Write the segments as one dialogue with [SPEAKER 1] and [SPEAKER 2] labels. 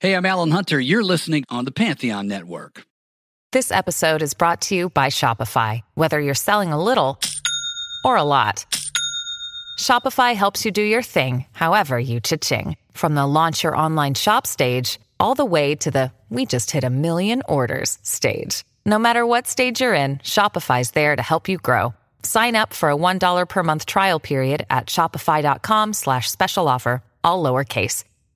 [SPEAKER 1] Hey, I'm Alan Hunter. You're listening on the Pantheon Network.
[SPEAKER 2] This episode is brought to you by Shopify. Whether you're selling a little or a lot, Shopify helps you do your thing, however you cha-ching. From the launch your online shop stage, all the way to the we just hit a million orders stage. No matter what stage you're in, Shopify's there to help you grow. Sign up for a $1 per month trial period at shopify.com slash special offer, all lowercase.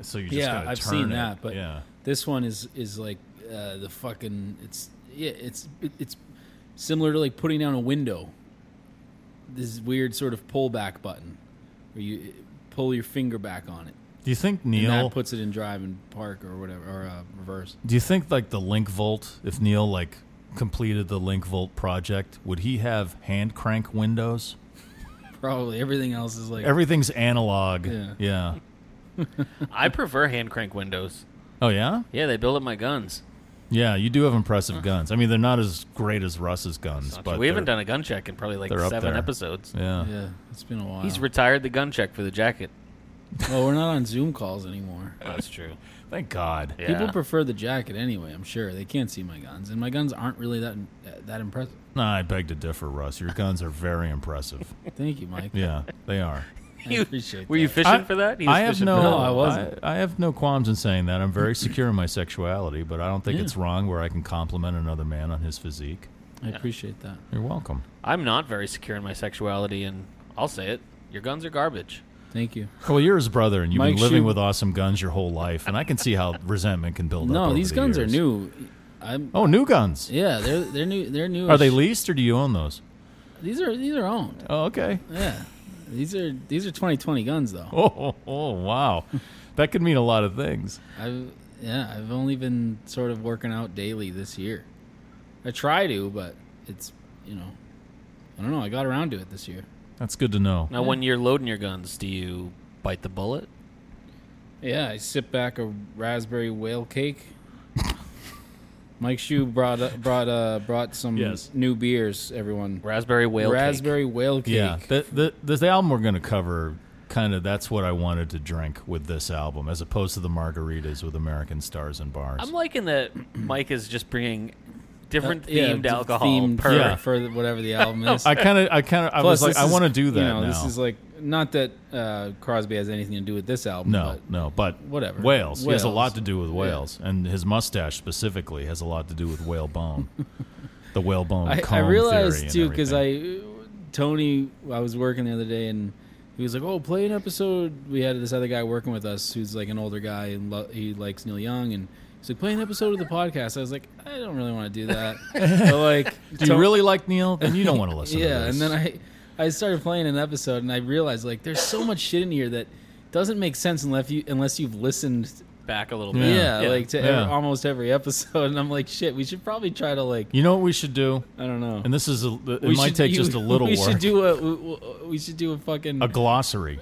[SPEAKER 3] So you just
[SPEAKER 4] Mm-hmm. yeah,
[SPEAKER 3] gotta
[SPEAKER 4] I've
[SPEAKER 3] turn
[SPEAKER 4] seen
[SPEAKER 3] it.
[SPEAKER 4] that, but
[SPEAKER 3] yeah,
[SPEAKER 4] this one is is like uh, the fucking it's yeah it's it, it's similar to like putting down a window. This weird sort of pullback button where you pull your finger back on it,
[SPEAKER 3] do you think
[SPEAKER 4] and
[SPEAKER 3] Neil?
[SPEAKER 4] that puts it in drive and park or whatever or uh, reverse.
[SPEAKER 3] do you think like the Link Volt? If Neil like completed the Link Volt project, would he have hand crank windows?
[SPEAKER 4] Probably everything else is like
[SPEAKER 3] Everything's analog.
[SPEAKER 4] Yeah.
[SPEAKER 5] I prefer hand crank windows.
[SPEAKER 3] Oh yeah.
[SPEAKER 5] Yeah, they build up my guns.
[SPEAKER 3] Yeah, you do have
[SPEAKER 4] Uh-huh.
[SPEAKER 3] impressive guns. I mean, they're not as great as Russ's guns, but
[SPEAKER 5] we haven't
[SPEAKER 3] they're-
[SPEAKER 5] done a gun check in probably like
[SPEAKER 3] they're up
[SPEAKER 5] seven
[SPEAKER 3] there.
[SPEAKER 5] episodes.
[SPEAKER 3] Yeah.
[SPEAKER 4] yeah. It's been a while.
[SPEAKER 5] He's retired the gun check for the jacket.
[SPEAKER 4] well, we're not on Zoom calls anymore.
[SPEAKER 5] That's true.
[SPEAKER 3] Thank God.
[SPEAKER 5] Yeah.
[SPEAKER 4] People prefer the jacket anyway. I'm sure they can't see my guns, and my guns aren't really that that impressive.
[SPEAKER 3] Nah, I beg to differ, Russ. Your guns are very impressive.
[SPEAKER 4] Thank you, Mike.
[SPEAKER 3] yeah, they are.
[SPEAKER 4] I appreciate
[SPEAKER 5] Were you
[SPEAKER 4] that.
[SPEAKER 5] fishing
[SPEAKER 3] I-
[SPEAKER 5] for that? He was
[SPEAKER 3] I have
[SPEAKER 5] fishing
[SPEAKER 3] no,
[SPEAKER 5] for
[SPEAKER 4] No, I wasn't.
[SPEAKER 3] I, I have no qualms in saying that. I'm very secure in my sexuality, but I don't think
[SPEAKER 4] Yeah.
[SPEAKER 3] it's wrong where I can compliment another man on his physique.
[SPEAKER 4] I appreciate that.
[SPEAKER 3] You're welcome.
[SPEAKER 5] I'm not very secure in my sexuality, and I'll say it. Your guns are garbage.
[SPEAKER 4] Thank you.
[SPEAKER 3] Well, you're his brother, and you've
[SPEAKER 4] Mike,
[SPEAKER 3] been living
[SPEAKER 4] shoot.
[SPEAKER 3] with awesome guns your whole life, and I can see how resentment can build up.
[SPEAKER 4] No,
[SPEAKER 3] over
[SPEAKER 4] these
[SPEAKER 3] the
[SPEAKER 4] guns
[SPEAKER 3] years.
[SPEAKER 4] are new. I'm
[SPEAKER 3] Oh, new guns.
[SPEAKER 4] yeah, they're they're new. They're new.
[SPEAKER 3] Are they leased or do you own those?
[SPEAKER 4] These are these are owned.
[SPEAKER 3] Oh, okay.
[SPEAKER 4] Yeah, these are these are 2020 guns though.
[SPEAKER 3] Oh, oh, oh wow. that could mean a lot of things.
[SPEAKER 4] I've yeah, I've only been sort of working out daily this year. I try to, but it's you know, I don't know. I got around to it this year.
[SPEAKER 3] That's good to know.
[SPEAKER 5] Now, when you're loading your guns, do you bite the bullet?
[SPEAKER 4] Yeah, I sip back a raspberry whale cake. Mike Shu brought brought uh, brought some
[SPEAKER 3] Yes.
[SPEAKER 4] new beers. Everyone,
[SPEAKER 5] Raspberry whale. cake.
[SPEAKER 4] raspberry whale cake.
[SPEAKER 3] Yeah, the, the the album we're gonna cover, kind of that's what I wanted to drink with this album, as opposed to the margaritas with American stars and bars.
[SPEAKER 5] I'm liking that Mike is just bringing different
[SPEAKER 4] Uh, yeah,
[SPEAKER 5] themed
[SPEAKER 4] d-
[SPEAKER 5] alcohol
[SPEAKER 4] themed
[SPEAKER 5] per.
[SPEAKER 3] Yeah.
[SPEAKER 4] for, for whatever the album is.
[SPEAKER 3] I kind of, I kind of, I was like,
[SPEAKER 4] this
[SPEAKER 3] I
[SPEAKER 4] is,
[SPEAKER 3] want to do that
[SPEAKER 4] You know,
[SPEAKER 3] now.
[SPEAKER 4] this is like not that uh, Crosby has anything to do with this album.
[SPEAKER 3] no, no, but
[SPEAKER 4] whatever.
[SPEAKER 3] Whales. He has a
[SPEAKER 4] Whales.
[SPEAKER 3] lot to do with whales, and his mustache specifically has a lot to do with whale bone. the whale bone.
[SPEAKER 4] but I, I
[SPEAKER 3] comb theory
[SPEAKER 4] realized
[SPEAKER 3] and
[SPEAKER 4] too because
[SPEAKER 3] everything.
[SPEAKER 4] I Tony, I was working the other day and he was like, "Oh, play an episode." We had this other guy working with us who's like an older guy and lo- he likes Neil Young and. he's like, play an episode of the podcast. I was like, I don't really want to do that. but like,
[SPEAKER 3] Do you
[SPEAKER 4] Tony-
[SPEAKER 3] really like Neil? Then you don't want to listen. to
[SPEAKER 4] yeah
[SPEAKER 3] this.
[SPEAKER 4] and then i i started playing an episode and i realized like there's so much shit in here that doesn't make sense unless you unless you've listened
[SPEAKER 5] Back a little
[SPEAKER 3] Yeah.
[SPEAKER 5] bit.
[SPEAKER 4] yeah,
[SPEAKER 5] Yeah.
[SPEAKER 4] like to
[SPEAKER 3] Yeah.
[SPEAKER 4] ev- almost every episode and i'm like shit we should probably try to like
[SPEAKER 3] you know what we should do,
[SPEAKER 4] i don't know
[SPEAKER 3] and this is a, it
[SPEAKER 4] we
[SPEAKER 3] might
[SPEAKER 4] should-
[SPEAKER 3] take
[SPEAKER 4] you-
[SPEAKER 3] just a little
[SPEAKER 4] we
[SPEAKER 3] work.
[SPEAKER 4] should do a we, we should do a fucking
[SPEAKER 3] a
[SPEAKER 4] a,
[SPEAKER 3] glossary.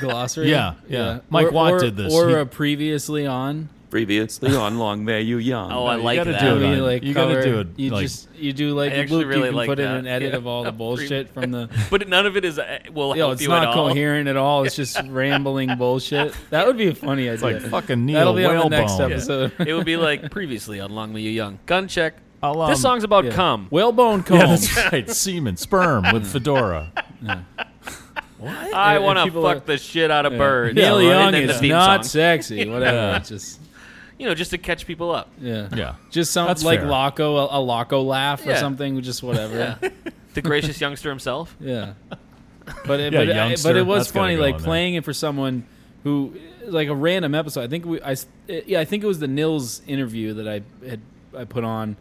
[SPEAKER 4] glossary
[SPEAKER 3] Yeah, yeah. Mike Watt
[SPEAKER 4] or,
[SPEAKER 3] did this.
[SPEAKER 4] or
[SPEAKER 3] He-
[SPEAKER 4] a previously on
[SPEAKER 6] Previously on Long May You Young.
[SPEAKER 5] Oh, I like
[SPEAKER 3] gotta
[SPEAKER 5] that.
[SPEAKER 3] do it
[SPEAKER 4] We,
[SPEAKER 3] on-
[SPEAKER 4] like
[SPEAKER 3] you gotta
[SPEAKER 4] cover-
[SPEAKER 3] do it,
[SPEAKER 4] you
[SPEAKER 3] like-
[SPEAKER 4] just you do like
[SPEAKER 5] I
[SPEAKER 4] you,
[SPEAKER 5] actually
[SPEAKER 4] loop,
[SPEAKER 5] really
[SPEAKER 4] you can
[SPEAKER 5] like
[SPEAKER 4] put in
[SPEAKER 5] that.
[SPEAKER 4] an edit
[SPEAKER 5] Yeah.
[SPEAKER 4] of all the
[SPEAKER 5] Pre-
[SPEAKER 4] bullshit from the
[SPEAKER 5] But none of it is uh, will
[SPEAKER 4] Yo,
[SPEAKER 5] help
[SPEAKER 4] it's
[SPEAKER 5] you
[SPEAKER 4] not
[SPEAKER 5] at all.
[SPEAKER 4] coherent at all. It's just rambling bullshit. That would be a funny idea.
[SPEAKER 3] like fucking Neil
[SPEAKER 4] That'll be on the
[SPEAKER 3] Whalebone.
[SPEAKER 4] next
[SPEAKER 3] Yeah.
[SPEAKER 4] episode.
[SPEAKER 5] it would be like previously on Long May You Young. Gun check.
[SPEAKER 3] I'll, um,
[SPEAKER 5] this song's about cum.
[SPEAKER 4] Whalebone comb.
[SPEAKER 3] Yeah, that's right. Semen, sperm with fedora.
[SPEAKER 4] What?
[SPEAKER 5] I
[SPEAKER 4] And- and
[SPEAKER 5] want to
[SPEAKER 4] people
[SPEAKER 5] fuck
[SPEAKER 4] are-
[SPEAKER 5] the shit out of
[SPEAKER 4] Yeah.
[SPEAKER 5] birds.
[SPEAKER 4] Neil
[SPEAKER 5] And
[SPEAKER 4] Young
[SPEAKER 5] then the
[SPEAKER 4] is
[SPEAKER 5] theme
[SPEAKER 4] not
[SPEAKER 5] song.
[SPEAKER 4] sexy. Whatever. It's just
[SPEAKER 5] you know, just to catch people up,
[SPEAKER 4] yeah.
[SPEAKER 3] Yeah.
[SPEAKER 4] Just some
[SPEAKER 3] That's
[SPEAKER 4] like
[SPEAKER 3] fair.
[SPEAKER 4] Loco, a, a Loco laugh or
[SPEAKER 5] Yeah.
[SPEAKER 4] something. Just whatever. Yeah.
[SPEAKER 5] the gracious youngster himself.
[SPEAKER 4] But it,
[SPEAKER 3] Yeah,
[SPEAKER 4] but, I, but
[SPEAKER 3] youngster,
[SPEAKER 4] it was
[SPEAKER 3] that's gotta
[SPEAKER 4] funny,
[SPEAKER 3] go
[SPEAKER 4] like
[SPEAKER 3] in there.
[SPEAKER 4] playing it for someone who, like a random episode. I think we, I, s- it- yeah, I think it was the Nils interview that I had I put on,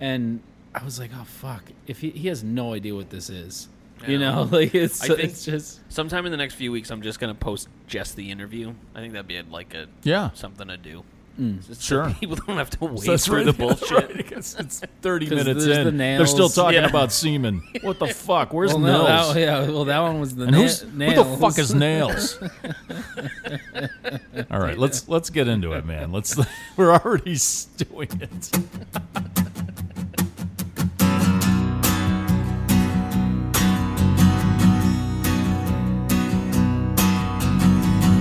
[SPEAKER 4] and I was like, oh fuck, if he, he has no idea what this is, you
[SPEAKER 5] Yeah.
[SPEAKER 4] know, like it's
[SPEAKER 5] I think-
[SPEAKER 4] it's just
[SPEAKER 5] Sometime in the next few weeks, I'm just gonna post just the interview. I think that'd be like a
[SPEAKER 3] Yeah.
[SPEAKER 5] something to do.
[SPEAKER 4] Mm.
[SPEAKER 5] Just
[SPEAKER 3] Sure.
[SPEAKER 5] so people don't have to wait
[SPEAKER 3] So that's
[SPEAKER 5] for
[SPEAKER 3] right-
[SPEAKER 5] the
[SPEAKER 3] that's
[SPEAKER 5] bullshit.
[SPEAKER 3] right, because it's 30
[SPEAKER 4] 'Cause
[SPEAKER 3] minutes
[SPEAKER 4] there's
[SPEAKER 3] in.
[SPEAKER 4] the
[SPEAKER 3] They're
[SPEAKER 4] nails.
[SPEAKER 3] still talking
[SPEAKER 5] Yeah.
[SPEAKER 3] about semen. What the fuck? Where's
[SPEAKER 4] well, no,
[SPEAKER 3] nails?
[SPEAKER 4] that, yeah, well that one was the
[SPEAKER 3] and
[SPEAKER 4] na-
[SPEAKER 3] who's
[SPEAKER 4] nails.
[SPEAKER 3] who the fuck is nails? All right, let's let's get into it, man. Let's we're already doing it.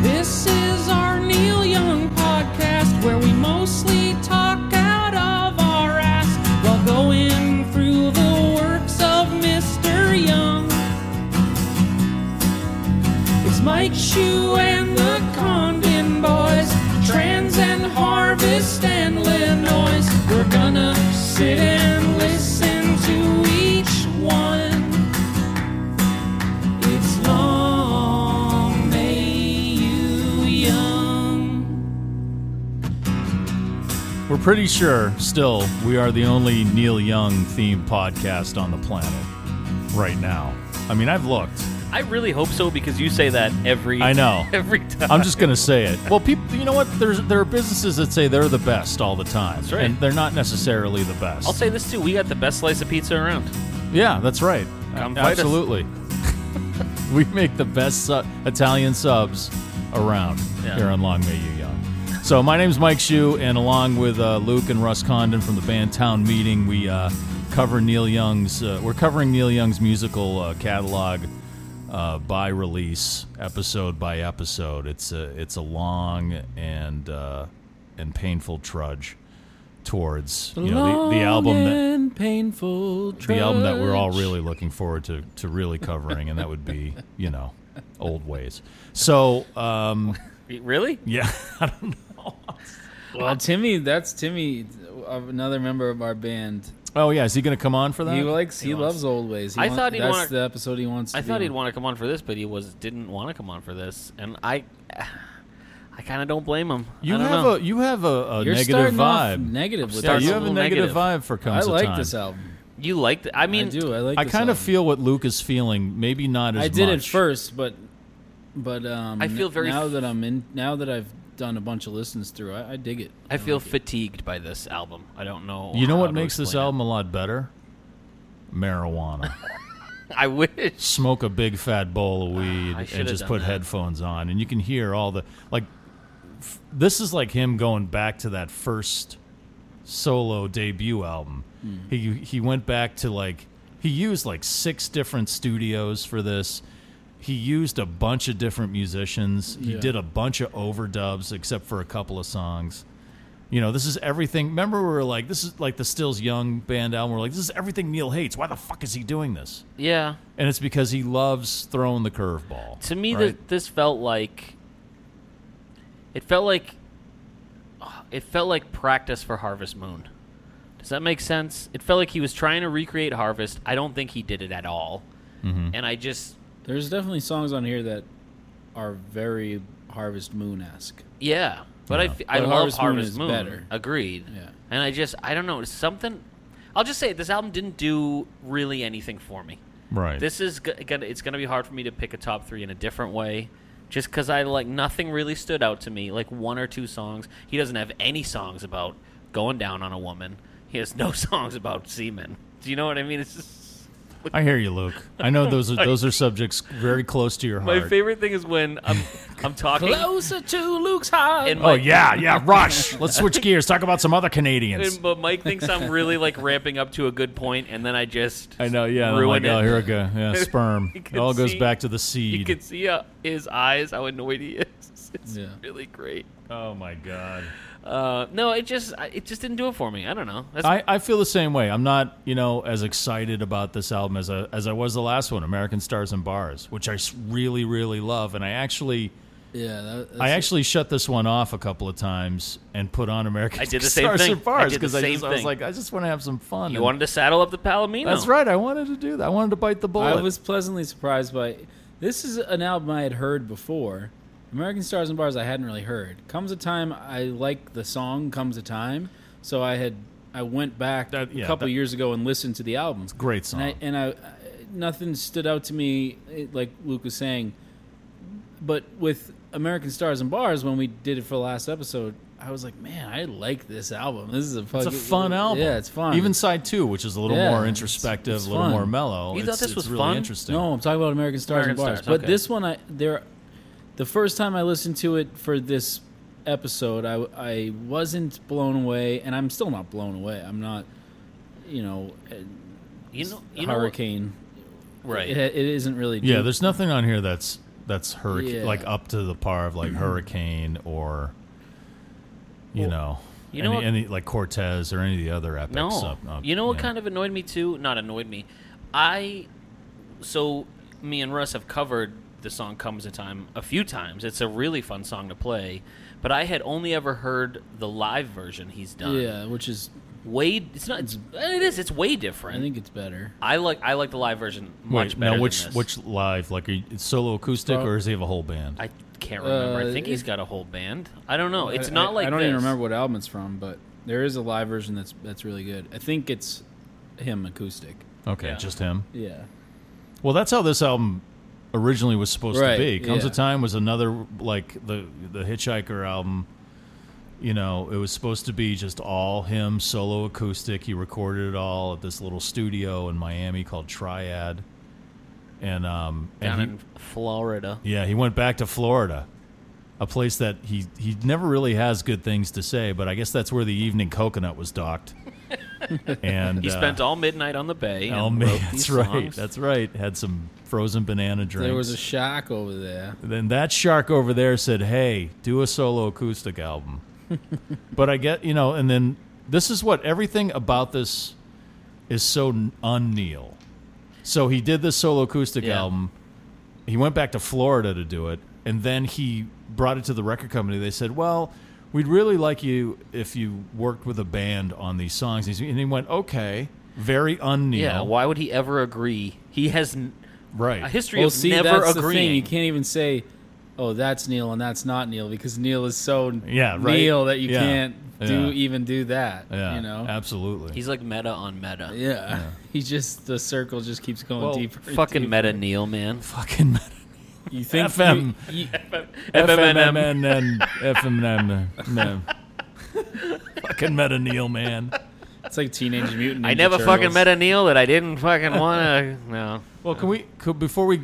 [SPEAKER 7] This is our Neil Young podcast where we mostly talk out of our ass while going through the works of Mr. Young. It's Mike Shue and the Condon Boys, Trans and Harvest and Illinois. We're gonna sit and listen to each one. It's long may you young.
[SPEAKER 3] We're pretty sure still we are the only Neil Young themed podcast on the planet right now. I mean, I've looked.
[SPEAKER 5] I really hope so because you say that every.
[SPEAKER 3] I know.
[SPEAKER 5] every time.
[SPEAKER 3] I'm just gonna say it. Well, people, you know what? There's there are businesses that say they're the best all the time,
[SPEAKER 5] right.
[SPEAKER 3] and they're not necessarily the best.
[SPEAKER 5] I'll say this too. We got the best slice of pizza around.
[SPEAKER 3] Yeah, that's right.
[SPEAKER 5] Come
[SPEAKER 3] A-
[SPEAKER 5] fight us.
[SPEAKER 3] Absolutely. we make the best su- Italian subs around
[SPEAKER 5] Yeah.
[SPEAKER 3] here on Long May You Young. So my name's Mike Shue, and along with uh, Luke and Russ Condon from the band Town Meeting, we uh, cover Neil Young's. Uh, we're covering Neil Young's musical uh, catalog uh, by release, episode by episode. It's a it's a long and uh, and painful trudge towards you know the, the album that
[SPEAKER 4] and painful
[SPEAKER 3] the album that we're all really looking forward to to really covering, and that would be you know, old ways. So um,
[SPEAKER 5] Really?
[SPEAKER 3] yeah,
[SPEAKER 4] Well, Timmy, that's Timmy, uh, another member of our band.
[SPEAKER 3] oh yeah, is he going to come on for that?
[SPEAKER 4] He likes, he, loves old ways. He
[SPEAKER 5] Uh, I thought he'd
[SPEAKER 4] that's
[SPEAKER 5] wanna-
[SPEAKER 4] the episode he wants.
[SPEAKER 5] I
[SPEAKER 4] to
[SPEAKER 5] thought
[SPEAKER 4] be
[SPEAKER 5] he'd
[SPEAKER 4] on.
[SPEAKER 5] want to come on for this, but he was didn't want to come on for this, and I, I kind of don't blame him.
[SPEAKER 3] you
[SPEAKER 5] I don't
[SPEAKER 3] have
[SPEAKER 5] know.
[SPEAKER 3] a you have a, a
[SPEAKER 4] You're
[SPEAKER 3] negative
[SPEAKER 4] starting off
[SPEAKER 3] vibe.
[SPEAKER 4] negative with
[SPEAKER 3] yeah,
[SPEAKER 5] starting
[SPEAKER 4] this.
[SPEAKER 3] you
[SPEAKER 5] a
[SPEAKER 3] have a
[SPEAKER 5] little
[SPEAKER 3] negative
[SPEAKER 5] negative.
[SPEAKER 3] vibe for comes
[SPEAKER 4] I
[SPEAKER 3] a
[SPEAKER 4] like
[SPEAKER 3] Time.
[SPEAKER 4] this album.
[SPEAKER 5] you liked. it. I
[SPEAKER 4] I
[SPEAKER 5] mean,
[SPEAKER 4] do. I like.
[SPEAKER 3] I
[SPEAKER 4] this
[SPEAKER 3] kind of
[SPEAKER 4] album.
[SPEAKER 3] feel what Luke is feeling. Maybe not as
[SPEAKER 4] I did
[SPEAKER 3] much.
[SPEAKER 4] it first, but but um,
[SPEAKER 5] I feel very
[SPEAKER 4] now
[SPEAKER 5] f-
[SPEAKER 4] that I'm in. Now that I've done a bunch of listens through, I, I dig it.
[SPEAKER 5] I feel fatigued by this album. I don't know.
[SPEAKER 3] You know
[SPEAKER 5] how
[SPEAKER 3] what
[SPEAKER 5] to
[SPEAKER 3] makes this
[SPEAKER 5] explain
[SPEAKER 3] album a lot better? Marijuana.
[SPEAKER 5] it. I wish.
[SPEAKER 3] smoke a big fat bowl of weed
[SPEAKER 5] Ah, I should've
[SPEAKER 3] and just
[SPEAKER 5] done
[SPEAKER 3] put
[SPEAKER 5] that.
[SPEAKER 3] headphones on and you can hear all the like f- this is like him going back to that first solo debut album
[SPEAKER 5] Hmm.
[SPEAKER 3] he he went back to like he used like six different studios for this he used a bunch of different musicians he
[SPEAKER 4] Yeah.
[SPEAKER 3] did a bunch of overdubs except for a couple of songs you know, this is everything. Remember, we were like, this is like the Stills Young band album. We're like, this is everything Neil hates. Why the fuck is he doing this?
[SPEAKER 5] Yeah.
[SPEAKER 3] and it's because he loves throwing the curveball.
[SPEAKER 5] To me,
[SPEAKER 3] right?
[SPEAKER 5] th- this felt like. It felt like. uh, It felt like practice for Harvest Moon. Does that make sense? It felt like he was trying to recreate Harvest. I don't think he did it at all. And I just.
[SPEAKER 4] There's definitely songs on here that are very Harvest Moon esque.
[SPEAKER 5] Yeah, but I f I I,
[SPEAKER 4] But
[SPEAKER 5] love
[SPEAKER 4] Harvest
[SPEAKER 5] Harvest,
[SPEAKER 4] Moon is
[SPEAKER 5] Moon.
[SPEAKER 4] better.
[SPEAKER 5] Agreed.
[SPEAKER 4] Yeah.
[SPEAKER 5] And I just I don't know it's something. I'll just say it, this album didn't do really anything for me.
[SPEAKER 3] right.
[SPEAKER 5] This is g- gonna it's gonna be hard for me to pick a top three in a different way, just because I like nothing really stood out to me. Like one or two songs. He doesn't have any songs about going down on a woman. He has no songs about semen. Do you know what I mean? It's just.
[SPEAKER 3] I hear you, Luke. I know those are those are subjects very close to your
[SPEAKER 5] My
[SPEAKER 3] heart.
[SPEAKER 5] favorite thing is when I'm I'm talking
[SPEAKER 7] Closer to Luke's heart.
[SPEAKER 5] and
[SPEAKER 3] Oh
[SPEAKER 5] my,
[SPEAKER 3] yeah, yeah. Rush. Let's switch gears. Talk about some other Canadians.
[SPEAKER 5] And- but Mike thinks I'm really like ramping up to a good point, and then I just
[SPEAKER 3] I know. Yeah. I'm
[SPEAKER 5] ruin
[SPEAKER 3] like, oh,
[SPEAKER 5] it.
[SPEAKER 3] here we go. Yeah, sperm.
[SPEAKER 5] You
[SPEAKER 3] It
[SPEAKER 5] can
[SPEAKER 3] all goes
[SPEAKER 5] see-
[SPEAKER 3] back to the
[SPEAKER 5] You
[SPEAKER 3] seed.
[SPEAKER 5] can see uh, his eyes how annoyed he is. is. It's
[SPEAKER 4] Yeah.
[SPEAKER 5] really great.
[SPEAKER 3] Oh my god.
[SPEAKER 5] Uh, no, it just I- it just didn't do it for me. I don't know. That's,
[SPEAKER 3] I, I feel the same way. I'm not, you know, as excited about this album as I, as I was the last one, American Stars and Bars, which I s- really, really love. And I actually,
[SPEAKER 4] Yeah, that, that's
[SPEAKER 3] I actually shut this one off a couple of times and put on American
[SPEAKER 5] I did the same
[SPEAKER 3] Stars
[SPEAKER 5] thing.
[SPEAKER 3] and Bars
[SPEAKER 5] I did the
[SPEAKER 3] because I,
[SPEAKER 5] same
[SPEAKER 3] just- I was
[SPEAKER 5] thing.
[SPEAKER 3] like, I just want to have some fun.
[SPEAKER 5] you
[SPEAKER 3] And
[SPEAKER 5] wanted to saddle up the Palomino.
[SPEAKER 3] That's right. I wanted to do that. I wanted to bite the bullet.
[SPEAKER 4] I was pleasantly surprised by. This is an album I had heard before. American Stars and Bars I hadn't really heard. Comes a time I like the song. Comes a time, so I had I went back
[SPEAKER 3] That- yeah,
[SPEAKER 4] a couple
[SPEAKER 3] that-
[SPEAKER 4] years ago and listened to the album. It's
[SPEAKER 3] great song.
[SPEAKER 4] And I, and I nothing stood out to me it- like Luke was saying. But with American Stars and Bars, when we did it for the last episode, I was like, man, I like this album. This is a
[SPEAKER 3] it's a fun album.
[SPEAKER 4] uh, Yeah, it's fun.
[SPEAKER 3] Even side two, which is a little
[SPEAKER 4] Yeah,
[SPEAKER 3] more
[SPEAKER 4] it's-
[SPEAKER 3] introspective,
[SPEAKER 4] it's
[SPEAKER 3] a little
[SPEAKER 4] fun.
[SPEAKER 3] more mellow.
[SPEAKER 5] You thought
[SPEAKER 3] It's-
[SPEAKER 5] this
[SPEAKER 3] it's
[SPEAKER 5] was
[SPEAKER 3] really
[SPEAKER 5] fun?
[SPEAKER 3] interesting.
[SPEAKER 4] No, I'm talking about American Stars
[SPEAKER 5] American
[SPEAKER 4] and Bars.
[SPEAKER 5] Stars,
[SPEAKER 4] But
[SPEAKER 5] okay.
[SPEAKER 4] this one, I there, the first time I listened to it for this episode, I I wasn't blown away, and I'm still not blown away. I'm not, you know,
[SPEAKER 5] You know. You know. what-
[SPEAKER 4] hurricane.
[SPEAKER 5] Right.
[SPEAKER 4] It, it isn't really.
[SPEAKER 3] Yeah,
[SPEAKER 4] deep.
[SPEAKER 3] there's nothing on here that's that's hurricane
[SPEAKER 4] Yeah.
[SPEAKER 3] like up to the par of like Hurricane or you know
[SPEAKER 5] you know
[SPEAKER 3] any,
[SPEAKER 5] what-
[SPEAKER 3] any like Cortez or any of the other epics.
[SPEAKER 5] No.
[SPEAKER 3] up- up-
[SPEAKER 5] you know what
[SPEAKER 3] yeah.
[SPEAKER 5] kind of annoyed me too? Not annoyed me. I so me and Russ have covered the song "Comes a Time" a few times. It's a really fun song to play, but I had only ever heard the live version he's done.
[SPEAKER 4] Yeah, which is
[SPEAKER 5] way it's not. It's, it is. It's way different.
[SPEAKER 4] I think it's better.
[SPEAKER 5] I like I like the live version much
[SPEAKER 3] Wait,
[SPEAKER 5] better.
[SPEAKER 3] now which
[SPEAKER 5] than this.
[SPEAKER 3] which live like are you, it's solo acoustic
[SPEAKER 4] Well-
[SPEAKER 3] or does he have a whole band?
[SPEAKER 5] I can't remember. I
[SPEAKER 4] Uh,
[SPEAKER 5] think he's
[SPEAKER 4] it-
[SPEAKER 5] got a whole band. I don't know. It's
[SPEAKER 4] I-
[SPEAKER 5] not
[SPEAKER 4] I-
[SPEAKER 5] like
[SPEAKER 4] I don't even
[SPEAKER 5] this.
[SPEAKER 4] remember what album it's from, but there is a live version that's that's really good. I think it's him acoustic.
[SPEAKER 3] okay,
[SPEAKER 5] yeah.
[SPEAKER 3] just him.
[SPEAKER 4] Yeah.
[SPEAKER 3] Well, that's how this album originally was supposed
[SPEAKER 4] Right,
[SPEAKER 3] to be. Comes
[SPEAKER 4] yeah.
[SPEAKER 3] a time was another like the the Hitchhiker album. You know, it was supposed to be just all him solo acoustic. He recorded it all at this little studio in Miami called Triad, and um
[SPEAKER 5] Down
[SPEAKER 3] and
[SPEAKER 5] in Florida.
[SPEAKER 3] he, yeah, he went back to Florida, a place that he he never really has good things to say. But I guess that's where the evening coconut was docked. and
[SPEAKER 5] He
[SPEAKER 3] uh,
[SPEAKER 5] spent all midnight on the bay.
[SPEAKER 3] oh,
[SPEAKER 5] and
[SPEAKER 3] man,
[SPEAKER 5] wrote
[SPEAKER 3] that's
[SPEAKER 5] these
[SPEAKER 3] right,
[SPEAKER 5] songs.
[SPEAKER 3] that's right. Had some frozen banana drinks.
[SPEAKER 4] There was a shock over there.
[SPEAKER 3] Then that shark over there said, "Hey, do a solo acoustic album." but I get, you know, and then this is what everything about this is so unneal. So he did this solo acoustic
[SPEAKER 5] Yeah.
[SPEAKER 3] album. He went back to Florida to do it, and then he brought it to the record company. They said, "Well, we'd really like you if you worked with a band on these songs." And he went, "Okay." Very unneal.
[SPEAKER 5] yeah. Why would he ever agree? He has n-
[SPEAKER 3] Right.
[SPEAKER 5] a history
[SPEAKER 4] Well,
[SPEAKER 5] of
[SPEAKER 4] see,
[SPEAKER 5] never
[SPEAKER 4] that's the thing. You
[SPEAKER 5] agreeing.
[SPEAKER 4] can't even say, "Oh, that's Neil and that's not Neil," because Neil is so
[SPEAKER 3] Yeah, right.
[SPEAKER 4] Neil that you
[SPEAKER 3] Yeah.
[SPEAKER 4] can't do
[SPEAKER 3] Yeah.
[SPEAKER 4] even do that.
[SPEAKER 3] yeah,
[SPEAKER 4] you know.
[SPEAKER 3] absolutely.
[SPEAKER 5] He's like meta on meta.
[SPEAKER 4] yeah. He just the circle just keeps going
[SPEAKER 3] Well,
[SPEAKER 4] deeper. and
[SPEAKER 5] Fucking
[SPEAKER 4] deeper.
[SPEAKER 5] meta Neil, man.
[SPEAKER 3] fucking
[SPEAKER 4] You think
[SPEAKER 3] FM.
[SPEAKER 4] You, you-
[SPEAKER 5] FMNM.
[SPEAKER 3] FMNM. FMNM. Fucking Meta Neil, man.
[SPEAKER 4] it's like Teenage Mutant.
[SPEAKER 5] I
[SPEAKER 4] Ninja
[SPEAKER 5] never fucking
[SPEAKER 4] Turtles.
[SPEAKER 5] met a Neil that I didn't fucking want to. No.
[SPEAKER 3] Well, can we, could, before we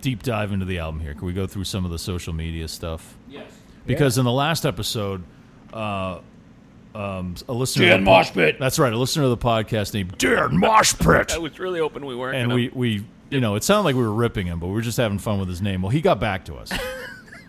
[SPEAKER 3] deep dive into the album here, can we go through some of the social media stuff? Yes. Because in the last episode, uh, um, a listener. Dan Moshpit. That's right. A listener of the podcast named Dan Moshpit.
[SPEAKER 5] I was really hoping we weren't.
[SPEAKER 3] and
[SPEAKER 5] gonna-
[SPEAKER 3] we, we, you know, it sounded like we were ripping him, but we were just having fun with his name. Well, he got back to us.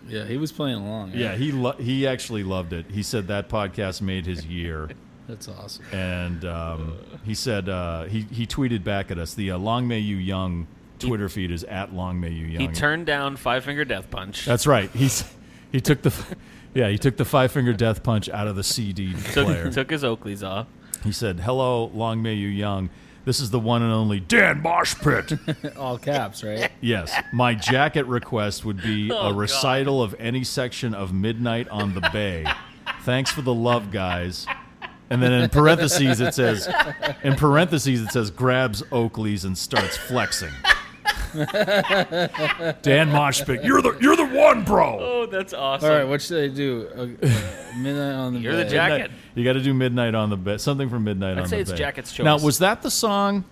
[SPEAKER 4] Yeah, he was playing along.
[SPEAKER 3] Yeah, he lo- he actually loved it. He said that podcast made his year.
[SPEAKER 4] that's awesome.
[SPEAKER 3] and um, he said uh, he he tweeted back at us. The uh, Long May You Young Twitter feed is at Long May You Young.
[SPEAKER 5] he turned down Five Finger Death Punch.
[SPEAKER 3] That's right. He's he took the yeah he took the five finger death punch out of the CD player.
[SPEAKER 5] took, took his Oakleys off.
[SPEAKER 3] he said, "Hello, Long May You Young. This is the one and only Dan Moshpit.
[SPEAKER 4] All caps, right?
[SPEAKER 3] yes, my jacket request would
[SPEAKER 5] Oh,
[SPEAKER 3] be a recital of any section of Midnight on the Bay. Thanks for the love, guys." And then in parentheses it says, in parentheses it says, grabs Oakley's and starts flexing. Dan Moshpit, you're the you're the one, bro.
[SPEAKER 5] Oh, that's awesome.
[SPEAKER 4] All right, what should I do? Uh, uh, midnight on the
[SPEAKER 5] You're the
[SPEAKER 4] Bay.
[SPEAKER 5] jack-
[SPEAKER 3] Midnight- You got to do midnight on the bed. Something from midnight on
[SPEAKER 5] say
[SPEAKER 3] the
[SPEAKER 5] it's
[SPEAKER 3] Bay.
[SPEAKER 5] Jacket's
[SPEAKER 3] Now,
[SPEAKER 5] Choice.
[SPEAKER 3] was that the song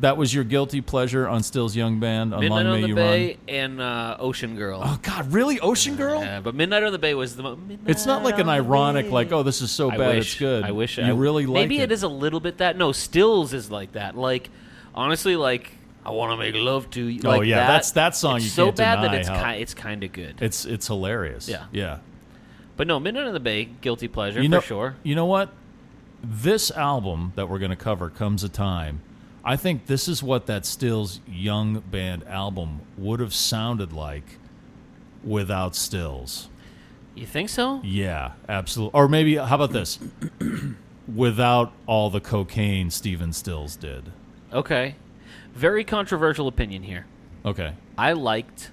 [SPEAKER 3] that was your guilty pleasure on Still's Young Band on Long
[SPEAKER 5] Midnight on
[SPEAKER 3] May
[SPEAKER 5] the
[SPEAKER 3] You
[SPEAKER 5] Bay
[SPEAKER 3] Run?
[SPEAKER 5] and uh, Ocean Girl.
[SPEAKER 3] Oh God, really, Ocean Girl?
[SPEAKER 5] Yeah, but Midnight on the Bay was the. mo- Midnight
[SPEAKER 3] It's not like an
[SPEAKER 5] on the
[SPEAKER 3] ironic,
[SPEAKER 5] Bay.
[SPEAKER 3] like, oh, this is so
[SPEAKER 5] I
[SPEAKER 3] bad,
[SPEAKER 5] wish,
[SPEAKER 3] it's good.
[SPEAKER 5] I wish
[SPEAKER 3] you
[SPEAKER 5] I
[SPEAKER 3] really like
[SPEAKER 5] Maybe it is a little bit that. No, Stills is like that. Like honestly, like I want to make love to you.
[SPEAKER 3] Oh,
[SPEAKER 5] Like
[SPEAKER 3] yeah,
[SPEAKER 5] that.
[SPEAKER 3] that's- that song
[SPEAKER 5] It's
[SPEAKER 3] you
[SPEAKER 5] so
[SPEAKER 3] can't
[SPEAKER 5] bad that
[SPEAKER 3] deny
[SPEAKER 5] it's
[SPEAKER 3] how-
[SPEAKER 5] ki- it's kind of good.
[SPEAKER 3] It's it's hilarious.
[SPEAKER 5] Yeah.
[SPEAKER 3] yeah.
[SPEAKER 5] but no, Midnight in the Bay, guilty pleasure
[SPEAKER 3] you know,
[SPEAKER 5] for sure.
[SPEAKER 3] You know what? This album that we're going to cover comes a time. I think this is what that Stills Young Band album would have sounded like without Stills.
[SPEAKER 5] You think so?
[SPEAKER 3] Yeah, absolutely. Or maybe how about this? without all the cocaine Steven Stills did.
[SPEAKER 5] Okay. Very controversial opinion here.
[SPEAKER 3] Okay.
[SPEAKER 5] I liked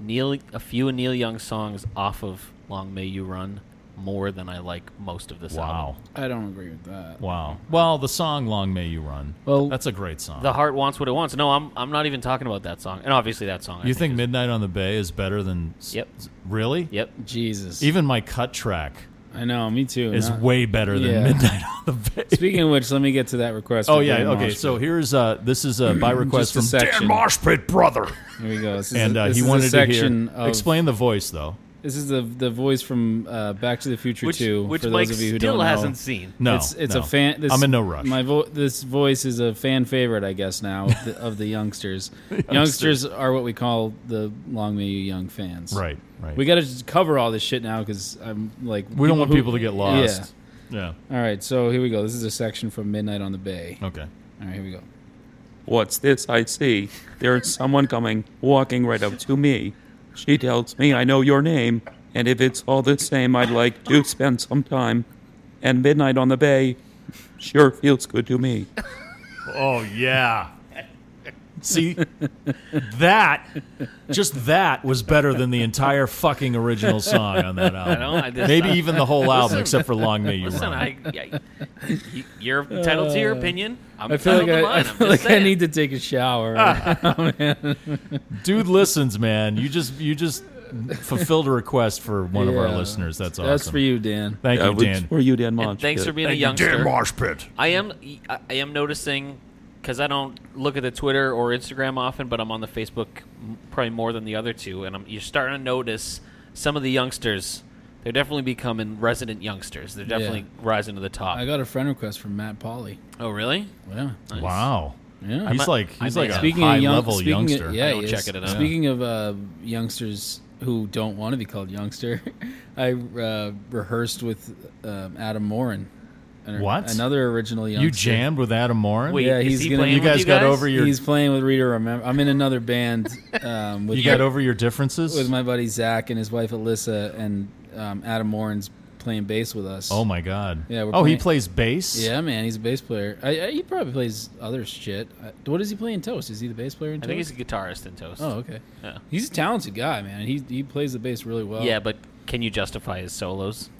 [SPEAKER 5] Neil a few of Neil Young songs off of Long May You Run more than I like most of this
[SPEAKER 3] Wow.
[SPEAKER 5] album.
[SPEAKER 4] I don't agree with that.
[SPEAKER 3] Wow. Well, the song Long May You Run.
[SPEAKER 4] Well-
[SPEAKER 3] that's a great song.
[SPEAKER 5] The heart wants what it wants. No, I'm I'm not even talking about that song. And obviously that song. I
[SPEAKER 3] you think Midnight on the Bay is better than S-
[SPEAKER 5] Yep.
[SPEAKER 3] Really?
[SPEAKER 5] Yep.
[SPEAKER 4] Jesus.
[SPEAKER 3] Even my cut track
[SPEAKER 4] I know. Me too.
[SPEAKER 3] is
[SPEAKER 4] Not-
[SPEAKER 3] way better than
[SPEAKER 4] Yeah.
[SPEAKER 3] Midnight on the Bay.
[SPEAKER 4] Speaking of which, let me get to that request.
[SPEAKER 3] Oh
[SPEAKER 4] for
[SPEAKER 3] yeah,
[SPEAKER 4] Dan
[SPEAKER 3] okay.
[SPEAKER 4] Marsh.
[SPEAKER 3] So here's uh, this is uh, by request
[SPEAKER 4] a
[SPEAKER 3] from
[SPEAKER 4] section.
[SPEAKER 3] Dan Marshpit, brother,
[SPEAKER 4] here we go. This is
[SPEAKER 3] and
[SPEAKER 4] a-
[SPEAKER 3] uh,
[SPEAKER 4] this
[SPEAKER 3] he
[SPEAKER 4] is a
[SPEAKER 3] wanted to
[SPEAKER 4] section
[SPEAKER 3] hear.
[SPEAKER 4] of-
[SPEAKER 3] Explain the voice though.
[SPEAKER 4] This is the the voice from uh, Back to the Future
[SPEAKER 5] Which,
[SPEAKER 4] 2.
[SPEAKER 5] which
[SPEAKER 4] for
[SPEAKER 5] Mike
[SPEAKER 4] those of you who
[SPEAKER 5] still
[SPEAKER 4] don't know.
[SPEAKER 5] hasn't seen.
[SPEAKER 3] No,
[SPEAKER 4] it's it's
[SPEAKER 3] no.
[SPEAKER 4] a fan. This,
[SPEAKER 3] I'm in no rush.
[SPEAKER 4] My vo- this voice is a fan favorite, I guess. Now of the, of the youngsters. youngsters, are what we call the long may you young fans.
[SPEAKER 3] right, right.
[SPEAKER 4] We got to cover all this shit now because I'm like
[SPEAKER 3] we don't want
[SPEAKER 4] who-
[SPEAKER 3] people to get lost. Yeah.
[SPEAKER 4] All right, so here we go. This is a section from Midnight on the Bay.
[SPEAKER 3] Okay.
[SPEAKER 4] All right, here we go.
[SPEAKER 6] What's this I see? There's someone coming, walking right up to me. She tells me I know your name, and if it's all the same, I'd like to spend some time. And midnight on the bay sure feels good to me.
[SPEAKER 3] Oh yeah. See, that just that was better than the entire fucking original song on that album.
[SPEAKER 5] know, I just-
[SPEAKER 3] Maybe even the whole album, except for "Long May You
[SPEAKER 5] Listen,
[SPEAKER 3] Run."
[SPEAKER 5] I, I, you- you're entitled to your opinion. I'm
[SPEAKER 4] Uh, I feel like
[SPEAKER 5] entitled to
[SPEAKER 4] I,
[SPEAKER 5] mine.
[SPEAKER 4] I,
[SPEAKER 5] I'm
[SPEAKER 4] feel like
[SPEAKER 5] just
[SPEAKER 4] I
[SPEAKER 5] saying.
[SPEAKER 4] need to take a shower.
[SPEAKER 3] Dude listens, man. You just you just fulfilled a request for one of our
[SPEAKER 4] Yeah.
[SPEAKER 3] listeners. That's awesome.
[SPEAKER 4] That's for you, Dan.
[SPEAKER 3] Thank
[SPEAKER 6] That
[SPEAKER 3] you,
[SPEAKER 6] was
[SPEAKER 3] Dan.
[SPEAKER 6] for you, Dan
[SPEAKER 5] And
[SPEAKER 6] Monch.
[SPEAKER 5] thanks for being a youngster. I am I I am noticing because I don't look at the Twitter or Instagram often, but I'm on the Facebook m- probably more than the other two, and I'm you're starting to notice some of the youngsters. They're definitely becoming resident youngsters. They're definitely rising to the top.
[SPEAKER 4] I got a friend request from Matt Polly.
[SPEAKER 5] oh, really?
[SPEAKER 4] Yeah.
[SPEAKER 3] Wow.
[SPEAKER 4] Yeah.
[SPEAKER 3] He's like he's
[SPEAKER 5] I
[SPEAKER 3] like
[SPEAKER 5] may-
[SPEAKER 3] a
[SPEAKER 4] Speaking
[SPEAKER 3] high
[SPEAKER 4] of young,
[SPEAKER 3] level
[SPEAKER 4] speaking of-
[SPEAKER 3] youngster.
[SPEAKER 4] yeah,
[SPEAKER 5] I don't
[SPEAKER 4] he
[SPEAKER 5] check
[SPEAKER 4] is.
[SPEAKER 5] it enough.
[SPEAKER 4] Speaking of uh, youngsters who don't want to be called youngster, I uh, rehearsed with um, Adam Morin. an-
[SPEAKER 3] What?
[SPEAKER 4] Another original youngster.
[SPEAKER 3] you jammed with Adam Morin.
[SPEAKER 5] Wait,
[SPEAKER 4] Yeah,
[SPEAKER 5] is
[SPEAKER 4] he's
[SPEAKER 5] he
[SPEAKER 4] gonna-
[SPEAKER 5] playing
[SPEAKER 4] you
[SPEAKER 5] with
[SPEAKER 3] guys got over your-
[SPEAKER 4] He's playing with Rita Remember. I'm in another band um, with
[SPEAKER 3] you got over your differences.
[SPEAKER 4] with my buddy Zach and his wife Alyssa, and um, Adam Morin's playing bass with us.
[SPEAKER 3] oh my god.
[SPEAKER 4] Yeah, we're
[SPEAKER 3] oh, he
[SPEAKER 4] playing-
[SPEAKER 3] plays bass.
[SPEAKER 4] Yeah, man, he's a bass player. I, I, he probably plays other shit. I, what does he play in Toast? Is he the bass player in
[SPEAKER 5] I
[SPEAKER 4] Toast?
[SPEAKER 5] think he's a guitarist in Toast.
[SPEAKER 4] oh, okay.
[SPEAKER 5] Yeah.
[SPEAKER 4] He's a talented guy, man. He he plays the bass really well.
[SPEAKER 5] Yeah, but can you justify his solos?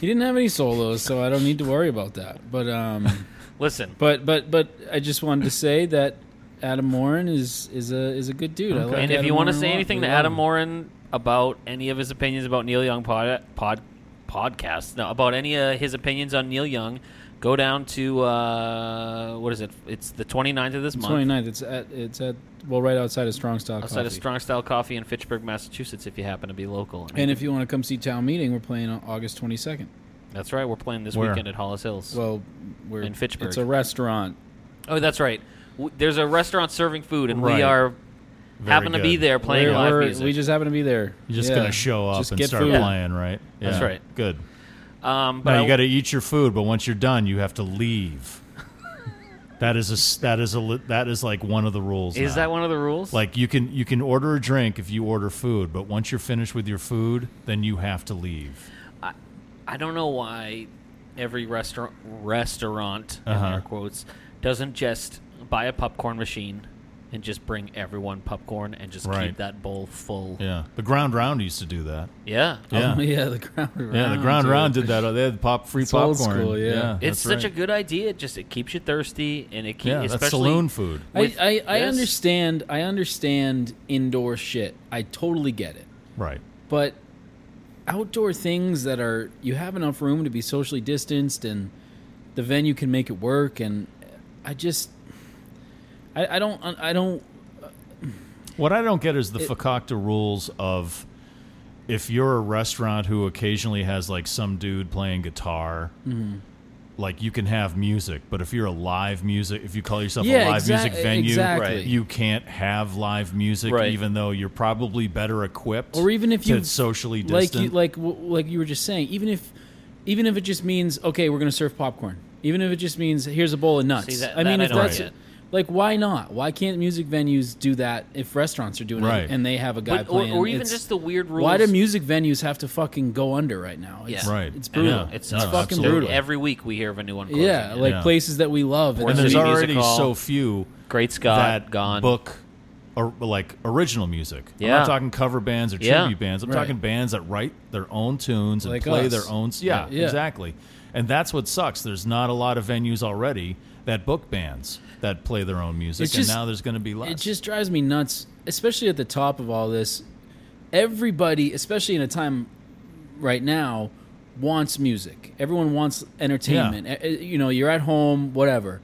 [SPEAKER 4] he didn't have any solos, so I don't need to worry about that. But um,
[SPEAKER 5] Listen,
[SPEAKER 4] but but but I just wanted to say that Adam Morin is is a is a good dude. I like
[SPEAKER 5] and if
[SPEAKER 4] Adam
[SPEAKER 5] you want to
[SPEAKER 4] Morin a
[SPEAKER 5] say
[SPEAKER 4] lot.
[SPEAKER 5] anything
[SPEAKER 4] We
[SPEAKER 5] to
[SPEAKER 4] love
[SPEAKER 5] Adam
[SPEAKER 4] him.
[SPEAKER 5] Morin about any of his opinions about Neil Young pod, pod podcast, no, about any of his opinions on Neil Young, go down to uh, what is it? It's the 29th of this month.
[SPEAKER 4] 29th, it's at it's at well right outside of Strong Stock.
[SPEAKER 5] Outside of Strong Style Coffee in Fitchburg, Massachusetts, if you happen to be local.
[SPEAKER 4] And if you want to come see town meeting, we're playing on August twenty second.
[SPEAKER 5] that's right, we're playing this
[SPEAKER 3] Where?
[SPEAKER 5] weekend at Hollis Hills.
[SPEAKER 4] Well, we're
[SPEAKER 5] In Fitchburg.
[SPEAKER 4] It's a restaurant.
[SPEAKER 5] oh, that's right. W- There's a restaurant serving food, and
[SPEAKER 3] Right.
[SPEAKER 5] we are
[SPEAKER 3] Very
[SPEAKER 5] happen to be
[SPEAKER 3] good.
[SPEAKER 5] there playing
[SPEAKER 4] We're-
[SPEAKER 5] live
[SPEAKER 4] we're-
[SPEAKER 5] music.
[SPEAKER 4] We just happen to be there.
[SPEAKER 3] You're just
[SPEAKER 4] Yeah.
[SPEAKER 3] gonna show up
[SPEAKER 4] Just
[SPEAKER 3] and
[SPEAKER 4] get
[SPEAKER 3] start
[SPEAKER 4] food.
[SPEAKER 3] playing, right? Yeah.
[SPEAKER 5] That's right.
[SPEAKER 3] Good.
[SPEAKER 5] um, but
[SPEAKER 3] Now
[SPEAKER 5] I-
[SPEAKER 3] you got to eat your food, but once you're done, you have to leave. that is a s- that is a li- that is like one of the rules.
[SPEAKER 5] is
[SPEAKER 3] now.
[SPEAKER 5] that one of the rules?
[SPEAKER 3] Like you can you can order a drink if you order food, but once you're finished with your food, then you have to leave.
[SPEAKER 5] I don't know why every restaurant restaurant in
[SPEAKER 3] Uh-huh.
[SPEAKER 5] air quotes doesn't just buy a popcorn machine and just bring everyone popcorn and just
[SPEAKER 3] Right.
[SPEAKER 5] keep that bowl full. Yeah.
[SPEAKER 3] Yeah. The ground round used to do that. Yeah.
[SPEAKER 4] Oh, Yeah, the ground round.
[SPEAKER 3] Yeah, the ground
[SPEAKER 4] dude.
[SPEAKER 3] round did that. They had pop free
[SPEAKER 4] It's
[SPEAKER 3] popcorn.
[SPEAKER 4] old school, yeah.
[SPEAKER 5] It's
[SPEAKER 3] that's
[SPEAKER 5] such a
[SPEAKER 3] right.
[SPEAKER 5] good idea. It just it keeps you thirsty and it keeps
[SPEAKER 3] yeah. That's
[SPEAKER 5] especially
[SPEAKER 3] saloon food.
[SPEAKER 4] I, I, I
[SPEAKER 5] this.
[SPEAKER 4] understand. I understand indoor shit. I totally get it.
[SPEAKER 3] Right.
[SPEAKER 4] But outdoor things that are you have enough room to be socially distanced, and the venue can make it work. And I just, I, I don't, I don't.
[SPEAKER 3] What I don't get is the fakakta rules of
[SPEAKER 4] Mm-hmm.
[SPEAKER 3] if you're a restaurant who occasionally has like some dude playing guitar like you can have music, but if you're a live music, if you call yourself
[SPEAKER 4] Yeah,
[SPEAKER 3] a live
[SPEAKER 4] exac-
[SPEAKER 3] music venue,
[SPEAKER 4] exactly. Right.
[SPEAKER 3] you can't have live music,
[SPEAKER 5] Right.
[SPEAKER 3] even though you're probably better equipped,
[SPEAKER 4] or even if
[SPEAKER 3] to
[SPEAKER 4] you
[SPEAKER 3] socially distant.
[SPEAKER 4] like you like w- like you were just saying even if even if it just means okay we're gonna serve popcorn even if it just means here's a bowl of nuts
[SPEAKER 5] See, that-
[SPEAKER 4] i mean
[SPEAKER 5] that I
[SPEAKER 4] if
[SPEAKER 5] don't
[SPEAKER 4] that's
[SPEAKER 5] get.
[SPEAKER 4] like why not why can't music venues do that if restaurants are doing
[SPEAKER 3] Right.
[SPEAKER 4] it and they have a guy
[SPEAKER 5] But- or-
[SPEAKER 4] playing
[SPEAKER 5] or even
[SPEAKER 4] It's-
[SPEAKER 5] just the weird
[SPEAKER 4] why do
[SPEAKER 5] rules.
[SPEAKER 4] music venues have to fucking go under right now it's,
[SPEAKER 5] Yeah.
[SPEAKER 3] Right.
[SPEAKER 4] it's
[SPEAKER 3] I know.
[SPEAKER 4] brutal
[SPEAKER 3] It's
[SPEAKER 4] it's,
[SPEAKER 3] no,
[SPEAKER 4] fucking
[SPEAKER 3] absolutely.
[SPEAKER 4] brutal
[SPEAKER 5] Every week we hear of a new one. Closing.
[SPEAKER 4] yeah like
[SPEAKER 3] Yeah.
[SPEAKER 4] places that we love
[SPEAKER 3] and there's
[SPEAKER 5] City
[SPEAKER 3] already
[SPEAKER 5] Music Hall.
[SPEAKER 3] so few
[SPEAKER 5] Great Scott,
[SPEAKER 3] that
[SPEAKER 5] gone.
[SPEAKER 3] book or like original music. I'm
[SPEAKER 5] Yeah.
[SPEAKER 3] not talking cover bands or tribute
[SPEAKER 5] Yeah.
[SPEAKER 3] bands. I'm
[SPEAKER 4] Right.
[SPEAKER 3] talking bands that write their own tunes and
[SPEAKER 4] Like
[SPEAKER 3] play
[SPEAKER 4] us.
[SPEAKER 3] their own. Yeah,
[SPEAKER 4] Yeah.
[SPEAKER 3] exactly. And that's what sucks. There's not a lot of venues already that book bands that play their own music,
[SPEAKER 4] It's
[SPEAKER 3] and
[SPEAKER 4] just-
[SPEAKER 3] now there's going to be less.
[SPEAKER 4] It just drives me nuts, especially at the top of all this. Everybody, especially in a time right now, wants music. Everyone wants entertainment. Eh, eh, You know, you're at home, whatever.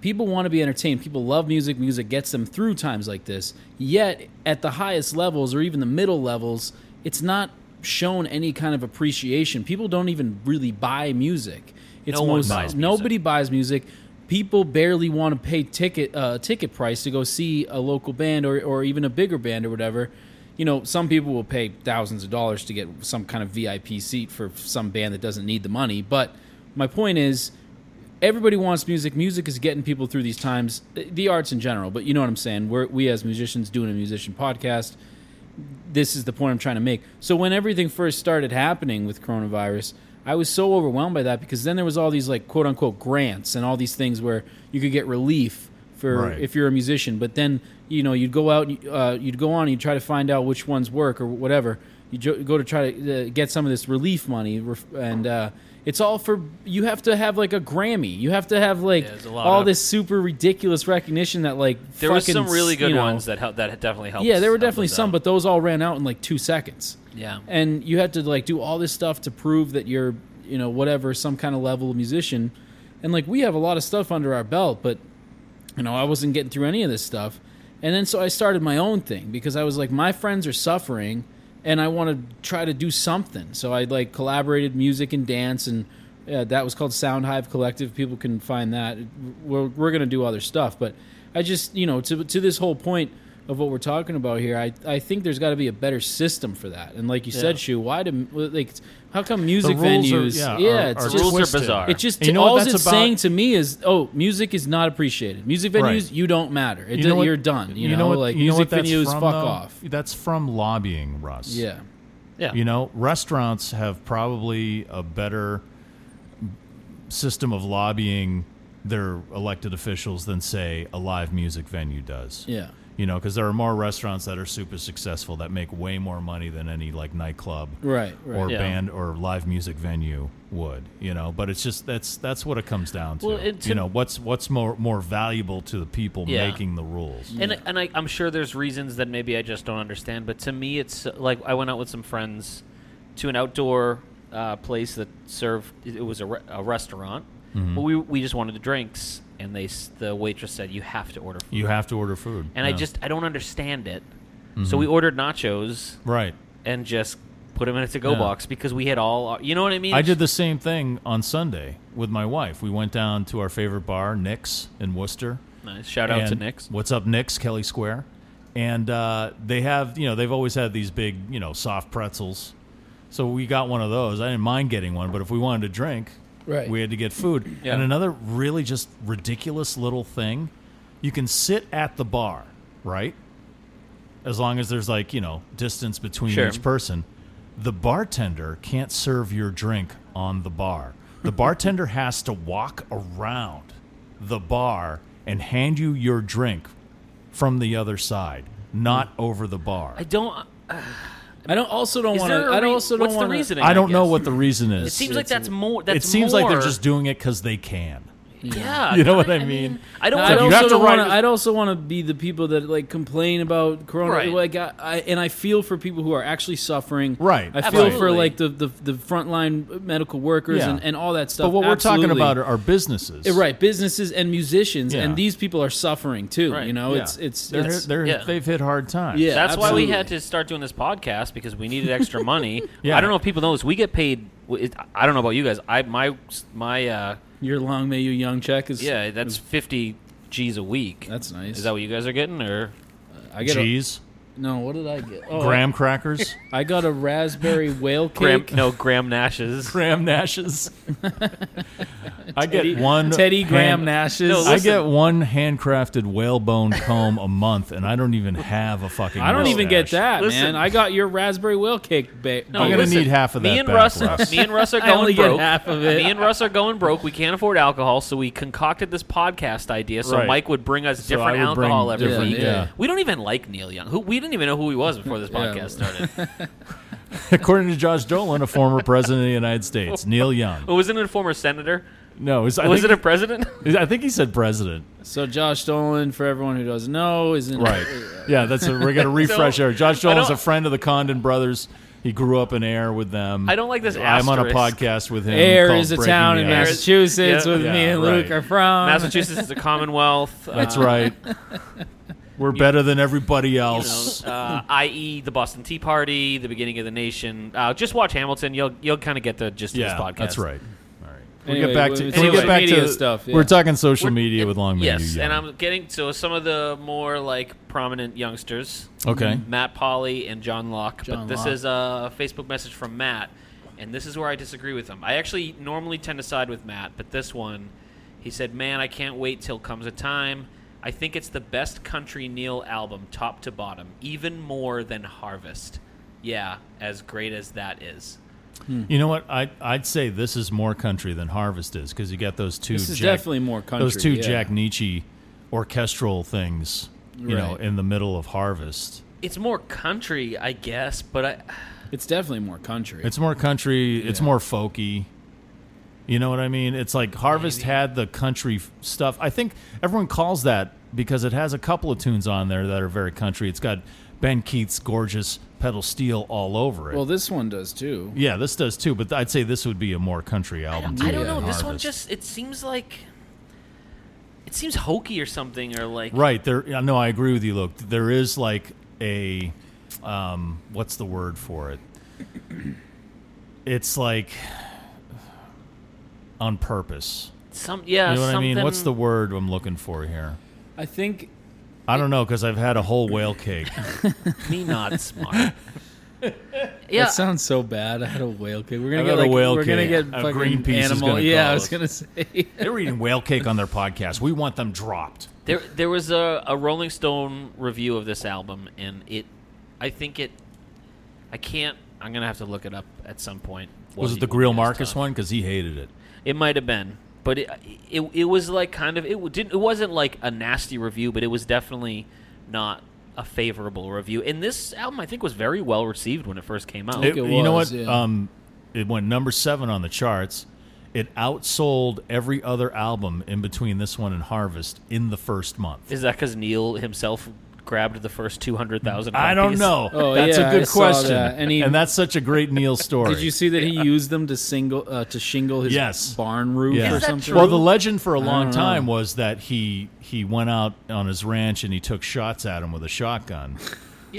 [SPEAKER 4] People want to be entertained. People love music. Music gets them through times like this. Yet, at the highest levels or even the middle levels, it's not shown any kind of appreciation. People don't even really buy music. It's
[SPEAKER 5] No one
[SPEAKER 4] most-
[SPEAKER 5] buys music.
[SPEAKER 4] nobody buys music. People barely want to pay ticket uh, ticket price to go see a local band or, or even a bigger band or whatever. You know, some people will pay thousands of dollars to get some kind of VIP seat for some band that doesn't need the money. But my point is, everybody wants music. Music is getting people through these times, the arts in general. But you know what I'm saying? We're, we as musicians doing a musician podcast this is the point I'm trying to make. So when everything first started happening with coronavirus, I was so overwhelmed by that because then there was all these like quote unquote grants and all these things where you could get relief for
[SPEAKER 3] Right.
[SPEAKER 4] if you're a musician, but then you know you'd go out, uh, you'd go on, and you'd try to find out which ones work or whatever. You jo- go to try to uh, get some of this relief money, ref- and uh, it's all for you have to have like a Grammy, you have to have like
[SPEAKER 5] there's a lot
[SPEAKER 4] all
[SPEAKER 5] of-
[SPEAKER 4] this super ridiculous recognition that like
[SPEAKER 5] there was
[SPEAKER 4] fucking
[SPEAKER 5] some really
[SPEAKER 4] s-
[SPEAKER 5] good
[SPEAKER 4] you know,
[SPEAKER 5] ones that helped. That definitely helped.
[SPEAKER 4] yeah, there were definitely some, but those all ran out in like two seconds.
[SPEAKER 5] Yeah.
[SPEAKER 4] And you had to like do all this stuff to prove that you're, you know, whatever, some kind of level of musician. And like we have a lot of stuff under our belt, but you know, I wasn't getting through any of this stuff. And then so I started my own thing because I was like, my friends are suffering and I want to try to do something. So I like collaborated music and dance and uh, that was called Sound Hive Collective. People can find that. We're, we're going to do other stuff. But I just, you know, to, to this whole point of what we're talking about here, I, I think there's got to be a better system for that. And like you said, Shu, why do, like, how come music
[SPEAKER 3] rules are-
[SPEAKER 4] venues?
[SPEAKER 3] yeah, are-
[SPEAKER 4] it's
[SPEAKER 3] are
[SPEAKER 4] just,
[SPEAKER 5] rules are
[SPEAKER 3] twisted.
[SPEAKER 5] bizarre.
[SPEAKER 4] it just
[SPEAKER 3] And you know what
[SPEAKER 4] all
[SPEAKER 3] that's
[SPEAKER 4] it's
[SPEAKER 3] about?
[SPEAKER 4] saying to me is, oh, music is not appreciated. Music venues,
[SPEAKER 3] Right.
[SPEAKER 4] you don't matter. It
[SPEAKER 3] You
[SPEAKER 4] does-
[SPEAKER 3] know what-
[SPEAKER 4] you're done. You, know,
[SPEAKER 3] what-
[SPEAKER 4] like
[SPEAKER 3] you know what
[SPEAKER 4] music
[SPEAKER 3] that's
[SPEAKER 4] venues,
[SPEAKER 3] from,
[SPEAKER 4] fuck
[SPEAKER 3] though?
[SPEAKER 4] off.
[SPEAKER 3] That's from lobbying, Russ.
[SPEAKER 4] Yeah,
[SPEAKER 5] yeah.
[SPEAKER 3] You know, restaurants have probably a better system of lobbying their elected officials than, say, a live music venue does.
[SPEAKER 4] yeah,
[SPEAKER 3] You know, because there are more restaurants that are super successful that make way more money than any like nightclub
[SPEAKER 4] right, right.
[SPEAKER 3] or
[SPEAKER 5] Yeah.
[SPEAKER 3] band or live music venue would. You know, but it's just that's that's what it comes down to.
[SPEAKER 5] Well, it-
[SPEAKER 3] you know, what's what's more more valuable to the people
[SPEAKER 5] Yeah.
[SPEAKER 3] making the rules.
[SPEAKER 5] And, and I, I'm sure there's reasons that maybe I just don't understand, but to me, it's uh, like I went out with some friends to an outdoor uh, place that served. It it was a, re- a restaurant, but we we just wanted the drinks, and they s- the waitress said you have to order. Food.
[SPEAKER 3] You have to order food.
[SPEAKER 5] And I
[SPEAKER 3] Yeah.
[SPEAKER 5] just I don't understand it. So we ordered nachos
[SPEAKER 3] right.
[SPEAKER 5] and just put them in a to-go
[SPEAKER 3] Yeah.
[SPEAKER 5] box because we had all. our- You know what I mean?
[SPEAKER 3] I did the same thing on Sunday with my wife. We went down to our favorite bar, Nick's in Worcester.
[SPEAKER 5] Nice. Shout out to
[SPEAKER 3] And
[SPEAKER 5] Nick's.
[SPEAKER 3] What's up, Nick's Kelly Square? And uh, they have, you know, they've always had these big, you know, soft pretzels. So we got one of those. I didn't mind getting one, but if we wanted to drink,
[SPEAKER 4] Right.
[SPEAKER 3] we had to get food.
[SPEAKER 5] Yeah.
[SPEAKER 3] And another really just ridiculous little thing, you can sit at the bar, right? As long as there's like, you know, distance between
[SPEAKER 5] Sure.
[SPEAKER 3] each person. The bartender can't serve your drink on the bar. The bartender has to walk around the bar and hand you your drink from the other side, not over the bar.
[SPEAKER 5] I don't.
[SPEAKER 4] I don't also don't
[SPEAKER 5] Is
[SPEAKER 4] want
[SPEAKER 5] there
[SPEAKER 4] to.
[SPEAKER 5] a
[SPEAKER 4] I don't
[SPEAKER 5] re-
[SPEAKER 4] also don't
[SPEAKER 5] what's
[SPEAKER 4] want
[SPEAKER 5] the reasoning?
[SPEAKER 3] I don't know
[SPEAKER 5] guess?
[SPEAKER 3] what the reason is.
[SPEAKER 5] It seems like that's more. That's
[SPEAKER 3] it seems like they're
[SPEAKER 5] more-
[SPEAKER 3] just doing it because they can.
[SPEAKER 5] Yeah,
[SPEAKER 3] You know what I mean?
[SPEAKER 5] I don't.
[SPEAKER 4] Uh, I
[SPEAKER 5] want
[SPEAKER 3] you
[SPEAKER 4] also
[SPEAKER 3] have to
[SPEAKER 4] don't
[SPEAKER 3] write
[SPEAKER 4] wanna,
[SPEAKER 3] it-
[SPEAKER 4] I'd also want to be the people that like complain about corona.
[SPEAKER 5] Right.
[SPEAKER 4] Like I, I, and I feel for people who are actually suffering.
[SPEAKER 3] Right.
[SPEAKER 4] I feel for
[SPEAKER 5] Absolutely.
[SPEAKER 4] like the, the the frontline medical workers
[SPEAKER 3] Yeah.
[SPEAKER 4] and, and all that stuff.
[SPEAKER 3] But what we're talking
[SPEAKER 4] Absolutely.
[SPEAKER 3] about are, are businesses,
[SPEAKER 4] Yeah, right businesses and musicians,
[SPEAKER 3] Yeah.
[SPEAKER 4] and these people are suffering too.
[SPEAKER 5] Right.
[SPEAKER 4] You know,
[SPEAKER 3] Yeah.
[SPEAKER 4] it's it's
[SPEAKER 3] they're,
[SPEAKER 4] it's
[SPEAKER 3] they're,
[SPEAKER 5] yeah.
[SPEAKER 3] they've hit hard times.
[SPEAKER 4] Yeah.
[SPEAKER 5] That's why we had
[SPEAKER 4] absolutely.
[SPEAKER 5] to start doing this podcast because we needed extra money.
[SPEAKER 3] Yeah.
[SPEAKER 5] I don't know if people know this. We get paid. w- it- I don't know about you guys. I my my uh,
[SPEAKER 4] Your long may you young check is
[SPEAKER 5] Yeah, that's fifty G's a week.
[SPEAKER 4] that's nice.
[SPEAKER 5] Is that what you guys are getting, or
[SPEAKER 4] I get? A,
[SPEAKER 3] Cheese,
[SPEAKER 4] no, what did I get? Oh,
[SPEAKER 3] graham crackers,
[SPEAKER 4] I got a raspberry whale
[SPEAKER 5] Graham?
[SPEAKER 4] cake.
[SPEAKER 5] No, Graham Nash's.
[SPEAKER 3] graham nashes. I get one
[SPEAKER 4] Teddy Graham
[SPEAKER 3] hand-
[SPEAKER 4] Nash's.
[SPEAKER 5] No,
[SPEAKER 3] I
[SPEAKER 5] listen.
[SPEAKER 3] get one handcrafted whalebone comb a month, and I don't even have a fucking.
[SPEAKER 4] I don't even get
[SPEAKER 3] mustache.
[SPEAKER 4] that,
[SPEAKER 5] Listen.
[SPEAKER 4] man. I got your raspberry whale cake. Ba-
[SPEAKER 5] No,
[SPEAKER 3] I'm gonna
[SPEAKER 5] listen,
[SPEAKER 3] need half of that
[SPEAKER 5] Me and
[SPEAKER 3] back,
[SPEAKER 5] Russ,
[SPEAKER 3] Russ.
[SPEAKER 5] me and Russ are
[SPEAKER 4] I only get
[SPEAKER 5] going broke.
[SPEAKER 4] half of it.
[SPEAKER 5] Me and Russ are going broke. We can't afford alcohol, so we concocted this podcast idea. So
[SPEAKER 3] Right.
[SPEAKER 5] Mike would bring us different
[SPEAKER 3] I would bring
[SPEAKER 5] alcohol every
[SPEAKER 3] different-
[SPEAKER 5] week.
[SPEAKER 3] yeah.
[SPEAKER 5] We don't even like Neil Young. Who we didn't even know who he was before this podcast started.
[SPEAKER 3] According to Josh Dolan, a former president of the United States, Neil Young.
[SPEAKER 5] Well, wasn't it a former senator?
[SPEAKER 3] No, it was, I,
[SPEAKER 5] Was it
[SPEAKER 3] think,
[SPEAKER 5] a president?
[SPEAKER 3] I think he said president.
[SPEAKER 4] So Josh Dolan, for everyone who doesn't know, is in
[SPEAKER 3] Right. Yeah, that's a, we're gonna refresh
[SPEAKER 5] So,
[SPEAKER 3] our. Josh
[SPEAKER 5] I
[SPEAKER 3] Dolan's
[SPEAKER 5] don't-
[SPEAKER 3] a friend of the Condon brothers. He grew up in Air with them.
[SPEAKER 5] I don't like this
[SPEAKER 3] I'm on a
[SPEAKER 5] asterisk.
[SPEAKER 3] podcast with him.
[SPEAKER 4] Air
[SPEAKER 3] called
[SPEAKER 4] is a
[SPEAKER 3] Breaking
[SPEAKER 4] town
[SPEAKER 3] the
[SPEAKER 4] in
[SPEAKER 3] Ice.
[SPEAKER 4] Massachusetts
[SPEAKER 5] Yeah.
[SPEAKER 4] with me
[SPEAKER 3] Yeah,
[SPEAKER 4] and Luke
[SPEAKER 3] right.
[SPEAKER 4] are from.
[SPEAKER 5] Um, Massachusetts is a commonwealth. uh,
[SPEAKER 3] That's right. We're better than everybody else.
[SPEAKER 5] uh, i.e., the Boston Tea Party, the beginning of the nation. Uh, just watch Hamilton. You'll you'll kind of get the gist
[SPEAKER 3] yeah,
[SPEAKER 5] of this podcast.
[SPEAKER 3] that's right. All right. We'll
[SPEAKER 4] Anyway,
[SPEAKER 3] get back
[SPEAKER 4] we-
[SPEAKER 3] to
[SPEAKER 4] we-
[SPEAKER 3] can we
[SPEAKER 5] anyway,
[SPEAKER 3] get back
[SPEAKER 4] media
[SPEAKER 3] to
[SPEAKER 4] stuff, yeah.
[SPEAKER 3] We're talking social media
[SPEAKER 5] It-
[SPEAKER 3] with long May
[SPEAKER 5] Yes,
[SPEAKER 3] You
[SPEAKER 5] and
[SPEAKER 3] Young.
[SPEAKER 5] I'm getting so some of the more like prominent youngsters.
[SPEAKER 3] Okay.
[SPEAKER 5] Matt Polly and John Locke.
[SPEAKER 4] John
[SPEAKER 5] but this
[SPEAKER 4] Locke.
[SPEAKER 5] is a Facebook message from Matt, and this is where I disagree with him. I actually normally tend to side with Matt, but this one, he said, "Man, I can't wait till comes a time." I think it's the best country Neil album, top to bottom, even more than Harvest. Yeah, as great as that is.
[SPEAKER 3] You know what? I I'd say this is more country than Harvest is because you got those two.
[SPEAKER 4] This is
[SPEAKER 3] Jack,
[SPEAKER 4] definitely more
[SPEAKER 3] Those
[SPEAKER 4] country,
[SPEAKER 3] two
[SPEAKER 4] yeah.
[SPEAKER 3] Jack Nietzsche orchestral things, you know,
[SPEAKER 4] Right.
[SPEAKER 3] in the middle of Harvest.
[SPEAKER 5] It's more country, I guess, but I,
[SPEAKER 4] It's definitely more country.
[SPEAKER 3] It's more country. It's
[SPEAKER 4] Yeah.
[SPEAKER 3] more folky. You know what I mean? It's like Harvest had the country f- stuff. I think everyone calls that because it has a couple of tunes on there that are very country. It's got Ben Keith's gorgeous pedal steel all over it.
[SPEAKER 4] well, this one does too.
[SPEAKER 3] yeah, this does too, but I'd say this would be a more country
[SPEAKER 5] I
[SPEAKER 3] album.
[SPEAKER 5] don't,
[SPEAKER 3] too
[SPEAKER 5] I don't
[SPEAKER 3] than
[SPEAKER 5] know. This one
[SPEAKER 3] Harvest.
[SPEAKER 5] just it seems like it seems hokey or something, or like
[SPEAKER 3] Right. There. yeah, No, I agree with you, Luke. There is like a, um, what's the word for it? It's like on purpose.
[SPEAKER 5] some yeah.
[SPEAKER 3] You know what I
[SPEAKER 5] something,
[SPEAKER 3] mean? What's the word I'm looking for here?
[SPEAKER 4] I think
[SPEAKER 3] I don't know because I've had a whole whale cake.
[SPEAKER 5] me not smart? yeah,
[SPEAKER 4] that sounds so bad. I had a whale cake. We're gonna
[SPEAKER 3] I
[SPEAKER 4] get
[SPEAKER 3] had a
[SPEAKER 4] like
[SPEAKER 3] whale
[SPEAKER 4] we're gonna
[SPEAKER 3] cake.
[SPEAKER 4] get
[SPEAKER 3] A
[SPEAKER 4] fucking
[SPEAKER 3] Greenpeace is
[SPEAKER 4] animal.
[SPEAKER 3] gonna
[SPEAKER 4] yeah,
[SPEAKER 3] call
[SPEAKER 4] I was
[SPEAKER 3] us.
[SPEAKER 4] gonna say.
[SPEAKER 3] they were eating whale cake on their podcast. We want them dropped.
[SPEAKER 5] there there was a, a Rolling Stone review of this album, and it, I think it, I can't. I'm gonna have to look it up at some point.
[SPEAKER 3] Was
[SPEAKER 5] Well,
[SPEAKER 3] it the Grill
[SPEAKER 5] it's
[SPEAKER 3] Marcus
[SPEAKER 5] tough.
[SPEAKER 3] one? Because he hated it.
[SPEAKER 5] It might have been, but it, it it was like kind of it w- didn't it wasn't like a nasty review, but it was definitely not a favorable review. And this album I think was very well received when it first came out.
[SPEAKER 4] It
[SPEAKER 3] It- you know
[SPEAKER 4] was,
[SPEAKER 3] what?
[SPEAKER 4] yeah.
[SPEAKER 3] Um, it went number seven on the charts. It outsold every other album in between this one and Harvest in the first month.
[SPEAKER 5] Is that because Neil himself grabbed the first two hundred thousand?
[SPEAKER 3] I don't know.
[SPEAKER 4] Oh,
[SPEAKER 3] that's a
[SPEAKER 4] yeah, I
[SPEAKER 3] good
[SPEAKER 4] saw
[SPEAKER 3] question,
[SPEAKER 4] that. And
[SPEAKER 3] and,
[SPEAKER 4] he-
[SPEAKER 3] that's such a great Neil story.
[SPEAKER 4] Did you see that he used them to single uh, to shingle his
[SPEAKER 3] Yes.
[SPEAKER 4] barn roof
[SPEAKER 3] Yeah.
[SPEAKER 4] or something?
[SPEAKER 3] Well, the legend for a long
[SPEAKER 4] don't
[SPEAKER 3] time was that he he went out on his ranch and he took shots at him with a shotgun,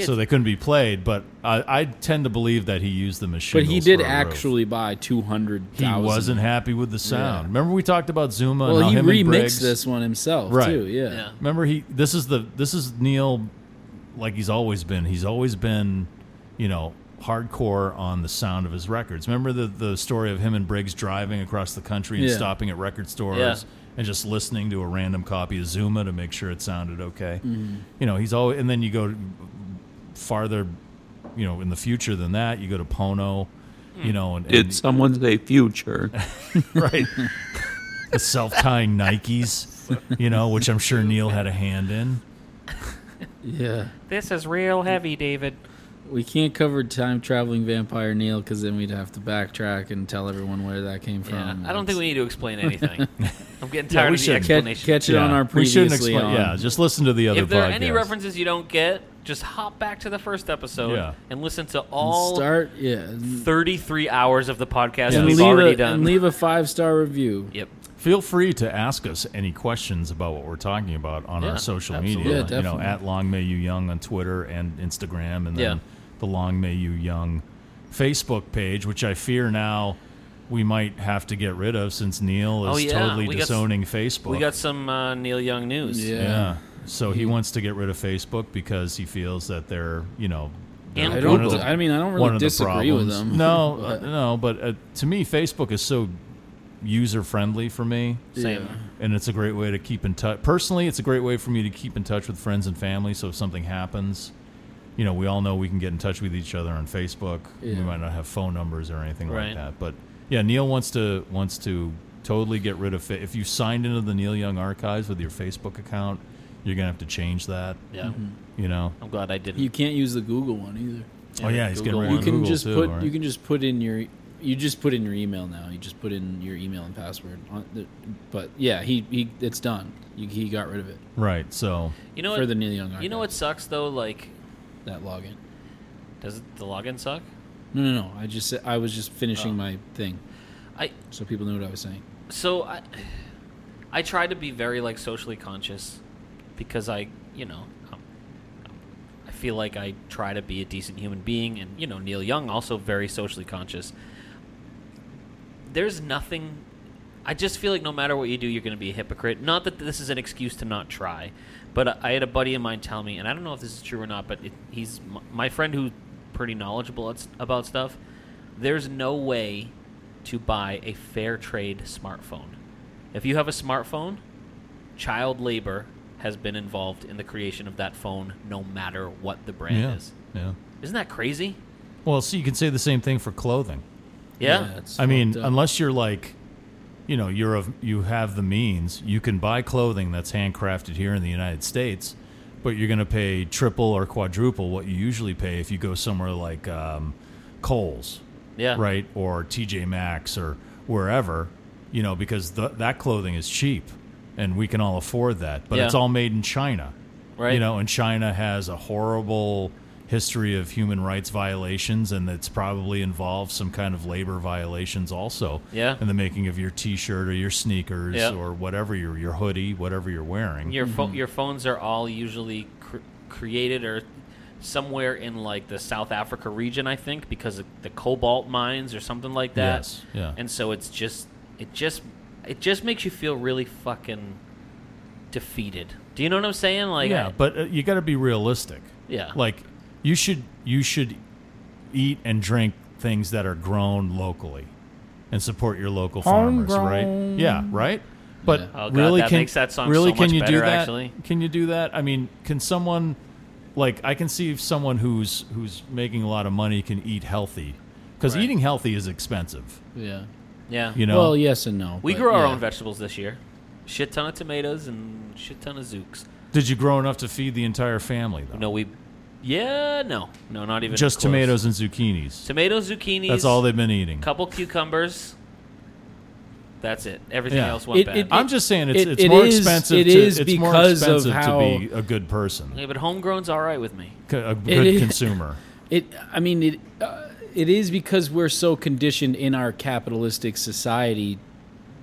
[SPEAKER 3] so they couldn't be played. But I, I tend to believe that he used them as
[SPEAKER 4] but
[SPEAKER 3] shingles.
[SPEAKER 4] he did
[SPEAKER 3] for a roof.
[SPEAKER 4] actually buy two hundred.
[SPEAKER 3] He wasn't happy with the sound.
[SPEAKER 4] Yeah.
[SPEAKER 3] Remember we talked about Zuma.
[SPEAKER 4] Well,
[SPEAKER 3] and how
[SPEAKER 4] he
[SPEAKER 3] him and Briggs-
[SPEAKER 4] remixed this one himself
[SPEAKER 3] Right.
[SPEAKER 4] too. Yeah.
[SPEAKER 5] Yeah.
[SPEAKER 3] Remember he. This is the this is Neil, like he's always been. He's always been, you know, hardcore on the sound of his records. Remember the the story of him and Briggs driving across the country and
[SPEAKER 4] Yeah.
[SPEAKER 3] stopping at record stores
[SPEAKER 5] Yeah.
[SPEAKER 3] and just listening to a random copy of Zuma to make sure it sounded okay.
[SPEAKER 5] Mm-hmm.
[SPEAKER 3] You know, he's always and then you go farther, you know, in the future than that, you go to Pono.
[SPEAKER 5] Mm.
[SPEAKER 3] You know, and,
[SPEAKER 6] Did
[SPEAKER 3] and
[SPEAKER 6] someone say future?
[SPEAKER 3] right? the self-tying Nikes, you know, which I'm sure Neil had a hand in.
[SPEAKER 4] Yeah.
[SPEAKER 5] This is real heavy, David.
[SPEAKER 4] We can't cover time traveling vampire Neil because then we'd have to backtrack and tell everyone where that came from.
[SPEAKER 5] Yeah, I don't think we need to explain anything. I'm getting
[SPEAKER 3] Yeah,
[SPEAKER 5] tired
[SPEAKER 3] we
[SPEAKER 5] of the
[SPEAKER 3] shouldn't.
[SPEAKER 4] catch,
[SPEAKER 5] explanation.
[SPEAKER 4] catch it on our
[SPEAKER 3] we shouldn't
[SPEAKER 4] previously
[SPEAKER 3] explain.
[SPEAKER 4] on.
[SPEAKER 3] Yeah, just listen to the other.
[SPEAKER 5] if there are any
[SPEAKER 3] podcast.
[SPEAKER 5] references you don't get, just hop back to the first episode
[SPEAKER 3] Yeah.
[SPEAKER 5] and listen to all
[SPEAKER 4] Start yeah.
[SPEAKER 5] 33 hours of the podcast
[SPEAKER 3] Yeah.
[SPEAKER 5] that
[SPEAKER 4] And
[SPEAKER 5] we've
[SPEAKER 4] leave,
[SPEAKER 5] already
[SPEAKER 4] a,
[SPEAKER 5] done.
[SPEAKER 4] and leave a five star review.
[SPEAKER 5] yep.
[SPEAKER 3] Feel free to ask us any questions about what we're talking about on
[SPEAKER 5] Yeah,
[SPEAKER 3] our social
[SPEAKER 5] absolutely.
[SPEAKER 3] media.
[SPEAKER 4] Yeah,
[SPEAKER 3] you know,
[SPEAKER 4] definitely.
[SPEAKER 3] at Long May You Young on Twitter and Instagram, and then
[SPEAKER 5] Yeah.
[SPEAKER 3] the Long May You Young Facebook page, which I fear now we might have to get rid of since Neil is
[SPEAKER 5] Oh, yeah.
[SPEAKER 3] totally
[SPEAKER 5] We got s-
[SPEAKER 3] disowning Facebook.
[SPEAKER 5] We got some uh, Neil Young news.
[SPEAKER 4] Yeah.
[SPEAKER 3] yeah. So he wants to get rid of Facebook because he feels that they're, you know,
[SPEAKER 5] And
[SPEAKER 3] they're
[SPEAKER 4] I
[SPEAKER 3] one
[SPEAKER 4] don't.
[SPEAKER 3] of the-
[SPEAKER 4] I mean, I don't
[SPEAKER 3] one
[SPEAKER 4] really
[SPEAKER 3] of the
[SPEAKER 4] disagree with
[SPEAKER 3] problems.
[SPEAKER 4] them.
[SPEAKER 3] No, uh, no, but uh, to me, Facebook is so user friendly for me,
[SPEAKER 5] Same.
[SPEAKER 3] and it's a great way to keep in touch. Personally, it's a great way for me to keep in touch with friends and family. So if something happens, you know, we all know we can get in touch with each other on Facebook. We
[SPEAKER 4] Yeah.
[SPEAKER 3] might not have phone numbers or anything
[SPEAKER 5] Right.
[SPEAKER 3] like that, but yeah, Neil wants to wants to totally get rid of. Fa- if you signed into the Neil Young archives with your Facebook account, you're gonna have to change that.
[SPEAKER 5] Yeah.
[SPEAKER 3] You know.
[SPEAKER 5] I'm glad I didn't.
[SPEAKER 4] You can't use the Google one either.
[SPEAKER 3] Oh yeah, he's getting
[SPEAKER 5] Google
[SPEAKER 3] rid
[SPEAKER 5] one.
[SPEAKER 3] of
[SPEAKER 4] you can
[SPEAKER 3] Google
[SPEAKER 4] just
[SPEAKER 3] too,
[SPEAKER 4] put.
[SPEAKER 3] right?
[SPEAKER 4] You can just put in your. You just put in your email now. You just put in your email and password. On the, but yeah, he, he it's done. You, he got rid of it
[SPEAKER 3] right. So
[SPEAKER 5] You know
[SPEAKER 4] for
[SPEAKER 5] what?
[SPEAKER 4] the Neil Young.
[SPEAKER 5] you know what
[SPEAKER 4] archive,
[SPEAKER 5] sucks though? Like,
[SPEAKER 4] That login.
[SPEAKER 5] does the login suck?
[SPEAKER 4] No, no, no. I just said- I was just
[SPEAKER 5] Oh.
[SPEAKER 4] finishing my thing,
[SPEAKER 5] I
[SPEAKER 4] so people knew what I was saying.
[SPEAKER 5] so I I try to be very like socially conscious because I you know um, I feel like I try to be a decent human being and you know Neil Young also very socially conscious. There's nothing. I just feel like no matter what you do, you're going to be a hypocrite. Not that this is an excuse to not try, but I- I had a buddy of mine tell me, and I don't know if this is true or not, but it, he's m- my friend who's pretty knowledgeable at, s- about stuff. There's no way to buy a fair trade smartphone. If you have a smartphone, child labor has been involved in the creation of that phone, no matter what the brand
[SPEAKER 3] yeah,
[SPEAKER 5] is.
[SPEAKER 3] yeah.
[SPEAKER 5] Isn't that crazy?
[SPEAKER 3] Well, so you can say the same thing for clothing.
[SPEAKER 5] Yeah.
[SPEAKER 4] it's
[SPEAKER 3] I mean,
[SPEAKER 4] fucked up.
[SPEAKER 3] unless you're like, you know, you're of you have the means, you can buy clothing that's handcrafted here in the United States, but you're going to pay triple or quadruple what you usually pay if you go somewhere like um, Kohl's,
[SPEAKER 5] Yeah.
[SPEAKER 3] right, or TJ Maxx or wherever, you know, because th- that clothing is cheap and we can all afford that, but
[SPEAKER 5] Yeah.
[SPEAKER 3] it's all made in China.
[SPEAKER 5] Right.
[SPEAKER 3] You know, and China has a horrible history of human rights violations, and it's probably involved some kind of labor violations also.
[SPEAKER 5] Yeah.
[SPEAKER 3] In the making of your T-shirt or your sneakers
[SPEAKER 5] Yeah.
[SPEAKER 3] or whatever your your hoodie, whatever you're wearing.
[SPEAKER 5] Your pho- your phones are all usually cr- created or somewhere in like the South Africa region, I think, because of the cobalt mines or something like that.
[SPEAKER 3] Yes, yeah.
[SPEAKER 5] And so it's just it just it just makes you feel really fucking defeated. Do you know what I'm saying? Like
[SPEAKER 3] yeah,
[SPEAKER 5] I-
[SPEAKER 3] but uh, you got to be realistic.
[SPEAKER 5] Yeah.
[SPEAKER 3] Like you should you should eat and drink things that are grown locally and support your local farmers, right? Yeah, right? But
[SPEAKER 4] Yeah.
[SPEAKER 5] Oh, God,
[SPEAKER 3] really
[SPEAKER 5] that
[SPEAKER 3] can
[SPEAKER 5] makes that song
[SPEAKER 3] really
[SPEAKER 5] so
[SPEAKER 3] can
[SPEAKER 5] much
[SPEAKER 3] you do
[SPEAKER 5] better,
[SPEAKER 3] that?
[SPEAKER 5] actually.
[SPEAKER 3] Can you do that? I mean, can someone like I can see if someone who's who's making a lot of money can eat healthy cuz
[SPEAKER 5] Right.
[SPEAKER 3] eating healthy is expensive,
[SPEAKER 4] yeah.
[SPEAKER 5] yeah.
[SPEAKER 3] you know?
[SPEAKER 4] Well, yes and no.
[SPEAKER 5] we
[SPEAKER 4] but
[SPEAKER 5] grew our
[SPEAKER 4] yeah.
[SPEAKER 5] own vegetables this year. Shit ton of tomatoes and shit ton of zooks.
[SPEAKER 3] Did you grow enough to feed the entire family though?
[SPEAKER 5] No, we Yeah, no. No, not even
[SPEAKER 3] Just
[SPEAKER 5] close.
[SPEAKER 3] tomatoes and zucchinis.
[SPEAKER 5] Tomatoes, zucchinis.
[SPEAKER 3] That's all they've been eating.
[SPEAKER 5] couple cucumbers. That's it. Everything
[SPEAKER 3] Yeah.
[SPEAKER 5] else went
[SPEAKER 4] It-
[SPEAKER 5] bad.
[SPEAKER 4] it-
[SPEAKER 3] I'm just saying it's,
[SPEAKER 4] It-
[SPEAKER 3] it's
[SPEAKER 4] it
[SPEAKER 3] more
[SPEAKER 4] is-
[SPEAKER 3] expensive.
[SPEAKER 4] it
[SPEAKER 3] to,
[SPEAKER 4] is
[SPEAKER 3] it's more
[SPEAKER 4] because of
[SPEAKER 3] expensive
[SPEAKER 4] how-
[SPEAKER 3] to be a good person,
[SPEAKER 5] yeah, but homegrown's all right with me.
[SPEAKER 3] c- a good
[SPEAKER 4] is-
[SPEAKER 3] consumer.
[SPEAKER 4] It. I mean it. Uh, it is because we're so conditioned in our capitalistic society,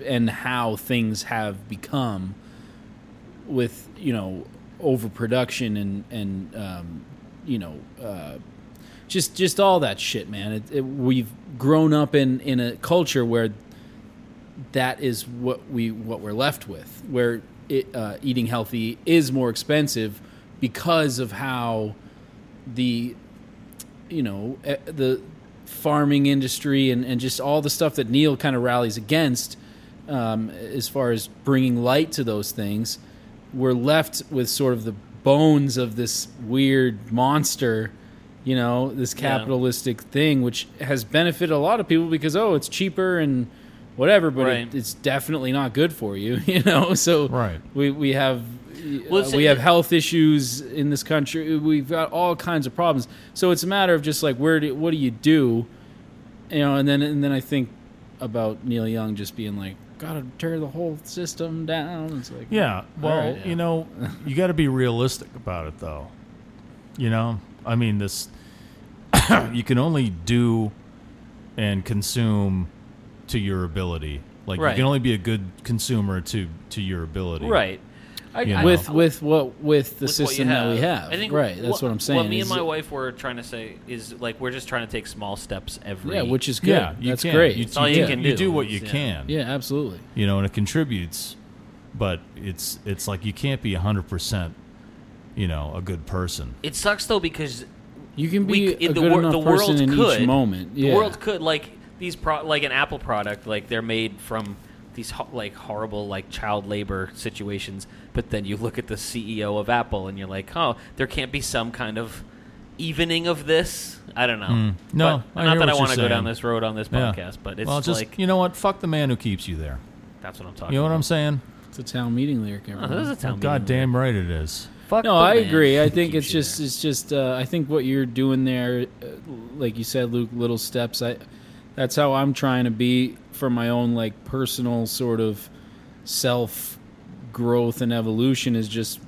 [SPEAKER 4] and how things have become, with you know overproduction and and um, you know uh, just just all that shit, man. It, it, we've grown up in in a culture where that is what we what we're left with, where it, uh, eating healthy is more expensive because of how the you know eh, the farming industry and, and just all the stuff that Neil kind of rallies against um, as far as bringing light to those things we're left with sort of the bones of this weird monster you know this capitalistic thing which has benefited a lot of people because oh it's cheaper and whatever but
[SPEAKER 5] Right.
[SPEAKER 4] it, it's definitely not good for you you know so
[SPEAKER 3] Right.
[SPEAKER 4] we, we have
[SPEAKER 5] Well,
[SPEAKER 4] uh,
[SPEAKER 5] it's-
[SPEAKER 4] we have health issues in this country. We've got all kinds of problems. So it's a matter of just like where do what do you do, you know? And then and then I think about Neil Young just being like, gotta tear the whole system down. It's like
[SPEAKER 3] Yeah. Well,
[SPEAKER 4] right, yeah.
[SPEAKER 3] you know, you got to be realistic about it, though. You know, I mean, this you can only do and consume to your ability. Like
[SPEAKER 5] Right.
[SPEAKER 3] you can only be a good consumer to to your ability.
[SPEAKER 5] Right. I,
[SPEAKER 3] You
[SPEAKER 5] I-
[SPEAKER 3] know.
[SPEAKER 4] with with what with the
[SPEAKER 5] with what you
[SPEAKER 4] system that we have.
[SPEAKER 5] I think
[SPEAKER 4] right. That's what, I'm saying.
[SPEAKER 5] What me and
[SPEAKER 4] is-
[SPEAKER 5] my wife were trying to say is like we're just trying to take small steps every.
[SPEAKER 4] yeah, which is good.
[SPEAKER 3] Yeah, you
[SPEAKER 4] that's
[SPEAKER 3] can.
[SPEAKER 4] great.
[SPEAKER 3] You,
[SPEAKER 5] all
[SPEAKER 3] you
[SPEAKER 5] you
[SPEAKER 3] do-
[SPEAKER 5] can
[SPEAKER 3] you
[SPEAKER 5] do
[SPEAKER 3] do what you
[SPEAKER 5] is, yeah.
[SPEAKER 3] can.
[SPEAKER 4] yeah, absolutely.
[SPEAKER 3] you know, and it contributes, but it's it's like you can't be hundred percent, you know, a good person.
[SPEAKER 5] it sucks though because
[SPEAKER 4] You can be
[SPEAKER 5] we,
[SPEAKER 4] a
[SPEAKER 5] the,
[SPEAKER 4] good
[SPEAKER 5] wor-
[SPEAKER 4] enough
[SPEAKER 5] the
[SPEAKER 4] person
[SPEAKER 5] world
[SPEAKER 4] in
[SPEAKER 5] could,
[SPEAKER 4] each moment. Yeah.
[SPEAKER 5] The world could like these pro- like an Apple product like they're made from these ho- like horrible like child labor situations. But then you look at the CEO of Apple and you're like, oh, there can't be some kind of evening of this. I don't know.
[SPEAKER 3] Hmm. No,
[SPEAKER 5] But-
[SPEAKER 3] I hear
[SPEAKER 5] not that I
[SPEAKER 3] what you're
[SPEAKER 5] want to go
[SPEAKER 3] saying.
[SPEAKER 5] down this road on this
[SPEAKER 3] Yeah.
[SPEAKER 5] podcast, but it's
[SPEAKER 3] well, just
[SPEAKER 5] like
[SPEAKER 3] you know what? Fuck the man who keeps you there.
[SPEAKER 5] that's what I'm talking.
[SPEAKER 3] You know what
[SPEAKER 5] about.
[SPEAKER 3] I'm saying?
[SPEAKER 4] It's a town meeting lyric.
[SPEAKER 5] Oh,
[SPEAKER 4] everyone.
[SPEAKER 5] this is a town meeting.
[SPEAKER 3] God damn right it is.
[SPEAKER 5] Fuck
[SPEAKER 4] No,
[SPEAKER 5] the
[SPEAKER 4] I
[SPEAKER 5] man.
[SPEAKER 4] agree. I think
[SPEAKER 5] Keeps
[SPEAKER 4] it's
[SPEAKER 5] you
[SPEAKER 4] just
[SPEAKER 5] there.
[SPEAKER 4] it's just uh, I think what you're doing there, uh, like you said, Luke, little steps. I that's how I'm trying to be for my own like personal sort of self growth and evolution is just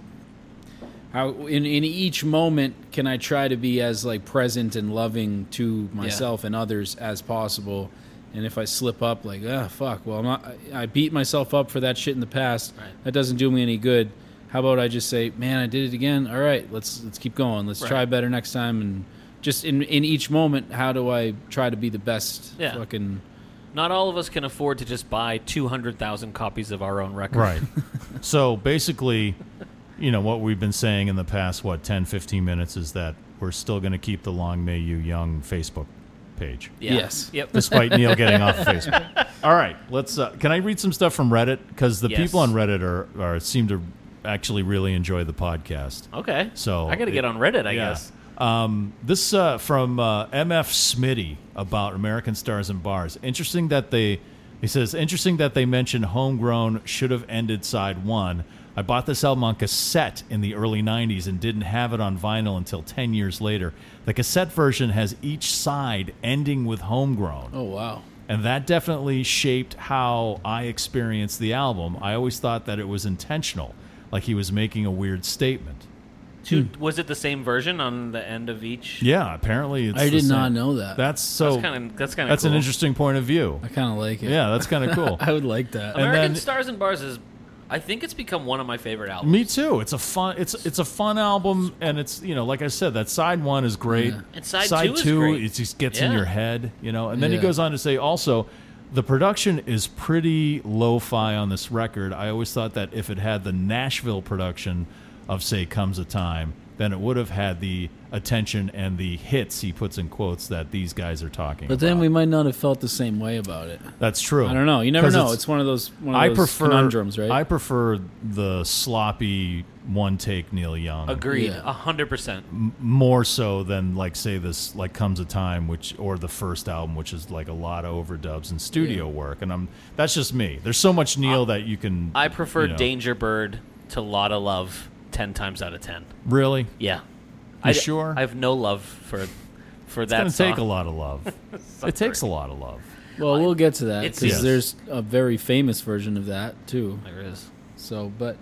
[SPEAKER 4] how in in each moment can I try to be as like present and loving to myself and others as possible. And if I slip up, like ah fuck, well I'm not. I I beat myself up for that shit in the past. That doesn't do me any good. How about I just say, man, I did it again. All right, let's let's keep going. Let's try better next time. And just in in each moment, how do I try to be the best?
[SPEAKER 5] Yeah.
[SPEAKER 4] Fucking
[SPEAKER 5] Not all of us can afford to just buy two hundred thousand copies of our own record.
[SPEAKER 3] Right. so basically, you know, what we've been saying in the past, what, 10, 15 minutes is that we're still going to keep the Long May You Young Facebook page,
[SPEAKER 5] Yeah.
[SPEAKER 4] Yes.
[SPEAKER 5] Yep.
[SPEAKER 3] despite Neil getting off of Facebook. All right. Let's, uh, can I read some stuff from Reddit? Because the
[SPEAKER 5] Yes.
[SPEAKER 3] people on Reddit are, are, seem to actually really enjoy the podcast.
[SPEAKER 5] Okay.
[SPEAKER 3] So
[SPEAKER 5] I got to
[SPEAKER 3] it-
[SPEAKER 5] get on Reddit, I
[SPEAKER 3] yeah.
[SPEAKER 5] guess.
[SPEAKER 3] Um, this uh, from uh, MF Smitty about American Stars and Bars. Interesting that they, he says, interesting that they mentioned Homegrown should have ended side one. I bought this album on cassette in the early 90s and didn't have it on vinyl until 10 years later. The cassette version has each side ending with Homegrown.
[SPEAKER 4] oh wow.
[SPEAKER 3] And that definitely shaped how I experienced the album. I always thought that it was intentional, like he was making a weird statement.
[SPEAKER 5] Two, was it the same version on the end of each?
[SPEAKER 3] Hmm. Yeah, apparently it's
[SPEAKER 4] I
[SPEAKER 3] the
[SPEAKER 4] did not
[SPEAKER 3] same.
[SPEAKER 4] know that.
[SPEAKER 3] That's so
[SPEAKER 5] That's kind of that's kind of
[SPEAKER 3] that's
[SPEAKER 5] cool.
[SPEAKER 3] an interesting point of view.
[SPEAKER 4] I kind of like it.
[SPEAKER 3] Yeah, that's kind of cool.
[SPEAKER 4] I would like that.
[SPEAKER 3] and
[SPEAKER 5] American
[SPEAKER 3] then-
[SPEAKER 5] Stars and Bars is, I think it's become one of my favorite albums.
[SPEAKER 3] Me too. It's a fun it's it's a fun album and it's you know, like I said, that side one is great.
[SPEAKER 5] And side two is great.
[SPEAKER 3] it just gets in
[SPEAKER 5] Yeah.
[SPEAKER 3] your head, you know. And then he
[SPEAKER 4] Yeah.
[SPEAKER 3] goes on to say also the production is pretty lo fi on this record. I always thought that if it had the Nashville production of say comes a time, then it would have had the attention and the hits he puts in quotes that these guys are talking
[SPEAKER 4] But then
[SPEAKER 3] about.
[SPEAKER 4] we might not have felt the same way about it.
[SPEAKER 3] That's true.
[SPEAKER 4] I don't know. You never
[SPEAKER 3] 'Cause
[SPEAKER 4] know. It's, one of those one of
[SPEAKER 3] I
[SPEAKER 4] those
[SPEAKER 3] prefer
[SPEAKER 4] conundrums, right?
[SPEAKER 3] I prefer the sloppy one take Neil Young
[SPEAKER 5] Agreed,
[SPEAKER 4] Yeah.
[SPEAKER 5] a hundred percent.
[SPEAKER 3] more so than like say this like comes a time which or the first album which is like a lot of overdubs and studio work and I'm that's just me. There's so much Neil that you can
[SPEAKER 5] I prefer
[SPEAKER 3] you know.
[SPEAKER 5] Danger Bird to Lotta Love ten times out of ten.
[SPEAKER 3] Really?
[SPEAKER 5] Yeah,
[SPEAKER 3] You
[SPEAKER 5] I,
[SPEAKER 3] sure?
[SPEAKER 5] I have no love for for
[SPEAKER 3] It's
[SPEAKER 5] that.
[SPEAKER 3] gonna
[SPEAKER 5] song.
[SPEAKER 3] take a lot of love. it takes a lot of love.
[SPEAKER 4] well, we'll get to that
[SPEAKER 5] It's-
[SPEAKER 4] because
[SPEAKER 3] Yes.
[SPEAKER 4] there's a very famous version of that too.
[SPEAKER 5] There is.
[SPEAKER 4] So, but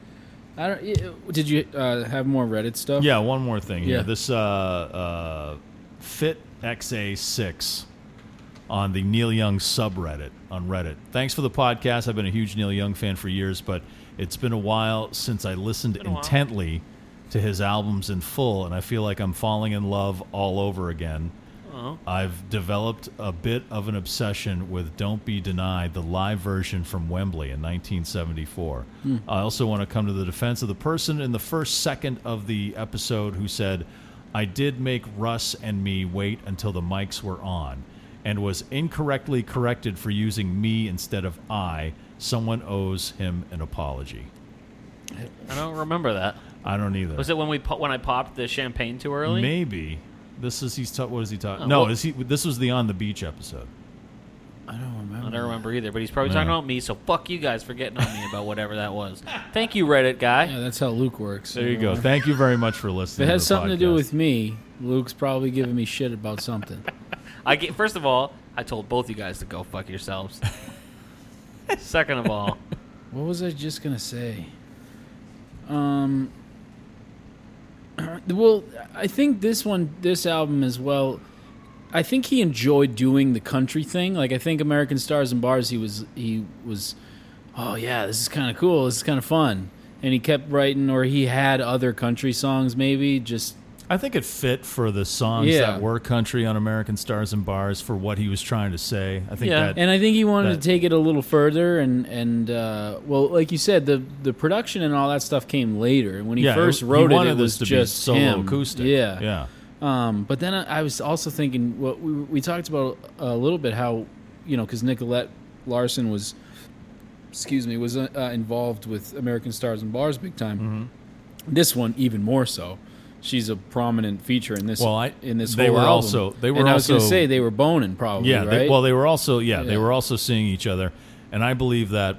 [SPEAKER 4] I don't. y- Did you uh, have more Reddit stuff?
[SPEAKER 3] Yeah, one more thing here.
[SPEAKER 4] Yeah.
[SPEAKER 3] This uh, uh, Fit XA6 on the Neil Young subreddit on Reddit. Thanks for the podcast. I've been a huge Neil Young fan for years, but it's been a while since I listened intently to his albums in full, and I feel like I'm falling in love all over again. I've developed a bit of an obsession with Don't Be Denied, the live version from Wembley in 1974.
[SPEAKER 5] Hmm.
[SPEAKER 3] I also want to come to the defense of the person in the first second of the episode who said, I did make Russ and me wait until the mics were on and was incorrectly corrected for using me instead of I. Someone owes him an apology.
[SPEAKER 5] I don't remember that.
[SPEAKER 3] I don't either.
[SPEAKER 5] Was it when we po- when I popped the champagne too early?
[SPEAKER 3] Maybe. This is he's ta- what is he talking? no,
[SPEAKER 5] Oh, well-
[SPEAKER 3] is he? This was the on the beach episode.
[SPEAKER 5] I don't remember either. But he's probably talking about me. So fuck you guys for getting on me about whatever that was. Thank you, Reddit guy.
[SPEAKER 4] Yeah, that's how Luke works.
[SPEAKER 3] There you go. Thank you very much for
[SPEAKER 4] If
[SPEAKER 3] listening.
[SPEAKER 4] it
[SPEAKER 3] to
[SPEAKER 4] has
[SPEAKER 3] the
[SPEAKER 4] something to do
[SPEAKER 3] podcast.
[SPEAKER 4] with me, Luke's probably giving me shit about something.
[SPEAKER 5] I get, first of all, I told both you guys to go fuck yourselves. Second of all,
[SPEAKER 4] What was I just gonna say? Um. Well, I think this one, this album as well. I think he enjoyed doing the country thing. Like I think American Stars and Bars, he was he was, oh yeah, this is kind of cool. This is kind of fun. and he kept writing, or he had other country songs maybe. Just
[SPEAKER 3] I think it fit for the songs
[SPEAKER 4] Yeah.
[SPEAKER 3] that were country on American Stars and Bars for what he was trying to say. I think that
[SPEAKER 4] and I think he wanted
[SPEAKER 3] that-
[SPEAKER 4] to take it a little further, and and uh, well, like you said, the the production and all that stuff came later. And when he
[SPEAKER 3] yeah,
[SPEAKER 4] first
[SPEAKER 3] he
[SPEAKER 4] wrote it,
[SPEAKER 3] wanted
[SPEAKER 4] it
[SPEAKER 3] this
[SPEAKER 4] was
[SPEAKER 3] to
[SPEAKER 4] just
[SPEAKER 3] be solo
[SPEAKER 4] him.
[SPEAKER 3] acoustic.
[SPEAKER 4] Yeah,
[SPEAKER 3] yeah.
[SPEAKER 4] Um, but then I, I was also thinking what we, we talked about a little bit how you know because Nicolette Larson was, excuse me, was uh, uh, involved with American Stars and Bars big time.
[SPEAKER 3] Mm-hmm.
[SPEAKER 4] This one even more so. She's a prominent feature in this.
[SPEAKER 3] Well, I-
[SPEAKER 4] in this
[SPEAKER 3] they
[SPEAKER 4] whole
[SPEAKER 3] were
[SPEAKER 4] album.
[SPEAKER 3] also- they were
[SPEAKER 4] and I was gonna
[SPEAKER 3] also-
[SPEAKER 4] say they were boning probably.
[SPEAKER 3] Yeah.
[SPEAKER 4] right?
[SPEAKER 3] They, well, they were also yeah,
[SPEAKER 4] Yeah.
[SPEAKER 3] they were also seeing each other, and I believe that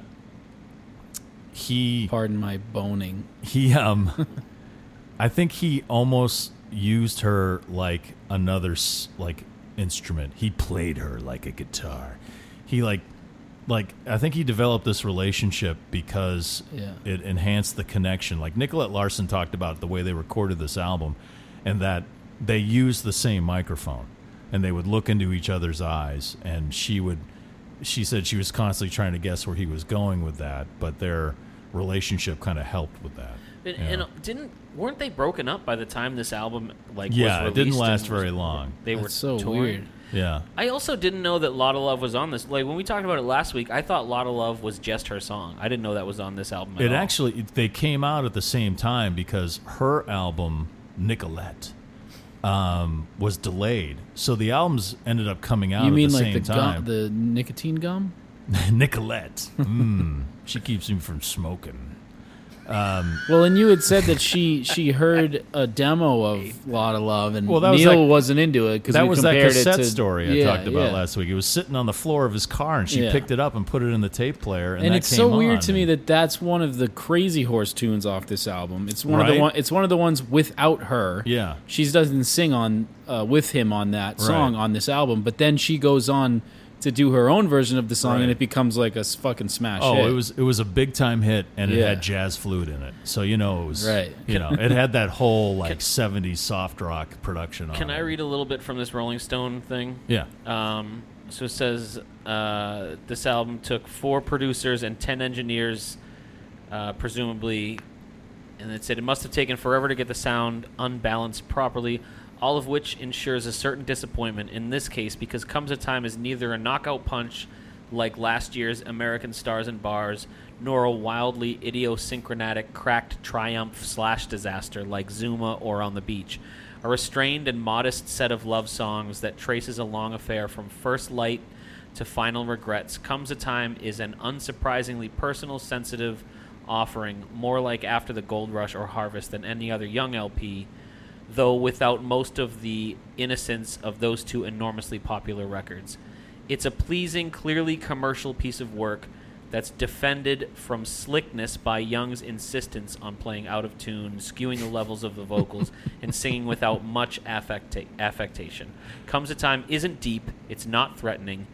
[SPEAKER 3] he
[SPEAKER 4] pardon my boning.
[SPEAKER 3] he um, I think he almost used her like another s- like instrument. He played her like a guitar. He like like I think he developed this relationship because
[SPEAKER 4] Yeah.
[SPEAKER 3] it enhanced the connection. Like Nicolette Larson talked about the way they recorded this album, and that they used the same microphone, and they would look into each other's eyes, and she would. She said she was constantly trying to guess where he was going with that, but their relationship kind of helped with that.
[SPEAKER 5] And,
[SPEAKER 3] Yeah.
[SPEAKER 5] and didn't weren't they broken up by the time this album like
[SPEAKER 3] Yeah,
[SPEAKER 5] was
[SPEAKER 3] it didn't
[SPEAKER 5] released
[SPEAKER 3] last
[SPEAKER 5] and
[SPEAKER 3] very
[SPEAKER 5] was-
[SPEAKER 3] long.
[SPEAKER 5] They were
[SPEAKER 4] That's so
[SPEAKER 5] touring.
[SPEAKER 4] weird.
[SPEAKER 3] Yeah,
[SPEAKER 5] I also didn't know that Lotta Love was on this. Like when we talked about it last week, I thought Lotta Love was just her song. I didn't know that was on this album. At
[SPEAKER 3] it
[SPEAKER 5] all.
[SPEAKER 3] actually they came out at the same time because her album Nicolette um, was delayed, so the albums ended up coming out
[SPEAKER 4] You
[SPEAKER 3] at
[SPEAKER 4] mean
[SPEAKER 3] the
[SPEAKER 4] like
[SPEAKER 3] same
[SPEAKER 4] the
[SPEAKER 3] time.
[SPEAKER 4] gum, the nicotine gum?
[SPEAKER 3] Nicolette. Mm, she keeps him from smoking.
[SPEAKER 4] Well, and you had said that she she heard a demo of Lot of Love, and
[SPEAKER 3] Well, that was
[SPEAKER 4] Neil
[SPEAKER 3] that-
[SPEAKER 4] wasn't into it because
[SPEAKER 3] That was that
[SPEAKER 4] compared
[SPEAKER 3] cassette
[SPEAKER 4] it to,
[SPEAKER 3] story I
[SPEAKER 4] Yeah,
[SPEAKER 3] talked about
[SPEAKER 4] yeah.
[SPEAKER 3] last week. It was sitting on the floor of his car, and she
[SPEAKER 4] Yeah.
[SPEAKER 3] picked it up and put it in the tape player. And,
[SPEAKER 4] And
[SPEAKER 3] that
[SPEAKER 4] it's so
[SPEAKER 3] came
[SPEAKER 4] weird
[SPEAKER 3] on,
[SPEAKER 4] to me
[SPEAKER 3] and-
[SPEAKER 4] that that's one of the Crazy Horse tunes off this album. It's one of the
[SPEAKER 3] Right?
[SPEAKER 4] one. It's one of the ones without her.
[SPEAKER 3] Yeah.
[SPEAKER 4] she doesn't sing on uh, with him on that song
[SPEAKER 3] Right.
[SPEAKER 4] on this album, but then she goes on to do her own version of the song,
[SPEAKER 3] Right.
[SPEAKER 4] and it becomes like a s- fucking smash.
[SPEAKER 3] Oh,
[SPEAKER 4] hit.
[SPEAKER 3] it was it was a big time hit, and it
[SPEAKER 4] Yeah.
[SPEAKER 3] had jazz flute in it. So you know, it was
[SPEAKER 4] Right.
[SPEAKER 3] You know, it had that whole like '70s soft rock production. on
[SPEAKER 5] Can I
[SPEAKER 3] it.
[SPEAKER 5] read a little bit from this Rolling Stone thing?
[SPEAKER 3] Yeah.
[SPEAKER 5] Um, so it says uh, this album took four producers and ten engineers, uh, presumably, and it said it must have taken forever to get the sound unbalanced properly, all of which ensures a certain disappointment in this case because comes a time is neither a knockout punch like last year's American Stars and Bars nor a wildly idiosyncratic cracked triumph slash disaster like Zuma or On the Beach a restrained and modest set of love songs that traces a long affair from first light to final regrets comes a time is an unsurprisingly personal sensitive offering more like after the gold rush or harvest than any other young lp though without most of the innocence of those two enormously popular records it's a pleasing clearly commercial piece of work that's defended from slickness by Young's insistence on playing out of tune, skewing the levels of the vocals, and singing without much affecta- affectation. Comes a time isn't deep, it's not threatening,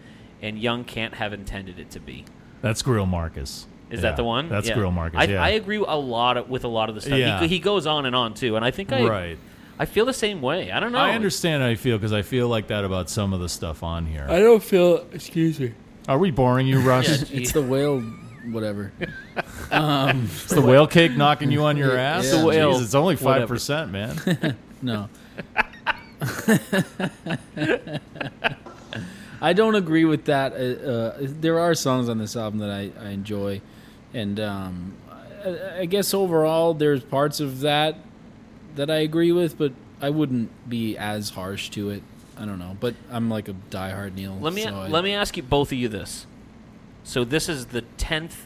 [SPEAKER 5] and Young can't have intended it to be.
[SPEAKER 3] That's Grill Marcus.
[SPEAKER 5] Is
[SPEAKER 3] Yeah,
[SPEAKER 5] that the one?
[SPEAKER 3] That's
[SPEAKER 5] Yeah.
[SPEAKER 3] Grill Marcus.
[SPEAKER 5] I,
[SPEAKER 3] yeah.
[SPEAKER 5] I agree a lot of, with a lot of the stuff.
[SPEAKER 3] Yeah.
[SPEAKER 5] He, he goes on and on too, and I think I
[SPEAKER 3] Right.
[SPEAKER 5] I feel the same way. I don't know.
[SPEAKER 3] I understand how you feel because I feel like that about some of the stuff on here.
[SPEAKER 7] don't feel. Excuse me.
[SPEAKER 3] Are we boring you, Russ?
[SPEAKER 5] Yeah,
[SPEAKER 4] It's the whale, whatever.
[SPEAKER 3] It's the whale cake knocking you on your ass.
[SPEAKER 4] The
[SPEAKER 5] whale.
[SPEAKER 3] Jeez, it's only
[SPEAKER 5] Whatever.
[SPEAKER 3] five percent, man.
[SPEAKER 4] No. I don't agree with that. Uh, uh, there are songs on this album that I, I enjoy, and um, I, I guess overall there's parts of that that I agree with, but I wouldn't be as harsh to it. I don't know, but I'm like a diehard Neil.
[SPEAKER 5] Let me
[SPEAKER 4] so I-
[SPEAKER 5] let me ask you both of you this. So this is the tenth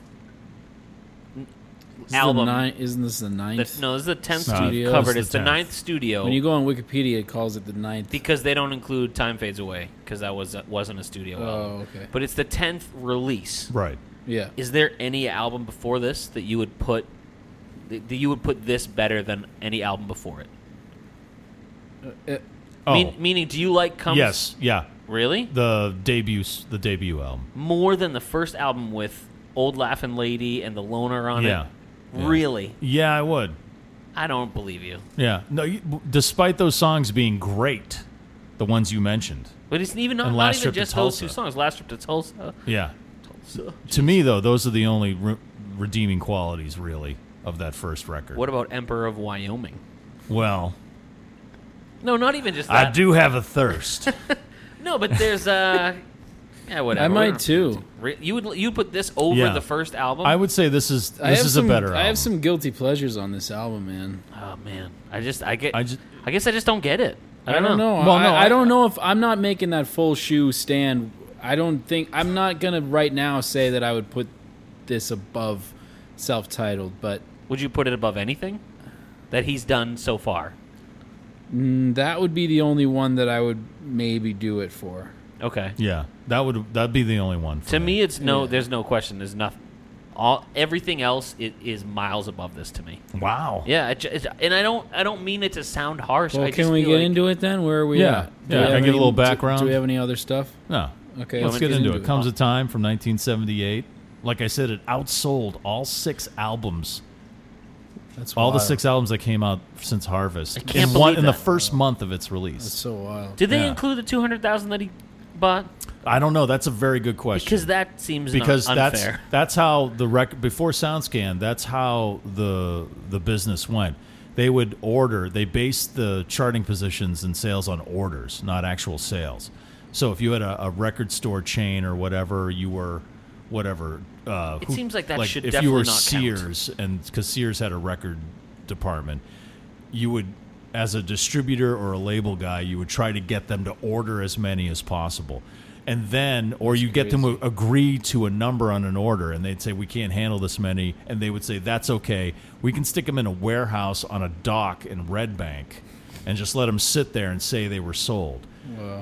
[SPEAKER 4] this is the
[SPEAKER 5] album.
[SPEAKER 4] nine- isn't this the
[SPEAKER 5] The,
[SPEAKER 4] ninth?
[SPEAKER 5] no, this is the tenth
[SPEAKER 3] not.
[SPEAKER 5] studio
[SPEAKER 4] This
[SPEAKER 5] covered.
[SPEAKER 3] is
[SPEAKER 5] It's
[SPEAKER 3] the
[SPEAKER 5] the
[SPEAKER 3] 10th.
[SPEAKER 5] ninth studio
[SPEAKER 4] When you go on Wikipedia, it calls it the ninth.
[SPEAKER 5] because they don't include "Time Fades Away" because that was wasn't a studio album.
[SPEAKER 4] oh, okay.
[SPEAKER 5] But it's the tenth release.
[SPEAKER 3] right.
[SPEAKER 4] Yeah.
[SPEAKER 5] Is there any album before this that you would put that you would put this better than any album before it?
[SPEAKER 3] Oh,
[SPEAKER 5] Mean, meaning, do you like comes
[SPEAKER 3] yes, yeah.
[SPEAKER 5] really
[SPEAKER 3] The debut, s- the debut album.
[SPEAKER 5] more than the first album with "Old Laughing Lady" and "The Loner" on
[SPEAKER 3] Yeah.
[SPEAKER 5] it?
[SPEAKER 3] Yeah.
[SPEAKER 5] Really,
[SPEAKER 3] Yeah, I would.
[SPEAKER 5] I don't believe you.
[SPEAKER 3] Yeah. No, you, w- despite those songs being great, the ones you mentioned.
[SPEAKER 5] But it's even not,
[SPEAKER 3] And
[SPEAKER 5] not
[SPEAKER 3] Last
[SPEAKER 5] even
[SPEAKER 3] Trip to
[SPEAKER 5] just those two
[SPEAKER 3] Tulsa.
[SPEAKER 5] songs. Last trip to Tulsa.
[SPEAKER 3] Yeah. To me, though, those are the only re- redeeming qualities, really. of that first record.
[SPEAKER 5] What about Emperor of Wyoming?
[SPEAKER 3] well,
[SPEAKER 5] No, not even just that.
[SPEAKER 3] I do have a thirst.
[SPEAKER 5] No, but there's uh yeah, whatever.
[SPEAKER 4] I
[SPEAKER 5] We're
[SPEAKER 4] might
[SPEAKER 5] not-
[SPEAKER 4] too.
[SPEAKER 5] Re- You would you put this over
[SPEAKER 3] Yeah.
[SPEAKER 5] the first album?
[SPEAKER 3] I would say this is
[SPEAKER 4] I
[SPEAKER 3] this
[SPEAKER 4] have
[SPEAKER 3] is
[SPEAKER 4] some,
[SPEAKER 3] a better.
[SPEAKER 4] I
[SPEAKER 3] album.
[SPEAKER 4] have some guilty pleasures on this album, man.
[SPEAKER 5] Oh man, I just I get.
[SPEAKER 3] I
[SPEAKER 5] I
[SPEAKER 3] just-
[SPEAKER 5] guess I just don't get it. I
[SPEAKER 4] I
[SPEAKER 5] don't,
[SPEAKER 4] don't know.
[SPEAKER 5] know.
[SPEAKER 3] Well,
[SPEAKER 4] I,
[SPEAKER 3] no,
[SPEAKER 4] I,
[SPEAKER 3] I-
[SPEAKER 4] don't know if I'm not making that full shoe stand. I don't think I'm not gonna right now say that I would put this above self-titled, but
[SPEAKER 5] Would you put it above anything that he's done so far?
[SPEAKER 4] mm, that would be the only one that I would maybe do it for.
[SPEAKER 5] Okay.
[SPEAKER 3] Yeah, that would that'd be the only one. For
[SPEAKER 5] To me, it's no. There's no question. There's nothing. All everything else is, is miles above this to me.
[SPEAKER 3] wow.
[SPEAKER 5] Yeah, it, ju- it's, and I don't. I don't mean it to sound harsh.
[SPEAKER 4] Well,
[SPEAKER 5] I
[SPEAKER 4] can
[SPEAKER 5] just
[SPEAKER 4] we
[SPEAKER 5] feel
[SPEAKER 4] get
[SPEAKER 5] like-
[SPEAKER 4] into it then? Where are we?
[SPEAKER 3] Yeah.
[SPEAKER 4] at?
[SPEAKER 3] Yeah,
[SPEAKER 4] we
[SPEAKER 3] can I
[SPEAKER 4] have
[SPEAKER 3] give a little
[SPEAKER 4] do-
[SPEAKER 3] background?
[SPEAKER 4] Do, we have any other stuff?
[SPEAKER 3] No.
[SPEAKER 4] Okay,
[SPEAKER 3] Let's get into it. Comes
[SPEAKER 4] Oh.
[SPEAKER 3] a time from 1978. Like I said, it outsold all six albums,
[SPEAKER 4] That's
[SPEAKER 3] all the
[SPEAKER 4] wild.
[SPEAKER 3] six albums that came out since Harvest.
[SPEAKER 5] I can't
[SPEAKER 3] in, one,
[SPEAKER 5] believe
[SPEAKER 3] in the
[SPEAKER 5] that.
[SPEAKER 3] first month of its release.
[SPEAKER 4] That's so wild.
[SPEAKER 5] Did they
[SPEAKER 3] Yeah.
[SPEAKER 5] include the two hundred thousand that he bought?
[SPEAKER 3] I don't know. That's a very good question.
[SPEAKER 5] Because that seems not
[SPEAKER 3] because that's
[SPEAKER 5] unfair.
[SPEAKER 3] that's how the record before SoundScan. That's how the the business went. They would order. They based the charting positions and sales on orders, not actual sales. So if you had a, a record store chain or whatever, you were whatever. Uh,
[SPEAKER 5] It seems like that should
[SPEAKER 3] if you
[SPEAKER 5] definitely
[SPEAKER 3] were
[SPEAKER 5] not count.
[SPEAKER 3] Sears and because Sears had a record department, you would as a distributor or a label guy you would try to get them to order as many as possible and then or you get them to agree to a number on an order and they'd say we can't handle this many and they would say that's okay we can stick them in a warehouse on a dock in red bank and just let them sit there and say they were sold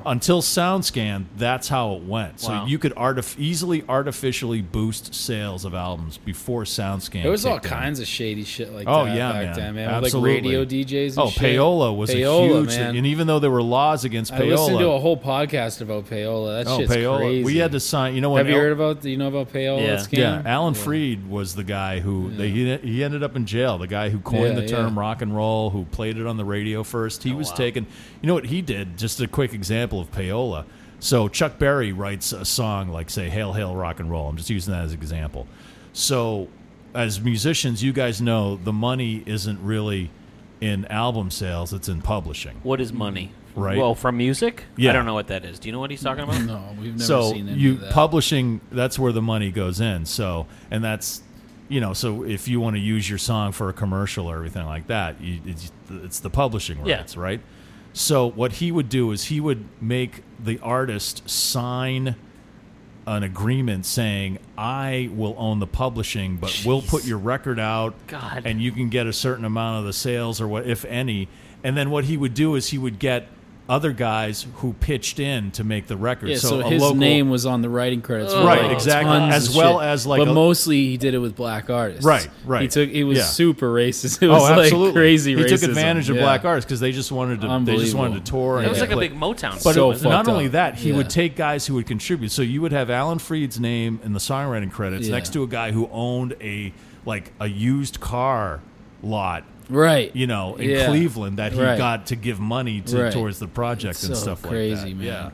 [SPEAKER 3] until soundscan that's how it went so
[SPEAKER 5] Wow.
[SPEAKER 3] you could artif- easily artificially boost sales of albums before soundscan
[SPEAKER 4] There was all
[SPEAKER 3] kicked in.
[SPEAKER 4] kinds of shady shit like
[SPEAKER 3] Oh
[SPEAKER 4] that
[SPEAKER 3] yeah,
[SPEAKER 4] back
[SPEAKER 3] man.
[SPEAKER 4] then, man. with,
[SPEAKER 3] Absolutely.
[SPEAKER 4] Like radio DJs and
[SPEAKER 3] oh,
[SPEAKER 4] shit.
[SPEAKER 3] payola was
[SPEAKER 4] Payola,
[SPEAKER 3] a huge
[SPEAKER 4] man.
[SPEAKER 3] thing, and even though there were laws against
[SPEAKER 4] I listened to a
[SPEAKER 3] payola,
[SPEAKER 4] whole podcast about payola. That
[SPEAKER 3] oh,
[SPEAKER 4] shit's
[SPEAKER 3] payola,
[SPEAKER 4] crazy.
[SPEAKER 3] we had to sign. You know what?
[SPEAKER 4] Have you heard about? Do you know about payola
[SPEAKER 5] Yeah.
[SPEAKER 3] yeah,
[SPEAKER 4] scam?
[SPEAKER 3] Alan Freed was the guy who they, he he ended up in jail. The guy who coined
[SPEAKER 4] Yeah,
[SPEAKER 3] the term
[SPEAKER 4] yeah. Oh,
[SPEAKER 3] rock and roll, who played it on the radio first. He was taken. You know what he did? Just a quick example of payola. So Chuck Berry writes a song like, say, "Hail, Hail, Rock and Roll." I'm just using that as an example. So, as musicians, you guys know the money isn't really in album sales; it's in publishing.
[SPEAKER 5] What is money?
[SPEAKER 3] Right.
[SPEAKER 5] Well, from music.
[SPEAKER 3] Yeah.
[SPEAKER 5] I don't know what that is. Do you know what he's talking about?
[SPEAKER 4] No, we've never
[SPEAKER 3] so
[SPEAKER 4] seen any
[SPEAKER 3] you
[SPEAKER 4] of that.
[SPEAKER 3] publishing that's where the money goes in so and that's you know so if you want to use your song for a commercial or everything like that you, it's, it's the publishing
[SPEAKER 5] Yeah.
[SPEAKER 3] rights right so what he would do is he would make the artist sign an agreement saying I will own the publishing, but we'll put your record out,
[SPEAKER 5] God.
[SPEAKER 3] and you can get a certain amount of the sales or what, if any. And then what he would do is he would get other guys who pitched in to make the record.
[SPEAKER 4] Yeah, so,
[SPEAKER 3] a
[SPEAKER 4] his
[SPEAKER 3] local,
[SPEAKER 4] name was on the writing credits, for,
[SPEAKER 3] Right,
[SPEAKER 4] like,
[SPEAKER 3] exactly.
[SPEAKER 4] tons
[SPEAKER 3] As
[SPEAKER 4] of
[SPEAKER 3] well
[SPEAKER 4] shit.
[SPEAKER 3] as, like,
[SPEAKER 4] but
[SPEAKER 3] a-
[SPEAKER 4] mostly he did it with black artists.
[SPEAKER 3] Right, right.
[SPEAKER 4] He took he was
[SPEAKER 3] Yeah.
[SPEAKER 4] super racist. It
[SPEAKER 3] Oh,
[SPEAKER 4] was
[SPEAKER 3] absolutely!
[SPEAKER 4] like crazy.
[SPEAKER 3] he
[SPEAKER 4] racism.
[SPEAKER 3] took advantage of
[SPEAKER 4] Yeah.
[SPEAKER 3] black artists because they just wanted to. They just wanted to tour.
[SPEAKER 4] Unbelievable.
[SPEAKER 3] and
[SPEAKER 5] It was
[SPEAKER 3] they
[SPEAKER 5] like a
[SPEAKER 3] play-
[SPEAKER 5] big Motown.
[SPEAKER 3] But
[SPEAKER 5] song,
[SPEAKER 4] So
[SPEAKER 3] it- not
[SPEAKER 4] fucked
[SPEAKER 3] only
[SPEAKER 4] up.
[SPEAKER 3] that, he
[SPEAKER 4] Yeah.
[SPEAKER 3] would take guys who would contribute. So you would have Alan Freed's name in the songwriting credits
[SPEAKER 4] Yeah.
[SPEAKER 3] next to a guy who owned a like a used car lot,
[SPEAKER 4] Right.
[SPEAKER 3] you know, in
[SPEAKER 4] Yeah.
[SPEAKER 3] Cleveland that he
[SPEAKER 4] Right.
[SPEAKER 3] got to give money to
[SPEAKER 4] Right.
[SPEAKER 3] towards the project
[SPEAKER 4] It's
[SPEAKER 3] and
[SPEAKER 4] so
[SPEAKER 3] stuff
[SPEAKER 4] crazy,
[SPEAKER 3] like that.
[SPEAKER 4] man.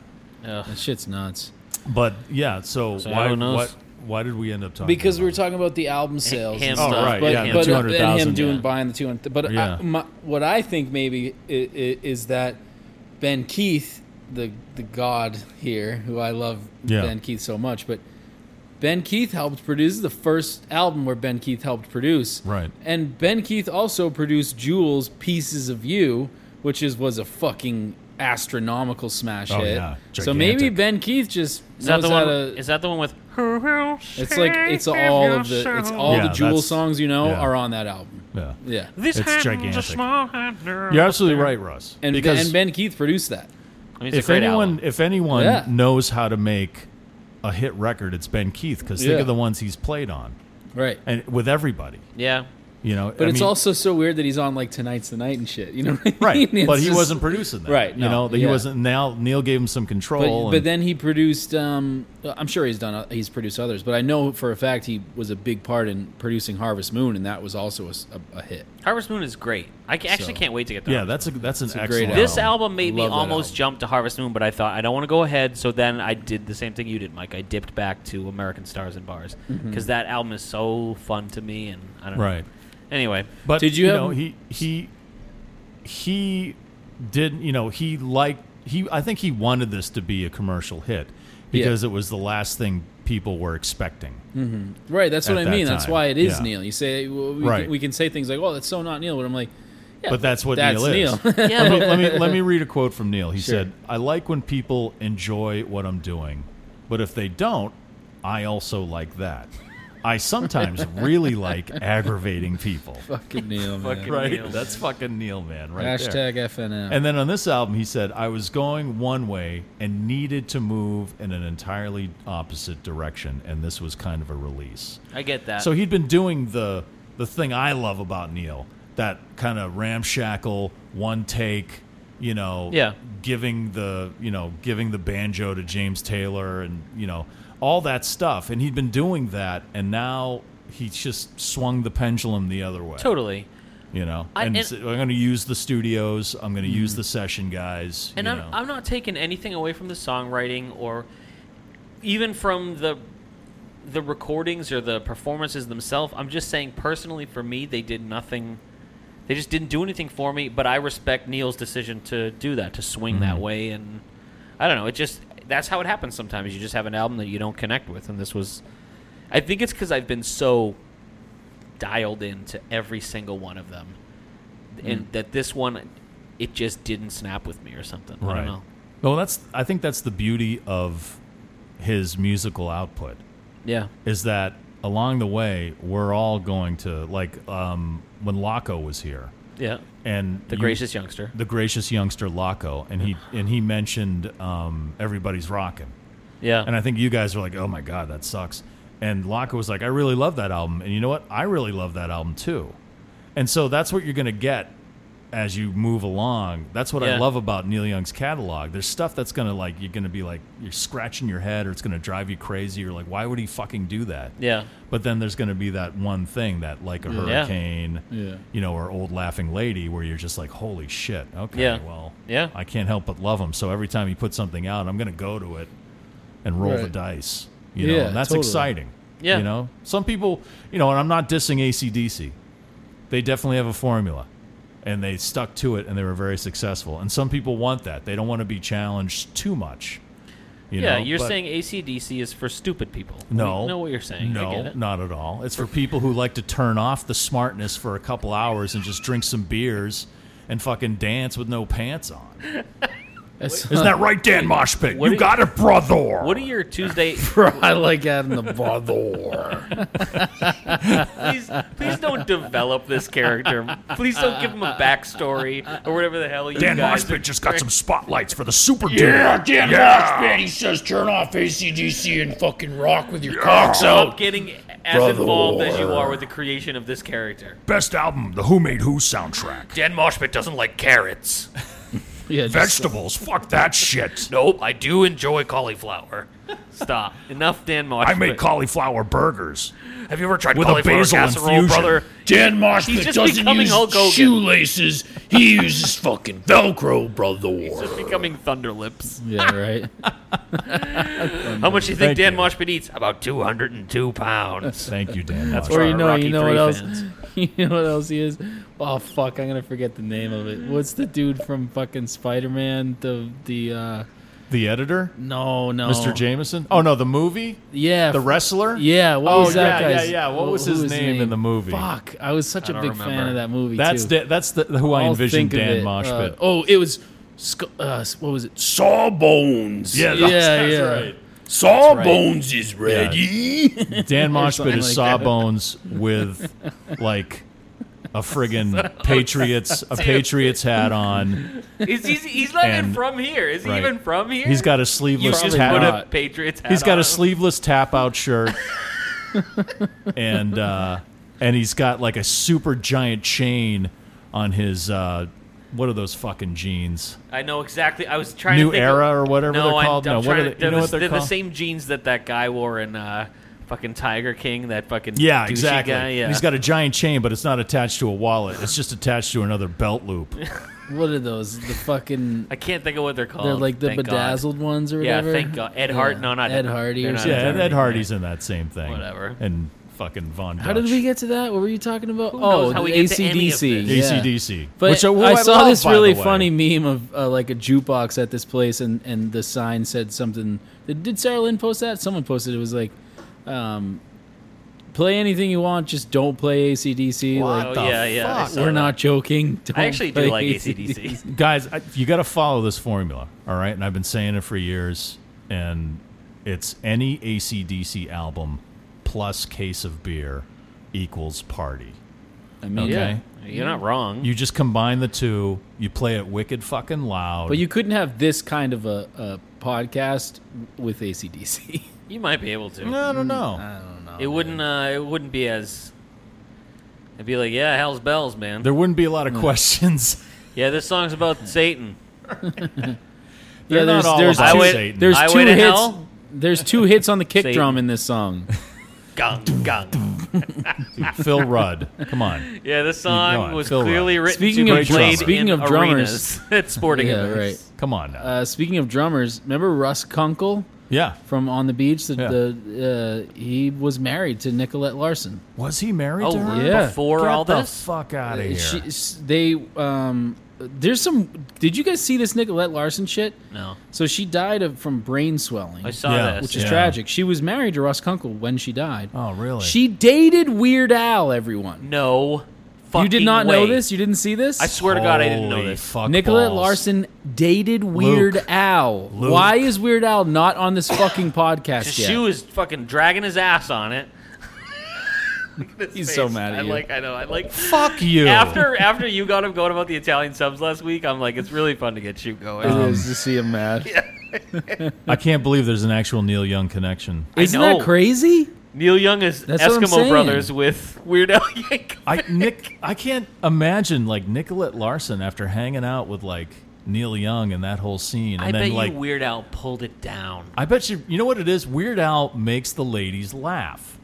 [SPEAKER 5] Ugh.
[SPEAKER 4] That shit's nuts.
[SPEAKER 3] Yeah, but yeah. So,
[SPEAKER 5] So
[SPEAKER 3] why
[SPEAKER 5] who knows?
[SPEAKER 3] what, why did we end up talking?
[SPEAKER 4] because we were
[SPEAKER 3] about
[SPEAKER 4] talking about the album sales
[SPEAKER 5] him
[SPEAKER 4] and
[SPEAKER 5] stuff.
[SPEAKER 4] stuff,
[SPEAKER 5] Oh,
[SPEAKER 3] right,
[SPEAKER 4] but,
[SPEAKER 3] yeah, the
[SPEAKER 4] but
[SPEAKER 3] 200,000,
[SPEAKER 4] then him doing
[SPEAKER 3] yeah.
[SPEAKER 4] buying the 200 but
[SPEAKER 3] Yeah.
[SPEAKER 4] I, my, what i think maybe is, is that ben keith the the god here who i love
[SPEAKER 3] Yeah.
[SPEAKER 4] ben keith so much but ben keith helped produce the first album where ben keith helped produce
[SPEAKER 3] Right.
[SPEAKER 4] and ben keith also produced jules pieces of you which is was a fucking astronomical smash
[SPEAKER 3] Oh,
[SPEAKER 4] hit
[SPEAKER 3] yeah.
[SPEAKER 4] so maybe
[SPEAKER 3] Gigantic.
[SPEAKER 4] ben keith just
[SPEAKER 5] Is that
[SPEAKER 4] knows
[SPEAKER 5] the
[SPEAKER 4] how
[SPEAKER 5] one?
[SPEAKER 4] to-
[SPEAKER 5] is that the one with?
[SPEAKER 4] it's like it's all of the it's all
[SPEAKER 3] Yeah,
[SPEAKER 4] the Jewel
[SPEAKER 3] that's-
[SPEAKER 4] songs you know
[SPEAKER 3] yeah.
[SPEAKER 4] are on that album.
[SPEAKER 3] that. Yeah.
[SPEAKER 4] Yeah,
[SPEAKER 5] This
[SPEAKER 3] It's
[SPEAKER 5] hand's a
[SPEAKER 3] gigantic.
[SPEAKER 5] small hand. I
[SPEAKER 3] You're absolutely right, Russ.
[SPEAKER 4] and
[SPEAKER 3] because
[SPEAKER 4] and Ben Keith produced that.
[SPEAKER 5] mean, it's a
[SPEAKER 3] if
[SPEAKER 5] great
[SPEAKER 3] anyone
[SPEAKER 5] album.
[SPEAKER 3] if anyone
[SPEAKER 4] Yeah.
[SPEAKER 3] knows how to make a hit record, it's Ben Keith. Because think
[SPEAKER 4] Yeah.
[SPEAKER 3] of the ones he's played on,
[SPEAKER 4] Right.
[SPEAKER 3] and with everybody.
[SPEAKER 5] yeah,
[SPEAKER 3] You know,
[SPEAKER 4] But
[SPEAKER 3] I
[SPEAKER 4] it's
[SPEAKER 3] mean-
[SPEAKER 4] also so weird that he's on like Tonight's the Night and shit. You know, what I mean?
[SPEAKER 3] right.
[SPEAKER 4] It's
[SPEAKER 3] But he
[SPEAKER 4] just-
[SPEAKER 3] wasn't producing that,
[SPEAKER 4] Right,
[SPEAKER 3] you
[SPEAKER 4] no,
[SPEAKER 3] know, that he
[SPEAKER 4] yeah.
[SPEAKER 3] wasn't. Now Neil gave him some control,
[SPEAKER 4] But,
[SPEAKER 3] and
[SPEAKER 4] but then he produced. Um, I'm sure he's done. uh, He's produced others, but I know for a fact he was a big part in producing Harvest Moon, and that was also a, s- a- a hit.
[SPEAKER 5] Harvest Moon is great. I ca- actually
[SPEAKER 4] So-
[SPEAKER 5] can't wait to get to
[SPEAKER 3] yeah,
[SPEAKER 5] Harvest
[SPEAKER 3] that's a that's an
[SPEAKER 4] a great
[SPEAKER 3] excellent.
[SPEAKER 4] album.
[SPEAKER 5] This
[SPEAKER 4] Wow.
[SPEAKER 5] album made me
[SPEAKER 4] Love that
[SPEAKER 5] almost
[SPEAKER 4] album.
[SPEAKER 5] jump to Harvest Moon, but I thought I don't want to go ahead. So then I did the same thing you did, Mike. I dipped
[SPEAKER 4] Mm-hmm.
[SPEAKER 5] back to American Stars and Bars because that album is so fun to me, and I don't know.
[SPEAKER 3] Right.
[SPEAKER 5] Anyway,
[SPEAKER 3] But
[SPEAKER 4] Did you have-
[SPEAKER 3] know he he he did you know he liked he I think he wanted this to be a commercial hit because it was the last thing people were expecting.
[SPEAKER 4] Right, that's
[SPEAKER 3] at
[SPEAKER 4] what I
[SPEAKER 3] that
[SPEAKER 4] mean. That's
[SPEAKER 3] time.
[SPEAKER 4] why it is
[SPEAKER 3] Yeah.
[SPEAKER 4] Neil. You say well, we,
[SPEAKER 3] Right.
[SPEAKER 4] can, we can say things like, "Oh, that's so not Neil," but I'm like, yeah,
[SPEAKER 3] But that's what
[SPEAKER 4] that's
[SPEAKER 3] Neil
[SPEAKER 4] Neil.
[SPEAKER 3] is. let, me, let me let me read a quote from Neil. He
[SPEAKER 4] Sure.
[SPEAKER 3] said, "I like when people enjoy what I'm doing, but if they don't, I also like that. I sometimes really like aggravating people."
[SPEAKER 4] fucking Neil, man.
[SPEAKER 5] Fucking
[SPEAKER 3] Right?
[SPEAKER 5] Neil.
[SPEAKER 3] That's fucking Neil, man. Right there.
[SPEAKER 4] Hashtag FNL.
[SPEAKER 3] And then on this album, he said, I was going one way and needed to move in an entirely opposite direction, and this was kind of a release.
[SPEAKER 5] I get that.
[SPEAKER 3] So he'd been doing the the thing I love about Neil, that kind of ramshackle one take, you know,
[SPEAKER 5] Yeah.
[SPEAKER 3] giving the you know giving the banjo to James Taylor and you know all that stuff, and he'd been doing that, and now he's just swung the pendulum the other way.
[SPEAKER 5] totally.
[SPEAKER 3] You know,
[SPEAKER 5] I-
[SPEAKER 3] and,
[SPEAKER 5] and- Mm-hmm.
[SPEAKER 3] so I'm going to use the studios. I'm going to use the session guys.
[SPEAKER 5] And
[SPEAKER 3] you
[SPEAKER 5] I'm,
[SPEAKER 3] know.
[SPEAKER 5] I'm not taking anything away from the songwriting or even from the the recordings or the performances themselves. I'm just saying personally for me they did nothing they just didn't do anything for me, but I respect Neil's decision to do that, to swing
[SPEAKER 3] Mm-hmm.
[SPEAKER 5] that way and I don't know, it just that's how it happens sometimes. You just have an album that you don't connect with and this was I think it's cuz I've been so dialed into every single one of them.
[SPEAKER 3] Mm.
[SPEAKER 5] And that this one it just didn't snap with me or something. I
[SPEAKER 3] right.
[SPEAKER 5] don't know.
[SPEAKER 3] Well, that's. I think that's the beauty of his musical output
[SPEAKER 5] Yeah.
[SPEAKER 3] is that along the way we're all going to like um, when Laco was here
[SPEAKER 5] Yeah.
[SPEAKER 3] and
[SPEAKER 5] The
[SPEAKER 3] you-
[SPEAKER 5] gracious youngster.
[SPEAKER 3] the gracious youngster Laco, and he and he mentioned um, everybody's rocking.
[SPEAKER 5] Yeah.
[SPEAKER 3] And I think you guys were like, "Oh my god, that sucks." And Laka was like, "I really love that album." And you know what? I really love that album too. And so that's what you're going to get as you move along. That's what I
[SPEAKER 5] Yeah.
[SPEAKER 3] love about Neil Young's catalog. There's stuff that's going to like you're going to be like you're scratching your head or it's going to drive you crazy or like why would he fucking do that?
[SPEAKER 5] yeah. Mm.
[SPEAKER 3] But then there's going to be that one thing that like a hurricane,
[SPEAKER 4] Yeah.
[SPEAKER 3] you know, or old laughing lady where you're just like, holy shit. Okay,
[SPEAKER 5] Yeah.
[SPEAKER 3] well,
[SPEAKER 5] Yeah.
[SPEAKER 3] I can't help but love him. So every time he puts something out, I'm going to go to it and roll the
[SPEAKER 4] Right.
[SPEAKER 3] dice. You know,
[SPEAKER 4] Yeah,
[SPEAKER 3] and that's
[SPEAKER 4] totally.
[SPEAKER 3] exciting.
[SPEAKER 5] Yeah.
[SPEAKER 3] You know, some people, you know, and I'm not dissing ACDC. They definitely have a formula and they stuck to it and they were very successful. And some people want that. They don't want to be challenged too much. You
[SPEAKER 5] yeah,
[SPEAKER 3] know,
[SPEAKER 5] you're
[SPEAKER 3] but-
[SPEAKER 5] saying ACDC is for stupid people.
[SPEAKER 3] no,
[SPEAKER 5] We know what you're saying. I get
[SPEAKER 3] No,
[SPEAKER 5] it.
[SPEAKER 3] not at all. It's for people who like to turn off the smartness for a couple hours and just drink some beers and fucking dance with no pants on.
[SPEAKER 4] That's-
[SPEAKER 3] Isn't that right, Dan Moshpit?
[SPEAKER 5] What
[SPEAKER 3] You
[SPEAKER 5] are-
[SPEAKER 3] got it, brother.
[SPEAKER 5] What are your Tuesday?
[SPEAKER 4] I like adding the bar.
[SPEAKER 5] please, please don't develop this character. Please don't give him a backstory or whatever the hell you
[SPEAKER 3] Dan
[SPEAKER 5] guys.
[SPEAKER 3] Moshpit just got some spotlights for the Super Dude.
[SPEAKER 7] Yeah, Dan Moshpit, he says turn off ACDC and fucking rock with your cocks
[SPEAKER 5] Stop
[SPEAKER 7] out.
[SPEAKER 5] getting as involved as you are with the creation of this character.
[SPEAKER 3] Best album, the Who Made Who soundtrack.
[SPEAKER 7] Dan Moshpit doesn't like carrots.
[SPEAKER 4] Yeah, just-
[SPEAKER 3] Vegetables, fuck that shit.
[SPEAKER 7] Nope, I do enjoy cauliflower.
[SPEAKER 5] Stop. Enough, Dan Moshpit.
[SPEAKER 3] I make cauliflower burgers.
[SPEAKER 7] Have you ever tried
[SPEAKER 3] With a
[SPEAKER 7] cauliflower
[SPEAKER 3] basil
[SPEAKER 7] casserole,
[SPEAKER 3] infusion.
[SPEAKER 7] brother? Dan
[SPEAKER 5] He's
[SPEAKER 7] Moshpit
[SPEAKER 5] just doesn't becoming use Hulk Hogan.
[SPEAKER 7] shoelaces. He uses fucking Velcro, brother.
[SPEAKER 5] Just becoming Thunderlips.
[SPEAKER 4] yeah, right.
[SPEAKER 5] How much do you
[SPEAKER 3] Thank
[SPEAKER 5] think Dan
[SPEAKER 3] you.
[SPEAKER 5] Moshpit eats? About two hundred.
[SPEAKER 7] 102 pounds.
[SPEAKER 3] Thank you, Dan. That's
[SPEAKER 4] Or you know,
[SPEAKER 5] Rocky
[SPEAKER 4] you know what
[SPEAKER 5] III
[SPEAKER 4] else?
[SPEAKER 5] fans.
[SPEAKER 4] You know what else he is? Oh fuck, I'm gonna forget the name of it. What's the dude from fucking Spider-Man? The the uh,
[SPEAKER 3] the editor,
[SPEAKER 4] no no,
[SPEAKER 3] Mr. Jameson. Oh no, the movie,
[SPEAKER 4] Yeah,
[SPEAKER 3] the
[SPEAKER 4] f-
[SPEAKER 3] wrestler.
[SPEAKER 4] Yeah, what
[SPEAKER 3] Oh,
[SPEAKER 4] was that
[SPEAKER 3] yeah, yeah,
[SPEAKER 4] guy's-
[SPEAKER 3] yeah. What was
[SPEAKER 4] who
[SPEAKER 3] his name in the movie?
[SPEAKER 4] Fuck, I was such a
[SPEAKER 5] don't
[SPEAKER 4] big fan
[SPEAKER 5] remember.
[SPEAKER 4] of that movie.
[SPEAKER 3] That's
[SPEAKER 4] too.
[SPEAKER 3] da- that's the, who I
[SPEAKER 4] I'll
[SPEAKER 3] envisioned
[SPEAKER 4] think of
[SPEAKER 3] Dan
[SPEAKER 4] it.
[SPEAKER 3] Moshpit.
[SPEAKER 4] Uh, oh, it was. Sc- uh, what was it?
[SPEAKER 7] Sawbones.
[SPEAKER 4] yeah, oh, yeah.
[SPEAKER 7] Sawbones is ready.
[SPEAKER 3] Dan Moshpit
[SPEAKER 4] something
[SPEAKER 3] is
[SPEAKER 4] like uh,
[SPEAKER 3] Sawbones with like a friggin' Patriots a Patriots hat on.
[SPEAKER 5] Is he's, he's not even
[SPEAKER 3] And-
[SPEAKER 5] from here? Is he
[SPEAKER 3] right.
[SPEAKER 5] even from here?
[SPEAKER 3] He's got a
[SPEAKER 5] you
[SPEAKER 3] sleeveless
[SPEAKER 5] just
[SPEAKER 4] Probably
[SPEAKER 5] put
[SPEAKER 3] hat.
[SPEAKER 5] a
[SPEAKER 4] not.
[SPEAKER 5] Patriots hat
[SPEAKER 3] He's got
[SPEAKER 5] on
[SPEAKER 3] a
[SPEAKER 5] him.
[SPEAKER 3] sleeveless tap out shirt, and uh, and he's got like a super giant chain on his. Uh, what are those fucking jeans?
[SPEAKER 5] I know exactly. I was trying
[SPEAKER 3] New
[SPEAKER 5] to think
[SPEAKER 3] Era
[SPEAKER 5] of,
[SPEAKER 3] or whatever
[SPEAKER 5] no,
[SPEAKER 3] they're
[SPEAKER 5] I'm-
[SPEAKER 3] called?
[SPEAKER 5] I'm
[SPEAKER 3] No, what
[SPEAKER 5] trying
[SPEAKER 3] are
[SPEAKER 5] to-
[SPEAKER 3] they- you
[SPEAKER 5] they're
[SPEAKER 3] know
[SPEAKER 5] the,
[SPEAKER 3] what they're
[SPEAKER 5] they're the
[SPEAKER 3] called?
[SPEAKER 5] same jeans that that guy wore in uh, fucking Tiger King. That fucking
[SPEAKER 3] Yeah,
[SPEAKER 5] douchey
[SPEAKER 3] exactly.
[SPEAKER 5] Guy, yeah,
[SPEAKER 3] And he's got a giant chain, but it's not attached to a wallet. It's just attached to another belt loop.
[SPEAKER 4] What are those? The fucking.
[SPEAKER 5] I can't think of what they're called.
[SPEAKER 4] They're like the
[SPEAKER 5] Oh, thank God.
[SPEAKER 4] bedazzled ones or
[SPEAKER 5] Yeah,
[SPEAKER 4] whatever.
[SPEAKER 5] thank God. Ed Hart.
[SPEAKER 4] Yeah.
[SPEAKER 5] No, not
[SPEAKER 4] Ed Hardy
[SPEAKER 5] they're
[SPEAKER 4] or
[SPEAKER 5] not
[SPEAKER 4] something.
[SPEAKER 3] yeah,
[SPEAKER 5] Ed
[SPEAKER 3] Ed,
[SPEAKER 5] Hardy.
[SPEAKER 3] Hardy's in that same thing.
[SPEAKER 5] Whatever.
[SPEAKER 3] And fucking Von Dutch.
[SPEAKER 4] How did we get to that? What were you talking about?
[SPEAKER 5] Who
[SPEAKER 4] oh,
[SPEAKER 5] knows how we
[SPEAKER 4] the
[SPEAKER 5] get to any of
[SPEAKER 4] ACDC.
[SPEAKER 5] this?
[SPEAKER 4] yeah.
[SPEAKER 3] ACDC?
[SPEAKER 4] But
[SPEAKER 3] Which, uh, who
[SPEAKER 4] I, saw
[SPEAKER 3] love,
[SPEAKER 4] this
[SPEAKER 3] by the
[SPEAKER 4] really
[SPEAKER 3] way.
[SPEAKER 4] funny meme of uh, like a jukebox at this place, and, and the sign said something. Did Sarah Lynn post that? Someone posted it was like, um, play anything you want, just don't play ACDC.
[SPEAKER 3] What
[SPEAKER 4] Like,
[SPEAKER 5] Oh,
[SPEAKER 3] the
[SPEAKER 5] yeah, yeah, I
[SPEAKER 3] fuck?
[SPEAKER 5] saw
[SPEAKER 4] we're
[SPEAKER 5] that.
[SPEAKER 4] not joking. Don't
[SPEAKER 5] I actually do
[SPEAKER 4] play
[SPEAKER 5] like ACDC.
[SPEAKER 3] guys I, you got to follow this formula all right and i've been saying it for years and it's any acdc album plus case of beer equals party
[SPEAKER 4] I mean,
[SPEAKER 3] Okay.
[SPEAKER 4] yeah.
[SPEAKER 5] You're not wrong.
[SPEAKER 3] you just combine the two you play it wicked fucking loud
[SPEAKER 4] But you couldn't have this kind of a, a podcast with ACDC.
[SPEAKER 5] You might be able to.
[SPEAKER 3] no no no
[SPEAKER 5] it wouldn't. Uh, it wouldn't be as. It'd be like, yeah, hell's bells, man.
[SPEAKER 3] there wouldn't be a lot of questions
[SPEAKER 5] yeah, this song's about Satan.
[SPEAKER 4] yeah,
[SPEAKER 3] They're not
[SPEAKER 4] there's
[SPEAKER 3] all
[SPEAKER 4] there's
[SPEAKER 3] about
[SPEAKER 4] two,
[SPEAKER 3] Satan.
[SPEAKER 4] there's
[SPEAKER 5] Highway
[SPEAKER 4] two
[SPEAKER 5] to
[SPEAKER 4] hits.
[SPEAKER 5] hell?
[SPEAKER 4] There's two hits on the kick
[SPEAKER 5] Satan.
[SPEAKER 4] drum in this song.
[SPEAKER 5] Gung, gung.
[SPEAKER 3] phil rudd come on
[SPEAKER 5] Yeah, this song
[SPEAKER 3] on,
[SPEAKER 5] was
[SPEAKER 3] Phil Rudd.
[SPEAKER 5] clearly written
[SPEAKER 4] Speaking
[SPEAKER 5] to be
[SPEAKER 3] of drum-
[SPEAKER 5] played
[SPEAKER 4] speaking
[SPEAKER 5] in
[SPEAKER 4] of drummers-
[SPEAKER 5] arenas at sporting
[SPEAKER 4] yeah, right.
[SPEAKER 5] events.
[SPEAKER 3] come on now.
[SPEAKER 4] Uh, speaking of drummers, remember Russ Kunkel
[SPEAKER 3] yeah
[SPEAKER 4] from On the Beach? The,
[SPEAKER 3] Yeah.
[SPEAKER 4] the uh, he was married to Nicolette Larson.
[SPEAKER 3] was he married
[SPEAKER 5] Oh,
[SPEAKER 3] to her
[SPEAKER 4] yeah.
[SPEAKER 5] before
[SPEAKER 3] Get
[SPEAKER 5] all
[SPEAKER 3] the
[SPEAKER 5] this? Uh,
[SPEAKER 3] fuck out of here
[SPEAKER 4] She, s- they um, there's some. Did you guys see this Nicolette Larson shit?
[SPEAKER 5] No,
[SPEAKER 4] So she died of from brain swelling,
[SPEAKER 5] I saw
[SPEAKER 3] Yeah.
[SPEAKER 5] this.
[SPEAKER 4] which is
[SPEAKER 3] Yeah.
[SPEAKER 4] tragic. She was married to Russ Kunkel when she died.
[SPEAKER 3] oh really
[SPEAKER 4] She dated Weird Al. Everyone,
[SPEAKER 5] no, fucking
[SPEAKER 4] you did not know
[SPEAKER 5] way.
[SPEAKER 4] this. You didn't see this.
[SPEAKER 5] I swear to God, I didn't know
[SPEAKER 3] Holy
[SPEAKER 5] this.
[SPEAKER 3] fuck
[SPEAKER 4] Nicolette
[SPEAKER 3] balls.
[SPEAKER 4] Larson dated Weird
[SPEAKER 3] Luke.
[SPEAKER 4] Al.
[SPEAKER 3] Luke.
[SPEAKER 4] Why is Weird Al not on this fucking podcast yet?
[SPEAKER 5] She was fucking dragging his ass on it. Look at his
[SPEAKER 4] He's so mad at
[SPEAKER 5] I
[SPEAKER 4] you.
[SPEAKER 5] like. I know. I like.
[SPEAKER 3] fuck you
[SPEAKER 5] After after you got him going about the Italian subs last week, I'm like, it's really fun to get shoot going.
[SPEAKER 4] It is to see him mad.
[SPEAKER 3] i can't believe there's an actual neil young connection
[SPEAKER 4] Isn't
[SPEAKER 5] I know.
[SPEAKER 4] that crazy?
[SPEAKER 5] Neil Young is
[SPEAKER 4] That's what I'm
[SPEAKER 5] Eskimo
[SPEAKER 4] saying.
[SPEAKER 5] Brothers with Weird Al Yankovic.
[SPEAKER 3] I Nick, I can't imagine like Nicolette Larson after hanging out with like Neil Young and that whole scene, and
[SPEAKER 5] I
[SPEAKER 3] then
[SPEAKER 5] bet
[SPEAKER 3] like
[SPEAKER 5] you Weird Al pulled it down.
[SPEAKER 3] I bet you you know what it is. Weird Al makes the ladies laugh,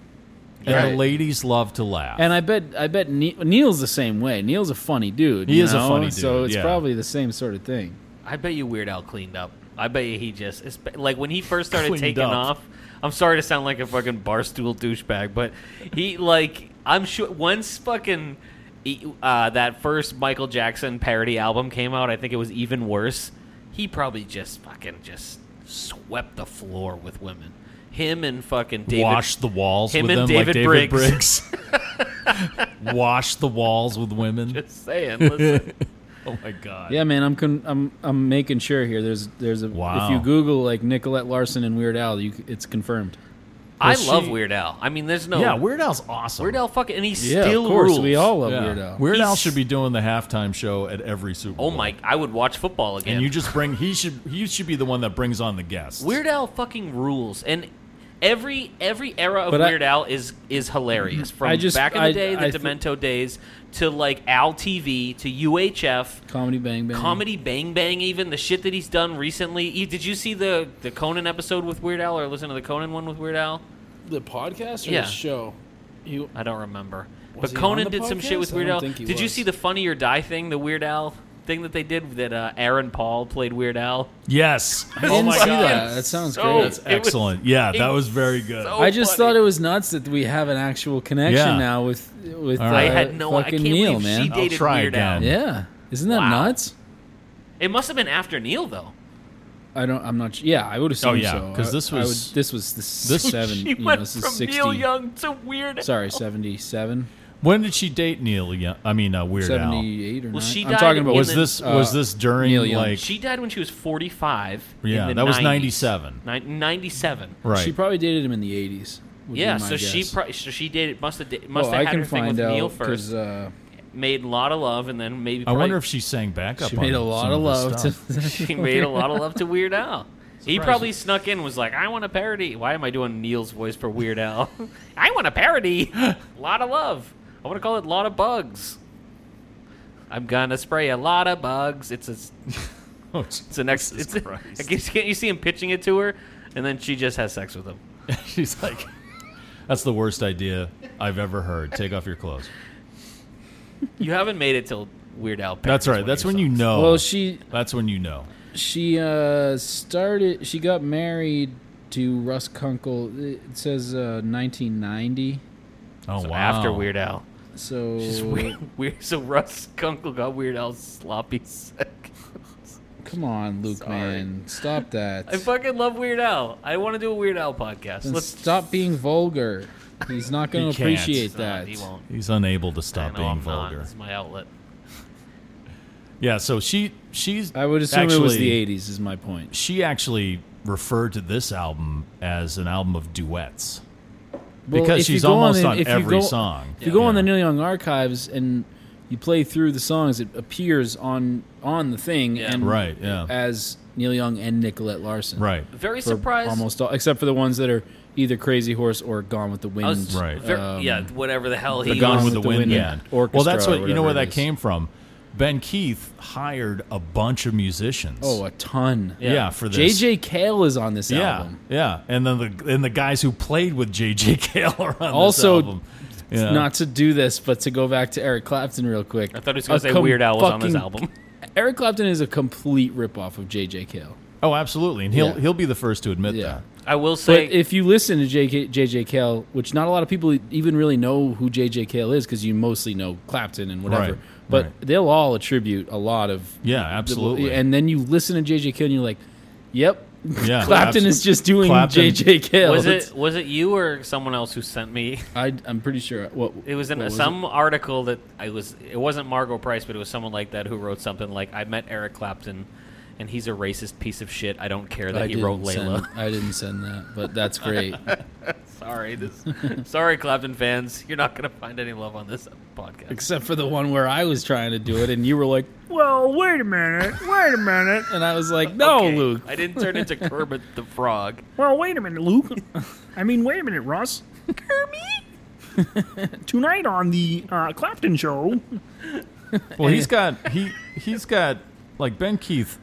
[SPEAKER 3] and the
[SPEAKER 4] Right.
[SPEAKER 3] ladies love to laugh.
[SPEAKER 4] And I bet I bet ne- Neil's the same way. Neil's a funny dude.
[SPEAKER 3] He
[SPEAKER 4] you
[SPEAKER 3] is a
[SPEAKER 4] know?
[SPEAKER 3] funny
[SPEAKER 4] So
[SPEAKER 3] dude,
[SPEAKER 4] it's
[SPEAKER 3] yeah.
[SPEAKER 4] probably the same sort of thing.
[SPEAKER 5] I bet you Weird Al cleaned up. I bet you he just it's- like when he first started
[SPEAKER 3] Cleaned
[SPEAKER 5] taking
[SPEAKER 3] up.
[SPEAKER 5] off. I'm sorry to sound like a fucking barstool douchebag, but he like I'm sure once fucking e- uh, that first Michael Jackson parody album came out, I think it was even worse. He probably just fucking just swept the floor with women. Him and fucking David.
[SPEAKER 3] Wash the walls
[SPEAKER 5] him
[SPEAKER 3] with
[SPEAKER 5] and
[SPEAKER 3] them like
[SPEAKER 5] David
[SPEAKER 3] David
[SPEAKER 5] Briggs.
[SPEAKER 3] Briggs. Wash the walls with women.
[SPEAKER 5] Just saying. Listen,
[SPEAKER 3] Oh my god.
[SPEAKER 4] Yeah, man, I'm con- I'm I'm making sure here. There's there's a
[SPEAKER 3] Wow.
[SPEAKER 4] if you Google like Nicolette Larson and Weird Al, you, c- it's confirmed.
[SPEAKER 5] I
[SPEAKER 3] she-
[SPEAKER 5] love Weird Al. I mean, there's no
[SPEAKER 3] Yeah, Weird Al's awesome.
[SPEAKER 5] Weird Al fucking and he
[SPEAKER 4] yeah,
[SPEAKER 5] still
[SPEAKER 4] of course,
[SPEAKER 5] rules.
[SPEAKER 4] we all love
[SPEAKER 3] Yeah.
[SPEAKER 4] Weird Al.
[SPEAKER 3] Weird Al
[SPEAKER 5] He's-
[SPEAKER 3] should be doing the halftime show at every Super Bowl.
[SPEAKER 5] Oh my! I would watch football again.
[SPEAKER 3] And you just bring he should he should be the one that brings on the guests.
[SPEAKER 5] Weird Al fucking rules, and every every era of
[SPEAKER 4] But I-
[SPEAKER 5] Weird Al is is hilarious. From
[SPEAKER 4] I just-
[SPEAKER 5] back in
[SPEAKER 4] I-
[SPEAKER 5] the day, the
[SPEAKER 4] I thi-
[SPEAKER 5] Demento days, to like Al TV, to UHF,
[SPEAKER 4] Comedy Bang Bang.
[SPEAKER 5] comedy Bang Bang, even the shit that he's done recently. E- Did you see the the Conan episode with Weird Al, or listen to the Conan one with Weird Al?
[SPEAKER 4] the podcast
[SPEAKER 5] or Yeah. the
[SPEAKER 4] show. You
[SPEAKER 5] I don't remember.
[SPEAKER 4] Was
[SPEAKER 5] but
[SPEAKER 4] he on
[SPEAKER 5] Conan
[SPEAKER 4] the
[SPEAKER 5] did some shit
[SPEAKER 4] podcast?
[SPEAKER 5] with
[SPEAKER 4] I
[SPEAKER 5] Weird
[SPEAKER 4] don't
[SPEAKER 5] Al.
[SPEAKER 4] think he
[SPEAKER 5] Did you
[SPEAKER 4] was.
[SPEAKER 5] see the Funny or Die thing, the Weird Al thing that they did that uh, Aaron Paul played Weird Al?
[SPEAKER 3] Yes.
[SPEAKER 4] I didn't see that. That sounds
[SPEAKER 5] oh So-
[SPEAKER 4] great.
[SPEAKER 5] It was
[SPEAKER 3] Oh Excellent. yeah, that was very good.
[SPEAKER 5] so
[SPEAKER 4] I just
[SPEAKER 5] funny.
[SPEAKER 4] thought it was nuts that we have an actual connection
[SPEAKER 3] Yeah.
[SPEAKER 4] now with with
[SPEAKER 3] All right.
[SPEAKER 4] uh,
[SPEAKER 5] I had no. I
[SPEAKER 4] fucking
[SPEAKER 5] can't
[SPEAKER 4] Neil,
[SPEAKER 5] believe
[SPEAKER 4] man.
[SPEAKER 5] she
[SPEAKER 3] I'll
[SPEAKER 5] dated
[SPEAKER 3] try
[SPEAKER 5] Weird Al.
[SPEAKER 3] again.
[SPEAKER 4] Yeah, isn't that
[SPEAKER 5] Wow.
[SPEAKER 4] nuts?
[SPEAKER 5] It must have been after Neil though.
[SPEAKER 4] I don't. I'm not. su- Yeah, I would assume.
[SPEAKER 3] Oh, yeah,
[SPEAKER 4] so.
[SPEAKER 3] 'cause
[SPEAKER 4] I-
[SPEAKER 3] this
[SPEAKER 4] I
[SPEAKER 3] was-
[SPEAKER 4] would, this was the
[SPEAKER 3] this-
[SPEAKER 4] seven.
[SPEAKER 5] She
[SPEAKER 4] you know,
[SPEAKER 5] went
[SPEAKER 4] this is
[SPEAKER 5] from
[SPEAKER 4] 60,
[SPEAKER 5] Neil Young to Weird. Al.
[SPEAKER 4] Sorry, seventy-seven,
[SPEAKER 3] When did she date Neil? Young? I mean, uh, Weird Al.
[SPEAKER 4] seventy-eight, or
[SPEAKER 5] Well,
[SPEAKER 4] nine.
[SPEAKER 5] she
[SPEAKER 4] I'm
[SPEAKER 5] died
[SPEAKER 4] talking about
[SPEAKER 5] in
[SPEAKER 3] Was
[SPEAKER 5] the-
[SPEAKER 3] this was
[SPEAKER 4] uh,
[SPEAKER 3] this during
[SPEAKER 4] Neil Young.
[SPEAKER 3] like
[SPEAKER 5] She died when she was 45. in
[SPEAKER 3] Yeah,
[SPEAKER 5] the
[SPEAKER 3] that was
[SPEAKER 5] 90s.
[SPEAKER 3] 97.
[SPEAKER 5] Ni- 97.
[SPEAKER 3] right?
[SPEAKER 4] She probably dated him in the eighties.
[SPEAKER 5] Yeah, so she, pro- so she did it. Must have did, must
[SPEAKER 4] well,
[SPEAKER 5] have
[SPEAKER 4] Oh, I
[SPEAKER 5] had
[SPEAKER 4] can
[SPEAKER 5] her thing
[SPEAKER 4] find
[SPEAKER 5] with Neil
[SPEAKER 4] out
[SPEAKER 5] first.
[SPEAKER 4] because uh,
[SPEAKER 5] made a lot of love, and then maybe.
[SPEAKER 3] I
[SPEAKER 5] probably-
[SPEAKER 3] wonder if she sang backup.
[SPEAKER 4] she
[SPEAKER 3] on
[SPEAKER 4] made a lot
[SPEAKER 3] some
[SPEAKER 4] of
[SPEAKER 3] this
[SPEAKER 4] love
[SPEAKER 3] stuff.
[SPEAKER 4] to.
[SPEAKER 5] she made a lot of love to Weird Al. He probably snuck in, and was like, "I want a parody. Why am I doing Neil's voice for Weird Al? I want a parody. lot of love. I want to call it lot of bugs. I'm gonna spray a lot of bugs. It's a
[SPEAKER 3] Oh, Jesus
[SPEAKER 5] It's the next. It's a,
[SPEAKER 3] Christ.
[SPEAKER 5] I guess- can't you see him pitching it to her, and then she just has sex with him?
[SPEAKER 3] She's like, that's the worst idea I've ever heard. Take off your clothes.
[SPEAKER 5] You haven't made it till Weird Al.
[SPEAKER 3] That's
[SPEAKER 5] parodies one
[SPEAKER 3] right.
[SPEAKER 5] of
[SPEAKER 3] That's
[SPEAKER 5] your
[SPEAKER 3] when you
[SPEAKER 5] songs.
[SPEAKER 3] know.
[SPEAKER 4] Well, she
[SPEAKER 3] that's when you know.
[SPEAKER 4] she uh, started. She got married to Russ Kunkel. It says uh, nineteen ninety.
[SPEAKER 3] Oh,
[SPEAKER 5] so
[SPEAKER 3] wow.
[SPEAKER 5] After Weird Al.
[SPEAKER 4] So
[SPEAKER 5] Just weird, weird. So Russ Kunkel got Weird Al's sloppy seconds.
[SPEAKER 4] come on, Luke,
[SPEAKER 5] Sorry.
[SPEAKER 4] man, stop that.
[SPEAKER 5] I fucking love Weird Al. I want to do a Weird Al podcast.
[SPEAKER 4] Then
[SPEAKER 5] Let's
[SPEAKER 4] stop being vulgar. He's not going
[SPEAKER 3] He
[SPEAKER 4] to
[SPEAKER 3] can't.
[SPEAKER 4] appreciate
[SPEAKER 5] Nah,
[SPEAKER 4] that.
[SPEAKER 5] He won't.
[SPEAKER 3] He's unable to
[SPEAKER 5] I
[SPEAKER 3] stop
[SPEAKER 5] know
[SPEAKER 3] being
[SPEAKER 5] I'm not.
[SPEAKER 3] vulgar.
[SPEAKER 5] It's my outlet.
[SPEAKER 3] Yeah, so she she's
[SPEAKER 4] I would assume it was
[SPEAKER 3] actually-
[SPEAKER 4] the 80s, is my point.
[SPEAKER 3] She actually referred to this album as an album of duets
[SPEAKER 4] Well,
[SPEAKER 3] because
[SPEAKER 4] if you
[SPEAKER 3] she's
[SPEAKER 4] go
[SPEAKER 3] almost
[SPEAKER 4] the-
[SPEAKER 3] on,
[SPEAKER 4] if you
[SPEAKER 3] every
[SPEAKER 4] go-
[SPEAKER 3] song.
[SPEAKER 4] If you go on the Neil Young archives and you play through the songs, it appears on on the thing
[SPEAKER 5] Yeah.
[SPEAKER 4] and
[SPEAKER 3] Right, yeah.
[SPEAKER 4] as Neil Young and Nicolette Larson.
[SPEAKER 3] right,
[SPEAKER 5] Very
[SPEAKER 4] For
[SPEAKER 5] surprised.
[SPEAKER 4] Almost all, except for the ones that are either Crazy Horse or Gone with the Wind.
[SPEAKER 5] I was
[SPEAKER 3] Right.
[SPEAKER 5] ver-
[SPEAKER 4] Um,
[SPEAKER 5] yeah, whatever the hell
[SPEAKER 3] the
[SPEAKER 5] he
[SPEAKER 3] Gone
[SPEAKER 5] was-
[SPEAKER 3] with the, Wind,
[SPEAKER 4] and
[SPEAKER 3] band.
[SPEAKER 4] orchestra
[SPEAKER 3] Well, that's
[SPEAKER 4] or
[SPEAKER 3] what you know
[SPEAKER 4] whatever
[SPEAKER 3] where
[SPEAKER 4] it
[SPEAKER 3] that
[SPEAKER 4] is.
[SPEAKER 3] came from. Ben Keith hired a bunch of musicians.
[SPEAKER 4] Oh, a ton.
[SPEAKER 3] yeah, for this.
[SPEAKER 4] JJ Cale is on this
[SPEAKER 3] yeah,
[SPEAKER 4] album.
[SPEAKER 3] yeah, and then the and the guys who played with JJ Cale are on this
[SPEAKER 4] Also,
[SPEAKER 3] album. Yeah.
[SPEAKER 4] Not to do this, but to go back to Eric Clapton real quick.
[SPEAKER 5] I thought he was going
[SPEAKER 4] A
[SPEAKER 5] to say
[SPEAKER 4] com-
[SPEAKER 5] Weird Al was on this
[SPEAKER 4] fucking-
[SPEAKER 5] album.
[SPEAKER 4] Eric Clapton is a complete ripoff of J.J. Cale.
[SPEAKER 3] oh, absolutely, and he'll
[SPEAKER 4] Yeah.
[SPEAKER 3] he'll be the first to admit
[SPEAKER 4] Yeah.
[SPEAKER 5] I will
[SPEAKER 4] But
[SPEAKER 5] say,
[SPEAKER 4] if you listen to J.K. J.J. Cale, which not a lot of people even really know who J.J. Cale is because you mostly know Clapton and whatever,
[SPEAKER 3] Right,
[SPEAKER 4] but
[SPEAKER 3] right.
[SPEAKER 4] they'll all attribute a lot of.
[SPEAKER 3] Yeah, absolutely.
[SPEAKER 4] And then you listen to J.J. Cale and you're like, yep,
[SPEAKER 3] that. Yeah,
[SPEAKER 4] Clapton
[SPEAKER 3] abso-
[SPEAKER 4] is just doing
[SPEAKER 3] Clapton-
[SPEAKER 4] J.J. Cale.
[SPEAKER 5] was
[SPEAKER 4] It's-
[SPEAKER 5] it was it you or someone else who sent me?
[SPEAKER 4] I, I'm pretty sure. What,
[SPEAKER 5] It was in
[SPEAKER 4] what
[SPEAKER 5] some article that I was. It wasn't Margot Price, but it was someone like that who wrote something like, "I met Eric Clapton, and he's a racist piece of shit. I don't care that
[SPEAKER 4] I
[SPEAKER 5] he wrote
[SPEAKER 4] didn't send-
[SPEAKER 5] Layla."
[SPEAKER 4] I didn't send that, but that's great.
[SPEAKER 5] Sorry, this. sorry, Clapton fans, you're not gonna find any love on this podcast.
[SPEAKER 4] Except for the one where I was trying to do it, and you were like, "Well, wait a minute, wait a minute," and I was like, "No,
[SPEAKER 5] Okay,
[SPEAKER 4] Luke.
[SPEAKER 5] I didn't turn into Kermit the Frog.
[SPEAKER 8] Well, wait a minute, Luke. I mean, wait a minute, Russ. Tonight on the uh, Clapton Show,
[SPEAKER 3] Well, he's got he he's got like Ben Keith.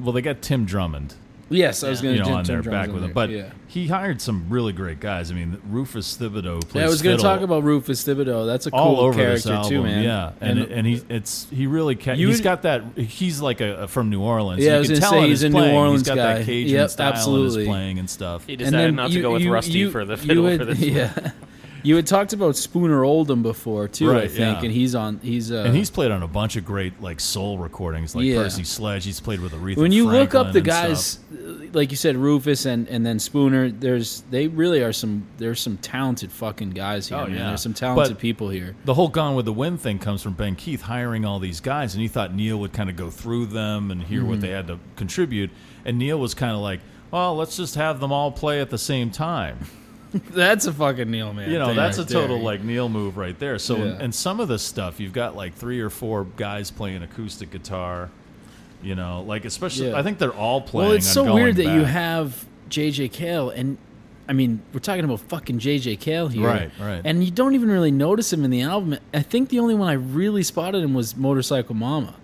[SPEAKER 3] Well, they got Tim Drummond,
[SPEAKER 4] Yes, I was going
[SPEAKER 3] you
[SPEAKER 4] to
[SPEAKER 3] know,
[SPEAKER 4] do
[SPEAKER 3] on
[SPEAKER 4] Tim
[SPEAKER 3] there
[SPEAKER 4] Drummond's
[SPEAKER 3] back
[SPEAKER 4] on
[SPEAKER 3] with him.
[SPEAKER 4] there,
[SPEAKER 3] But
[SPEAKER 4] yeah.
[SPEAKER 3] he hired some really great guys. I mean, Rufus Thibodeau. Plays
[SPEAKER 4] Yeah, I was going to
[SPEAKER 3] fiddle
[SPEAKER 4] talk about Rufus Thibodeau. That's a cool
[SPEAKER 3] all over this
[SPEAKER 4] character
[SPEAKER 3] album.
[SPEAKER 4] too, man.
[SPEAKER 3] Yeah, and and, he it's he really ca-
[SPEAKER 4] You-
[SPEAKER 3] he's got that. He's like a, a- from New Orleans.
[SPEAKER 4] Yeah, I
[SPEAKER 3] you
[SPEAKER 4] was
[SPEAKER 3] can
[SPEAKER 4] gonna
[SPEAKER 3] tell
[SPEAKER 4] say
[SPEAKER 3] in his
[SPEAKER 4] he's a New
[SPEAKER 3] playing.
[SPEAKER 4] Orleans
[SPEAKER 3] he's got
[SPEAKER 4] guy.
[SPEAKER 3] that Cajun
[SPEAKER 4] Yep,
[SPEAKER 3] style in
[SPEAKER 4] absolutely.
[SPEAKER 3] his playing and stuff.
[SPEAKER 5] He
[SPEAKER 4] and
[SPEAKER 5] decided
[SPEAKER 4] then
[SPEAKER 5] not
[SPEAKER 4] you-
[SPEAKER 5] to go with
[SPEAKER 4] you-
[SPEAKER 5] Rusty
[SPEAKER 4] you-
[SPEAKER 5] for the
[SPEAKER 4] you
[SPEAKER 5] fiddle
[SPEAKER 4] had-
[SPEAKER 5] for this one.
[SPEAKER 4] Yeah, you had talked about Spooner Oldham before too, I
[SPEAKER 3] Right,
[SPEAKER 4] think,
[SPEAKER 3] yeah.
[SPEAKER 4] and he's on. He's uh,
[SPEAKER 3] and he's played on a bunch of great like soul recordings, like
[SPEAKER 4] Yeah.
[SPEAKER 3] Percy Sledge. He's played with Aretha.
[SPEAKER 4] when you look up
[SPEAKER 3] Franklin
[SPEAKER 4] the
[SPEAKER 3] and stuff.
[SPEAKER 4] guys uh, like you said rufus and, and then spooner there's they really are some there's some talented fucking guys here
[SPEAKER 3] Oh,
[SPEAKER 4] man
[SPEAKER 3] yeah.
[SPEAKER 4] there's some talented
[SPEAKER 3] But-
[SPEAKER 4] people here
[SPEAKER 3] the whole Gone with the Wind thing comes from Ben Keith hiring all these guys, and he thought Neil would kind of go through them and hear
[SPEAKER 4] Mm-hmm.
[SPEAKER 3] what they had to contribute. And Neil was kind of like, "Well, let's just have them all play at the same time."
[SPEAKER 4] that's a fucking neil man
[SPEAKER 3] You know,
[SPEAKER 4] thing
[SPEAKER 3] that's
[SPEAKER 4] right
[SPEAKER 3] a total
[SPEAKER 4] there.
[SPEAKER 3] like Neil move right there. So,
[SPEAKER 4] Yeah.
[SPEAKER 3] and some of this stuff, you've got like three or four guys playing acoustic guitar. You know, like especially,
[SPEAKER 4] Yeah.
[SPEAKER 3] I think they're all playing.
[SPEAKER 4] well it's
[SPEAKER 3] on
[SPEAKER 4] so
[SPEAKER 3] Going
[SPEAKER 4] weird that you
[SPEAKER 3] Back.
[SPEAKER 4] have jj cale and i mean we're talking about fucking jj cale here
[SPEAKER 3] Right, right.
[SPEAKER 4] and you don't even really notice him in the album i think the only one i really spotted him was motorcycle mama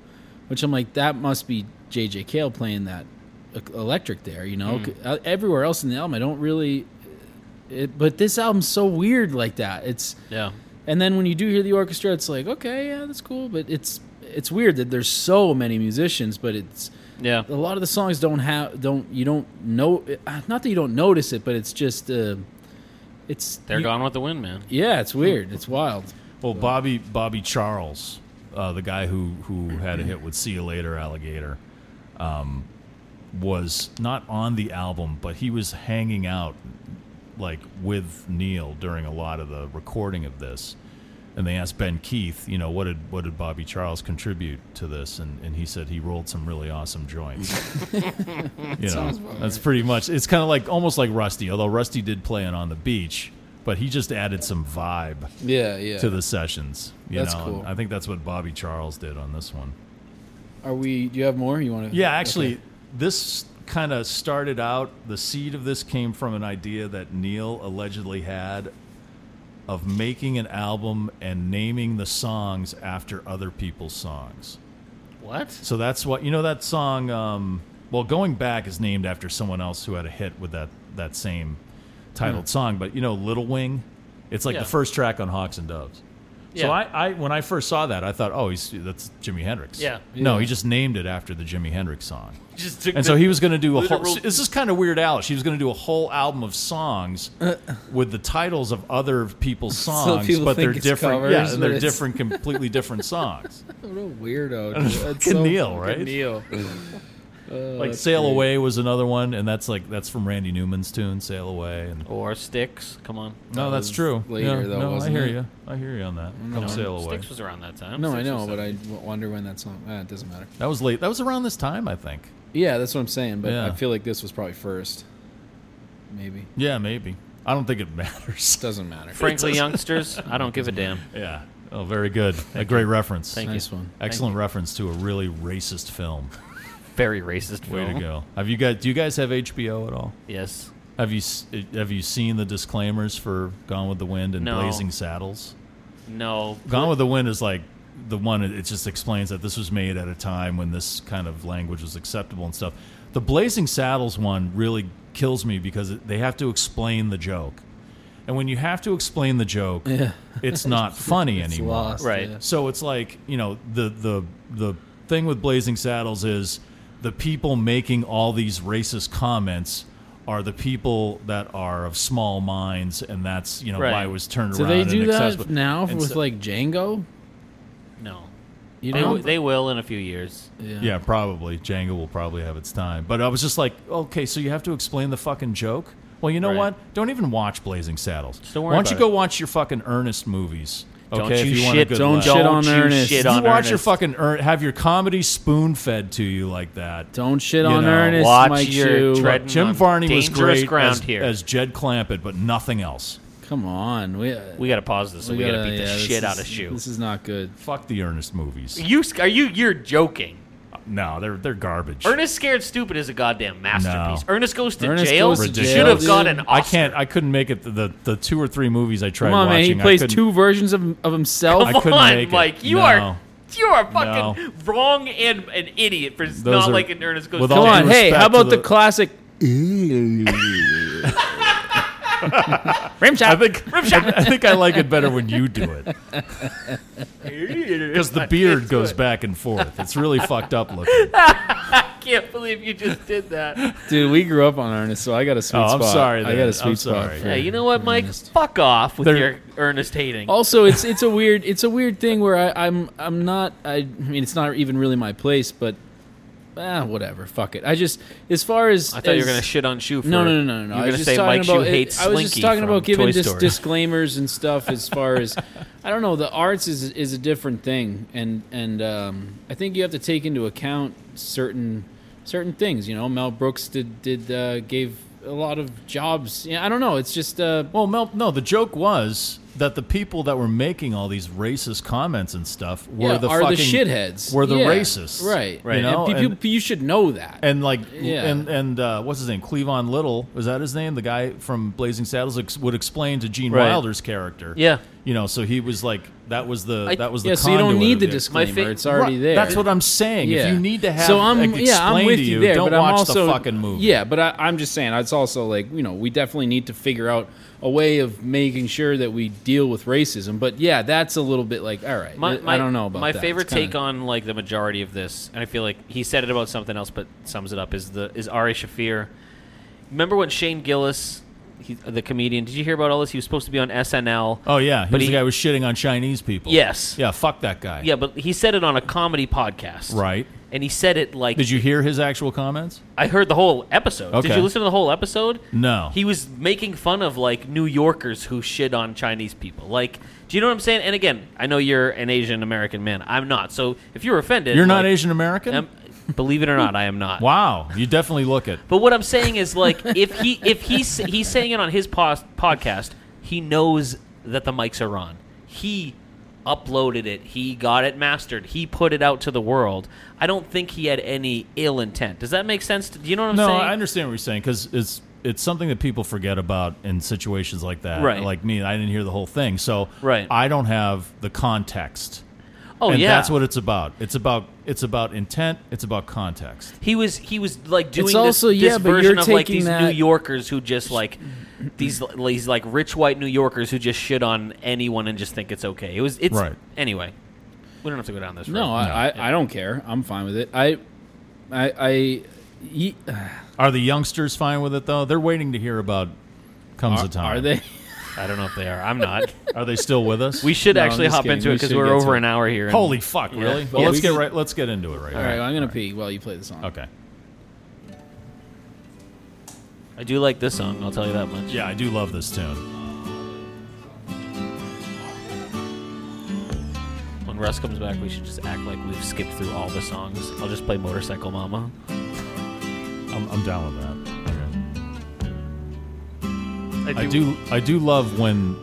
[SPEAKER 4] which i'm like that must be jj cale playing that e- electric there you
[SPEAKER 3] Hmm.
[SPEAKER 4] know Uh, everywhere else in the album i don't really uh, it, but this album's so weird like that it's
[SPEAKER 5] Yeah,
[SPEAKER 4] and then when you do hear the orchestra, it's like, okay, yeah, that's cool, but it's it's weird that there's so many musicians, but it's
[SPEAKER 5] yeah.
[SPEAKER 4] a lot of the songs don't have don't you don't know uh, not that you don't notice it, but it's just uh, it's
[SPEAKER 5] They're
[SPEAKER 4] you-
[SPEAKER 5] gone with the wind, man.
[SPEAKER 4] Yeah, it's weird. It's wild.
[SPEAKER 3] Well, Bobby Bobby Charles, uh, the guy who who had a hit with "See You Later, Alligator," um, was not on the album, but he was hanging out like with Neil during a lot of the recording of this. And they asked Ben Keith, you know, what did what did Bobby Charles contribute to this? And, and he said he rolled some really awesome joints. you know, that's pretty much. It's kind of like almost like Rusty, although Rusty did play on on the beach, but he just added some vibe
[SPEAKER 4] Yeah, yeah.
[SPEAKER 3] to the sessions. You
[SPEAKER 4] That's
[SPEAKER 3] know?
[SPEAKER 4] cool.
[SPEAKER 3] I think that's what Bobby Charles did on this one.
[SPEAKER 4] Are we? Do you have more? You want to?
[SPEAKER 3] Yeah, actually, this kind of started out. The seed of this came from an idea that Neil allegedly had of making an album and naming the songs after other people's songs.
[SPEAKER 5] What?
[SPEAKER 3] So that's what you know that song. Um, well, going back is named after someone else who had a hit with that that
[SPEAKER 4] Hmm.
[SPEAKER 3] same titled song. But you know, Little Wing, it's like
[SPEAKER 5] Yeah.
[SPEAKER 3] the first track on Hawks and Doves. So
[SPEAKER 5] Yeah.
[SPEAKER 3] I, I, when I first saw that, I thought, oh, he's that's Jimi Hendrix.
[SPEAKER 5] Yeah.
[SPEAKER 3] No,
[SPEAKER 4] Yeah.
[SPEAKER 3] he just named it after the Jimi Hendrix song.
[SPEAKER 5] Just took
[SPEAKER 3] And
[SPEAKER 5] the
[SPEAKER 3] so he was going to do a whole.
[SPEAKER 5] literal-
[SPEAKER 3] This is kind of weird, Alice. He was going to do a whole album of songs with the titles of other people's songs,
[SPEAKER 4] Uh. people
[SPEAKER 3] but
[SPEAKER 4] think
[SPEAKER 3] they're
[SPEAKER 4] it's
[SPEAKER 3] different. yeah,
[SPEAKER 4] covers,
[SPEAKER 3] and
[SPEAKER 4] but
[SPEAKER 3] they're
[SPEAKER 4] it's-
[SPEAKER 3] different, completely different songs.
[SPEAKER 4] What a weirdo. dude. That's
[SPEAKER 3] fucking Neil, right?
[SPEAKER 4] fucking Neil.
[SPEAKER 3] like "Sail Away" was another one, and that's like that's from Randy Newman's tune "Sail Away." And
[SPEAKER 5] or sticks. Come on.
[SPEAKER 3] no, that's
[SPEAKER 4] was
[SPEAKER 3] true.
[SPEAKER 4] later,
[SPEAKER 3] yeah,
[SPEAKER 4] though,
[SPEAKER 3] no,
[SPEAKER 4] wasn't
[SPEAKER 3] I hear
[SPEAKER 4] it?
[SPEAKER 3] you. I hear you on that. Come sail away.
[SPEAKER 5] Sticks was around that time.
[SPEAKER 4] No, I
[SPEAKER 5] Six or
[SPEAKER 4] know, but
[SPEAKER 5] seven.
[SPEAKER 4] I w- wonder when that song. Ah, it doesn't matter.
[SPEAKER 3] That was late. That was around this time, I think.
[SPEAKER 4] Yeah, that's what I'm saying. But
[SPEAKER 3] Yeah.
[SPEAKER 4] I feel like this was probably first. Maybe
[SPEAKER 3] Yeah, maybe. I don't think it matters.
[SPEAKER 4] doesn't matter.
[SPEAKER 5] frankly, youngsters, I don't give a damn.
[SPEAKER 3] yeah. Oh, very good. a great reference.
[SPEAKER 5] Thank
[SPEAKER 4] nice
[SPEAKER 5] you.
[SPEAKER 4] one.
[SPEAKER 3] Excellent reference to a really racist film.
[SPEAKER 5] Very racist.
[SPEAKER 3] Way
[SPEAKER 5] film.
[SPEAKER 3] to go. Have you guys? Do you guys have HBO at all?
[SPEAKER 5] Yes.
[SPEAKER 3] Have you s- eh, Have you seen the disclaimers for Gone with the Wind and
[SPEAKER 5] No.
[SPEAKER 3] Blazing Saddles?
[SPEAKER 5] No.
[SPEAKER 3] Gone with the Wind is like the one. It just explains that this was made at a time when this kind of language was acceptable and stuff. The Blazing Saddles one really kills me because it- they have to explain the joke, and when you have to explain the joke, it's not funny
[SPEAKER 4] It's
[SPEAKER 3] anymore.
[SPEAKER 4] lost,
[SPEAKER 5] Right.
[SPEAKER 4] yeah.
[SPEAKER 3] So it's like you know the the the thing with Blazing Saddles is the people making all these racist comments are the people that are of small minds, and that's you know why
[SPEAKER 5] Right.
[SPEAKER 3] it was turned
[SPEAKER 4] Do
[SPEAKER 3] around.
[SPEAKER 4] they
[SPEAKER 3] and
[SPEAKER 4] do that
[SPEAKER 3] accessible.
[SPEAKER 4] now
[SPEAKER 3] And
[SPEAKER 4] with
[SPEAKER 3] so-
[SPEAKER 4] like Django?
[SPEAKER 5] No.
[SPEAKER 4] You
[SPEAKER 5] They,
[SPEAKER 4] know,
[SPEAKER 5] w- they will in a few years.
[SPEAKER 3] Yeah, probably. Django will probably have its time. But I was just like, okay, so you have to explain the fucking joke? Well, you know
[SPEAKER 5] Right.
[SPEAKER 3] what? Don't even watch Blazing Saddles.
[SPEAKER 5] don't worry
[SPEAKER 3] Why don't
[SPEAKER 5] about
[SPEAKER 3] you go
[SPEAKER 5] it.
[SPEAKER 3] watch your fucking Ernest movies? Okay,
[SPEAKER 5] don't you,
[SPEAKER 3] if you want a
[SPEAKER 5] shit.
[SPEAKER 3] good
[SPEAKER 4] Don't
[SPEAKER 3] laugh.
[SPEAKER 4] shit on
[SPEAKER 5] you
[SPEAKER 4] Ernest.
[SPEAKER 5] shit
[SPEAKER 3] You
[SPEAKER 5] on
[SPEAKER 3] watch your
[SPEAKER 5] Ernest.
[SPEAKER 3] fucking Ern have your comedy spoon fed to you like that.
[SPEAKER 4] don't shit
[SPEAKER 3] You
[SPEAKER 4] on
[SPEAKER 3] know,
[SPEAKER 4] Ernest.
[SPEAKER 5] watch
[SPEAKER 4] Mike
[SPEAKER 5] your
[SPEAKER 4] Shue.
[SPEAKER 5] tread-
[SPEAKER 3] Jim
[SPEAKER 5] on
[SPEAKER 3] Varney was
[SPEAKER 5] dangerous
[SPEAKER 3] great
[SPEAKER 5] ground
[SPEAKER 3] as,
[SPEAKER 5] here.
[SPEAKER 3] as Jed Clampett, but nothing else.
[SPEAKER 4] Come on, we uh,
[SPEAKER 5] We got to pause this. and We, got to beat the
[SPEAKER 4] yeah, this
[SPEAKER 5] shit out
[SPEAKER 4] is-
[SPEAKER 5] of shoe.
[SPEAKER 4] This is not good.
[SPEAKER 3] Fuck the Ernest movies.
[SPEAKER 5] You sc- are you? You're joking.
[SPEAKER 3] No, they're they're garbage.
[SPEAKER 5] Ernest Scared Stupid is a goddamn masterpiece.
[SPEAKER 3] No.
[SPEAKER 5] Ernest goes to
[SPEAKER 4] Ernest
[SPEAKER 5] jail.
[SPEAKER 4] Goes to
[SPEAKER 3] Ridiculous.
[SPEAKER 5] Should have
[SPEAKER 4] Jail,
[SPEAKER 5] got
[SPEAKER 4] dude.
[SPEAKER 5] an Oscar.
[SPEAKER 3] I can't. I couldn't make it. The, the the two or three movies I tried
[SPEAKER 4] Come on, man. He
[SPEAKER 3] watching. I
[SPEAKER 4] plays
[SPEAKER 3] couldn't-
[SPEAKER 4] two versions of of himself.
[SPEAKER 3] I
[SPEAKER 5] Come
[SPEAKER 3] couldn't
[SPEAKER 5] on,
[SPEAKER 3] make it.
[SPEAKER 5] Mike. You
[SPEAKER 3] No.
[SPEAKER 5] are you are fucking
[SPEAKER 3] No.
[SPEAKER 5] wrong and an idiot for
[SPEAKER 3] Those
[SPEAKER 5] not
[SPEAKER 3] are-
[SPEAKER 5] like an Ernest Goes
[SPEAKER 3] with
[SPEAKER 5] to
[SPEAKER 3] all
[SPEAKER 5] Jail.
[SPEAKER 4] Come on,
[SPEAKER 3] due
[SPEAKER 4] hey,
[SPEAKER 3] respect
[SPEAKER 4] how
[SPEAKER 3] to
[SPEAKER 4] about the,
[SPEAKER 3] the-
[SPEAKER 4] classic?
[SPEAKER 3] I think I think I like it better when you do it because the beard goes back and forth. It's really fucked up looking.
[SPEAKER 5] I can't believe you just did that.
[SPEAKER 4] Dude, we grew up on Ernest, so I got a sweet
[SPEAKER 3] Oh, I'm
[SPEAKER 4] spot.
[SPEAKER 3] sorry
[SPEAKER 4] I
[SPEAKER 3] then.
[SPEAKER 4] got a sweet
[SPEAKER 3] I'm
[SPEAKER 4] spot.
[SPEAKER 3] sorry.
[SPEAKER 4] for
[SPEAKER 5] Yeah, you know what, Mike? Fuck off with your Ernest hating.
[SPEAKER 4] Also, it's it's a weird it's a weird thing where I, I'm I'm not I, I mean it's not even really my place, but ah, whatever. Fuck it. I just as far as
[SPEAKER 5] I thought you were
[SPEAKER 4] as-
[SPEAKER 5] gonna shit on Shoe. For,
[SPEAKER 4] No, no, no, no, no.
[SPEAKER 5] You
[SPEAKER 4] I
[SPEAKER 5] were
[SPEAKER 4] was
[SPEAKER 5] gonna
[SPEAKER 4] just
[SPEAKER 5] say
[SPEAKER 4] talking
[SPEAKER 5] Mike
[SPEAKER 4] about,
[SPEAKER 5] Shoe hates
[SPEAKER 4] I was
[SPEAKER 5] Slinky
[SPEAKER 4] just talking about
[SPEAKER 5] from
[SPEAKER 4] giving
[SPEAKER 5] Toy
[SPEAKER 4] dis-
[SPEAKER 5] Story.
[SPEAKER 4] disclaimers and stuff as far as I don't know. The arts is is a different thing, and and um, I think you have to take into account certain certain things. You know, Mel Brooks did did uh, gave a lot of jobs. Yeah, I don't know. It's just uh,
[SPEAKER 3] Well, Mel, no, the joke was that the people that were making all these racist comments and stuff were
[SPEAKER 4] yeah,
[SPEAKER 3] the
[SPEAKER 4] are
[SPEAKER 3] fucking
[SPEAKER 4] the shitheads.
[SPEAKER 3] were the
[SPEAKER 4] Yeah,
[SPEAKER 3] racists,
[SPEAKER 4] right?
[SPEAKER 3] You
[SPEAKER 4] And
[SPEAKER 3] know,
[SPEAKER 4] pe-
[SPEAKER 3] and,
[SPEAKER 4] pe- you should know that.
[SPEAKER 3] and like
[SPEAKER 4] Yeah.
[SPEAKER 3] and and uh, what's his name? Cleavon Little was that his name? The guy from Blazing Saddles ex- would explain to Gene
[SPEAKER 5] Right.
[SPEAKER 3] Wilder's character.
[SPEAKER 5] Yeah.
[SPEAKER 3] you know, so he was like that was the
[SPEAKER 5] I-
[SPEAKER 3] that was the
[SPEAKER 4] yeah, so you don't
[SPEAKER 3] conduit
[SPEAKER 4] need
[SPEAKER 3] of
[SPEAKER 4] the
[SPEAKER 3] it.
[SPEAKER 4] disclaimer.
[SPEAKER 5] fi-
[SPEAKER 4] it's already
[SPEAKER 3] Right,
[SPEAKER 4] there.
[SPEAKER 3] That's what I'm saying. If you need to have
[SPEAKER 4] so I'm,
[SPEAKER 3] like, explained
[SPEAKER 4] yeah, I'm with
[SPEAKER 3] to you,
[SPEAKER 4] there,
[SPEAKER 3] don't
[SPEAKER 4] but
[SPEAKER 3] watch
[SPEAKER 4] I'm also,
[SPEAKER 3] the fucking movie.
[SPEAKER 4] Yeah, but I, I'm just saying, it's also like you know, we definitely need to figure out a way of making sure that we deal with racism. But yeah, that's a little bit like all right.
[SPEAKER 5] My, my,
[SPEAKER 4] I don't know about
[SPEAKER 5] my
[SPEAKER 4] that.
[SPEAKER 5] favorite
[SPEAKER 4] It's kinda-
[SPEAKER 5] take on like the majority of this, and I feel like he said it about something else, but sums it up is the is Ari Shafir. Remember when Shane Gillis, he, the comedian, did you hear about all this? He was supposed to be on SNL.
[SPEAKER 3] Oh yeah, he
[SPEAKER 5] But
[SPEAKER 3] was
[SPEAKER 5] he-
[SPEAKER 3] the guy who was shitting on Chinese people.
[SPEAKER 5] Yes.
[SPEAKER 3] Yeah, fuck that guy.
[SPEAKER 5] yeah, but he said it on a comedy podcast,
[SPEAKER 3] Right.
[SPEAKER 5] And he said it like
[SPEAKER 3] Did you hear his actual comments?
[SPEAKER 5] I heard the whole episode.
[SPEAKER 3] Okay.
[SPEAKER 5] Did you listen to the whole episode?
[SPEAKER 3] No.
[SPEAKER 5] He was making fun of like New Yorkers who shit on Chinese people. Like, do you know what I'm saying? And again, I know you're an Asian American man. I'm not. So if you're offended,
[SPEAKER 3] You're not
[SPEAKER 5] like,
[SPEAKER 3] Asian American.
[SPEAKER 5] am- believe it or not, I am not.
[SPEAKER 3] wow, you definitely look it.
[SPEAKER 5] But what I'm saying is like if he if he's he's saying it on his pos- podcast, he knows that the mics are on. He uploaded it. He got it mastered. He put it out to the world. I don't think he had any ill intent. Does that make sense? Do you know what I'm
[SPEAKER 3] no,
[SPEAKER 5] saying?
[SPEAKER 3] I understand what you're saying because it's it's something that people forget about in situations like that.
[SPEAKER 5] Right.
[SPEAKER 3] Like me, I didn't hear the whole thing, so
[SPEAKER 5] Right.
[SPEAKER 3] I don't have the context.
[SPEAKER 5] Oh
[SPEAKER 3] and
[SPEAKER 5] yeah,
[SPEAKER 3] that's what it's about. It's about it's about intent. It's about context.
[SPEAKER 5] He was he was like doing
[SPEAKER 4] also-
[SPEAKER 5] this,
[SPEAKER 4] yeah,
[SPEAKER 5] this
[SPEAKER 4] but
[SPEAKER 5] version
[SPEAKER 4] you're
[SPEAKER 5] of like
[SPEAKER 4] taking
[SPEAKER 5] these New
[SPEAKER 4] that-
[SPEAKER 5] Yorkers who just like these l- these like rich white New Yorkers who just shit on anyone and just think it's okay. It was it's
[SPEAKER 3] Right.
[SPEAKER 5] anyway. We don't have to go down this road.
[SPEAKER 4] No, I, I, I don't care. I'm fine with it. I, I, I ye-
[SPEAKER 3] Are the youngsters fine with it though? They're waiting to hear about comes a time.
[SPEAKER 4] are they?
[SPEAKER 5] I don't know if they are. I'm not.
[SPEAKER 3] Are they still with us?
[SPEAKER 5] We should
[SPEAKER 4] No, I'm
[SPEAKER 5] actually
[SPEAKER 4] just
[SPEAKER 5] hop
[SPEAKER 4] kidding.
[SPEAKER 5] into
[SPEAKER 4] We
[SPEAKER 5] it because
[SPEAKER 4] should
[SPEAKER 5] we're
[SPEAKER 4] get to
[SPEAKER 5] over
[SPEAKER 4] it.
[SPEAKER 5] an hour here. and-
[SPEAKER 3] Holy fuck!
[SPEAKER 5] Yeah.
[SPEAKER 3] Really?
[SPEAKER 5] Yeah,
[SPEAKER 3] Well, let's
[SPEAKER 4] we
[SPEAKER 3] get
[SPEAKER 4] should-
[SPEAKER 3] right. Let's get into it right.
[SPEAKER 4] All right, well, I'm gonna pee while you play the song.
[SPEAKER 3] Okay.
[SPEAKER 5] I do like this song. I'll tell you that much.
[SPEAKER 3] Yeah, I do love this tune.
[SPEAKER 5] When Russ comes back, we should just act like we've skipped through all the songs. I'll just play Motorcycle Mama.
[SPEAKER 3] I'm, I'm down with that. Okay.
[SPEAKER 5] I
[SPEAKER 3] I do. I do love when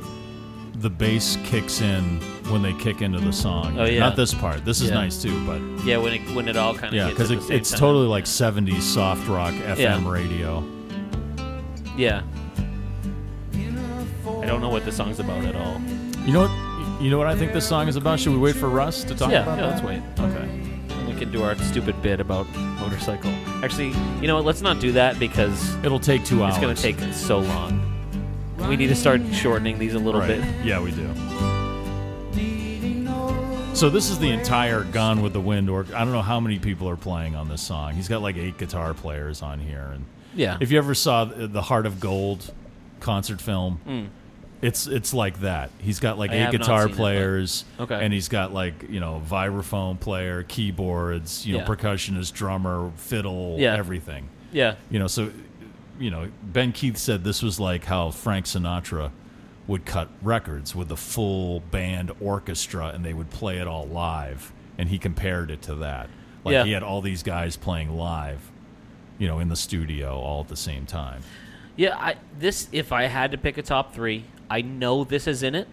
[SPEAKER 3] the bass kicks in when they kick into the song.
[SPEAKER 5] Oh, yeah.
[SPEAKER 3] Not this part. This is
[SPEAKER 5] Yeah.
[SPEAKER 3] nice too, but
[SPEAKER 5] Yeah, when it when it all kind of
[SPEAKER 3] yeah, because
[SPEAKER 5] because
[SPEAKER 3] it, it's totally like '70s soft rock FM
[SPEAKER 5] Yeah.
[SPEAKER 3] radio.
[SPEAKER 5] yeah. I don't know what the song's about at all.
[SPEAKER 3] You know what? You know what I think this song is about. Should we wait for Russ to talk
[SPEAKER 5] Yeah,
[SPEAKER 3] about
[SPEAKER 5] yeah,
[SPEAKER 3] that?
[SPEAKER 5] let's wait.
[SPEAKER 3] Okay.
[SPEAKER 5] We can do our stupid bit about motorcycle. Actually, you know what? Let's not do that because
[SPEAKER 3] It'll take two hours.
[SPEAKER 5] it's going to take so long. We need to start shortening these a little
[SPEAKER 3] Right.
[SPEAKER 5] bit.
[SPEAKER 3] Yeah, we do. So this is the entire Gone with the Wind or I don't know how many people are playing on this song. He's got like eight guitar players on here and
[SPEAKER 5] Yeah.
[SPEAKER 3] if you ever saw th- the Heart of Gold concert film, it's it's like that. He's got like
[SPEAKER 5] Hmm. I
[SPEAKER 3] eight
[SPEAKER 5] have not
[SPEAKER 3] guitar
[SPEAKER 5] seen it, but-
[SPEAKER 3] players,
[SPEAKER 5] Okay.
[SPEAKER 3] and he's got like you know vibraphone player, keyboards, you know
[SPEAKER 5] Yeah.
[SPEAKER 3] percussionist, drummer, fiddle,
[SPEAKER 5] Yeah.
[SPEAKER 3] everything.
[SPEAKER 5] yeah.
[SPEAKER 3] You know, so you know Ben Keith said this was like how Frank Sinatra would cut records with the full band orchestra, and they would play it all live. And he compared it to that. Like
[SPEAKER 5] Yeah.
[SPEAKER 3] he had all these guys playing live, you know, in the studio all at the same time.
[SPEAKER 5] Yeah, I this if I had to pick a top three, I know this is in it.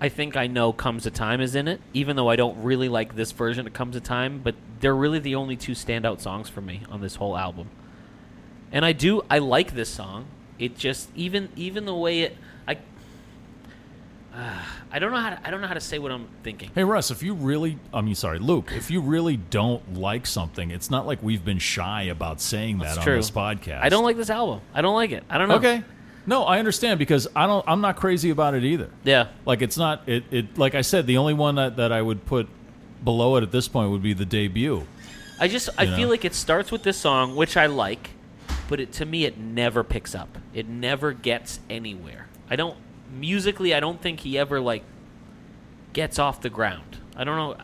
[SPEAKER 5] I think I know Comes a Time is in it, even though I don't really like this version of Comes a Time, but they're really the only two standout songs for me on this whole album. And I do I like this song. It just even even the way it I I don't know how to, I don't know how to say what I'm thinking.
[SPEAKER 3] Hey Russ, if you really, I mean, sorry, Luke, if you really don't like something, it's not like we've been shy about saying that
[SPEAKER 5] It's
[SPEAKER 3] on
[SPEAKER 5] true.
[SPEAKER 3] this podcast.
[SPEAKER 5] I don't like this album. I don't like it. I don't know.
[SPEAKER 3] Okay, no, I understand because I don't. I'm not crazy about it either.
[SPEAKER 5] Yeah.
[SPEAKER 3] Like it's not it, it like I said, the only one that, that I would put below it at this point would be the debut.
[SPEAKER 5] I just I
[SPEAKER 3] You know?
[SPEAKER 5] feel like it starts with this song, which I like, but it to me it never picks up. It never gets anywhere. I don't musically. I don't think he ever like gets off the ground. I don't know.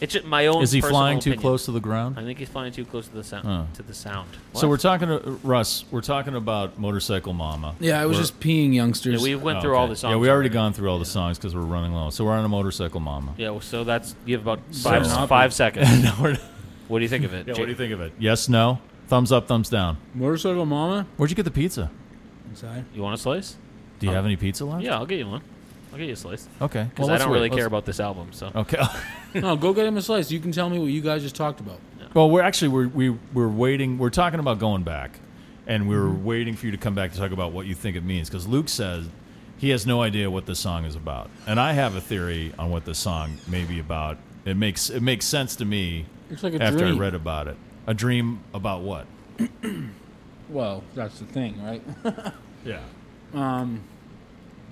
[SPEAKER 5] It's just my own.
[SPEAKER 3] Is he
[SPEAKER 5] personal
[SPEAKER 3] flying too
[SPEAKER 5] opinion.
[SPEAKER 3] close to the
[SPEAKER 5] I
[SPEAKER 3] ground?
[SPEAKER 5] think he's flying too close to the sound. To the sound.
[SPEAKER 3] So
[SPEAKER 5] What?
[SPEAKER 3] we're talking to Russ, we're talking about Motorcycle Mama.
[SPEAKER 4] Yeah, I was
[SPEAKER 3] We're-
[SPEAKER 4] just peeing, youngsters.
[SPEAKER 5] Yeah, we went
[SPEAKER 3] Oh,
[SPEAKER 5] through all
[SPEAKER 3] okay.
[SPEAKER 5] the songs.
[SPEAKER 3] Yeah, we already gone through all the songs because we're running low. So we're on a Motorcycle Mama.
[SPEAKER 5] Yeah, well, so that's you have about five,
[SPEAKER 3] So-
[SPEAKER 5] five seconds.
[SPEAKER 3] No, we're not-
[SPEAKER 5] What do you think of it?
[SPEAKER 3] yeah, what
[SPEAKER 5] Jake?
[SPEAKER 3] do you think of it? Yes, no? Thumbs up, thumbs down.
[SPEAKER 4] Motorcycle Mama.
[SPEAKER 3] Where'd you get the pizza?
[SPEAKER 4] Inside.
[SPEAKER 5] You want a slice?
[SPEAKER 3] Do you have any pizza left?
[SPEAKER 5] Yeah, I'll get you one. I'll get you a slice.
[SPEAKER 3] Okay.
[SPEAKER 5] Because I
[SPEAKER 3] let's
[SPEAKER 5] don't
[SPEAKER 3] wait.
[SPEAKER 5] really
[SPEAKER 3] Let's-
[SPEAKER 5] care about this album. So
[SPEAKER 3] Okay.
[SPEAKER 4] No, go get him a slice. You can tell me what you guys just talked about.
[SPEAKER 3] Well, we're actually we're, we we're waiting. We're talking about going back, and we
[SPEAKER 4] Mm-hmm.
[SPEAKER 3] were waiting for you to come back to talk about what you think it means. Because Luke says he has no idea what this song is about, and I have a theory on what this song may be about. It makes it makes sense to me
[SPEAKER 4] It's like a
[SPEAKER 3] after
[SPEAKER 4] dream.
[SPEAKER 3] I read about it. A dream about what?
[SPEAKER 4] Well, that's the thing, right?
[SPEAKER 3] Yeah. Um.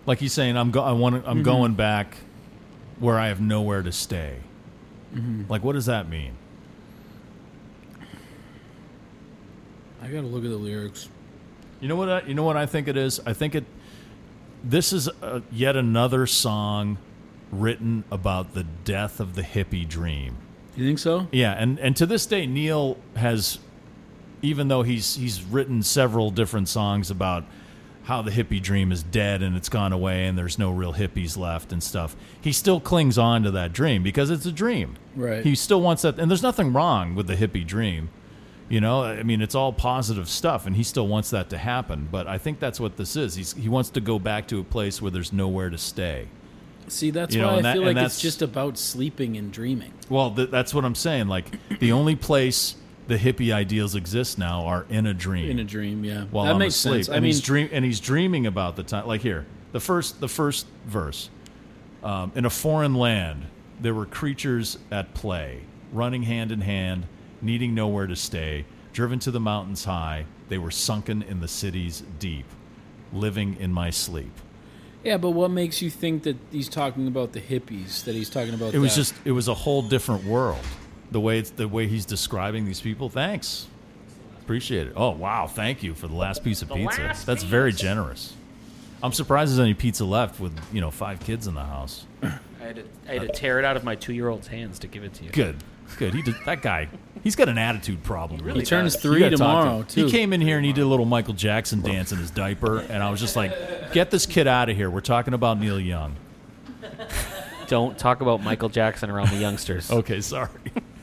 [SPEAKER 3] Like he's saying, I'm go- I want
[SPEAKER 4] Mm-hmm.
[SPEAKER 3] I'm going back where I have nowhere to stay.
[SPEAKER 4] Mm-hmm.
[SPEAKER 3] Like, what does that mean?
[SPEAKER 4] I gotta look at the lyrics.
[SPEAKER 3] You know what? I, you know what I think it is. I think it. This is uh yet another song written about the death of the hippie dream.
[SPEAKER 4] You think so?
[SPEAKER 3] Yeah, and and to this day, Neil has, even though he's he's written several different songs about how the hippie dream is dead and it's gone away and there's no real hippies left and stuff. He still clings on to that dream because it's a dream.
[SPEAKER 4] Right.
[SPEAKER 3] He still wants that, and there's nothing wrong with the hippie dream. You know, I mean, it's all positive stuff, and he still wants that to happen. But I think that's what this is. He's, he wants to go back to a place where there's nowhere to stay.
[SPEAKER 4] See, that's
[SPEAKER 3] You know,
[SPEAKER 4] why
[SPEAKER 3] and
[SPEAKER 4] I
[SPEAKER 3] that-
[SPEAKER 4] feel
[SPEAKER 3] and
[SPEAKER 4] like
[SPEAKER 3] that's-
[SPEAKER 4] it's just about sleeping and dreaming.
[SPEAKER 3] Well, th- that's what I'm saying. Like the only place the hippie ideals exist now are in a dream.
[SPEAKER 4] In a dream, yeah.
[SPEAKER 3] While
[SPEAKER 4] that
[SPEAKER 3] I'm
[SPEAKER 4] makes
[SPEAKER 3] asleep,
[SPEAKER 4] sense.
[SPEAKER 3] and
[SPEAKER 4] I mean,
[SPEAKER 3] he's dream and he's dreaming about the time. Like here, the first the first verse. Um, in a foreign land, there were creatures at play, running hand in hand, needing nowhere to stay. Driven to the mountains high, they were sunken in the cities deep. living in my sleep.
[SPEAKER 4] Yeah, but what makes you think that he's talking about the hippies? That he's talking about
[SPEAKER 3] It was
[SPEAKER 4] that?
[SPEAKER 3] just it was a whole different world. The way it's the way he's describing these people. Thanks. Appreciate it. Oh wow, thank you for the last piece of pizza.
[SPEAKER 5] last
[SPEAKER 3] That's very
[SPEAKER 5] piece.
[SPEAKER 3] generous. I'm surprised there's any pizza left with, you know, five kids in the house.
[SPEAKER 5] I had, to, I had to tear it out of my two-year-old's hands to give it to you.
[SPEAKER 3] Good. Good. He did, that guy. He's got an attitude problem.
[SPEAKER 5] really
[SPEAKER 4] he turns
[SPEAKER 5] does.
[SPEAKER 3] You
[SPEAKER 4] three
[SPEAKER 3] gotta talk to him.
[SPEAKER 4] tomorrow too.
[SPEAKER 3] He came in here and he did a little Michael Jackson dance in his diaper, and I was just like, "Get this kid out of here. We're talking about Neil Young."
[SPEAKER 5] Don't talk about Michael Jackson around the youngsters.
[SPEAKER 3] Okay, sorry.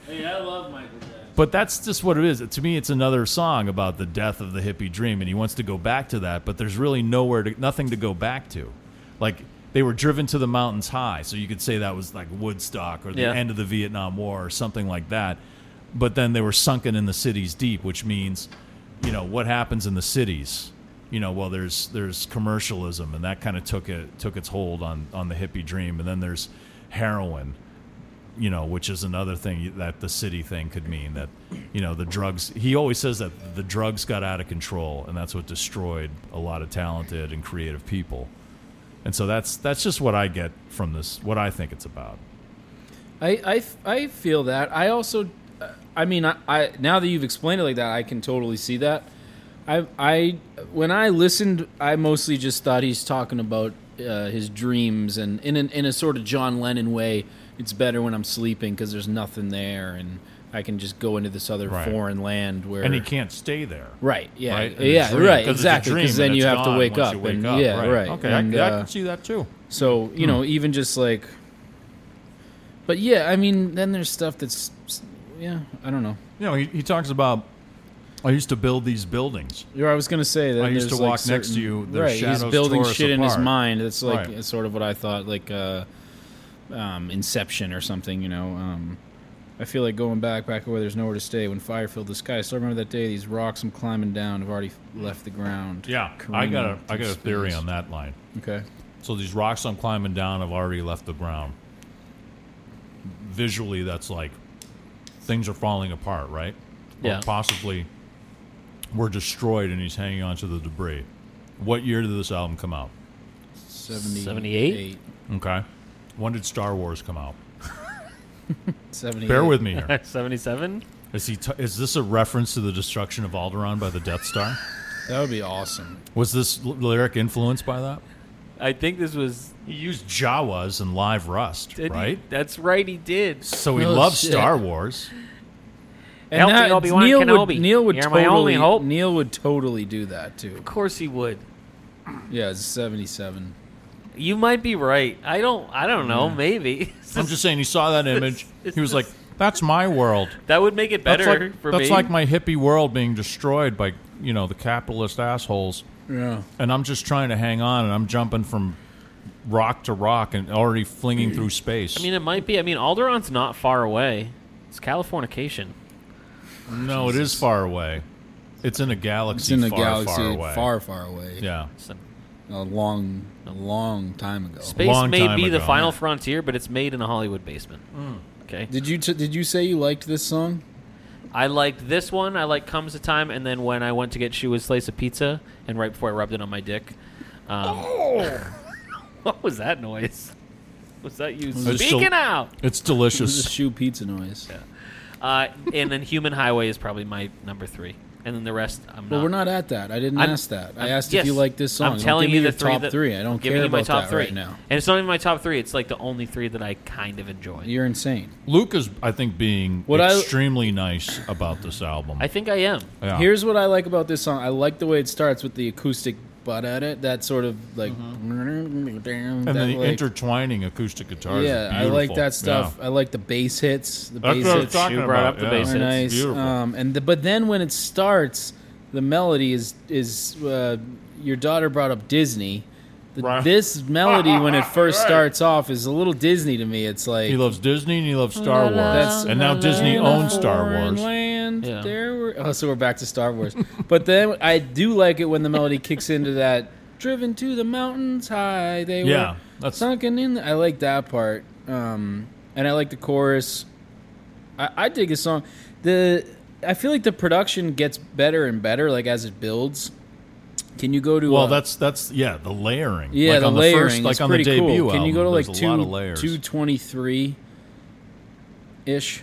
[SPEAKER 4] Hey, I love Michael Jackson.
[SPEAKER 3] But that's just what it is. To me, it's another song about the death of the hippie dream, and he wants to go back to that, but there's really nowhere to, nothing to go back to. Like, they were driven to the mountains high, so you could say that was like Woodstock or the
[SPEAKER 5] Yeah.
[SPEAKER 3] end of the Vietnam War or something like that. But then they were sunken in the cities deep, which means, you know, what happens in the cities? You know, well, there's there's commercialism, and that kind of took it took its hold on on the hippie dream, and then there's heroin, you know, which is another thing that the city thing could mean that, you know, the drugs. He always says that the drugs got out of control, and that's what destroyed a lot of talented and creative people. And so that's that's just what I get from this. What I think it's about.
[SPEAKER 4] I, I f- I feel that. I also, uh, I mean, I, I now that you've explained it like that, I can totally see that. I I when I listened, I mostly just thought he's talking about uh, his dreams and in an, in a sort of John Lennon way. It's better when I'm sleeping because there's nothing there and I can just go into this other
[SPEAKER 3] Right.
[SPEAKER 4] foreign land where
[SPEAKER 3] And he can't stay there.
[SPEAKER 4] Right. Yeah.
[SPEAKER 3] Right? In a
[SPEAKER 4] Yeah.
[SPEAKER 3] dream,
[SPEAKER 4] Right.
[SPEAKER 3] 'cause it's a
[SPEAKER 4] Exactly.
[SPEAKER 3] dream
[SPEAKER 4] Because then
[SPEAKER 3] and
[SPEAKER 4] you
[SPEAKER 3] it's
[SPEAKER 4] have to
[SPEAKER 3] gone
[SPEAKER 4] wake
[SPEAKER 3] once
[SPEAKER 4] up.
[SPEAKER 3] you wake
[SPEAKER 4] and
[SPEAKER 3] up,
[SPEAKER 4] yeah. Right.
[SPEAKER 3] Okay.
[SPEAKER 4] And,
[SPEAKER 3] I, I
[SPEAKER 4] uh,
[SPEAKER 3] can see that too.
[SPEAKER 4] so
[SPEAKER 3] Hmm.
[SPEAKER 4] you know, even just like, but yeah, I mean, then there's stuff that's, yeah, I don't know.
[SPEAKER 3] You know, he, he talks about. I used to build these buildings.
[SPEAKER 4] You know, I was gonna say that
[SPEAKER 3] I used
[SPEAKER 4] there's,
[SPEAKER 3] to
[SPEAKER 4] like,
[SPEAKER 3] walk next to
[SPEAKER 4] certain-
[SPEAKER 3] you, their
[SPEAKER 4] Right,
[SPEAKER 3] shadows
[SPEAKER 4] he's building
[SPEAKER 3] tore us
[SPEAKER 4] shit in his
[SPEAKER 3] apart.
[SPEAKER 4] mind. That's like
[SPEAKER 3] Right.
[SPEAKER 4] it's sort of what I thought, like uh, um, Inception or something. You know, um, I feel like going back, back where there's nowhere to stay. When fire filled the sky, I still remember that day. These rocks I'm climbing down have already left the ground.
[SPEAKER 3] Yeah, I
[SPEAKER 4] careening
[SPEAKER 3] got a I
[SPEAKER 4] through
[SPEAKER 3] got a theory
[SPEAKER 4] space.
[SPEAKER 3] on that line.
[SPEAKER 4] Okay.
[SPEAKER 3] So these rocks I'm climbing down have already left the ground. Visually, that's like things are falling apart, right?
[SPEAKER 5] Yeah.
[SPEAKER 3] Or possibly were destroyed and he's hanging on to the debris. What year did this album come out?
[SPEAKER 4] 78?
[SPEAKER 5] 78?
[SPEAKER 3] Okay. When did Star Wars come out?
[SPEAKER 4] 78.
[SPEAKER 3] Bear with me here.
[SPEAKER 5] 77?
[SPEAKER 3] Is he? T- is this a reference to the destruction of Alderaan by the Death Star?
[SPEAKER 4] That would be awesome.
[SPEAKER 3] Was this l- lyric influenced by that?
[SPEAKER 5] I think this was...
[SPEAKER 3] He used Jawas and Live Rust,
[SPEAKER 5] did he-
[SPEAKER 3] right?
[SPEAKER 5] That's right, he did.
[SPEAKER 3] So he
[SPEAKER 4] Oh,
[SPEAKER 3] loves
[SPEAKER 4] shit.
[SPEAKER 3] Star Wars.
[SPEAKER 4] And
[SPEAKER 5] Helping
[SPEAKER 4] that-
[SPEAKER 5] Obi-Wan
[SPEAKER 4] Neil
[SPEAKER 5] Kenobi.
[SPEAKER 4] would Neil would
[SPEAKER 5] You're my
[SPEAKER 4] totally
[SPEAKER 5] only hope.
[SPEAKER 4] Neil would totally do that too.
[SPEAKER 5] Of course he would.
[SPEAKER 4] Yeah, it's 77.
[SPEAKER 5] You might be right. I don't. I don't know. Maybe
[SPEAKER 3] I'm just saying he saw that image.
[SPEAKER 5] It's
[SPEAKER 3] He was like,
[SPEAKER 5] just-
[SPEAKER 3] "That's my world."
[SPEAKER 5] that would make it better
[SPEAKER 3] that's like,
[SPEAKER 5] for
[SPEAKER 3] that's
[SPEAKER 5] me.
[SPEAKER 3] like my hippie world being destroyed by you know the capitalist assholes,
[SPEAKER 4] Yeah.
[SPEAKER 3] and I'm just trying to hang on, and I'm jumping from rock to rock and already flinging through space.
[SPEAKER 5] I mean, it might be. I mean, Alderaan's not far away. It's Californication.
[SPEAKER 3] no, it is far away. It's in a galaxy.
[SPEAKER 4] It's in a
[SPEAKER 3] far,
[SPEAKER 4] galaxy
[SPEAKER 3] far away.
[SPEAKER 4] far, far away.
[SPEAKER 3] Yeah,
[SPEAKER 5] It's a-
[SPEAKER 4] A long, a long time ago.
[SPEAKER 5] Space
[SPEAKER 3] Long
[SPEAKER 5] may
[SPEAKER 3] time
[SPEAKER 5] be the
[SPEAKER 3] ago.
[SPEAKER 5] final frontier, but it's made in a Hollywood basement. Okay.
[SPEAKER 4] Hmm. Did you t- did you say you liked this song?
[SPEAKER 5] I liked this one. I liked Comes a Time, and then when I went to get She a Slice of Pizza, and right before I rubbed it on my dick. Um,
[SPEAKER 4] Oh!
[SPEAKER 5] what was that noise? Was that you
[SPEAKER 3] just a-
[SPEAKER 5] speaking out?
[SPEAKER 3] it's
[SPEAKER 4] It was a
[SPEAKER 3] delicious.
[SPEAKER 4] shoe pizza noise.
[SPEAKER 5] Uh, and then Human Highway is probably my number three. And then the rest, I'm
[SPEAKER 4] But
[SPEAKER 5] not.
[SPEAKER 4] we're not at that. I didn't
[SPEAKER 5] I'm-
[SPEAKER 4] ask that. I
[SPEAKER 5] I'm-
[SPEAKER 4] asked
[SPEAKER 5] yes.
[SPEAKER 4] if you liked this song.
[SPEAKER 5] I'm
[SPEAKER 4] Don't
[SPEAKER 5] telling
[SPEAKER 4] give
[SPEAKER 5] you
[SPEAKER 4] me
[SPEAKER 5] the
[SPEAKER 4] your
[SPEAKER 5] three
[SPEAKER 4] top
[SPEAKER 5] that-
[SPEAKER 4] three. I don't
[SPEAKER 5] I'm
[SPEAKER 4] care
[SPEAKER 5] giving you my
[SPEAKER 4] about
[SPEAKER 5] top
[SPEAKER 4] that
[SPEAKER 5] three
[SPEAKER 4] right now.
[SPEAKER 5] And it's not even my top three. It's like the only three that I kind of enjoy.
[SPEAKER 4] You're insane.
[SPEAKER 3] Luke is, I think, being
[SPEAKER 4] What I-
[SPEAKER 3] extremely nice about this album.
[SPEAKER 5] I think I am.
[SPEAKER 3] yeah.
[SPEAKER 4] Here's what I like about this song. I like the way it starts with the acoustic but at it. That sort of like
[SPEAKER 5] Mm-hmm.
[SPEAKER 3] and
[SPEAKER 4] that,
[SPEAKER 3] the
[SPEAKER 4] like-
[SPEAKER 3] intertwining acoustic guitars. is
[SPEAKER 4] Yeah, I like
[SPEAKER 3] beautiful.
[SPEAKER 4] that stuff.
[SPEAKER 3] Yeah.
[SPEAKER 4] I like the bass hits. The
[SPEAKER 3] That's
[SPEAKER 4] bass
[SPEAKER 3] what I was
[SPEAKER 4] hits.
[SPEAKER 3] talking
[SPEAKER 5] You brought
[SPEAKER 3] about.
[SPEAKER 5] up the
[SPEAKER 3] yeah.
[SPEAKER 5] bass
[SPEAKER 4] are
[SPEAKER 5] It's
[SPEAKER 4] nice.
[SPEAKER 3] Beautiful.
[SPEAKER 4] Um, and the, but then when it starts, the melody is is uh, your daughter brought up Disney. The,
[SPEAKER 3] Right.
[SPEAKER 4] This melody when it first starts off is a little Disney to me. It's like
[SPEAKER 3] He loves Disney and he loves Star Wars.
[SPEAKER 4] That's-
[SPEAKER 3] and now Disney
[SPEAKER 4] In a
[SPEAKER 3] owns Star
[SPEAKER 4] foreign
[SPEAKER 3] Wars.
[SPEAKER 4] land,
[SPEAKER 5] Yeah.
[SPEAKER 4] there were- oh, so we're back to Star Wars. but then I do like it when the melody kicks into that. Driven to the mountains high, they
[SPEAKER 3] Yeah,
[SPEAKER 4] were
[SPEAKER 3] that's-
[SPEAKER 4] sunken in. I like that part, um, and I like the chorus. I, I dig this song. The I feel like the production gets better and better, like as it builds. Can you go to?
[SPEAKER 3] Well,
[SPEAKER 4] uh,
[SPEAKER 3] that's that's yeah, the layering.
[SPEAKER 4] yeah,
[SPEAKER 3] like
[SPEAKER 4] the
[SPEAKER 3] on
[SPEAKER 4] layering.
[SPEAKER 3] The first, like
[SPEAKER 4] is
[SPEAKER 3] on the
[SPEAKER 4] pretty
[SPEAKER 3] debut
[SPEAKER 4] cool. Can you
[SPEAKER 3] album,
[SPEAKER 4] go to like
[SPEAKER 3] there's a lot of
[SPEAKER 4] two
[SPEAKER 3] layers.
[SPEAKER 4] two twenty three ish?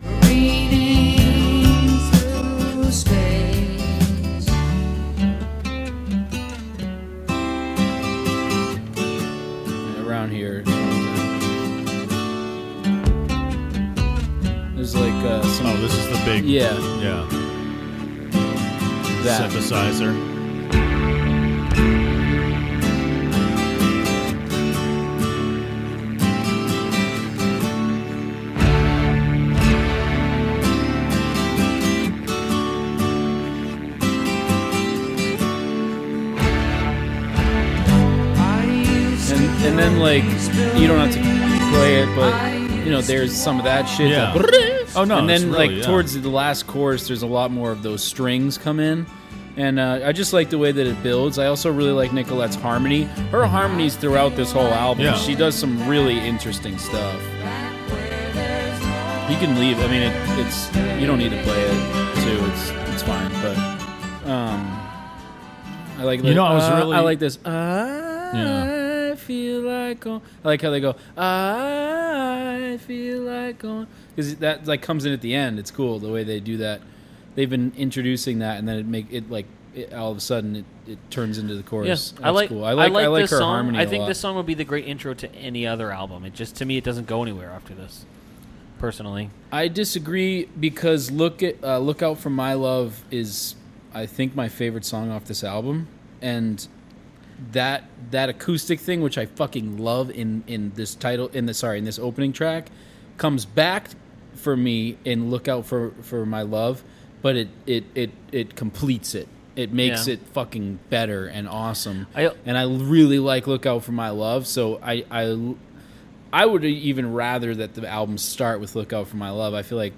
[SPEAKER 7] Reading through space.
[SPEAKER 4] around here. There's like uh, some
[SPEAKER 3] Oh, this is the big
[SPEAKER 4] yeah
[SPEAKER 3] yeah
[SPEAKER 4] that
[SPEAKER 3] synthesizer.
[SPEAKER 4] and, and then like you don't have to play it, but you know there's some of that shit.
[SPEAKER 3] Yeah.
[SPEAKER 4] that-
[SPEAKER 3] Oh, no,
[SPEAKER 4] And then
[SPEAKER 3] it's really-
[SPEAKER 4] like
[SPEAKER 3] yeah.
[SPEAKER 4] towards the last chorus, there's a lot more of those strings come in. And uh, I just like the way that it builds. I also really like Nicolette's harmony. Her harmonies throughout this whole album.
[SPEAKER 3] Yeah.
[SPEAKER 4] She does some really interesting stuff. You can leave. I mean, it, it's you don't need to play it too. It's it's fine. But um, I like the,
[SPEAKER 3] You know, I was
[SPEAKER 4] uh,
[SPEAKER 3] really-
[SPEAKER 4] I like this. I feel like on. I like how they go. I feel like on because that like comes in at the end. It's cool the way they do that. They've been introducing that, and then it make it like it, all of a sudden it, it turns into the chorus.
[SPEAKER 5] Yes,
[SPEAKER 4] That's
[SPEAKER 5] I like,
[SPEAKER 4] cool. I like I like
[SPEAKER 5] this
[SPEAKER 4] her
[SPEAKER 5] song.
[SPEAKER 4] harmony.
[SPEAKER 5] I
[SPEAKER 4] a
[SPEAKER 5] think
[SPEAKER 4] lot.
[SPEAKER 5] this song would be the great intro to any other album. It just to me it doesn't go anywhere after this. Personally,
[SPEAKER 4] I disagree because look at uh, look out for my love is I think my favorite song off this album and that that acoustic thing which I fucking love in in this title in the sorry in this opening track comes back for me in look out for for my love but it it it it completes it it makes
[SPEAKER 5] Yeah.
[SPEAKER 4] it fucking better and awesome
[SPEAKER 5] I-
[SPEAKER 4] and I really like look out for my love so I I I would even rather that the album start with "Look Out for My Love." I feel like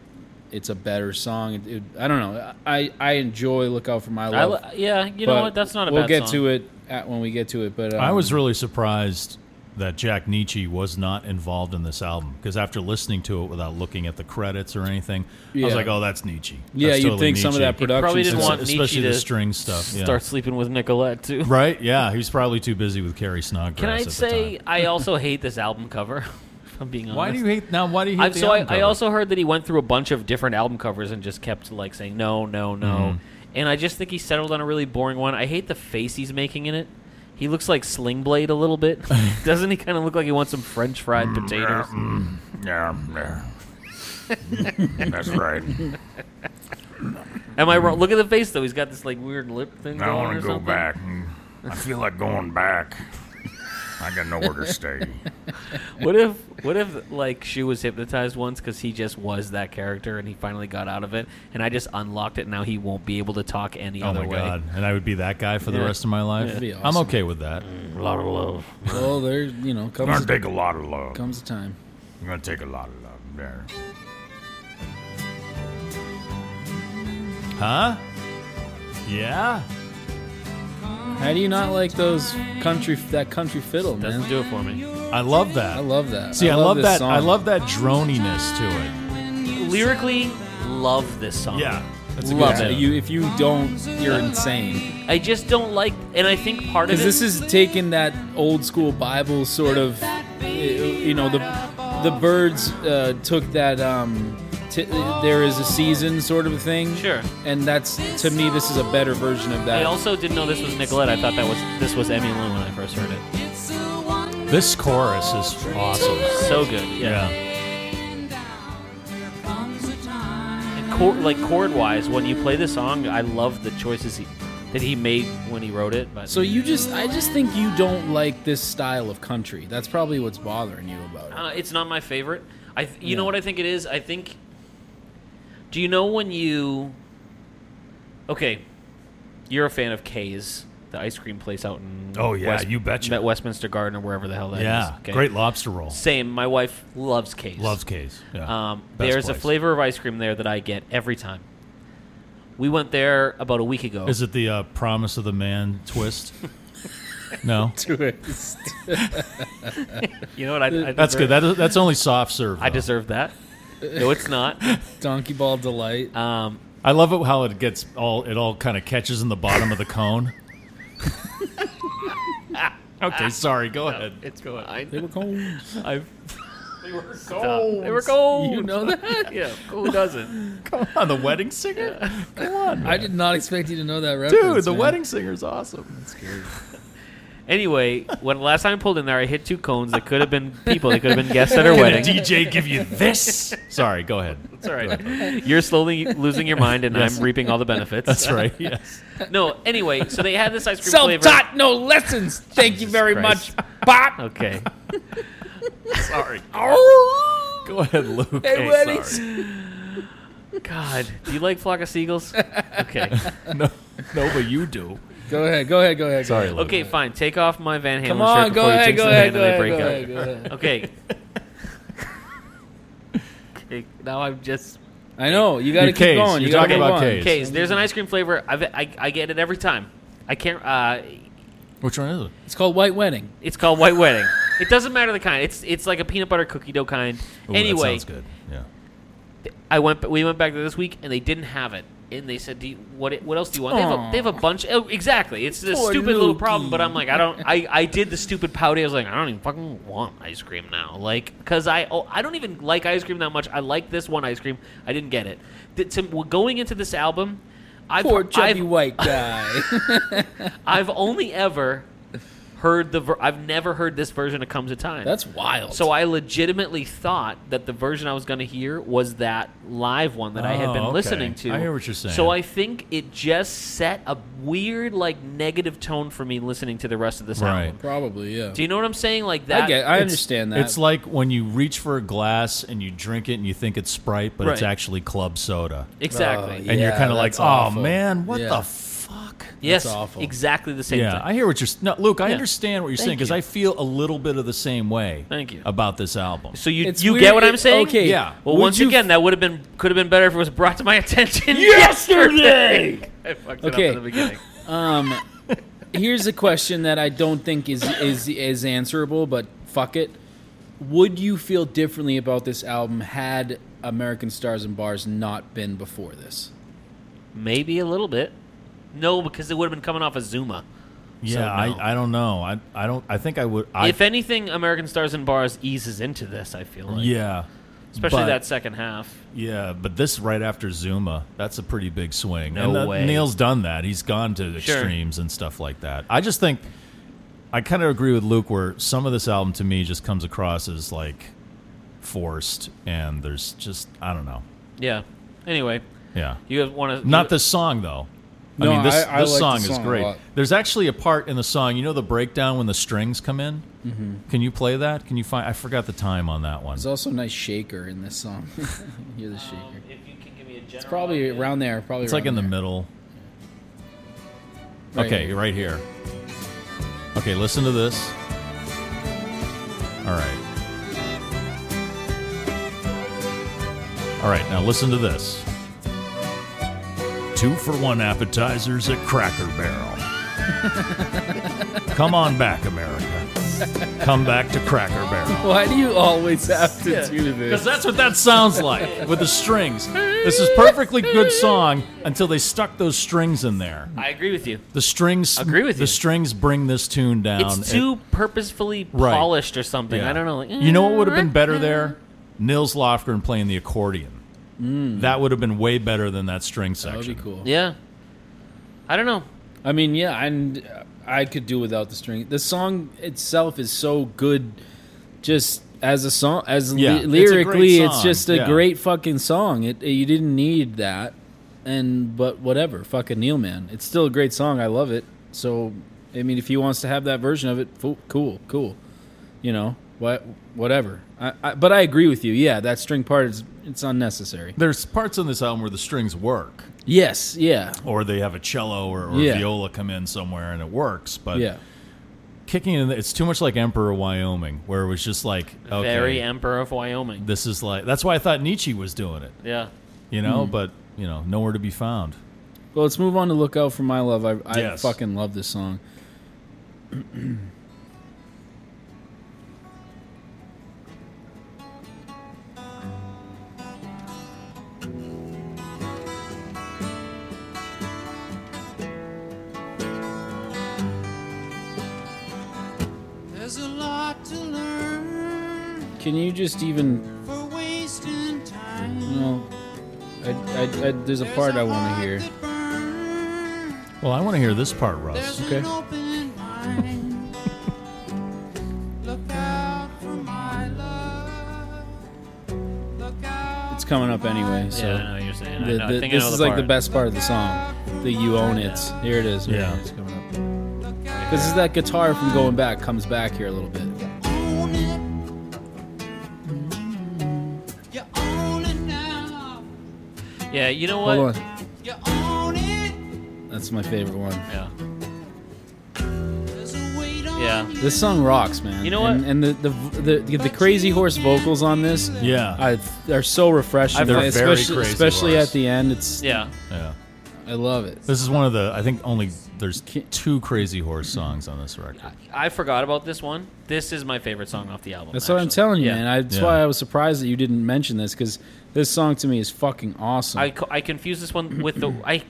[SPEAKER 4] it's a better song. It, it- I don't know. I, I enjoy "Look Out for My
[SPEAKER 5] I
[SPEAKER 4] Love."
[SPEAKER 5] li- yeah, you
[SPEAKER 4] but
[SPEAKER 5] know what? That's not a
[SPEAKER 4] We'll
[SPEAKER 5] bad
[SPEAKER 4] get
[SPEAKER 5] song.
[SPEAKER 4] to it at, when we get to it. But um,
[SPEAKER 3] I was really surprised that Jack Nietzsche was not involved in this album because after listening to it without looking at the credits or anything, I was
[SPEAKER 4] Yeah.
[SPEAKER 3] like, "Oh, that's Nietzsche."
[SPEAKER 4] yeah.
[SPEAKER 3] That's
[SPEAKER 4] You'd
[SPEAKER 3] totally
[SPEAKER 4] think some of that
[SPEAKER 3] Nietzsche.
[SPEAKER 4] production.
[SPEAKER 5] Probably didn't
[SPEAKER 4] stuff-
[SPEAKER 5] want Nietzsche
[SPEAKER 3] especially the
[SPEAKER 5] to
[SPEAKER 3] string stuff. Yeah.
[SPEAKER 5] Start sleeping with Nicolette too.
[SPEAKER 3] Right? Yeah, he was probably too busy with Carrie Snodgrass.
[SPEAKER 5] Can I
[SPEAKER 3] at the
[SPEAKER 5] say
[SPEAKER 3] time.
[SPEAKER 5] I also hate this album cover? if I'm being honest.
[SPEAKER 3] Why do you hate now? Why do you hate
[SPEAKER 5] I,
[SPEAKER 3] the
[SPEAKER 5] so I,
[SPEAKER 3] album
[SPEAKER 5] I
[SPEAKER 3] cover?
[SPEAKER 5] also heard that he went through a bunch of different album covers and just kept like saying no, no, no.
[SPEAKER 3] Mm-hmm.
[SPEAKER 5] And I just think he settled on a really boring one. I hate the face he's making in it. He looks like Sling Blade a little bit. Doesn't he kind of look like he wants some French fried potatoes?
[SPEAKER 8] Mm,
[SPEAKER 3] Yeah,
[SPEAKER 8] That's right.
[SPEAKER 5] Am I wrong? Look at the face though. He's got this like weird lip thing.
[SPEAKER 8] I
[SPEAKER 5] want to
[SPEAKER 8] go back. I feel like going back. I got nowhere to stay.
[SPEAKER 5] What if what if like Shu was hypnotized once because he just was that character and he finally got out of it and I just unlocked it and now he won't be able to talk any
[SPEAKER 3] Oh
[SPEAKER 5] other
[SPEAKER 3] my
[SPEAKER 5] way.
[SPEAKER 3] god! And I would be that guy for the
[SPEAKER 5] Yeah.
[SPEAKER 3] rest of my life.
[SPEAKER 4] That'd be
[SPEAKER 3] I'm
[SPEAKER 4] awesome.
[SPEAKER 3] okay with that.
[SPEAKER 5] Lot of love.
[SPEAKER 4] well, there you know
[SPEAKER 8] I'm
[SPEAKER 4] comes
[SPEAKER 8] gonna take a lot of love.
[SPEAKER 4] comes the time.
[SPEAKER 8] I'm gonna take a lot of love there.
[SPEAKER 3] Huh? Yeah.
[SPEAKER 4] How do you not like those country that country fiddle, man?
[SPEAKER 5] Doesn't do it for me.
[SPEAKER 3] I love that.
[SPEAKER 4] I love that.
[SPEAKER 3] See, I,
[SPEAKER 4] love,
[SPEAKER 3] love,
[SPEAKER 4] this
[SPEAKER 3] that.
[SPEAKER 4] Song.
[SPEAKER 3] I love that droniness to
[SPEAKER 5] Lyrically, love this song.
[SPEAKER 3] it. Yeah, that's a
[SPEAKER 4] love
[SPEAKER 3] good
[SPEAKER 4] it.
[SPEAKER 3] tune.
[SPEAKER 4] You if you don't, you're insane.
[SPEAKER 5] I just don't like, and I think part of
[SPEAKER 4] because
[SPEAKER 5] it.
[SPEAKER 4] this is taking that old school Bible sort of, you know, the the birds uh, took that um, t- there is a season sort of a thing.
[SPEAKER 5] Sure.
[SPEAKER 4] And that's to me, this is a better version of
[SPEAKER 5] I
[SPEAKER 4] that.
[SPEAKER 5] also didn't know this was Nicolette. I thought that was this was Emmy Lou when I first heard it.
[SPEAKER 3] This chorus is awesome.
[SPEAKER 5] So good. Yeah.
[SPEAKER 3] Yeah.
[SPEAKER 5] And chord, like chord wise, when you play the song, I love the choices he, that he made when he wrote it. But
[SPEAKER 4] so you just, I just think you don't like this style of country. That's probably what's bothering you about it.
[SPEAKER 5] Uh, it's not my favorite. I, th- you know what I think it is. I think. Do you know when you? Okay, you're a fan of K's, the ice cream place out in.
[SPEAKER 3] Oh, yeah, you betcha.
[SPEAKER 5] At Westminster Garden or wherever the hell that is.
[SPEAKER 3] Yeah.
[SPEAKER 5] okay?
[SPEAKER 3] Great lobster roll.
[SPEAKER 5] Same. My wife loves K's.
[SPEAKER 3] Loves case. Yeah.
[SPEAKER 5] Um,
[SPEAKER 3] Best
[SPEAKER 5] there's a
[SPEAKER 3] place.
[SPEAKER 5] flavor of ice cream there that I get every time. We went there about a week ago.
[SPEAKER 3] Is it the uh, promise of the man twist? no.
[SPEAKER 5] you know what? I, I
[SPEAKER 3] That's
[SPEAKER 5] deserve-
[SPEAKER 3] good. That is, that's only soft serve.
[SPEAKER 5] I
[SPEAKER 3] though.
[SPEAKER 5] deserve that. No, it's not.
[SPEAKER 4] Donkey Ball Delight.
[SPEAKER 5] Um,
[SPEAKER 3] I love it how it gets all it all kind of catches in the bottom of the cone. okay, sorry. Go ahead.
[SPEAKER 5] It's going.
[SPEAKER 4] They were cold.
[SPEAKER 5] I've.
[SPEAKER 8] They were
[SPEAKER 5] They were cold.
[SPEAKER 4] You know that?
[SPEAKER 5] Yeah. Who doesn't?
[SPEAKER 3] Come on, the wedding singer. Come on,
[SPEAKER 4] I did not expect you to know that reference.
[SPEAKER 3] dude. The
[SPEAKER 4] man.
[SPEAKER 3] wedding singer's awesome.
[SPEAKER 5] Anyway, when last time I pulled in there, I hit two cones that could have been people. They could have been guests at her wedding.
[SPEAKER 3] DJ give you this? Sorry, go ahead.
[SPEAKER 5] It's all right. You're slowly losing your mind, and I'm reaping all the benefits.
[SPEAKER 3] That's right. Yes.
[SPEAKER 5] No. Anyway, so they had this ice cream flavor.
[SPEAKER 7] Self-taught, no lessons. Thank you very
[SPEAKER 5] Christ.
[SPEAKER 7] much, Bob.
[SPEAKER 5] Okay.
[SPEAKER 3] Sorry.
[SPEAKER 7] Oh,
[SPEAKER 3] Go ahead, Luke.
[SPEAKER 7] hey, buddy.
[SPEAKER 5] God, do you like flock of seagulls? Okay.
[SPEAKER 3] No, no, but you do.
[SPEAKER 4] Go ahead. Go ahead. Go ahead.
[SPEAKER 3] Sorry, Luke.
[SPEAKER 5] Okay, fine. Take off my Van Halen
[SPEAKER 7] Come on,
[SPEAKER 5] shirt
[SPEAKER 7] go
[SPEAKER 5] before you
[SPEAKER 7] ahead,
[SPEAKER 5] jinx
[SPEAKER 7] go
[SPEAKER 5] the
[SPEAKER 7] ahead,
[SPEAKER 5] band
[SPEAKER 7] go
[SPEAKER 5] and they
[SPEAKER 7] ahead,
[SPEAKER 5] break
[SPEAKER 7] go
[SPEAKER 5] up.
[SPEAKER 7] ahead, go ahead.
[SPEAKER 5] Okay. okay. Now I'm just
[SPEAKER 4] I know. You got to
[SPEAKER 3] Your
[SPEAKER 4] keep
[SPEAKER 3] K's. You're
[SPEAKER 4] going. you gotta
[SPEAKER 3] talking
[SPEAKER 4] keep
[SPEAKER 3] about
[SPEAKER 4] going.
[SPEAKER 3] K's.
[SPEAKER 5] okay. so There's an ice cream flavor. I've, I I get it every time. I can't. Uh,
[SPEAKER 3] Which one is it?
[SPEAKER 4] It's called White Wedding.
[SPEAKER 5] it's called White Wedding. It doesn't matter the kind. It's it's like a peanut butter cookie dough kind.
[SPEAKER 3] Ooh,
[SPEAKER 5] anyway,
[SPEAKER 3] that sounds good. Yeah.
[SPEAKER 5] I went. We went back there this week, and they didn't have it. And they said, do you, "What? What else do you want?" They have, a, they have a bunch. Oh, exactly. It's this
[SPEAKER 4] Poor
[SPEAKER 5] stupid little
[SPEAKER 4] Lukey.
[SPEAKER 5] problem. But I'm like, I don't. I, I did the stupid pouty. I was like, I don't even fucking want ice cream now. Like, cause I oh, I don't even like ice cream that much. I like this one ice cream. I didn't get it. Th- to, well, going into this album, I've,
[SPEAKER 4] Poor chubby
[SPEAKER 5] I've,
[SPEAKER 4] white guy.
[SPEAKER 5] I've only ever heard the. Ver- I've never heard this version of "Comes a Time."
[SPEAKER 4] That's wild.
[SPEAKER 5] So I legitimately thought that the version I was going to hear was that live one that I had
[SPEAKER 3] Oh,
[SPEAKER 5] been
[SPEAKER 3] okay.
[SPEAKER 5] listening to.
[SPEAKER 3] I hear what you're saying.
[SPEAKER 5] So I think it just set a weird, like, negative tone for me listening to the rest of this
[SPEAKER 3] Right.
[SPEAKER 5] album.
[SPEAKER 4] probably yeah.
[SPEAKER 5] Do you know what I'm saying? Like that.
[SPEAKER 4] I get. I
[SPEAKER 3] It's-
[SPEAKER 4] understand that.
[SPEAKER 3] It's like when you reach for a glass and you drink it and you think it's Sprite, but it's
[SPEAKER 5] Right.
[SPEAKER 3] actually club soda.
[SPEAKER 5] exactly.
[SPEAKER 4] Oh,
[SPEAKER 3] And you're
[SPEAKER 4] Yeah,
[SPEAKER 3] kind of like,
[SPEAKER 4] that's
[SPEAKER 3] oh
[SPEAKER 4] awful."
[SPEAKER 3] man, what
[SPEAKER 4] Yeah.
[SPEAKER 3] the fuck?
[SPEAKER 5] Yes,
[SPEAKER 4] That's awful.
[SPEAKER 5] exactly the same
[SPEAKER 3] Yeah, I
[SPEAKER 5] thing.
[SPEAKER 3] hear what you're. s- No, Luke, I
[SPEAKER 5] Yeah.
[SPEAKER 3] understand what you're saying
[SPEAKER 5] Thank
[SPEAKER 3] because
[SPEAKER 5] you.
[SPEAKER 3] I feel a little bit of the same way.
[SPEAKER 5] Thank you.
[SPEAKER 3] about this album.
[SPEAKER 5] So you
[SPEAKER 4] It's
[SPEAKER 5] you
[SPEAKER 4] weird-
[SPEAKER 5] get what I'm
[SPEAKER 4] it-
[SPEAKER 5] saying?
[SPEAKER 4] Okay.
[SPEAKER 3] Yeah.
[SPEAKER 5] Well,
[SPEAKER 4] Would
[SPEAKER 5] once
[SPEAKER 4] you-
[SPEAKER 5] again, that would have been could have been better if it was brought to my attention yesterday. I fucked it
[SPEAKER 4] Okay.
[SPEAKER 5] up in the beginning.
[SPEAKER 4] Um, here's a question that I don't think is is is answerable, but fuck it. Would you feel differently about this album had American Stars and Bars not been before this?
[SPEAKER 5] Maybe a little bit. No, because it would have been coming off of Zuma.
[SPEAKER 3] yeah,
[SPEAKER 5] so no.
[SPEAKER 3] I, I don't know. I I don't. I think I would. I,
[SPEAKER 5] if anything, American Stars and Bars eases into this. I feel like,
[SPEAKER 3] yeah,
[SPEAKER 5] especially
[SPEAKER 3] but-
[SPEAKER 5] that second half.
[SPEAKER 3] Yeah, but this right after Zuma, that's a pretty big swing.
[SPEAKER 5] No
[SPEAKER 3] and that-
[SPEAKER 5] way.
[SPEAKER 3] Neil's done that. He's gone to
[SPEAKER 5] Sure.
[SPEAKER 3] extremes and stuff like that. I just think I kind of agree with Luke where some of this album to me just comes across as like forced and there's just I don't know.
[SPEAKER 5] Yeah. Anyway,
[SPEAKER 3] Yeah.
[SPEAKER 5] you want to
[SPEAKER 3] Not this song though.
[SPEAKER 4] No,
[SPEAKER 3] I mean this
[SPEAKER 4] I- I
[SPEAKER 3] this
[SPEAKER 4] like
[SPEAKER 3] song
[SPEAKER 4] the
[SPEAKER 3] is
[SPEAKER 4] song a
[SPEAKER 3] great.
[SPEAKER 4] lot.
[SPEAKER 3] There's actually a part in the song, you know the breakdown when the strings come in?
[SPEAKER 4] Mm-hmm.
[SPEAKER 3] Can you play that? Can you find I forgot the time on that one.
[SPEAKER 4] There's also a nice shaker in this song. You're the shaker.
[SPEAKER 5] If you can give me a general,
[SPEAKER 4] It's probably around there. Probably
[SPEAKER 3] It's like in
[SPEAKER 4] around
[SPEAKER 3] the
[SPEAKER 4] there.
[SPEAKER 3] middle.
[SPEAKER 4] Right
[SPEAKER 3] okay,
[SPEAKER 4] here.
[SPEAKER 3] right here. Okay, listen to this. All right. All right, now listen to this. Two for one appetizers at Cracker Barrel. Come on back, America. Come back to Cracker Barrel.
[SPEAKER 4] Why do you always have to do
[SPEAKER 3] Because
[SPEAKER 4] this?
[SPEAKER 3] that's what that sounds like with the strings. This is perfectly good song until they stuck those strings in there.
[SPEAKER 5] I agree with you.
[SPEAKER 3] The strings
[SPEAKER 5] Agree with
[SPEAKER 3] the
[SPEAKER 5] you.
[SPEAKER 3] strings bring this tune down.
[SPEAKER 5] It's too purposefully
[SPEAKER 3] Right.
[SPEAKER 5] polished or something.
[SPEAKER 3] Yeah.
[SPEAKER 5] I don't know. Like, eh, uh,
[SPEAKER 3] you know what would have been better there? Nils Lofgren playing the accordion.
[SPEAKER 5] Hmm.
[SPEAKER 3] That would have been way better than that string
[SPEAKER 4] That
[SPEAKER 3] section.
[SPEAKER 4] would be cool.
[SPEAKER 5] Yeah. I don't know.
[SPEAKER 4] I mean, yeah, and uh, I could do without the string. The song itself is so good, just as a song, as
[SPEAKER 3] Yeah,
[SPEAKER 4] ly-
[SPEAKER 3] it's a great
[SPEAKER 4] lyrically, it's,
[SPEAKER 3] song,
[SPEAKER 4] just a
[SPEAKER 3] yeah.
[SPEAKER 4] great fucking song. It, it- you didn't need that, and but whatever, fucking Neil man, it's still a great song. I love it. So, I mean, if he wants to have that version of it, fo- cool, cool. You know what? Whatever. I, I, but I agree with you. Yeah, that string part is it's unnecessary.
[SPEAKER 3] There's parts on this album where the strings work,
[SPEAKER 4] Yes. Yeah.
[SPEAKER 3] or they have a cello or, or
[SPEAKER 4] Yeah.
[SPEAKER 3] viola come in somewhere and it works. But
[SPEAKER 4] Yeah.
[SPEAKER 3] kicking in, the, it's too much like Emperor Wyoming, where it was just like, okay,
[SPEAKER 5] Very Emperor of Wyoming.
[SPEAKER 3] this is like. That's why I thought Nietzsche was doing it,
[SPEAKER 5] Yeah.
[SPEAKER 3] you know.
[SPEAKER 5] Hmm.
[SPEAKER 3] But you know, nowhere to be found.
[SPEAKER 4] Well, let's move on to "Look Out for My Love." I, I
[SPEAKER 3] Yes.
[SPEAKER 4] fucking love this song. Can you just even?
[SPEAKER 7] For wasting
[SPEAKER 5] Mm,
[SPEAKER 7] time.
[SPEAKER 4] No. I, I, I, there's a part I want to hear.
[SPEAKER 3] Well, I want to hear this part, Russ.
[SPEAKER 4] Okay.
[SPEAKER 7] Open mind. Look out for my love. Look out.
[SPEAKER 4] It's coming up anyway. So
[SPEAKER 5] yeah, I know what you're saying. I,
[SPEAKER 4] The-
[SPEAKER 5] know,
[SPEAKER 4] the-
[SPEAKER 5] I think
[SPEAKER 4] this
[SPEAKER 5] I know
[SPEAKER 4] is
[SPEAKER 5] the
[SPEAKER 4] like
[SPEAKER 5] part.
[SPEAKER 4] the best part of the song. The you own it. Here it is.
[SPEAKER 3] Yeah.
[SPEAKER 4] it's coming up. Because that guitar from going back comes back here a little bit.
[SPEAKER 7] Own it. You own it now.
[SPEAKER 5] Yeah, you know what?
[SPEAKER 4] Hold on.
[SPEAKER 7] You own it.
[SPEAKER 4] That's my favorite one.
[SPEAKER 5] Yeah.
[SPEAKER 7] There's a weight on
[SPEAKER 5] Yeah.
[SPEAKER 4] This song rocks, man.
[SPEAKER 5] You know what?
[SPEAKER 4] And, and the, the, v- the the crazy horse vocals on this,
[SPEAKER 3] Yeah.
[SPEAKER 4] I, they're so refreshing.
[SPEAKER 3] They're
[SPEAKER 4] man,
[SPEAKER 3] very
[SPEAKER 4] especially,
[SPEAKER 3] crazy
[SPEAKER 4] especially
[SPEAKER 3] horse.
[SPEAKER 4] at the end. It's
[SPEAKER 5] Yeah.
[SPEAKER 3] yeah.
[SPEAKER 4] I love it.
[SPEAKER 3] This is one of the I think only there's two Crazy Horse songs on this record.
[SPEAKER 5] I forgot about this one. This is my favorite song off the album.
[SPEAKER 4] That's what I'm
[SPEAKER 5] actually.
[SPEAKER 4] telling you,
[SPEAKER 5] Yeah.
[SPEAKER 4] man. I, that's
[SPEAKER 3] Yeah.
[SPEAKER 4] why I was surprised that you didn't mention this because this song to me is fucking awesome.
[SPEAKER 5] I, co- I confuse this one with the I.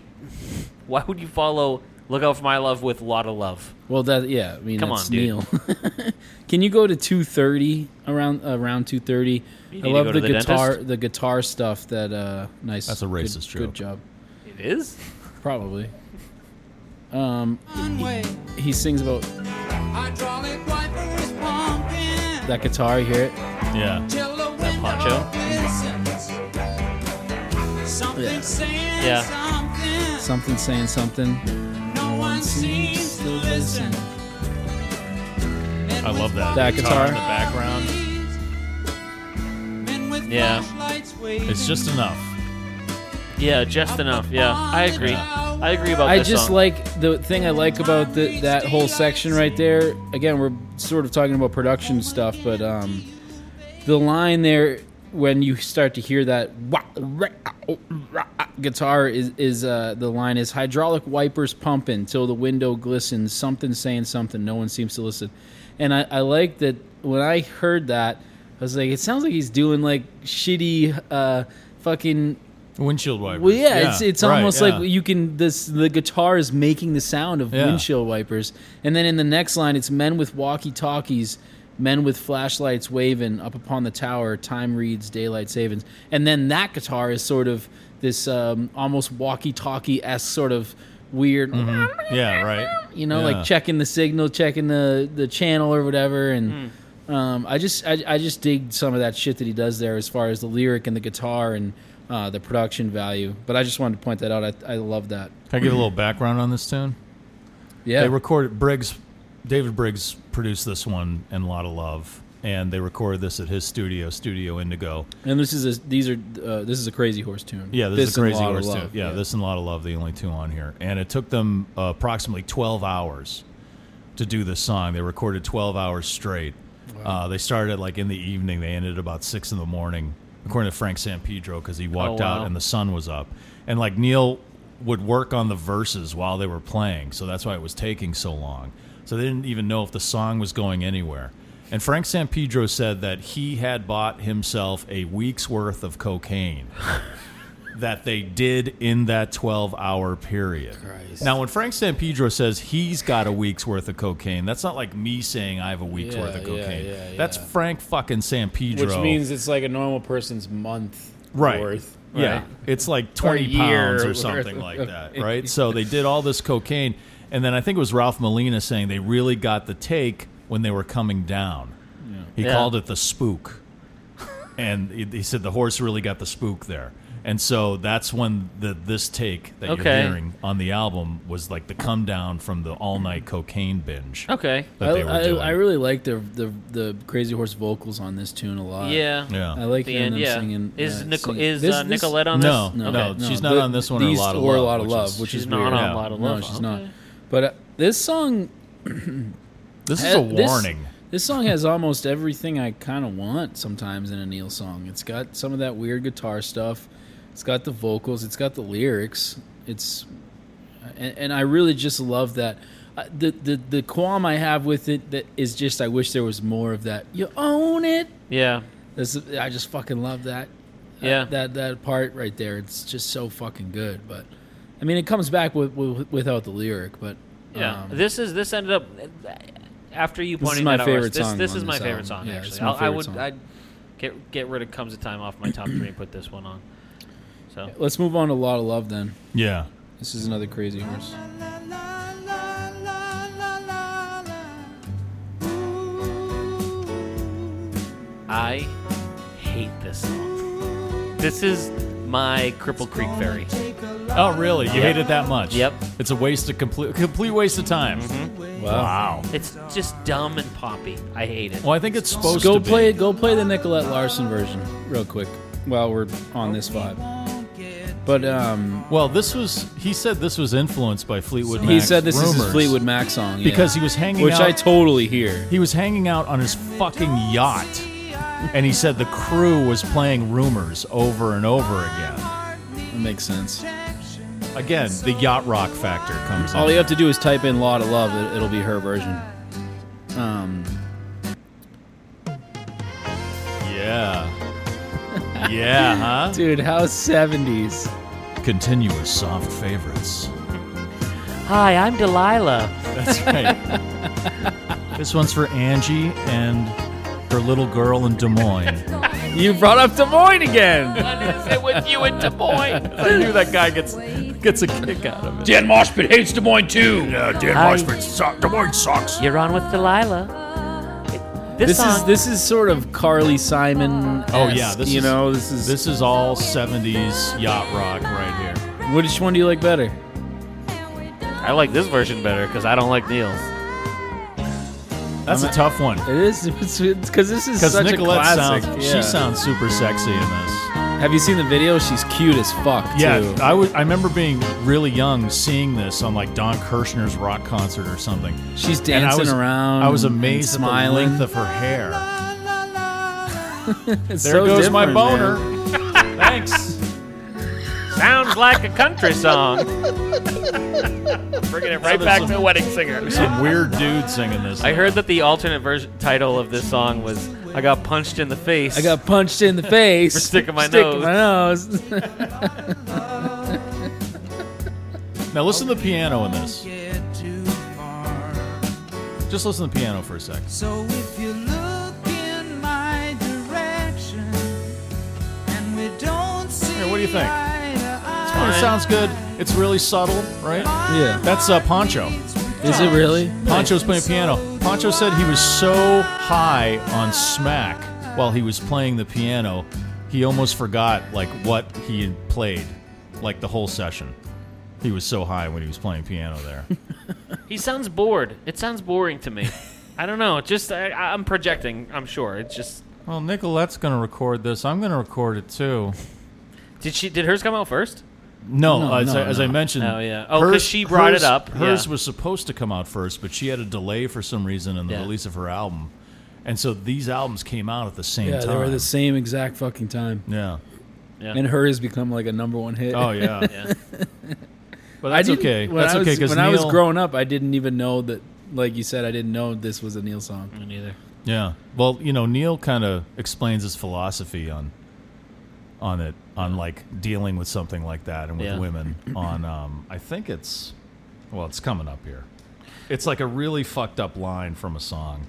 [SPEAKER 5] Why would you follow "Look Out for My Love" with "Lot of Love"?
[SPEAKER 4] well, that yeah, I mean,
[SPEAKER 5] Come
[SPEAKER 4] that's
[SPEAKER 5] on, dude.
[SPEAKER 4] Neil. Can you go to 2:30 around uh, around 2:30?
[SPEAKER 5] You need
[SPEAKER 4] I
[SPEAKER 5] to
[SPEAKER 4] love
[SPEAKER 5] go
[SPEAKER 4] the,
[SPEAKER 5] to the
[SPEAKER 4] guitar
[SPEAKER 5] dentist?
[SPEAKER 4] the guitar stuff that uh nice.
[SPEAKER 3] That's a racist
[SPEAKER 4] good, Good
[SPEAKER 3] joke.
[SPEAKER 4] job,
[SPEAKER 5] It is.
[SPEAKER 4] probably. Um, he, he sings about
[SPEAKER 7] hydraulic wipers pumping.
[SPEAKER 4] that guitar. You hear it?
[SPEAKER 3] Yeah.
[SPEAKER 7] Till the
[SPEAKER 5] That poncho?
[SPEAKER 7] window glistens.
[SPEAKER 4] Yeah.
[SPEAKER 7] Something saying
[SPEAKER 5] Yeah.
[SPEAKER 7] something.
[SPEAKER 4] Something saying something.
[SPEAKER 7] No one seems to listen.
[SPEAKER 3] I love that.
[SPEAKER 4] That guitar.
[SPEAKER 3] in the background.
[SPEAKER 5] Yeah.
[SPEAKER 3] It's just enough.
[SPEAKER 5] Yeah, just enough. Yeah, I agree. I agree about.
[SPEAKER 4] I
[SPEAKER 5] this
[SPEAKER 4] just
[SPEAKER 5] song.
[SPEAKER 4] like the thing I like about the, that whole section right there. Again, we're sort of talking about production stuff, but um, the line there when you start to hear that wah, rah, oh, rah, guitar is is uh, the line is hydraulic wipers pumping till the window glistens. Something saying something. No one seems to listen, and I, I like that when I heard that. I was like, it sounds like he's doing like shitty, uh, fucking
[SPEAKER 3] Windshield wipers.
[SPEAKER 4] well, yeah, it's it's
[SPEAKER 3] right,
[SPEAKER 4] almost
[SPEAKER 3] yeah.
[SPEAKER 4] like you can this the guitar is making the sound of
[SPEAKER 3] Yeah.
[SPEAKER 4] windshield wipers, and then in the next line, it's men with walkie talkies, men with flashlights waving up upon the tower. Time reads daylight savings, and then that guitar is sort of this um, almost walkie talkie esque sort of weird,
[SPEAKER 3] Mm-hmm. yeah, right.
[SPEAKER 4] you know,
[SPEAKER 3] Yeah.
[SPEAKER 4] like checking the signal, checking the the channel or whatever, and. Um, I just I, I just dig some of that shit that he does there as far as the lyric and the guitar and uh, the production value. But I just wanted to point that out. I, I love that.
[SPEAKER 3] Can I give a little background on this tune?
[SPEAKER 4] Yeah.
[SPEAKER 3] They recorded Briggs, David Briggs produced this one and "Lot of Love," and they recorded this at his studio, Studio Indigo.
[SPEAKER 4] and this is a these are uh, this is a crazy horse tune.
[SPEAKER 3] Yeah, this, is a
[SPEAKER 4] and
[SPEAKER 3] crazy
[SPEAKER 4] Lot of
[SPEAKER 3] horse too.
[SPEAKER 4] Love.
[SPEAKER 3] Yeah, this and "Lot of Love" the only two on here, and it took them uh, approximately twelve hours to do this song. They recorded twelve hours straight. Uh, they started like in the evening. They ended about six in the morning, according to Frank San Pedro, because he walked
[SPEAKER 5] Oh, wow.
[SPEAKER 3] out and the sun was up. And like Neil would work on the verses while they were playing, so that's why it was taking so long. So they didn't even know if the song was going anywhere. And Frank San Pedro said that he had bought himself a week's worth of cocaine that they did in that 12 hour period. Now, when Frank San Pedro says he's got a week's worth of cocaine, that's not like me saying I have a week's
[SPEAKER 4] Yeah,
[SPEAKER 3] worth of
[SPEAKER 4] yeah,
[SPEAKER 3] cocaine.
[SPEAKER 4] yeah, yeah.
[SPEAKER 3] That's Frank fucking San Pedro.
[SPEAKER 4] which means it's like a normal person's month
[SPEAKER 3] right.
[SPEAKER 4] worth.
[SPEAKER 3] Yeah.
[SPEAKER 4] right?
[SPEAKER 3] It's like 20
[SPEAKER 4] year
[SPEAKER 3] pounds or
[SPEAKER 4] worth
[SPEAKER 3] something
[SPEAKER 4] of
[SPEAKER 3] like that, right? So they did all this cocaine. And then I think it was Ralph Molina saying they really got the take when they were coming down. He
[SPEAKER 5] Yeah.
[SPEAKER 3] called it the spook. and he he said the horse really got the spook there. And so that's when the this take that
[SPEAKER 5] Okay.
[SPEAKER 3] you're hearing on the album was like the come down from the all night cocaine binge.
[SPEAKER 5] Okay.
[SPEAKER 3] That
[SPEAKER 4] I,
[SPEAKER 3] they were
[SPEAKER 4] I,
[SPEAKER 3] doing.
[SPEAKER 4] I really like the, the the crazy horse vocals on this tune a lot.
[SPEAKER 5] Yeah.
[SPEAKER 3] Yeah.
[SPEAKER 4] I like
[SPEAKER 5] The
[SPEAKER 4] hearing
[SPEAKER 5] end.
[SPEAKER 4] them
[SPEAKER 5] Yeah.
[SPEAKER 4] singing.
[SPEAKER 5] Is
[SPEAKER 4] uh,
[SPEAKER 5] Nico-
[SPEAKER 4] singing.
[SPEAKER 5] is
[SPEAKER 4] This-
[SPEAKER 5] uh,
[SPEAKER 4] this-
[SPEAKER 5] Nicolette on
[SPEAKER 3] No,
[SPEAKER 5] this?
[SPEAKER 3] no,
[SPEAKER 5] Okay.
[SPEAKER 3] she's not
[SPEAKER 4] the-
[SPEAKER 3] on this one or
[SPEAKER 4] these
[SPEAKER 3] Lot of
[SPEAKER 4] or
[SPEAKER 3] Love,
[SPEAKER 4] Lot of
[SPEAKER 3] which
[SPEAKER 4] Love,
[SPEAKER 3] is-
[SPEAKER 4] which
[SPEAKER 5] She's
[SPEAKER 4] is
[SPEAKER 5] not
[SPEAKER 4] weird.
[SPEAKER 5] on
[SPEAKER 3] Yeah.
[SPEAKER 5] a lot of
[SPEAKER 4] no,
[SPEAKER 5] love.
[SPEAKER 4] she's not. But uh, this song,
[SPEAKER 3] This is
[SPEAKER 4] ha-
[SPEAKER 3] a
[SPEAKER 4] this-
[SPEAKER 3] warning.
[SPEAKER 4] This, song has almost everything I kind of want sometimes in a Neil song. It's got some of that weird guitar stuff. It's got the vocals. It's got the lyrics. It's and, and I really just love that. Uh, the, the the qualm I have with it that is just I wish there was more of that. You own it.
[SPEAKER 5] Yeah.
[SPEAKER 4] This, I just fucking love that.
[SPEAKER 5] Yeah.
[SPEAKER 4] Uh, That that part right there, it's just so fucking good. But I mean, it comes back with, with without the lyric, but
[SPEAKER 5] Yeah.
[SPEAKER 4] um,
[SPEAKER 5] this is this ended up after you
[SPEAKER 4] This is
[SPEAKER 5] pointing
[SPEAKER 4] my
[SPEAKER 5] that out.
[SPEAKER 4] favorite
[SPEAKER 5] Russ, this,
[SPEAKER 4] song
[SPEAKER 5] this
[SPEAKER 4] on
[SPEAKER 5] is my
[SPEAKER 4] this
[SPEAKER 5] favorite
[SPEAKER 4] album.
[SPEAKER 5] song.
[SPEAKER 4] Yeah,
[SPEAKER 5] actually,
[SPEAKER 4] it's my
[SPEAKER 5] I'll- I
[SPEAKER 4] favorite
[SPEAKER 5] would.
[SPEAKER 4] song.
[SPEAKER 5] I'd, Get get rid of comes a time off my top three and put this one on. So
[SPEAKER 4] Let's move on to a lot of love then.
[SPEAKER 3] Yeah.
[SPEAKER 4] This is another crazy horse.
[SPEAKER 5] I hate this song. This is my Cripple Creek Ferry.
[SPEAKER 3] Oh, really? You
[SPEAKER 5] Yep.
[SPEAKER 3] hate it that much?
[SPEAKER 5] Yep.
[SPEAKER 3] It's a waste of complete complete waste of time.
[SPEAKER 4] Mm-hmm.
[SPEAKER 3] Wow.
[SPEAKER 5] It's just dumb and poppy. I hate it.
[SPEAKER 3] Well, I think it's supposed
[SPEAKER 4] Go
[SPEAKER 3] to
[SPEAKER 4] play
[SPEAKER 3] be.
[SPEAKER 4] go play the Nicolette Larson version real quick while we're on this vibe. But um
[SPEAKER 3] Well, this was he said this was influenced by Fleetwood Mac.
[SPEAKER 4] he said this is his
[SPEAKER 3] rumors.
[SPEAKER 4] Fleetwood Mac song. yeah.
[SPEAKER 3] because he was hanging
[SPEAKER 4] which
[SPEAKER 3] out
[SPEAKER 4] I totally hear.
[SPEAKER 3] He was hanging out on his fucking yacht, and he said the crew was playing rumors over and over again.
[SPEAKER 4] It makes sense.
[SPEAKER 3] Again, the yacht rock factor comes
[SPEAKER 4] All
[SPEAKER 3] in.
[SPEAKER 4] you have to do is type in "Lot of Love." It, it'll be her version. Um,
[SPEAKER 3] Yeah. Yeah, huh?
[SPEAKER 4] dude, how seventies?
[SPEAKER 3] Continuous soft favorites.
[SPEAKER 5] Hi, I'm Delilah.
[SPEAKER 3] That's right. this one's for Angie and her little girl in Des Moines.
[SPEAKER 4] You brought up Des Moines again.
[SPEAKER 5] Sit with you in Des Moines.
[SPEAKER 3] I knew that guy gets gets a kick out of it.
[SPEAKER 8] Dan Moshpit hates Des Moines too. No, Dan
[SPEAKER 5] Hi.
[SPEAKER 8] Moshpit sucks. Des Moines sucks.
[SPEAKER 5] You're on with Delilah.
[SPEAKER 4] This is this is sort of Carly Simon.
[SPEAKER 3] Oh, yeah, this
[SPEAKER 4] you
[SPEAKER 3] is-
[SPEAKER 4] know this is
[SPEAKER 3] This is all 70s yacht rock right here.
[SPEAKER 4] Which one do you like better?
[SPEAKER 5] I like this version better because I don't like Neil's.
[SPEAKER 3] That's a tough one.
[SPEAKER 4] It is because this is
[SPEAKER 3] Because
[SPEAKER 4] such a
[SPEAKER 3] Nicolette
[SPEAKER 4] classic.
[SPEAKER 3] sounds,
[SPEAKER 4] yeah.
[SPEAKER 3] she sounds super sexy in this.
[SPEAKER 4] Have you seen the video? She's cute as fuck.
[SPEAKER 3] Yeah, uh,
[SPEAKER 4] too.
[SPEAKER 3] I was. I remember being really young, seeing this on like Don Kirshner's rock concert or something.
[SPEAKER 4] she's
[SPEAKER 3] and
[SPEAKER 4] dancing
[SPEAKER 3] I was,
[SPEAKER 4] around.
[SPEAKER 3] I was
[SPEAKER 4] and
[SPEAKER 3] amazed
[SPEAKER 4] smiling.
[SPEAKER 3] at the length of her hair.
[SPEAKER 4] It's
[SPEAKER 3] There
[SPEAKER 4] so
[SPEAKER 3] goes my
[SPEAKER 4] different, man.
[SPEAKER 3] boner. Thanks.
[SPEAKER 5] Sounds like a country song. Bringing it right
[SPEAKER 3] So there's
[SPEAKER 5] back
[SPEAKER 3] some-
[SPEAKER 5] to wedding singer.
[SPEAKER 3] Some weird dude singing this.
[SPEAKER 5] I heard that the alternate version title of this song was "I got punched in the face."
[SPEAKER 4] I got punched in the face
[SPEAKER 5] For sticking my nose.
[SPEAKER 4] my nose.
[SPEAKER 3] Now listen to the piano in this. Just listen to the piano for a second.
[SPEAKER 7] So if you look in my direction and we don't see
[SPEAKER 3] Here, what do you think?
[SPEAKER 7] eye to eye,
[SPEAKER 3] Oh, it sounds good. It's really subtle, right?
[SPEAKER 4] yeah.
[SPEAKER 3] That's uh, Poncho.
[SPEAKER 4] Is it really?
[SPEAKER 3] Poncho's playing piano. Poncho said he was so high on smack while he was playing the piano, he almost forgot like what he had played, like the whole session. He was so high when he was playing piano there.
[SPEAKER 5] He sounds bored. It sounds boring to me. I don't know. Just I, I'm projecting. I'm sure. It's just.
[SPEAKER 3] well, Nicolette's gonna record this. I'm gonna record it too.
[SPEAKER 5] Did she? Did hers come out first?
[SPEAKER 3] No,
[SPEAKER 4] No,
[SPEAKER 3] as,
[SPEAKER 4] no,
[SPEAKER 3] I, as I
[SPEAKER 4] no.
[SPEAKER 3] mentioned,
[SPEAKER 5] Oh, yeah. Oh, 'cause
[SPEAKER 3] hers-
[SPEAKER 5] she brought it
[SPEAKER 3] hers-
[SPEAKER 5] up,
[SPEAKER 3] Hers
[SPEAKER 5] yeah.
[SPEAKER 3] was supposed to come out first, but she had a delay for some reason in the
[SPEAKER 5] Yeah.
[SPEAKER 3] release of her album, and so these albums came out at the same
[SPEAKER 4] Yeah,
[SPEAKER 3] time.
[SPEAKER 4] they were the same exact fucking time.
[SPEAKER 3] yeah.
[SPEAKER 4] And her has become like a number one hit.
[SPEAKER 3] Oh yeah.
[SPEAKER 5] Yeah.
[SPEAKER 3] But that's
[SPEAKER 4] I didn't-
[SPEAKER 3] okay.
[SPEAKER 4] When
[SPEAKER 3] That's
[SPEAKER 4] I was,
[SPEAKER 3] okay because
[SPEAKER 4] when I was growing up, I didn't even know that. Like you said, I didn't know this was a Neil song.
[SPEAKER 5] Me neither.
[SPEAKER 3] Yeah. Well, you know, Neil kind of explains his philosophy on on it on like dealing with something like that and with
[SPEAKER 5] Yeah.
[SPEAKER 3] women on um I think it's well, it's coming up here. It's like a really fucked up line from a song.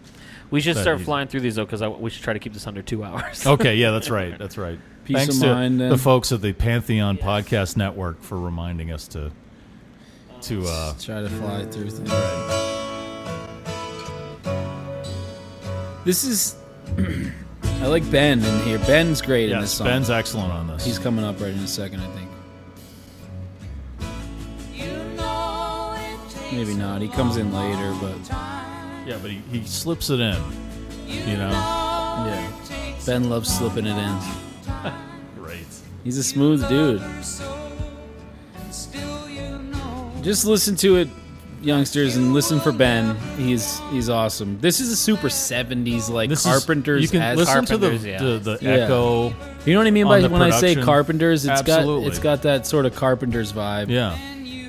[SPEAKER 5] We should
[SPEAKER 3] But
[SPEAKER 5] start
[SPEAKER 3] you-
[SPEAKER 5] flying through these though, because we should try to keep this under two hours.
[SPEAKER 3] Okay, yeah, that's right. That's right.
[SPEAKER 4] Peace
[SPEAKER 3] Thanks
[SPEAKER 4] of
[SPEAKER 3] to
[SPEAKER 4] mind, then.
[SPEAKER 3] the folks at the Pantheon Podcast Network for reminding us to to uh
[SPEAKER 4] Try to fly through things. This is. I like Ben in here. Ben's great in this
[SPEAKER 3] yes,
[SPEAKER 4] song.
[SPEAKER 3] Ben's excellent on this.
[SPEAKER 4] He's coming up right in a second, I think. Maybe not. He comes in later, but
[SPEAKER 3] yeah, but he, he slips it in. You know.
[SPEAKER 4] yeah. Ben loves slipping it in.
[SPEAKER 3] Great.
[SPEAKER 4] He's a smooth dude. Just listen to it, youngsters, and listen for Ben. He's he's awesome. This is a super '70s like
[SPEAKER 3] This is-
[SPEAKER 4] Carpenters.
[SPEAKER 3] you can
[SPEAKER 4] as-
[SPEAKER 3] listen
[SPEAKER 5] Carpenters,
[SPEAKER 3] to the
[SPEAKER 5] yeah.
[SPEAKER 3] the, the
[SPEAKER 4] Yeah.
[SPEAKER 3] echo.
[SPEAKER 4] You know what I mean
[SPEAKER 3] on
[SPEAKER 4] by
[SPEAKER 3] the
[SPEAKER 4] when I say
[SPEAKER 3] production.
[SPEAKER 4] Carpenters? It's
[SPEAKER 3] Absolutely.
[SPEAKER 4] got it's got that sort of Carpenters vibe.
[SPEAKER 3] Yeah,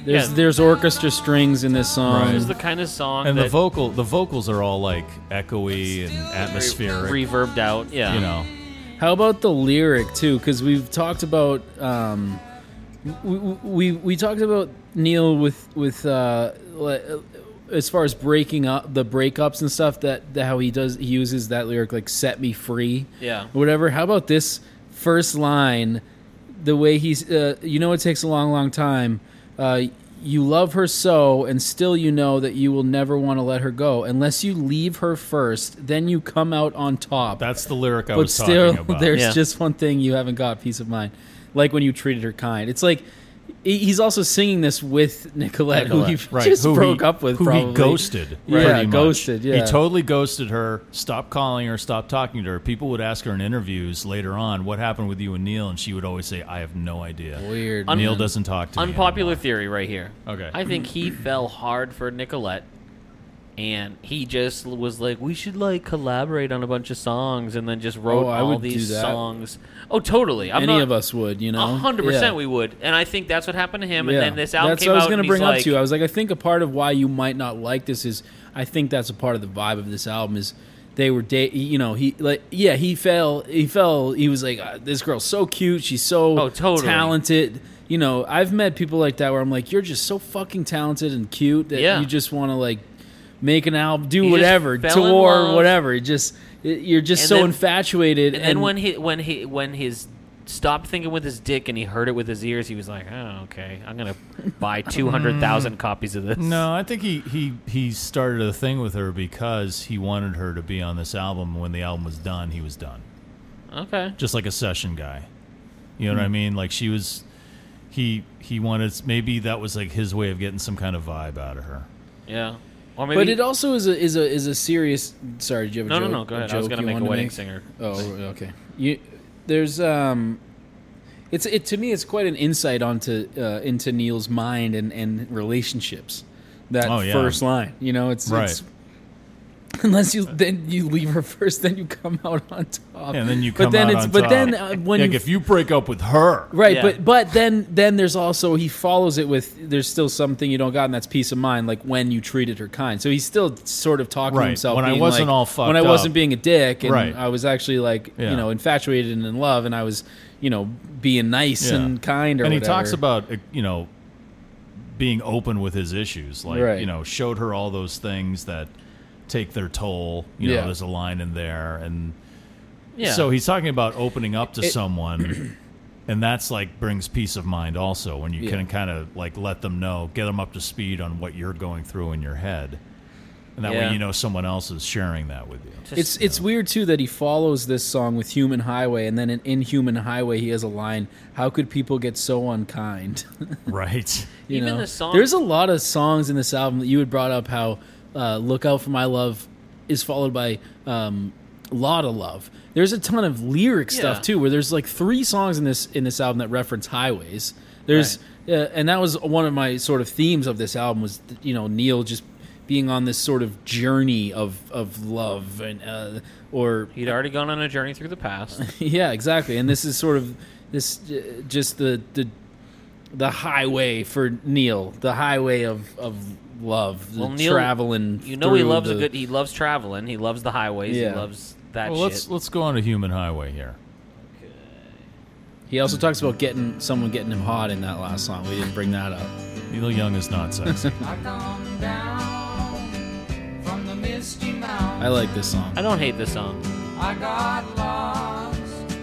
[SPEAKER 4] There's
[SPEAKER 5] Yeah.
[SPEAKER 4] there's um, orchestra strings in this song.
[SPEAKER 3] Right.
[SPEAKER 5] This is the kind of song
[SPEAKER 3] and
[SPEAKER 5] that
[SPEAKER 3] the vocal the vocals are all like echoey and atmospheric.
[SPEAKER 5] reverbed out. Yeah.
[SPEAKER 3] you know,
[SPEAKER 4] How about the lyric too? Because we've talked about um, we, we we talked about Neil with with uh, le- as far as breaking up the breakups and stuff that, that how he does he uses that lyric like set me free
[SPEAKER 5] Yeah.
[SPEAKER 4] or whatever how about this first line the way he's uh, you know it takes a long long time uh, you love her so and still you know that you will never want to let her go unless you leave her first then you come out on top
[SPEAKER 3] That's the lyric I
[SPEAKER 4] but
[SPEAKER 3] was
[SPEAKER 4] still
[SPEAKER 3] talking about.
[SPEAKER 4] there's
[SPEAKER 5] Yeah.
[SPEAKER 4] just one thing you haven't got peace of mind like when you treated her kind it's like he- he's also singing this with Nicolette, who he
[SPEAKER 3] right,
[SPEAKER 4] just
[SPEAKER 3] who
[SPEAKER 4] broke
[SPEAKER 3] he,
[SPEAKER 4] up with
[SPEAKER 3] who
[SPEAKER 4] probably.
[SPEAKER 3] he ghosted.
[SPEAKER 4] Yeah,
[SPEAKER 3] pretty much.
[SPEAKER 4] ghosted, yeah.
[SPEAKER 3] he totally ghosted her. Stopped calling her. Stopped talking to her. People would ask her in interviews later on, "What happened with you and Neil?" And she would always say, "I have no idea."
[SPEAKER 4] Weird.
[SPEAKER 3] Neil doesn't talk to me.
[SPEAKER 5] Unpopular theory right here.
[SPEAKER 3] Okay.
[SPEAKER 5] I think he fell hard for Nicolette, and he just was like, "We should like collaborate on a bunch of songs," and then just wrote
[SPEAKER 4] Oh, I
[SPEAKER 5] all
[SPEAKER 4] would
[SPEAKER 5] these
[SPEAKER 4] do that.
[SPEAKER 5] songs. Oh, totally. I'm
[SPEAKER 4] Any
[SPEAKER 5] not,
[SPEAKER 4] of us would, you know.
[SPEAKER 5] A hundred
[SPEAKER 4] Yeah.
[SPEAKER 5] percent, we would, and I think that's what happened to him.
[SPEAKER 4] Yeah.
[SPEAKER 5] And then this album
[SPEAKER 4] that's
[SPEAKER 5] came
[SPEAKER 4] what I was
[SPEAKER 5] out.
[SPEAKER 4] gonna
[SPEAKER 5] and
[SPEAKER 4] bring
[SPEAKER 5] he's
[SPEAKER 4] up
[SPEAKER 5] like,
[SPEAKER 4] to you. I was like, I think a part of why you might not like this is, I think that's a part of the vibe of this album is they were date. You know, he like yeah, he fell, he fell. He was like, "Uh, this girl's so cute, she's so
[SPEAKER 5] Oh, totally.
[SPEAKER 4] talented. You know, I've met people like that where I'm like, you're just so fucking talented and cute that
[SPEAKER 5] Yeah.
[SPEAKER 4] you just want to like make an album, do
[SPEAKER 5] He just
[SPEAKER 4] whatever,
[SPEAKER 5] fell in
[SPEAKER 4] tour,
[SPEAKER 5] love.
[SPEAKER 4] whatever. It just it- you're just
[SPEAKER 5] And
[SPEAKER 4] so
[SPEAKER 5] then-
[SPEAKER 4] infatuated.
[SPEAKER 5] and then when he when he when his stopped thinking with his dick and he heard it with his ears, he was like, "Oh, okay, I'm gonna buy
[SPEAKER 4] Mm.
[SPEAKER 5] two hundred thousand copies of this."
[SPEAKER 3] No, I think he, he he started a thing with her because he wanted her to be on this album. When the album was done, he was done.
[SPEAKER 5] Okay.
[SPEAKER 3] just like a session guy. You know
[SPEAKER 4] Hmm.
[SPEAKER 3] what I mean? Like she was, he he wanted maybe that was like his way of getting some kind of vibe out of her.
[SPEAKER 5] Yeah. Or maybe.
[SPEAKER 4] but it also is a is a is a serious. Sorry, did you have a
[SPEAKER 5] no, no,
[SPEAKER 4] joke?
[SPEAKER 5] no. Go
[SPEAKER 4] a
[SPEAKER 5] ahead. I was
[SPEAKER 4] joke
[SPEAKER 5] gonna
[SPEAKER 4] you
[SPEAKER 5] make a
[SPEAKER 4] wanted to
[SPEAKER 5] wedding singer.
[SPEAKER 4] Oh, okay. You there's um, it's it to me it's quite an insight onto uh, into Neil's mind and and relationships. That
[SPEAKER 3] Oh, yeah.
[SPEAKER 4] first line, you know, it's it's- unless you then you leave her first, then you come out on top.
[SPEAKER 3] And then you
[SPEAKER 4] but
[SPEAKER 3] come
[SPEAKER 4] then
[SPEAKER 3] out
[SPEAKER 4] it's
[SPEAKER 3] on
[SPEAKER 4] but
[SPEAKER 3] top.
[SPEAKER 4] then uh, when
[SPEAKER 3] like
[SPEAKER 4] you
[SPEAKER 3] if you break up with her,
[SPEAKER 4] Right,
[SPEAKER 5] Yeah.
[SPEAKER 4] but but then then there's also he follows it with there's still something you don't got, and that's peace of mind, like when you treated her kind. So he's still sort of talking
[SPEAKER 3] Right,
[SPEAKER 4] to himself.
[SPEAKER 3] when I
[SPEAKER 4] being
[SPEAKER 3] wasn't
[SPEAKER 4] like-
[SPEAKER 3] all fucked
[SPEAKER 4] when I wasn't
[SPEAKER 3] up.
[SPEAKER 4] being a dick, and
[SPEAKER 3] Right.
[SPEAKER 4] I was actually like
[SPEAKER 3] Yeah.
[SPEAKER 4] you know infatuated and in love, and I was you know being nice
[SPEAKER 3] Yeah.
[SPEAKER 4] and kind, or
[SPEAKER 3] and he
[SPEAKER 4] whatever.
[SPEAKER 3] talks about uh, you know being open with his issues, like
[SPEAKER 4] Right.
[SPEAKER 3] you know showed her all those things that take their toll. You know,
[SPEAKER 4] Yeah.
[SPEAKER 3] there's a line in there, and
[SPEAKER 5] Yeah.
[SPEAKER 3] so he's talking about opening up to someone. And that's like brings peace of mind also when you
[SPEAKER 4] Yeah.
[SPEAKER 3] can kind of like let them know, get them up to speed on what you're going through in your head. And that
[SPEAKER 5] Yeah.
[SPEAKER 3] way you know someone else is sharing that with you.
[SPEAKER 4] It's it's weird too that he follows this song with Human Highway, and then in, in Human Highway he has a line: "How could people get so unkind?"
[SPEAKER 3] Right.
[SPEAKER 4] You
[SPEAKER 5] Even
[SPEAKER 4] know?
[SPEAKER 5] the song-
[SPEAKER 4] There's a lot of songs in this album that you had brought up. How uh, "Look Out for My Love" is followed by um, "Lot of Love." There's a ton of lyric
[SPEAKER 5] Yeah.
[SPEAKER 4] stuff too, where there's like three songs in this in this album that reference highways. There's uh, and that was one of my sort of themes of this album was you know Neil just being on this sort of journey of of love and uh, or
[SPEAKER 5] He'd already gone on a journey through the past.
[SPEAKER 4] yeah, exactly. And this is sort of this uh, just the the the highway for Neil, the highway of of love, the
[SPEAKER 5] Well, Neil,
[SPEAKER 4] traveling.
[SPEAKER 5] You know he
[SPEAKER 4] through
[SPEAKER 5] loves
[SPEAKER 4] the,
[SPEAKER 5] a good. He loves traveling. He loves the highways.
[SPEAKER 4] Yeah.
[SPEAKER 5] He loves that
[SPEAKER 3] Well,
[SPEAKER 5] shit.
[SPEAKER 3] let's let's go on to human highway here.
[SPEAKER 4] He also talks about getting someone getting him hot in that last song. We didn't bring that up.
[SPEAKER 3] Neil Young is not sexy.
[SPEAKER 7] I come down from the misty mountain.
[SPEAKER 4] I like this song.
[SPEAKER 5] I don't hate this song.
[SPEAKER 7] I got lost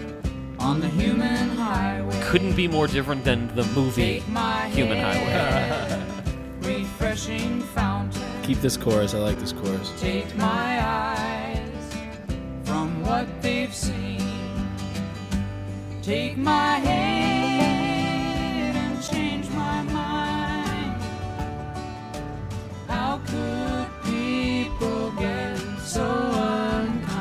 [SPEAKER 7] on the human highway.
[SPEAKER 5] Couldn't be more different than the movie
[SPEAKER 7] Take my
[SPEAKER 5] Human Highway.
[SPEAKER 7] hand, refreshing fountain.
[SPEAKER 4] Keep this chorus. I like this chorus.
[SPEAKER 7] Take my eyes from what they've seen. Take my head and change my mind. How could people get so unkind?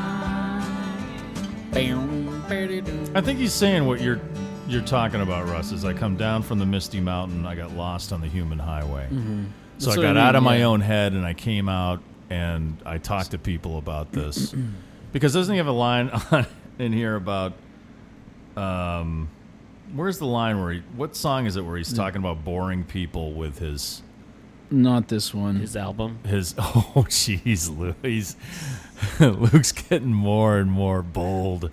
[SPEAKER 3] I think he's saying what you're you're talking about, Russ. Is I come down from the misty mountain, I got lost on the human highway. So
[SPEAKER 4] Mm-hmm. That's
[SPEAKER 3] I
[SPEAKER 4] what I
[SPEAKER 3] got out
[SPEAKER 4] mean,
[SPEAKER 3] of my
[SPEAKER 4] yeah.
[SPEAKER 3] own head and I came out and I talked to people about this because doesn't he have a line on, in here about um, where's the line where he, what song is it where he's
[SPEAKER 4] Mm.
[SPEAKER 3] talking about boring people with his
[SPEAKER 4] Not this one.
[SPEAKER 5] His album.
[SPEAKER 3] his oh jeez Lou, he's Luke's getting more and more bold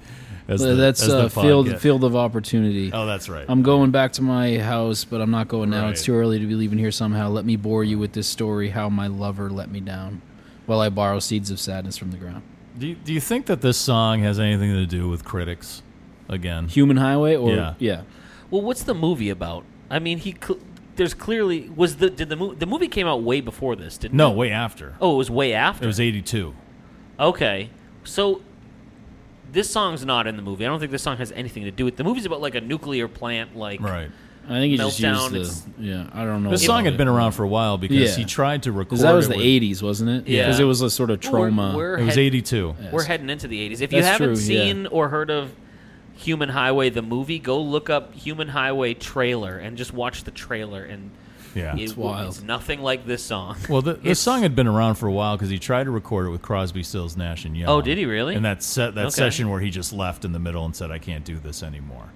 [SPEAKER 3] As
[SPEAKER 4] Uh,
[SPEAKER 3] the-
[SPEAKER 4] that's
[SPEAKER 3] as the
[SPEAKER 4] uh, field
[SPEAKER 3] podcast.
[SPEAKER 4] field of opportunity.
[SPEAKER 3] Oh, that's right.
[SPEAKER 4] I'm going back to my house, but I'm not going now. It's
[SPEAKER 3] Right.
[SPEAKER 4] too early to be leaving here somehow. Let me bore you with this story how my lover let me down while I borrow seeds of sadness from the ground.
[SPEAKER 3] Do you, do you think that this song has anything to do with critics? Again,
[SPEAKER 4] Human Highway or
[SPEAKER 3] Yeah.
[SPEAKER 4] yeah.
[SPEAKER 5] Well, what's the movie about? I mean, he cl- there's clearly was the did the movie the movie came out way before this, didn't
[SPEAKER 3] no,
[SPEAKER 5] it?
[SPEAKER 3] way after.
[SPEAKER 5] Oh, it was way after.
[SPEAKER 3] It was '82.
[SPEAKER 5] Okay, so this song's not in the movie. I don't think this song has anything to do with the movie's about like a nuclear plant, like
[SPEAKER 3] Right.
[SPEAKER 4] I think he just
[SPEAKER 5] Meltdown, it's-
[SPEAKER 4] used the yeah. I don't know.
[SPEAKER 3] This
[SPEAKER 4] about
[SPEAKER 3] song had
[SPEAKER 4] it.
[SPEAKER 3] been around for a while because
[SPEAKER 4] Yeah.
[SPEAKER 3] he tried to record.
[SPEAKER 4] 'Cause that was
[SPEAKER 3] it
[SPEAKER 4] the
[SPEAKER 3] with-
[SPEAKER 4] '80s, wasn't it?
[SPEAKER 5] Yeah.
[SPEAKER 4] because it was a sort of
[SPEAKER 5] We're-
[SPEAKER 4] trauma.
[SPEAKER 5] we're
[SPEAKER 3] It was
[SPEAKER 5] head-
[SPEAKER 3] '82.
[SPEAKER 5] We're heading into the 80s. If you
[SPEAKER 4] That's
[SPEAKER 5] haven't
[SPEAKER 4] true, yeah.
[SPEAKER 5] seen or heard of Human Highway the movie, go look up Human Highway trailer and just watch the trailer and
[SPEAKER 3] Yeah.
[SPEAKER 5] it-
[SPEAKER 3] It's
[SPEAKER 4] wild.
[SPEAKER 5] it's nothing like this song.
[SPEAKER 3] Well, the, this
[SPEAKER 5] It's-
[SPEAKER 3] song had been around for a while because he tried to record it with Crosby, Stills, Nash, and Young.
[SPEAKER 5] Oh, did he really?
[SPEAKER 3] And that set that
[SPEAKER 5] Okay.
[SPEAKER 3] session where he just left in the middle and said, "I can't do this anymore."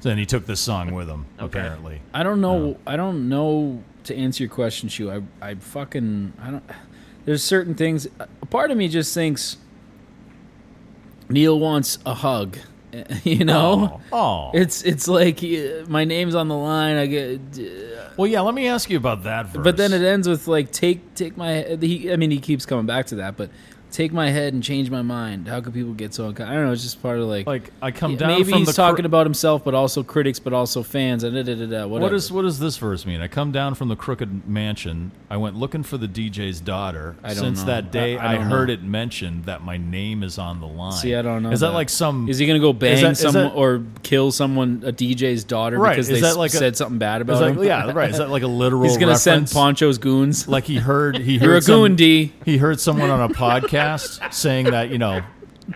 [SPEAKER 3] So then he took this song with him.
[SPEAKER 5] Okay.
[SPEAKER 3] Apparently,
[SPEAKER 4] I don't
[SPEAKER 3] Oh.
[SPEAKER 4] know. I don't know to answer your question, Shu. I, I fucking, I don't. There's certain things. A part of me just thinks Neil wants a hug. You know,
[SPEAKER 3] Oh,
[SPEAKER 4] it's it's like uh, my name's on the line. I get, d-
[SPEAKER 3] well, yeah. Let me ask you about that verse.
[SPEAKER 4] but then it ends with like take take my. He, I mean, he keeps coming back to that, but take my head and change my mind. How could people get so? Unco- I don't know. It's just part of like.
[SPEAKER 3] like I come
[SPEAKER 4] yeah,
[SPEAKER 3] down.
[SPEAKER 4] maybe
[SPEAKER 3] from
[SPEAKER 4] he's
[SPEAKER 3] the cr-
[SPEAKER 4] talking about himself, but also critics, but also fans, and da da da da.
[SPEAKER 3] What
[SPEAKER 4] whatever.
[SPEAKER 3] does what does this verse mean? I come down from the crooked mansion. I went looking for the DJ's daughter.
[SPEAKER 4] I don't
[SPEAKER 3] Since
[SPEAKER 4] know.
[SPEAKER 3] that day, I,
[SPEAKER 4] I- I don't
[SPEAKER 3] heard
[SPEAKER 4] know.
[SPEAKER 3] it mentioned that my name is on the line.
[SPEAKER 4] See, I don't know.
[SPEAKER 3] Is that, like some?
[SPEAKER 4] Is he going to go bang
[SPEAKER 3] that- is
[SPEAKER 4] someone
[SPEAKER 3] that-
[SPEAKER 4] or kill someone, a DJ's daughter,
[SPEAKER 3] Right,
[SPEAKER 4] because
[SPEAKER 3] is
[SPEAKER 4] they
[SPEAKER 3] that
[SPEAKER 4] s-
[SPEAKER 3] like a-
[SPEAKER 4] said something
[SPEAKER 3] is
[SPEAKER 4] bad about
[SPEAKER 3] that,
[SPEAKER 4] him?
[SPEAKER 3] yeah, right. Is that like a literal?
[SPEAKER 4] He's going to send
[SPEAKER 3] reference?
[SPEAKER 4] Poncho's goons.
[SPEAKER 3] Like he heard he heard
[SPEAKER 4] You're a
[SPEAKER 3] some-
[SPEAKER 4] goon, D.
[SPEAKER 3] He heard someone on a podcast saying that you know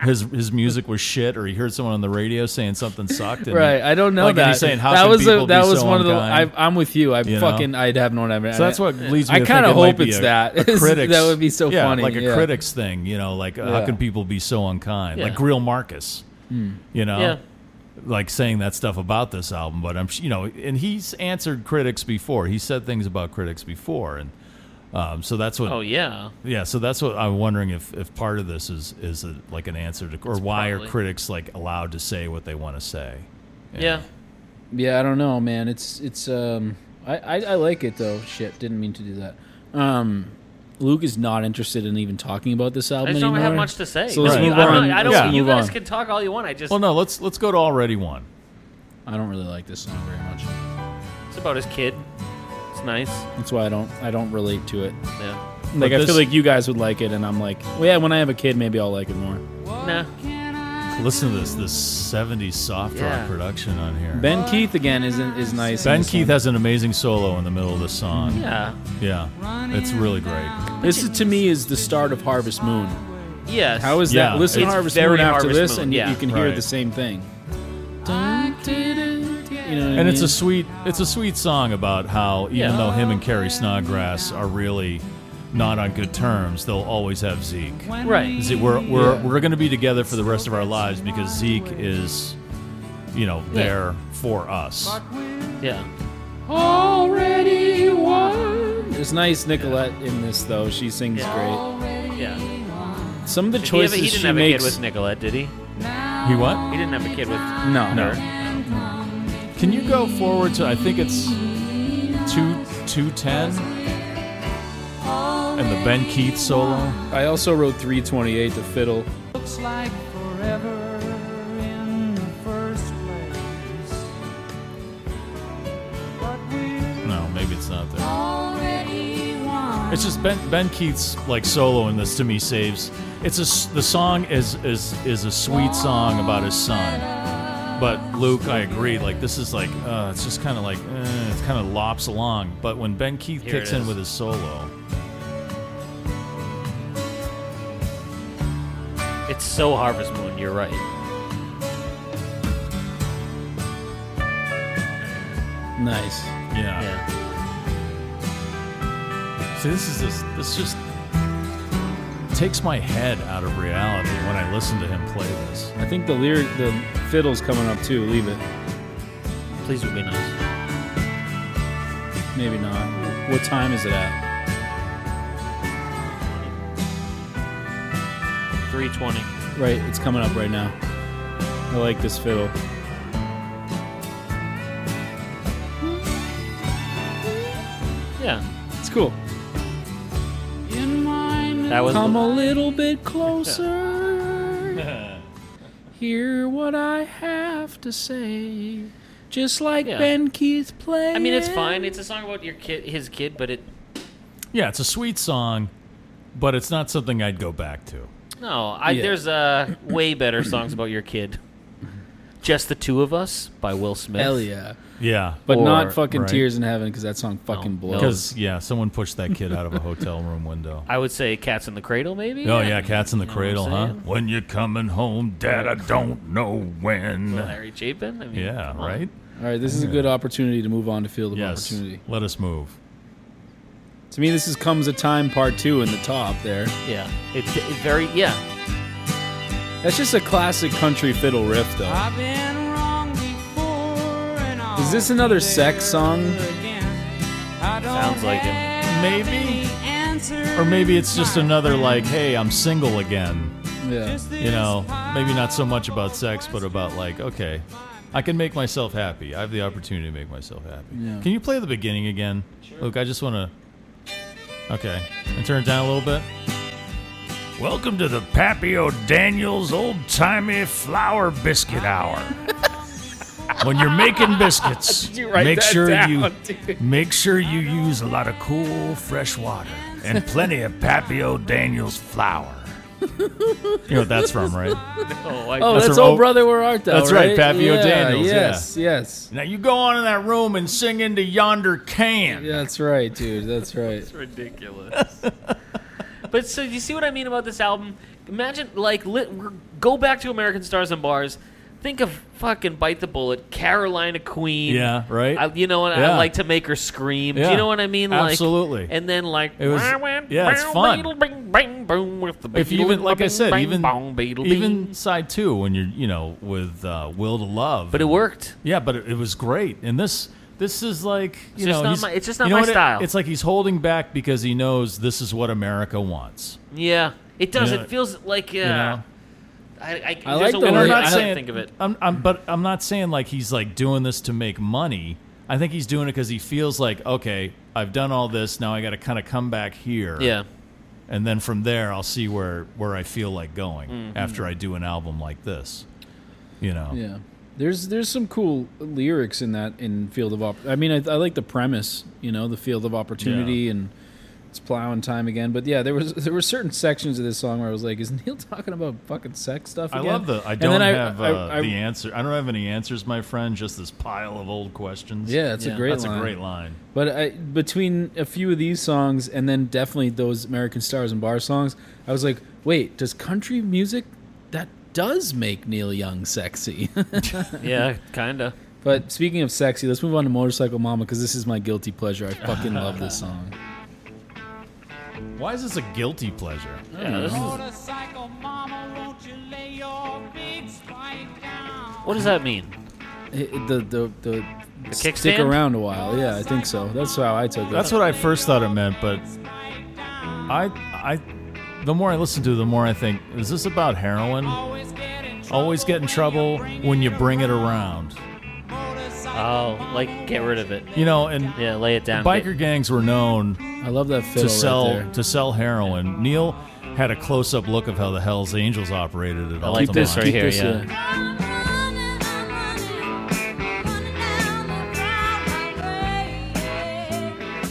[SPEAKER 3] his his music was shit, or he heard someone on the radio saying something sucked. and-
[SPEAKER 4] Right, I don't know
[SPEAKER 3] like, and
[SPEAKER 4] that.
[SPEAKER 3] he's saying how
[SPEAKER 4] that
[SPEAKER 3] can
[SPEAKER 4] was
[SPEAKER 3] people
[SPEAKER 4] that
[SPEAKER 3] be
[SPEAKER 4] was
[SPEAKER 3] so
[SPEAKER 4] one of the.
[SPEAKER 3] unkind?
[SPEAKER 4] I, I'm with you. I
[SPEAKER 3] You know?
[SPEAKER 4] fucking. I'd have no idea.
[SPEAKER 3] So that's what leads me.
[SPEAKER 4] I
[SPEAKER 3] to
[SPEAKER 4] kind of
[SPEAKER 3] think it might
[SPEAKER 4] hope
[SPEAKER 3] be
[SPEAKER 4] it's
[SPEAKER 3] a-
[SPEAKER 4] that.
[SPEAKER 3] a critics,
[SPEAKER 4] that would be so
[SPEAKER 3] yeah,
[SPEAKER 4] funny.
[SPEAKER 3] like a
[SPEAKER 4] yeah.
[SPEAKER 3] critics thing. You know, like how
[SPEAKER 4] Yeah. Hmm.
[SPEAKER 3] can people be so unkind? Like
[SPEAKER 5] Yeah.
[SPEAKER 3] Grill Marcus, you
[SPEAKER 4] Oh.
[SPEAKER 3] know,
[SPEAKER 5] Yeah.
[SPEAKER 3] like saying that stuff about this album. But I'm, sh- you know, and he's answered critics before. He said things about critics before, and um, so that's what.
[SPEAKER 5] Oh yeah.
[SPEAKER 3] Yeah, so that's what I'm wondering if, if part of this is is a, like an answer to, or why
[SPEAKER 5] probably-
[SPEAKER 3] are critics like allowed to say what they want to say?
[SPEAKER 5] Yeah.
[SPEAKER 4] Yeah, I don't know, man. It's it's um I, I, I like it though. Shit, didn't mean to do that. Um Luke is not interested in even talking about this
[SPEAKER 5] I
[SPEAKER 4] album
[SPEAKER 5] just don't
[SPEAKER 4] anymore.
[SPEAKER 5] have much to say.
[SPEAKER 4] So let's
[SPEAKER 5] No,
[SPEAKER 4] move
[SPEAKER 5] I'm not-
[SPEAKER 4] on.
[SPEAKER 5] I don't.
[SPEAKER 4] Let's
[SPEAKER 5] You
[SPEAKER 4] move
[SPEAKER 5] guys
[SPEAKER 4] on.
[SPEAKER 5] can talk all you want. I just
[SPEAKER 3] Well, no, let's let's go to already one.
[SPEAKER 4] I don't really like this song very much.
[SPEAKER 5] it's about his kid. It's nice.
[SPEAKER 4] That's why I don't I don't relate to it.
[SPEAKER 5] Yeah.
[SPEAKER 4] Like I
[SPEAKER 3] this-
[SPEAKER 4] feel like you guys would like it, and I'm like, well, yeah. When I have a kid, maybe I'll like it more.
[SPEAKER 5] Nah.
[SPEAKER 3] Listen to this this '70s soft
[SPEAKER 5] Yeah.
[SPEAKER 3] rock production on here.
[SPEAKER 4] Ben Keith again isn't is nice. in
[SPEAKER 3] Ben
[SPEAKER 4] this
[SPEAKER 3] Keith
[SPEAKER 4] one.
[SPEAKER 3] has an amazing solo in the middle of this song.
[SPEAKER 5] Yeah.
[SPEAKER 3] Yeah, it's really great.
[SPEAKER 4] This is, to me is the start of Harvest Moon.
[SPEAKER 5] Yes.
[SPEAKER 4] How is
[SPEAKER 3] Yeah,
[SPEAKER 4] that? Listen to
[SPEAKER 3] it's
[SPEAKER 4] Harvest
[SPEAKER 5] very
[SPEAKER 4] Moon after
[SPEAKER 5] Harvest
[SPEAKER 4] this,
[SPEAKER 5] Moon,
[SPEAKER 4] and yet
[SPEAKER 5] yeah.
[SPEAKER 4] you can hear
[SPEAKER 3] Right.
[SPEAKER 4] the same thing. You know what I
[SPEAKER 3] And it's
[SPEAKER 4] mean?
[SPEAKER 3] a sweet it's a sweet song about how even
[SPEAKER 5] Yeah.
[SPEAKER 3] though him and Carrie Snodgrass are really not on good terms, they'll always have Zeke.
[SPEAKER 5] right?
[SPEAKER 3] Zeke we're we're,
[SPEAKER 4] Yeah.
[SPEAKER 3] we're going to be together for the rest of our lives because Zeke is you know there for us.
[SPEAKER 5] Yeah.
[SPEAKER 7] Already won.
[SPEAKER 4] It's nice Nicolette in this though. She sings
[SPEAKER 5] Yeah.
[SPEAKER 4] great. Some of the
[SPEAKER 5] He, have-
[SPEAKER 4] choices
[SPEAKER 5] he didn't
[SPEAKER 4] she
[SPEAKER 5] have
[SPEAKER 4] makes.
[SPEAKER 5] a kid with Nicolette, did he?
[SPEAKER 3] He what?
[SPEAKER 5] He didn't have a kid with.
[SPEAKER 4] no,
[SPEAKER 5] No.
[SPEAKER 3] Can you go forward to I think it's 2 210 and the Ben Keith solo?
[SPEAKER 4] I also wrote 328 to fiddle.
[SPEAKER 7] Looks like forever in the first place. But we
[SPEAKER 3] No, maybe it's not there.
[SPEAKER 7] already won.
[SPEAKER 3] It's just Ben Ben Keith's like solo in this to me saves. It's a s- the song is is is a sweet song about his son. But Luke, I agree. Like this is like uh, it's just kind of like eh, it's kind of lops along. But when Ben Keith
[SPEAKER 5] Here
[SPEAKER 3] kicks
[SPEAKER 5] it
[SPEAKER 3] in
[SPEAKER 5] is.
[SPEAKER 3] with his solo,
[SPEAKER 5] It's so Harvest Moon. You're right.
[SPEAKER 4] Nice.
[SPEAKER 3] yeah.
[SPEAKER 5] Yeah.
[SPEAKER 3] See, this is this this just takes my head out of reality when I listen to him play this.
[SPEAKER 4] I think the lyric, the fiddle's coming up too. Leave it.
[SPEAKER 5] Please would be nice.
[SPEAKER 4] Maybe not. What time is it at?
[SPEAKER 5] Three twenty.
[SPEAKER 4] Right, it's coming up right now. I like this fiddle.
[SPEAKER 5] Yeah.
[SPEAKER 4] It's cool.
[SPEAKER 7] In mine,
[SPEAKER 5] That was
[SPEAKER 7] come
[SPEAKER 5] the-
[SPEAKER 7] a little bit closer. Hear what I have to say. Just like
[SPEAKER 5] Yeah.
[SPEAKER 7] Ben Keith playing.
[SPEAKER 5] I mean, it's fine. It's a song about your kid, his kid, but it.
[SPEAKER 3] Yeah, it's a sweet song, but it's not something I'd go back to.
[SPEAKER 5] No, I,
[SPEAKER 4] Yeah.
[SPEAKER 5] there's uh, way better songs about your kid. Just the two of us by Will Smith.
[SPEAKER 4] Hell yeah.
[SPEAKER 3] Yeah,
[SPEAKER 4] But
[SPEAKER 5] Or-
[SPEAKER 4] not fucking
[SPEAKER 3] right.
[SPEAKER 4] Tears in Heaven because that song fucking
[SPEAKER 5] no.
[SPEAKER 4] blows.
[SPEAKER 3] because yeah, someone pushed that kid out of a hotel room window.
[SPEAKER 5] I would say Cats in the Cradle, maybe.
[SPEAKER 3] Oh yeah, cats in the
[SPEAKER 5] You know what I'm
[SPEAKER 3] cradle, huh?
[SPEAKER 5] saying?
[SPEAKER 3] When you're coming home, Dad, I don't know
[SPEAKER 5] Little
[SPEAKER 3] when.
[SPEAKER 5] Harry Chapin. I mean,
[SPEAKER 3] Yeah,
[SPEAKER 5] come on.
[SPEAKER 3] right.
[SPEAKER 4] All right, this is a good opportunity to move on to Field of
[SPEAKER 3] Yes,
[SPEAKER 4] Opportunity.
[SPEAKER 3] let us move.
[SPEAKER 4] To me, this is Comes a Time Part 2 in the top there.
[SPEAKER 5] Yeah, it, it very yeah.
[SPEAKER 4] That's just a classic country fiddle riff, though.
[SPEAKER 7] I've been wrong before and I'll
[SPEAKER 4] Is this another
[SPEAKER 7] be
[SPEAKER 4] sex song?
[SPEAKER 7] again. I don't
[SPEAKER 5] Sounds like it.
[SPEAKER 7] have
[SPEAKER 3] Maybe.
[SPEAKER 7] any answers,
[SPEAKER 3] Or maybe it's just
[SPEAKER 7] my
[SPEAKER 3] another like,
[SPEAKER 7] friend.
[SPEAKER 3] hey, I'm single again.
[SPEAKER 4] Yeah.
[SPEAKER 7] Just
[SPEAKER 3] You know,
[SPEAKER 7] this
[SPEAKER 3] maybe not so much about sex, but
[SPEAKER 7] possible
[SPEAKER 3] about like, okay, I can make myself happy. I have the opportunity to make myself happy.
[SPEAKER 4] Yeah.
[SPEAKER 3] Can you play the beginning again, Luke? I just want to. Okay, and turn it down a little bit. Welcome to the Pappy O'Daniel's Old Timey Flour Biscuit Hour. when you're making biscuits, make sure you make sure you use a lot of cool fresh water and plenty of Pappy O'Daniel's flour. you know what that's from, right?
[SPEAKER 5] Oh, I,
[SPEAKER 4] Oh,
[SPEAKER 3] That's
[SPEAKER 4] that's,
[SPEAKER 3] a-
[SPEAKER 4] Old Brother Where Art Thou?
[SPEAKER 3] That's right, Pappy
[SPEAKER 4] yeah,
[SPEAKER 3] O'Daniels, yeah.
[SPEAKER 4] Yes, yes.
[SPEAKER 3] Now you go on in that room and sing into yonder can.
[SPEAKER 4] Yeah, that's right, dude. That's right.
[SPEAKER 5] ridiculous. but so you see what I mean about this album? Imagine like lit, go back to American Stars and Bars. Think of fucking bite the bullet, Carolina Queen.
[SPEAKER 3] Yeah, right.
[SPEAKER 5] I, you know what?
[SPEAKER 3] Yeah.
[SPEAKER 5] I like to make her scream. Do
[SPEAKER 3] Yeah,
[SPEAKER 5] you know what I mean? Like,
[SPEAKER 3] absolutely.
[SPEAKER 5] And then like
[SPEAKER 3] It was-
[SPEAKER 5] "Wah, wah,
[SPEAKER 3] yeah, it's
[SPEAKER 5] bow,
[SPEAKER 3] fun.
[SPEAKER 5] beedle, bing, bing, boom, with the
[SPEAKER 3] If you
[SPEAKER 5] beedle,
[SPEAKER 3] even, like I
[SPEAKER 5] bing,
[SPEAKER 3] said,
[SPEAKER 5] bing,
[SPEAKER 3] even
[SPEAKER 5] bong, beedle,
[SPEAKER 3] even
[SPEAKER 5] bing.
[SPEAKER 3] side two when you're, you know, with uh, Will to Love.
[SPEAKER 5] But it worked.
[SPEAKER 3] Yeah, but it, it was great. And this, this is like, you
[SPEAKER 5] just
[SPEAKER 3] know,
[SPEAKER 5] not
[SPEAKER 3] he's-
[SPEAKER 5] my- it's just
[SPEAKER 3] you
[SPEAKER 5] not
[SPEAKER 3] know
[SPEAKER 5] my
[SPEAKER 3] what it-
[SPEAKER 5] style.
[SPEAKER 3] it's like he's holding back because he knows this is what America wants.
[SPEAKER 5] Yeah, it does.
[SPEAKER 3] Yeah.
[SPEAKER 5] It feels like uh,
[SPEAKER 3] You know?
[SPEAKER 5] I, I,
[SPEAKER 4] I
[SPEAKER 5] there's
[SPEAKER 4] like
[SPEAKER 5] a
[SPEAKER 4] the
[SPEAKER 5] word
[SPEAKER 4] way-
[SPEAKER 5] I
[SPEAKER 3] I'm not
[SPEAKER 5] can't
[SPEAKER 3] saying
[SPEAKER 5] think of it.
[SPEAKER 3] I'm, I'm, but I'm not saying like he's like doing this to make money. I think he's doing it because he feels like, okay, I've done all this. Now I got to kind of come back here.
[SPEAKER 5] Yeah.
[SPEAKER 3] and then from there I'll see where where I feel like going after I do an album like this. You know,
[SPEAKER 4] Yeah. There's there's some cool lyrics in that in Field of Op. I mean, I, I like the premise, you know, the Field of Opportunity and it's plowing time again. But yeah, there was there were certain sections of this song where I was like, is Neil talking about fucking sex stuff?
[SPEAKER 3] I
[SPEAKER 4] Again?
[SPEAKER 3] love the. I
[SPEAKER 4] And
[SPEAKER 3] don't
[SPEAKER 4] then
[SPEAKER 3] have
[SPEAKER 4] I-
[SPEAKER 3] uh,
[SPEAKER 4] I- I-
[SPEAKER 3] the answer. I don't have any answers, my friend. Just this pile of old questions.
[SPEAKER 4] Yeah, it's
[SPEAKER 5] Yeah.
[SPEAKER 4] a great.
[SPEAKER 3] that's
[SPEAKER 4] line.
[SPEAKER 3] a great line.
[SPEAKER 4] But I, between a few of these songs and then definitely those American Stars and Bar songs, I was like, wait, does country music that does make Neil Young sexy?
[SPEAKER 5] Yeah, kinda.
[SPEAKER 4] but speaking of sexy, let's move on to Motorcycle Mama because this is my guilty pleasure. I fucking love this song.
[SPEAKER 3] Why is this a guilty pleasure?
[SPEAKER 5] Yeah, this is
[SPEAKER 7] Motorcycle mama, won't you lay your big spike down?
[SPEAKER 5] What does that mean?
[SPEAKER 4] It- it- the the the,
[SPEAKER 5] kickstand?
[SPEAKER 4] stick around a while. Yeah, I think so. That's how I took it.
[SPEAKER 3] That's what I first thought it meant, but I I the more I listen to it, the more I think, is this about heroin?
[SPEAKER 7] Always get in trouble.
[SPEAKER 3] Always get in trouble when you bring it around.
[SPEAKER 5] Oh, like get rid of it.
[SPEAKER 3] You know, and
[SPEAKER 5] Yeah, lay it down.
[SPEAKER 3] biker gangs were known
[SPEAKER 4] I love that fiddle
[SPEAKER 3] to
[SPEAKER 4] right
[SPEAKER 3] sell
[SPEAKER 4] there.
[SPEAKER 3] to sell heroin. Neil had a close up look of how the Hell's Angels operated at all
[SPEAKER 5] like this
[SPEAKER 3] times.
[SPEAKER 5] right here,
[SPEAKER 4] This,
[SPEAKER 5] yeah.
[SPEAKER 4] uh, uh,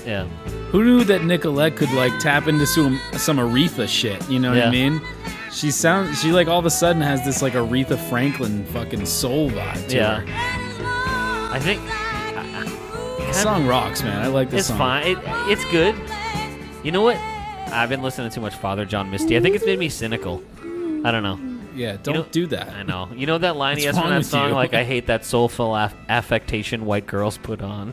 [SPEAKER 5] Yeah.
[SPEAKER 4] Who knew that Nicolette could like tap into some some Aretha shit? You know what
[SPEAKER 5] Yeah.
[SPEAKER 4] I mean? She sounds she like all of a sudden has this like Aretha Franklin fucking soul vibe to
[SPEAKER 5] Yeah.
[SPEAKER 4] her.
[SPEAKER 5] I think
[SPEAKER 4] This song rocks, man. I like this
[SPEAKER 5] it's
[SPEAKER 4] song.
[SPEAKER 5] fine. It, it's good. You know what? I've been listening to too much Father John Misty. I think it's made me cynical. I don't know.
[SPEAKER 4] Yeah, don't
[SPEAKER 5] know-
[SPEAKER 4] do that.
[SPEAKER 5] I know. You know that line he
[SPEAKER 4] What's
[SPEAKER 5] has
[SPEAKER 4] wrong
[SPEAKER 5] from that
[SPEAKER 4] with
[SPEAKER 5] song?
[SPEAKER 4] you?
[SPEAKER 5] Like, I hate that soulful aff- affectation white girls put on.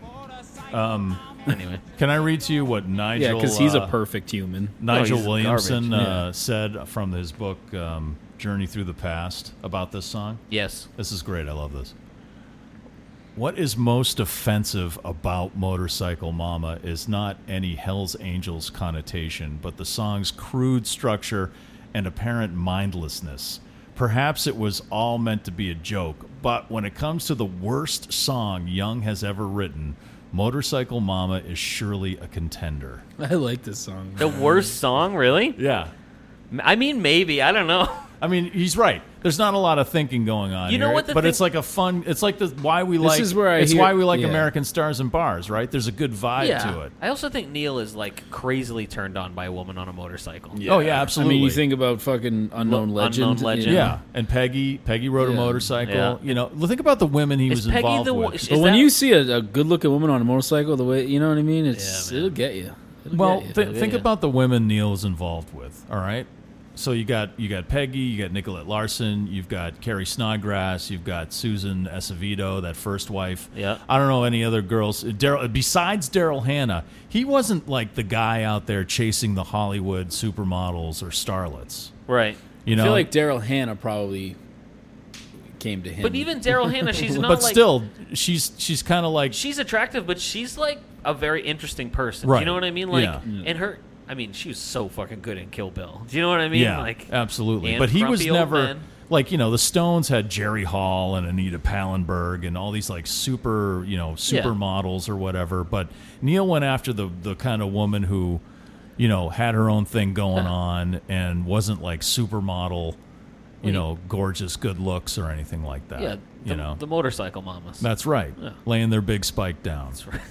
[SPEAKER 3] Um,
[SPEAKER 5] Anyway.
[SPEAKER 3] can I read to you what
[SPEAKER 4] uh, Yeah,
[SPEAKER 3] Nigel?
[SPEAKER 4] because he's
[SPEAKER 3] uh,
[SPEAKER 4] a oh, perfect human.
[SPEAKER 3] Nigel
[SPEAKER 5] he's
[SPEAKER 3] Williamson
[SPEAKER 5] garbage,
[SPEAKER 3] uh, said from his book um, Journey Through the Past about this song.
[SPEAKER 5] Yes.
[SPEAKER 3] This is great. I love this. What is most offensive about Motorcycle Mama is not any Hell's Angels connotation, but the song's crude structure and apparent mindlessness. Perhaps it was all meant to be a joke, but when it comes to the worst song Young has ever written, Motorcycle Mama is surely a contender.
[SPEAKER 4] I like this song.
[SPEAKER 5] The worst song, really?
[SPEAKER 3] Yeah.
[SPEAKER 5] I mean, maybe. I don't know.
[SPEAKER 3] I mean, he's right. There's not a lot of thinking going on.
[SPEAKER 5] You know
[SPEAKER 3] here,
[SPEAKER 5] what the
[SPEAKER 3] but
[SPEAKER 5] thing-
[SPEAKER 3] it's like a fun. It's like the why we like.
[SPEAKER 4] is where I
[SPEAKER 3] it's
[SPEAKER 4] hear-
[SPEAKER 3] why we like
[SPEAKER 4] yeah.
[SPEAKER 3] American Stars and Bars, right? There's a good vibe to it.
[SPEAKER 5] I also think Neil is like crazily turned on by a woman on a motorcycle.
[SPEAKER 3] Oh yeah, absolutely.
[SPEAKER 4] I mean, you think about fucking unknown
[SPEAKER 5] Unknown
[SPEAKER 4] legend.
[SPEAKER 5] Legend.
[SPEAKER 3] yeah. and Peggy, Peggy rode a
[SPEAKER 4] Yeah.
[SPEAKER 3] motorcycle.
[SPEAKER 5] Yeah.
[SPEAKER 3] You know, think about the women he
[SPEAKER 5] Is
[SPEAKER 3] was
[SPEAKER 5] Peggy
[SPEAKER 3] involved
[SPEAKER 5] the one-
[SPEAKER 3] with.
[SPEAKER 5] is
[SPEAKER 4] But when
[SPEAKER 5] that-
[SPEAKER 4] you see a, a good-looking woman on a motorcycle, the way you know what I mean, it's
[SPEAKER 5] Yeah, man.
[SPEAKER 4] it'll get you. It'll
[SPEAKER 3] Well,
[SPEAKER 4] get you.
[SPEAKER 3] th- think about the women Neil is involved with. All right, so you got you got Peggy, you got Nicolette Larson, you've got Carrie Snodgrass, you've got Susan Acevedo, that first wife.
[SPEAKER 5] Yeah.
[SPEAKER 3] I don't know any other girls. Daryl, besides Daryl Hannah, he wasn't like the guy out there chasing the Hollywood supermodels or starlets.
[SPEAKER 5] Right.
[SPEAKER 3] You know,
[SPEAKER 4] I feel like Daryl Hannah probably came to him.
[SPEAKER 5] But even Daryl Hannah, she's not
[SPEAKER 3] but
[SPEAKER 5] like
[SPEAKER 3] still, she's she's kind of like
[SPEAKER 5] she's attractive, but she's like a very interesting person. Do
[SPEAKER 3] Right.
[SPEAKER 5] you know what I mean? Like,
[SPEAKER 3] Yeah.
[SPEAKER 5] and her, I mean, she was so fucking good in Kill Bill. Do you know what I mean?
[SPEAKER 3] Yeah,
[SPEAKER 5] like,
[SPEAKER 3] absolutely.
[SPEAKER 5] and
[SPEAKER 3] But he was
[SPEAKER 5] grumpy old
[SPEAKER 3] never
[SPEAKER 5] men.
[SPEAKER 3] like you know the Stones had Jerry Hall and Anita Pallenberg and all these like super you know supermodels or whatever. But Neil went after the the kind of woman who you know had her own thing going
[SPEAKER 5] Uh-huh.
[SPEAKER 3] on and wasn't like supermodel, you know, gorgeous good looks or anything like that.
[SPEAKER 5] yeah, the,
[SPEAKER 3] uh, you know,
[SPEAKER 5] the motorcycle mamas.
[SPEAKER 3] that's right. Laying their big spike down.
[SPEAKER 5] That's right.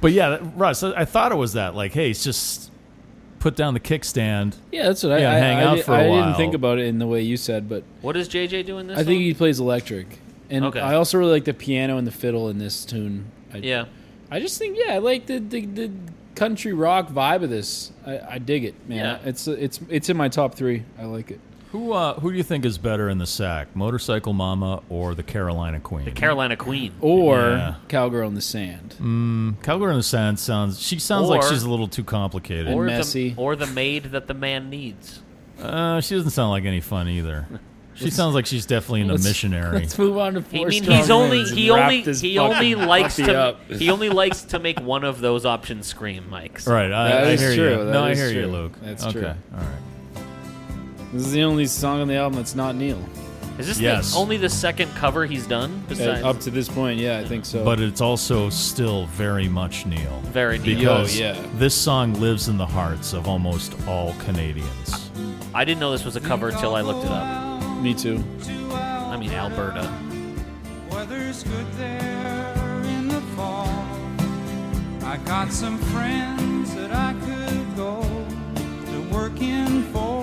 [SPEAKER 3] But yeah, that- Russ, I I thought it was that like, hey, it's just put down the kickstand.
[SPEAKER 4] yeah, that's what I-
[SPEAKER 3] Yeah,
[SPEAKER 4] I,
[SPEAKER 3] hang
[SPEAKER 4] I,
[SPEAKER 3] out
[SPEAKER 4] di-
[SPEAKER 3] for a
[SPEAKER 4] I
[SPEAKER 3] while.
[SPEAKER 4] didn't think about it in the way you said, but
[SPEAKER 5] What does JJ do in this?
[SPEAKER 4] I think he
[SPEAKER 5] song?
[SPEAKER 4] plays electric, and
[SPEAKER 5] Okay.
[SPEAKER 4] I also really like the piano and the fiddle in this tune. I,
[SPEAKER 5] yeah.
[SPEAKER 4] I just think yeah, I like the the, the country rock vibe of this. I, I dig it, man.
[SPEAKER 5] Yeah.
[SPEAKER 4] It's it's it's in my top three. I like it.
[SPEAKER 3] Who uh, who do you think is better in the sack, Motorcycle Mama or the Carolina Queen?
[SPEAKER 5] The Carolina Queen.
[SPEAKER 4] Or
[SPEAKER 3] Yeah.
[SPEAKER 4] Cowgirl in the Sand.
[SPEAKER 3] Cowgirl in the Sand sounds. She sounds like
[SPEAKER 5] Or-
[SPEAKER 3] she's a little too complicated.
[SPEAKER 5] or
[SPEAKER 4] messy.
[SPEAKER 5] the or the maid that the man needs.
[SPEAKER 3] uh, she doesn't sound like any fun either. She sounds like she's definitely in a
[SPEAKER 4] let's-
[SPEAKER 3] missionary.
[SPEAKER 4] Let's move on to
[SPEAKER 5] I
[SPEAKER 4] four.
[SPEAKER 5] mean,
[SPEAKER 4] Strong
[SPEAKER 5] he's only
[SPEAKER 4] Winds and
[SPEAKER 5] he
[SPEAKER 4] wrap
[SPEAKER 5] only
[SPEAKER 4] this
[SPEAKER 5] he
[SPEAKER 4] fucking
[SPEAKER 5] only likes
[SPEAKER 4] puppy
[SPEAKER 5] to
[SPEAKER 4] up.
[SPEAKER 5] he only likes to make one of those options scream, Mike.
[SPEAKER 3] All right, I,
[SPEAKER 4] That
[SPEAKER 3] I
[SPEAKER 4] is
[SPEAKER 3] hear
[SPEAKER 4] true,
[SPEAKER 3] you.
[SPEAKER 4] that
[SPEAKER 3] no, I
[SPEAKER 4] is
[SPEAKER 3] hear you,
[SPEAKER 4] true.
[SPEAKER 3] Luke.
[SPEAKER 4] That's
[SPEAKER 3] okay.
[SPEAKER 4] true.
[SPEAKER 3] All right.
[SPEAKER 4] This is the only song on the album that's not Neil.
[SPEAKER 5] Is this
[SPEAKER 3] Yes.
[SPEAKER 5] the, only the second cover he's done besides
[SPEAKER 4] Uh, up to this point, yeah, I think so.
[SPEAKER 3] But it's also still very much Neil.
[SPEAKER 5] Very Neil.
[SPEAKER 3] Because
[SPEAKER 4] Yo, Oh, yeah.
[SPEAKER 3] this song lives in the hearts of almost all Canadians.
[SPEAKER 5] I didn't know this was a cover until I looked it up.
[SPEAKER 4] me too.
[SPEAKER 5] I mean Alberta.
[SPEAKER 7] Weather's good there in the fall. I got some friends that I could go to work in for.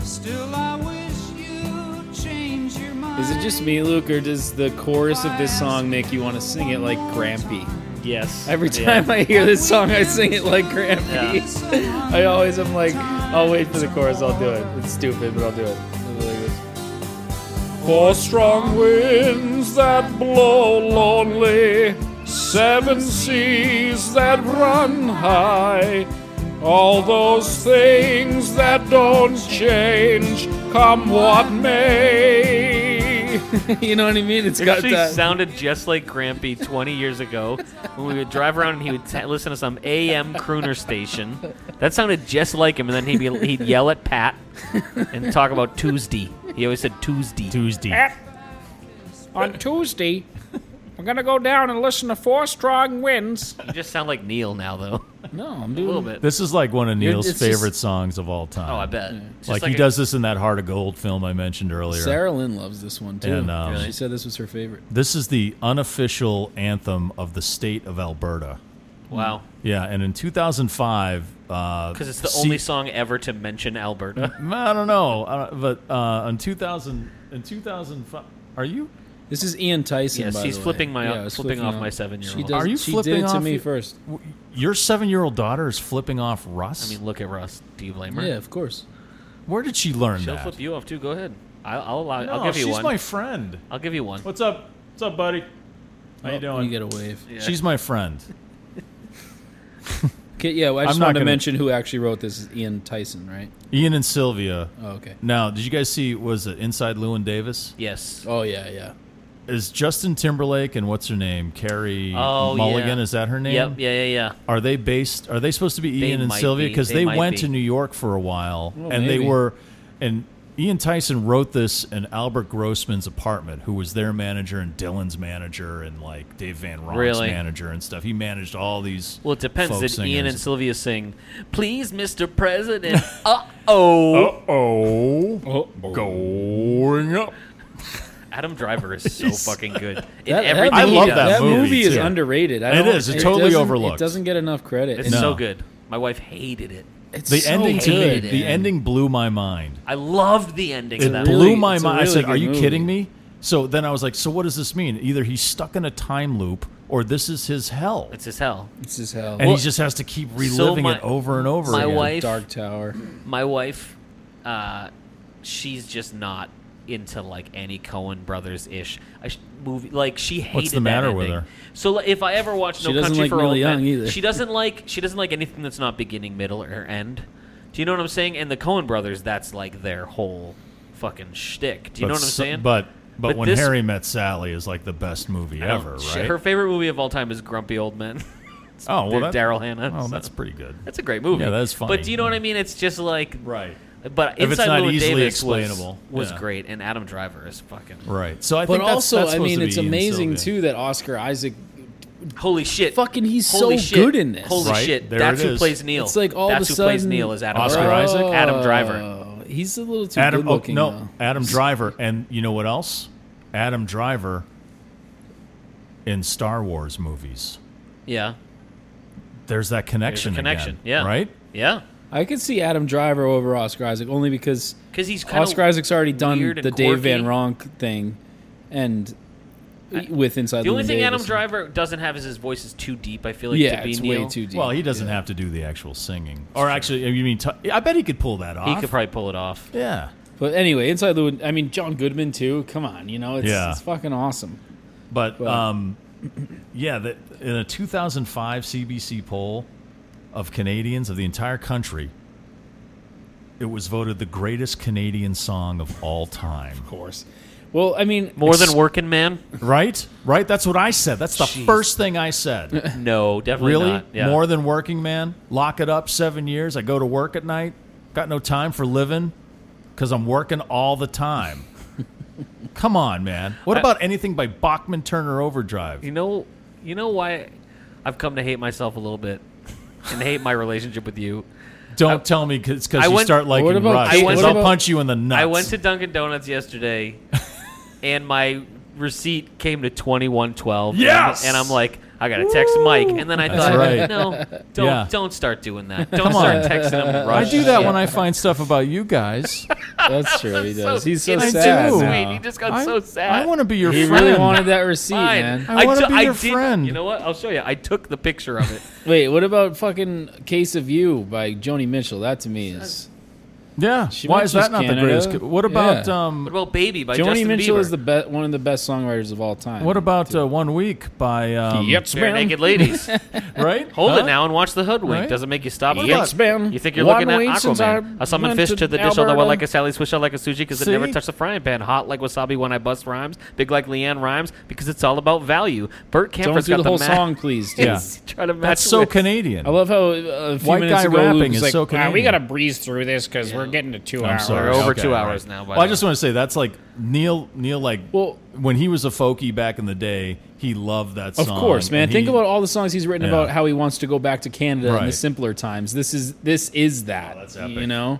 [SPEAKER 7] Still, I wish you'd change your mind.
[SPEAKER 4] Is it just me, Luke, or does the chorus of this song make you want to sing it like Grampy?
[SPEAKER 5] Yes.
[SPEAKER 4] Every time I hear this song, I sing it like Grampy. I always am like, I'll wait for the chorus, I'll do it. It's stupid, but I'll do it. It's like this. Four strong winds that blow lonely, seven seas that run high, all those things that don't change, come what may. you know what I mean? It's
[SPEAKER 5] It
[SPEAKER 4] got
[SPEAKER 5] actually
[SPEAKER 4] that.
[SPEAKER 5] sounded just like Grampy 20 years ago when we would drive around and he would t- listen to some AM crooner station. That sounded just like him, and then he'd, be, he'd yell at Pat and talk about Tuesday. He always said Tuesday. Eh.
[SPEAKER 3] Tuesday.
[SPEAKER 7] On Tuesday, we're gonna go down and listen to Four Strong Winds.
[SPEAKER 5] You just sound like Neil now, though.
[SPEAKER 4] no, I'm
[SPEAKER 5] A
[SPEAKER 4] doing
[SPEAKER 5] little bit.
[SPEAKER 3] This is like one of Neil's
[SPEAKER 4] it's just-
[SPEAKER 3] favorite songs of all time.
[SPEAKER 5] Oh, I bet. It's
[SPEAKER 3] like,
[SPEAKER 5] just
[SPEAKER 3] he
[SPEAKER 5] a-
[SPEAKER 3] does this in that Heart of Gold film I mentioned earlier.
[SPEAKER 4] Sarah Lynn loves this one too.
[SPEAKER 3] And, um, Really?
[SPEAKER 4] She said this was her favorite.
[SPEAKER 3] This is the unofficial anthem of the state of Alberta.
[SPEAKER 5] Wow.
[SPEAKER 3] Yeah, and in 2005, because
[SPEAKER 5] Because it's the only song ever to mention Alberta.
[SPEAKER 3] uh, I don't know, uh, but uh, in 2000, in 2005, are you?
[SPEAKER 4] This is Ian Tyson.
[SPEAKER 5] Yes,
[SPEAKER 4] by
[SPEAKER 5] he's
[SPEAKER 4] the way.
[SPEAKER 5] flipping my-
[SPEAKER 4] I was
[SPEAKER 5] flipping off my seven-year-old.
[SPEAKER 4] She does,
[SPEAKER 3] Are you
[SPEAKER 4] she
[SPEAKER 3] flipping
[SPEAKER 4] did to
[SPEAKER 3] off
[SPEAKER 4] me
[SPEAKER 3] your-
[SPEAKER 4] first?
[SPEAKER 3] w- Your seven-year-old daughter is flipping off Russ.
[SPEAKER 5] I mean, look at Russ. Do you blame her?
[SPEAKER 4] Yeah, of course.
[SPEAKER 3] Where did she learn
[SPEAKER 5] She'll
[SPEAKER 3] that?
[SPEAKER 5] flip you off too. Go ahead. I'll, I'll allow.
[SPEAKER 3] no,
[SPEAKER 5] I'll give you
[SPEAKER 3] she's
[SPEAKER 5] one.
[SPEAKER 3] my friend.
[SPEAKER 5] I'll give you one.
[SPEAKER 3] What's up? What's up, buddy? How you doing?
[SPEAKER 4] You get a wave.
[SPEAKER 5] Yeah.
[SPEAKER 3] She's my friend.
[SPEAKER 4] Okay, yeah, well, I just
[SPEAKER 3] not
[SPEAKER 4] wanted to
[SPEAKER 3] gonna-
[SPEAKER 4] mention who actually wrote this is Ian Tyson, right?
[SPEAKER 3] Ian and Sylvia.
[SPEAKER 4] Oh, okay.
[SPEAKER 3] Now, did you guys see? Was it Inside Lewin Davis?
[SPEAKER 5] yes.
[SPEAKER 4] Oh yeah, yeah.
[SPEAKER 3] is Justin Timberlake and what's her name, Carrie
[SPEAKER 5] Oh,
[SPEAKER 3] Mulligan?
[SPEAKER 5] yeah.
[SPEAKER 3] Is that her name?
[SPEAKER 5] Yep. Yeah. Yeah. Yeah.
[SPEAKER 3] Are they based? Are they supposed to be
[SPEAKER 5] They
[SPEAKER 3] Ian and
[SPEAKER 5] might
[SPEAKER 3] Sylvia?
[SPEAKER 5] be.
[SPEAKER 3] Because
[SPEAKER 5] They
[SPEAKER 3] they,
[SPEAKER 5] might
[SPEAKER 3] went
[SPEAKER 5] be.
[SPEAKER 3] to New York for a while,
[SPEAKER 4] Well,
[SPEAKER 3] and they
[SPEAKER 4] maybe.
[SPEAKER 3] were, and Ian Tyson wrote this in Albert Grossman's apartment, who was their manager and Dylan's manager and like Dave Van Ron's
[SPEAKER 5] Really?
[SPEAKER 3] manager and stuff. He managed all these.
[SPEAKER 5] Well, it depends.
[SPEAKER 3] folk
[SPEAKER 5] Did Ian
[SPEAKER 3] singers.
[SPEAKER 5] and Sylvia sing, "Please, Mr. President"? uh oh.
[SPEAKER 8] oh, going up.
[SPEAKER 5] Adam Driver is so fucking good. In
[SPEAKER 4] That- that
[SPEAKER 5] everything
[SPEAKER 3] I
[SPEAKER 5] he
[SPEAKER 3] love
[SPEAKER 5] does.
[SPEAKER 3] that
[SPEAKER 4] that
[SPEAKER 3] movie,
[SPEAKER 4] movie, is
[SPEAKER 3] too.
[SPEAKER 4] underrated. I
[SPEAKER 3] It
[SPEAKER 4] don't-
[SPEAKER 3] is. It's totally
[SPEAKER 4] doesn't-
[SPEAKER 3] overlooked.
[SPEAKER 4] It doesn't get enough credit.
[SPEAKER 5] It's
[SPEAKER 4] And
[SPEAKER 5] so
[SPEAKER 3] No.
[SPEAKER 5] good. My wife hated it.
[SPEAKER 4] it's
[SPEAKER 3] The
[SPEAKER 4] so
[SPEAKER 3] ending to me,
[SPEAKER 4] good,
[SPEAKER 3] the
[SPEAKER 4] man.
[SPEAKER 3] ending blew my mind.
[SPEAKER 5] I loved the ending.
[SPEAKER 3] It
[SPEAKER 5] of that
[SPEAKER 3] blew
[SPEAKER 5] movie.
[SPEAKER 3] my
[SPEAKER 4] it's a
[SPEAKER 3] mind. I
[SPEAKER 4] really
[SPEAKER 3] said,
[SPEAKER 4] good
[SPEAKER 3] "Are you
[SPEAKER 4] movie."
[SPEAKER 3] kidding me?" So then I was like, "So what does this mean? Either he's stuck in a time loop, or this is his hell,
[SPEAKER 5] It's as hell.
[SPEAKER 4] It's as hell.
[SPEAKER 3] and
[SPEAKER 5] Well,
[SPEAKER 3] he just has to keep reliving
[SPEAKER 5] so my-
[SPEAKER 3] it over and over
[SPEAKER 5] my
[SPEAKER 3] again."
[SPEAKER 5] wife-
[SPEAKER 4] Dark Tower.
[SPEAKER 5] My wife, uh, she's just not into like any Cohen Brothers ish movie. Like she hated.
[SPEAKER 3] What's the
[SPEAKER 5] that
[SPEAKER 3] matter with
[SPEAKER 5] ending.
[SPEAKER 3] her?
[SPEAKER 5] So like, if I ever watch
[SPEAKER 4] She
[SPEAKER 5] No
[SPEAKER 4] doesn't
[SPEAKER 5] Country
[SPEAKER 4] like
[SPEAKER 5] for Old
[SPEAKER 4] Neil
[SPEAKER 5] Men,
[SPEAKER 4] Young either.
[SPEAKER 5] she doesn't like she doesn't like anything that's not beginning, middle, or end. Do you know what I'm saying? And the Cohen Brothers, that's like their whole fucking shtick. Do you
[SPEAKER 3] But
[SPEAKER 5] know what I'm
[SPEAKER 3] s-
[SPEAKER 5] saying?
[SPEAKER 3] But but,
[SPEAKER 5] But
[SPEAKER 3] when
[SPEAKER 5] this-
[SPEAKER 3] Harry met Sally is like the best movie
[SPEAKER 5] I don't-
[SPEAKER 3] ever,
[SPEAKER 5] sh-
[SPEAKER 3] right?
[SPEAKER 5] Her favorite movie of all time is Grumpy Old Men.
[SPEAKER 3] oh, well,
[SPEAKER 5] they're
[SPEAKER 3] that-
[SPEAKER 5] Daryl Hannah,
[SPEAKER 3] Oh,
[SPEAKER 5] so-
[SPEAKER 3] that's pretty good.
[SPEAKER 5] That's a great movie.
[SPEAKER 3] Yeah, that's funny.
[SPEAKER 5] But do you know what I mean? It's just like
[SPEAKER 3] Right.
[SPEAKER 5] But
[SPEAKER 3] If it's
[SPEAKER 5] Inside
[SPEAKER 3] not
[SPEAKER 5] Llewyn
[SPEAKER 3] easily
[SPEAKER 5] Davis
[SPEAKER 3] explainable,
[SPEAKER 5] was, was
[SPEAKER 3] yeah.
[SPEAKER 5] great, and Adam Driver is fucking
[SPEAKER 3] Right. So I
[SPEAKER 4] But
[SPEAKER 3] think that's,
[SPEAKER 4] also,
[SPEAKER 3] that's
[SPEAKER 4] I
[SPEAKER 3] supposed
[SPEAKER 4] mean,
[SPEAKER 3] to
[SPEAKER 4] it's
[SPEAKER 3] be Ian
[SPEAKER 4] amazing
[SPEAKER 3] Sylvia.
[SPEAKER 4] too that Oscar Isaac.
[SPEAKER 5] holy shit.
[SPEAKER 4] Fucking, he's
[SPEAKER 5] holy
[SPEAKER 4] so
[SPEAKER 5] shit.
[SPEAKER 4] good in this.
[SPEAKER 5] Holy
[SPEAKER 3] Right,
[SPEAKER 5] shit!
[SPEAKER 3] there
[SPEAKER 5] That's
[SPEAKER 3] it
[SPEAKER 5] who
[SPEAKER 3] is.
[SPEAKER 5] plays Neil.
[SPEAKER 4] It's like all of
[SPEAKER 5] That's
[SPEAKER 4] a
[SPEAKER 5] who
[SPEAKER 4] sudden,
[SPEAKER 5] plays Neil is Adam
[SPEAKER 3] Oscar
[SPEAKER 5] Driver.
[SPEAKER 3] Isaac?
[SPEAKER 5] Adam Driver.
[SPEAKER 4] Oh, He's a little too
[SPEAKER 3] Adam.
[SPEAKER 4] good
[SPEAKER 3] Oh,
[SPEAKER 4] looking.
[SPEAKER 3] no,
[SPEAKER 4] though.
[SPEAKER 3] Adam Driver, and you know what else? Adam Driver in Star Wars movies.
[SPEAKER 5] Yeah,
[SPEAKER 3] There's that connection. again,
[SPEAKER 5] connection, yeah.
[SPEAKER 3] Right.
[SPEAKER 5] yeah.
[SPEAKER 4] I could see Adam Driver over Oscar Isaac only because
[SPEAKER 5] Because he's kind
[SPEAKER 4] Oscar
[SPEAKER 5] of
[SPEAKER 4] Isaac's already done
[SPEAKER 5] weird and
[SPEAKER 4] the Dave Van
[SPEAKER 5] quirky.
[SPEAKER 4] Ronk thing, and with Inside
[SPEAKER 5] The only
[SPEAKER 4] Llewyn
[SPEAKER 5] thing
[SPEAKER 4] Davis.
[SPEAKER 5] Adam Driver doesn't have is his voice is too deep. I feel like
[SPEAKER 4] yeah,
[SPEAKER 5] to be
[SPEAKER 4] it's
[SPEAKER 5] Neil.
[SPEAKER 4] way too deep.
[SPEAKER 3] Well, he doesn't have to do the actual singing, or actually, you mean? T- I bet he could pull that off.
[SPEAKER 5] He could probably pull it off.
[SPEAKER 3] yeah.
[SPEAKER 4] But anyway, Inside Llewyn. I mean, John Goodman too. Come on, you know it's,
[SPEAKER 3] Yeah.
[SPEAKER 4] it's fucking awesome.
[SPEAKER 3] But
[SPEAKER 4] Well-
[SPEAKER 3] um, yeah, that in a 2005 CBC poll of Canadians of the entire country, it was voted the greatest Canadian song of all time.
[SPEAKER 4] Of course. Well, I mean,
[SPEAKER 5] More than Working Man?
[SPEAKER 3] Right? Right? That's what I said. That's the first thing I said.
[SPEAKER 5] No, definitely
[SPEAKER 3] really?
[SPEAKER 5] not. Yeah.
[SPEAKER 3] More than working man? Lock it up 7 years. I go to work at night. Got no time for living cuz I'm working all the time. Come on, man. What
[SPEAKER 5] I-
[SPEAKER 3] about anything by Bachman Turner Overdrive?
[SPEAKER 5] You know, you know why I've come to hate myself a little bit and hate my relationship with you.
[SPEAKER 3] Don't tell me it's because
[SPEAKER 5] I
[SPEAKER 3] you
[SPEAKER 5] went-
[SPEAKER 3] start liking
[SPEAKER 4] What about-
[SPEAKER 3] Rush.
[SPEAKER 5] I went-
[SPEAKER 3] 'cause
[SPEAKER 5] what
[SPEAKER 3] I'll
[SPEAKER 4] about-
[SPEAKER 3] punch you in the nuts.
[SPEAKER 5] I went to Dunkin' Donuts yesterday, and my receipt came to twenty one twelve.
[SPEAKER 3] Yes!
[SPEAKER 5] and I'm like, I gotta text Mike, and then I
[SPEAKER 3] That's
[SPEAKER 5] thought,
[SPEAKER 3] right.
[SPEAKER 5] no, don't
[SPEAKER 3] Yeah.
[SPEAKER 5] don't start doing that. Don't start
[SPEAKER 3] on.
[SPEAKER 5] texting him.
[SPEAKER 3] I
[SPEAKER 5] Rush.
[SPEAKER 3] do that when I find stuff about you guys.
[SPEAKER 4] That's true. He does. He's so
[SPEAKER 5] it's
[SPEAKER 4] sad
[SPEAKER 5] so
[SPEAKER 3] do.
[SPEAKER 4] now.
[SPEAKER 5] sweet. He just got
[SPEAKER 3] I,
[SPEAKER 5] so sad.
[SPEAKER 3] I want to be your
[SPEAKER 4] He
[SPEAKER 3] friend.
[SPEAKER 4] really wanted that receipt,
[SPEAKER 5] Fine.
[SPEAKER 4] man.
[SPEAKER 3] I wanna
[SPEAKER 5] took-
[SPEAKER 3] be your
[SPEAKER 5] did-
[SPEAKER 3] friend.
[SPEAKER 5] You know what? I'll show you. I took the picture of it.
[SPEAKER 4] Wait, what about fucking "Case of You" by Joni Mitchell? That to me is
[SPEAKER 3] yeah.
[SPEAKER 4] She
[SPEAKER 3] Why is that
[SPEAKER 4] mentions
[SPEAKER 3] not the
[SPEAKER 4] Canada.
[SPEAKER 3] greatest? co- What about
[SPEAKER 4] Yeah.
[SPEAKER 5] what
[SPEAKER 3] um?
[SPEAKER 5] about "Baby" by
[SPEAKER 4] Joni
[SPEAKER 5] Justin
[SPEAKER 4] Mitchell
[SPEAKER 5] Bieber?
[SPEAKER 4] is the be- one of the best songwriters of all time.
[SPEAKER 3] What about uh, one week by um?
[SPEAKER 4] Yes,
[SPEAKER 5] Bare
[SPEAKER 4] ma'am.
[SPEAKER 5] naked ladies.
[SPEAKER 3] Right.
[SPEAKER 5] Hold
[SPEAKER 3] Huh?
[SPEAKER 5] it now and watch the hoodwink.
[SPEAKER 3] Right?
[SPEAKER 5] Doesn't make you stop.
[SPEAKER 3] What
[SPEAKER 5] Yep.
[SPEAKER 3] about-
[SPEAKER 4] ma'am.
[SPEAKER 5] You think you're
[SPEAKER 4] One
[SPEAKER 5] looking at
[SPEAKER 4] week since
[SPEAKER 5] Aquaman?
[SPEAKER 4] I
[SPEAKER 5] I summon
[SPEAKER 4] went
[SPEAKER 5] fish
[SPEAKER 4] to
[SPEAKER 5] to, the dish, although I
[SPEAKER 4] Alberta.
[SPEAKER 5] like a Sally swish, I like a sushi, because it
[SPEAKER 3] See?
[SPEAKER 5] never touched the frying pan. Hot like wasabi when I bust rhymes. Big like Leanne rhymes, because it's all about value. Burt
[SPEAKER 4] Don't
[SPEAKER 5] Camper's
[SPEAKER 4] do the
[SPEAKER 5] got
[SPEAKER 4] whole
[SPEAKER 5] ma-
[SPEAKER 4] song, please. Dude.
[SPEAKER 3] Yeah.
[SPEAKER 5] Try to match
[SPEAKER 3] That's so
[SPEAKER 5] with-
[SPEAKER 3] Canadian.
[SPEAKER 4] I love how uh, a few
[SPEAKER 3] White
[SPEAKER 4] minutes
[SPEAKER 3] guy
[SPEAKER 4] ago,
[SPEAKER 3] rapping
[SPEAKER 4] Luke was
[SPEAKER 3] is
[SPEAKER 4] like,
[SPEAKER 3] so
[SPEAKER 4] "Ah, we
[SPEAKER 3] Canadian."
[SPEAKER 4] gotta breeze through this because we're getting to 2
[SPEAKER 3] I'm
[SPEAKER 4] hours.
[SPEAKER 3] sorry.
[SPEAKER 5] over
[SPEAKER 3] Okay,
[SPEAKER 5] two
[SPEAKER 3] all
[SPEAKER 5] hours
[SPEAKER 3] right.
[SPEAKER 5] now, by
[SPEAKER 3] Well, I
[SPEAKER 5] the
[SPEAKER 3] just
[SPEAKER 5] way.
[SPEAKER 3] want to say that's like Neil. Neil, like
[SPEAKER 4] Well-
[SPEAKER 3] when he was a folkie back in the day, he loved that
[SPEAKER 4] Of
[SPEAKER 3] song.
[SPEAKER 4] course, man.
[SPEAKER 3] and
[SPEAKER 4] Think
[SPEAKER 3] he-
[SPEAKER 4] about all the songs he's written
[SPEAKER 3] Yeah.
[SPEAKER 4] about how he wants to go back to Canada in the
[SPEAKER 3] Right. Oh,
[SPEAKER 4] simpler times. This is this is that.
[SPEAKER 3] that's
[SPEAKER 4] You
[SPEAKER 3] epic.
[SPEAKER 4] know,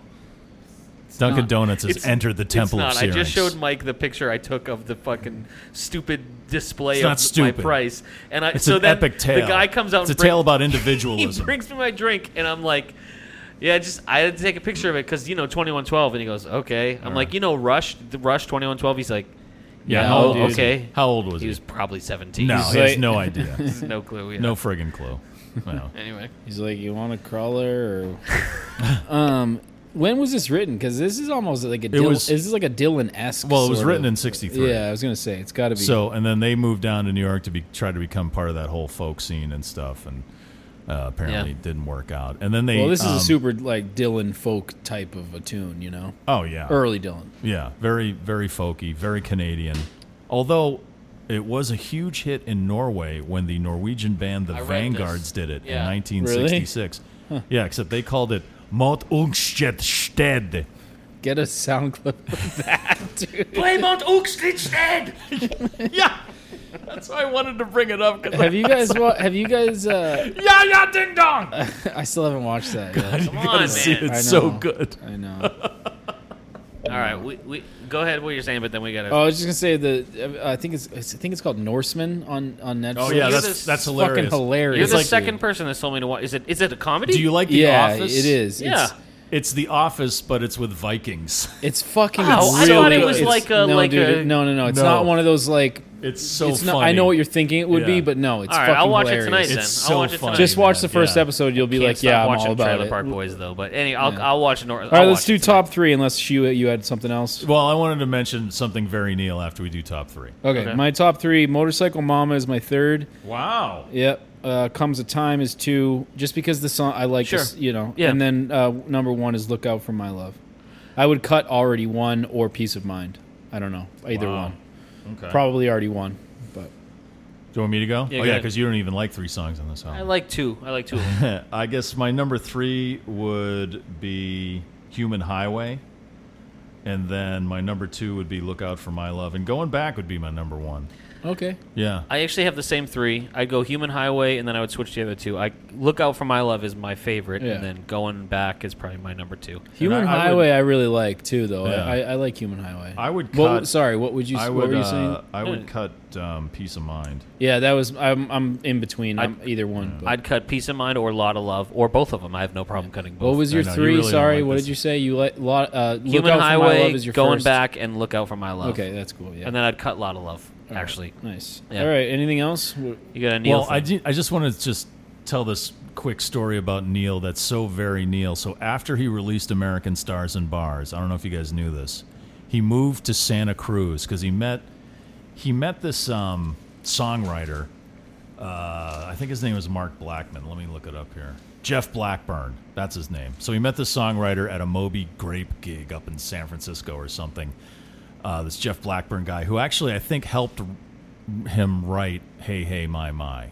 [SPEAKER 3] Dunkin'
[SPEAKER 4] not-
[SPEAKER 3] Donuts has
[SPEAKER 5] It's-
[SPEAKER 3] entered the
[SPEAKER 5] it's
[SPEAKER 3] temple
[SPEAKER 5] not.
[SPEAKER 3] of
[SPEAKER 5] I
[SPEAKER 3] Syrinx.
[SPEAKER 5] just showed Mike the picture I took of the fucking stupid display
[SPEAKER 3] It's
[SPEAKER 5] of
[SPEAKER 3] not
[SPEAKER 5] my
[SPEAKER 3] stupid.
[SPEAKER 5] price. And I
[SPEAKER 3] It's
[SPEAKER 5] so
[SPEAKER 3] an
[SPEAKER 5] then
[SPEAKER 3] epic tale.
[SPEAKER 5] the guy comes out
[SPEAKER 3] It's a
[SPEAKER 5] and brings-
[SPEAKER 3] tale about
[SPEAKER 5] He
[SPEAKER 3] individualism.
[SPEAKER 5] brings me my drink, and I'm like, yeah, just I had to take a picture of it because you know 2112, and he goes, okay. I'm like, you know, Rush, the Rush 2112. He's like,
[SPEAKER 3] yeah,
[SPEAKER 5] no,
[SPEAKER 3] how old was he?
[SPEAKER 5] okay.
[SPEAKER 3] How old was
[SPEAKER 5] he
[SPEAKER 3] he?
[SPEAKER 5] was probably 17.
[SPEAKER 3] no,
[SPEAKER 5] He's
[SPEAKER 3] he has
[SPEAKER 4] like-
[SPEAKER 3] no idea.
[SPEAKER 5] like, no clue. Yeah.
[SPEAKER 3] No friggin' clue. No.
[SPEAKER 5] Anyway,
[SPEAKER 4] he's like, "You want a crawler?" Or... um, when was this written? Because this is almost like a Dylan.
[SPEAKER 3] was-
[SPEAKER 4] is this like a Dylan esque?
[SPEAKER 3] Well, it was written in '63.
[SPEAKER 4] Yeah, I was gonna say it's got to be.
[SPEAKER 3] So, and then they moved down to New York to be try to become part of that whole folk scene and stuff, and uh, apparently
[SPEAKER 5] Yeah.
[SPEAKER 3] it didn't work out. And then they
[SPEAKER 4] well, this is
[SPEAKER 3] um,
[SPEAKER 4] a super like Dylan folk type of a tune. You know,
[SPEAKER 3] Oh yeah,
[SPEAKER 4] early Dylan.
[SPEAKER 3] yeah, very very folky, very Canadian. Although It was a huge hit in Norway when the Norwegian band the
[SPEAKER 5] I read this.
[SPEAKER 3] Vanguards did it
[SPEAKER 5] Yeah.
[SPEAKER 3] in 1966. Yeah, except they called it Mot Ungstedt Sted.
[SPEAKER 4] Get a sound clip of that, dude.
[SPEAKER 5] Play Mount Oakstreet's dead.
[SPEAKER 3] Yeah, that's why I wanted to bring it up. Cause
[SPEAKER 4] Have you guys? Wa- have you guys? Uh,
[SPEAKER 3] yeah, yeah, ding dong.
[SPEAKER 4] I still haven't watched that. Yet.
[SPEAKER 5] Come on, man.
[SPEAKER 3] See,
[SPEAKER 4] I
[SPEAKER 3] it's so
[SPEAKER 4] know.
[SPEAKER 3] good.
[SPEAKER 4] I know.
[SPEAKER 5] All right, we, we go ahead what you're saying, but then we gotta.
[SPEAKER 4] Oh, I was just gonna say the. I think it's. it's- I think it's called Norseman on on Netflix.
[SPEAKER 3] Oh yeah,
[SPEAKER 5] You're
[SPEAKER 3] that's
[SPEAKER 5] the-
[SPEAKER 3] that's
[SPEAKER 4] It's
[SPEAKER 3] hilarious.
[SPEAKER 4] Fucking hilarious.
[SPEAKER 5] you're the
[SPEAKER 3] like-
[SPEAKER 5] second person that's told me to watch. Is it is it a comedy?
[SPEAKER 3] Do you like The
[SPEAKER 4] yeah,
[SPEAKER 3] Office?
[SPEAKER 4] it is.
[SPEAKER 5] Yeah.
[SPEAKER 4] It's,
[SPEAKER 3] It's The Office, but it's with Vikings.
[SPEAKER 4] it's fucking.
[SPEAKER 5] Wow,
[SPEAKER 4] it's
[SPEAKER 5] Oh, I
[SPEAKER 4] really,
[SPEAKER 5] thought it was
[SPEAKER 4] it's-
[SPEAKER 5] like a-
[SPEAKER 4] no,
[SPEAKER 5] like
[SPEAKER 4] dude,
[SPEAKER 5] a-
[SPEAKER 4] No, no, no. It's
[SPEAKER 3] No.
[SPEAKER 4] not one of those like.
[SPEAKER 3] It's so
[SPEAKER 4] it's
[SPEAKER 3] funny.
[SPEAKER 4] Not, I know what you're thinking it would
[SPEAKER 3] Yeah.
[SPEAKER 4] be, but no, it's
[SPEAKER 5] All right,
[SPEAKER 4] fucking
[SPEAKER 5] I'll watch
[SPEAKER 4] hilarious.
[SPEAKER 5] it tonight. Then
[SPEAKER 3] It's
[SPEAKER 5] I'll
[SPEAKER 3] so
[SPEAKER 5] watch it tonight.
[SPEAKER 3] funny.
[SPEAKER 4] Just watch the
[SPEAKER 3] man.
[SPEAKER 4] first
[SPEAKER 3] Yeah.
[SPEAKER 4] episode. You'll be
[SPEAKER 5] Can't
[SPEAKER 4] like,
[SPEAKER 5] stop
[SPEAKER 4] yeah, I'm
[SPEAKER 5] watching
[SPEAKER 4] all about
[SPEAKER 5] Trailer
[SPEAKER 4] it.
[SPEAKER 5] Park Boys though. But anyway, I'll, I'll watch it. All
[SPEAKER 4] All right, let's do top three, unless you you had something else.
[SPEAKER 3] Well, I wanted to mention something very Neil after we do top three.
[SPEAKER 4] Okay,
[SPEAKER 5] Okay.
[SPEAKER 4] my top three: Motorcycle Mama is my third.
[SPEAKER 3] Wow.
[SPEAKER 4] Yep. Uh, Comes a time is two, just because the song I like,
[SPEAKER 5] Sure.
[SPEAKER 4] this, you know.
[SPEAKER 5] Yeah.
[SPEAKER 4] And then uh, number one is "Look Out for My Love." I would cut already one or "Peace of Mind." I don't know either
[SPEAKER 3] Wow.
[SPEAKER 4] one.
[SPEAKER 3] Okay.
[SPEAKER 4] Probably already one, but
[SPEAKER 3] Do you want me to go?
[SPEAKER 5] Yeah,
[SPEAKER 3] oh
[SPEAKER 5] go
[SPEAKER 3] yeah,
[SPEAKER 5] ahead.
[SPEAKER 3] because you don't even like three songs on this
[SPEAKER 5] I
[SPEAKER 3] album.
[SPEAKER 5] like two. I like two. of 'em.
[SPEAKER 3] I, guess my number three would be Human Highway, and then my number two would be Look Out for My Love, and Going Back would be my number one.
[SPEAKER 4] okay.
[SPEAKER 3] Yeah.
[SPEAKER 5] I actually have the same three. I'd go Human Highway, and then I would switch the other two. I Look Out for My Love is my favorite,
[SPEAKER 4] Yeah.
[SPEAKER 5] and then Going Back is probably my number two.
[SPEAKER 4] Human
[SPEAKER 3] I- I
[SPEAKER 4] Highway, I really like too, though.
[SPEAKER 3] Yeah.
[SPEAKER 4] I, I, I like Human Highway.
[SPEAKER 3] I would
[SPEAKER 4] What,
[SPEAKER 3] cut-
[SPEAKER 4] sorry, what would you?
[SPEAKER 3] I would.
[SPEAKER 4] what were you
[SPEAKER 3] uh,
[SPEAKER 4] saying?
[SPEAKER 3] I would cut um, Peace of Mind.
[SPEAKER 4] Yeah, that was. I'm, I'm in between. I'm either one. but-
[SPEAKER 5] I'd cut Peace of Mind or Lot of Love or both of them. I have no problem cutting both.
[SPEAKER 4] what was your
[SPEAKER 3] I know, you
[SPEAKER 4] three?
[SPEAKER 3] really don't
[SPEAKER 4] sorry,
[SPEAKER 3] like
[SPEAKER 4] what
[SPEAKER 3] this.
[SPEAKER 4] did you say? You like lot? Uh, Look
[SPEAKER 5] Human
[SPEAKER 4] Out for My
[SPEAKER 5] Highway,
[SPEAKER 4] Love is your
[SPEAKER 5] Going
[SPEAKER 4] first.
[SPEAKER 5] Back, and Look Out for My Love.
[SPEAKER 4] Okay, that's cool. Yeah.
[SPEAKER 5] And then I'd cut Lot of Love. Actually,
[SPEAKER 4] Nice.
[SPEAKER 5] Yeah.
[SPEAKER 4] All right. Anything else? Wh-
[SPEAKER 5] you got a Neil.
[SPEAKER 3] well, I,
[SPEAKER 5] thing.
[SPEAKER 3] did, I just want to just tell this quick story about Neil that's so very Neil. So after he released American Stars and Bars, I don't know if you guys knew this, he moved to Santa Cruz because he met he met this um, songwriter. Uh, I think his name was Mark Blackman. Let me look it up here. Jeff Blackburn, that's his name. So he met this songwriter at a Moby Grape gig up in San Francisco or something. Uh, this Jeff Blackburn guy, who actually I think helped him write "Hey Hey My My."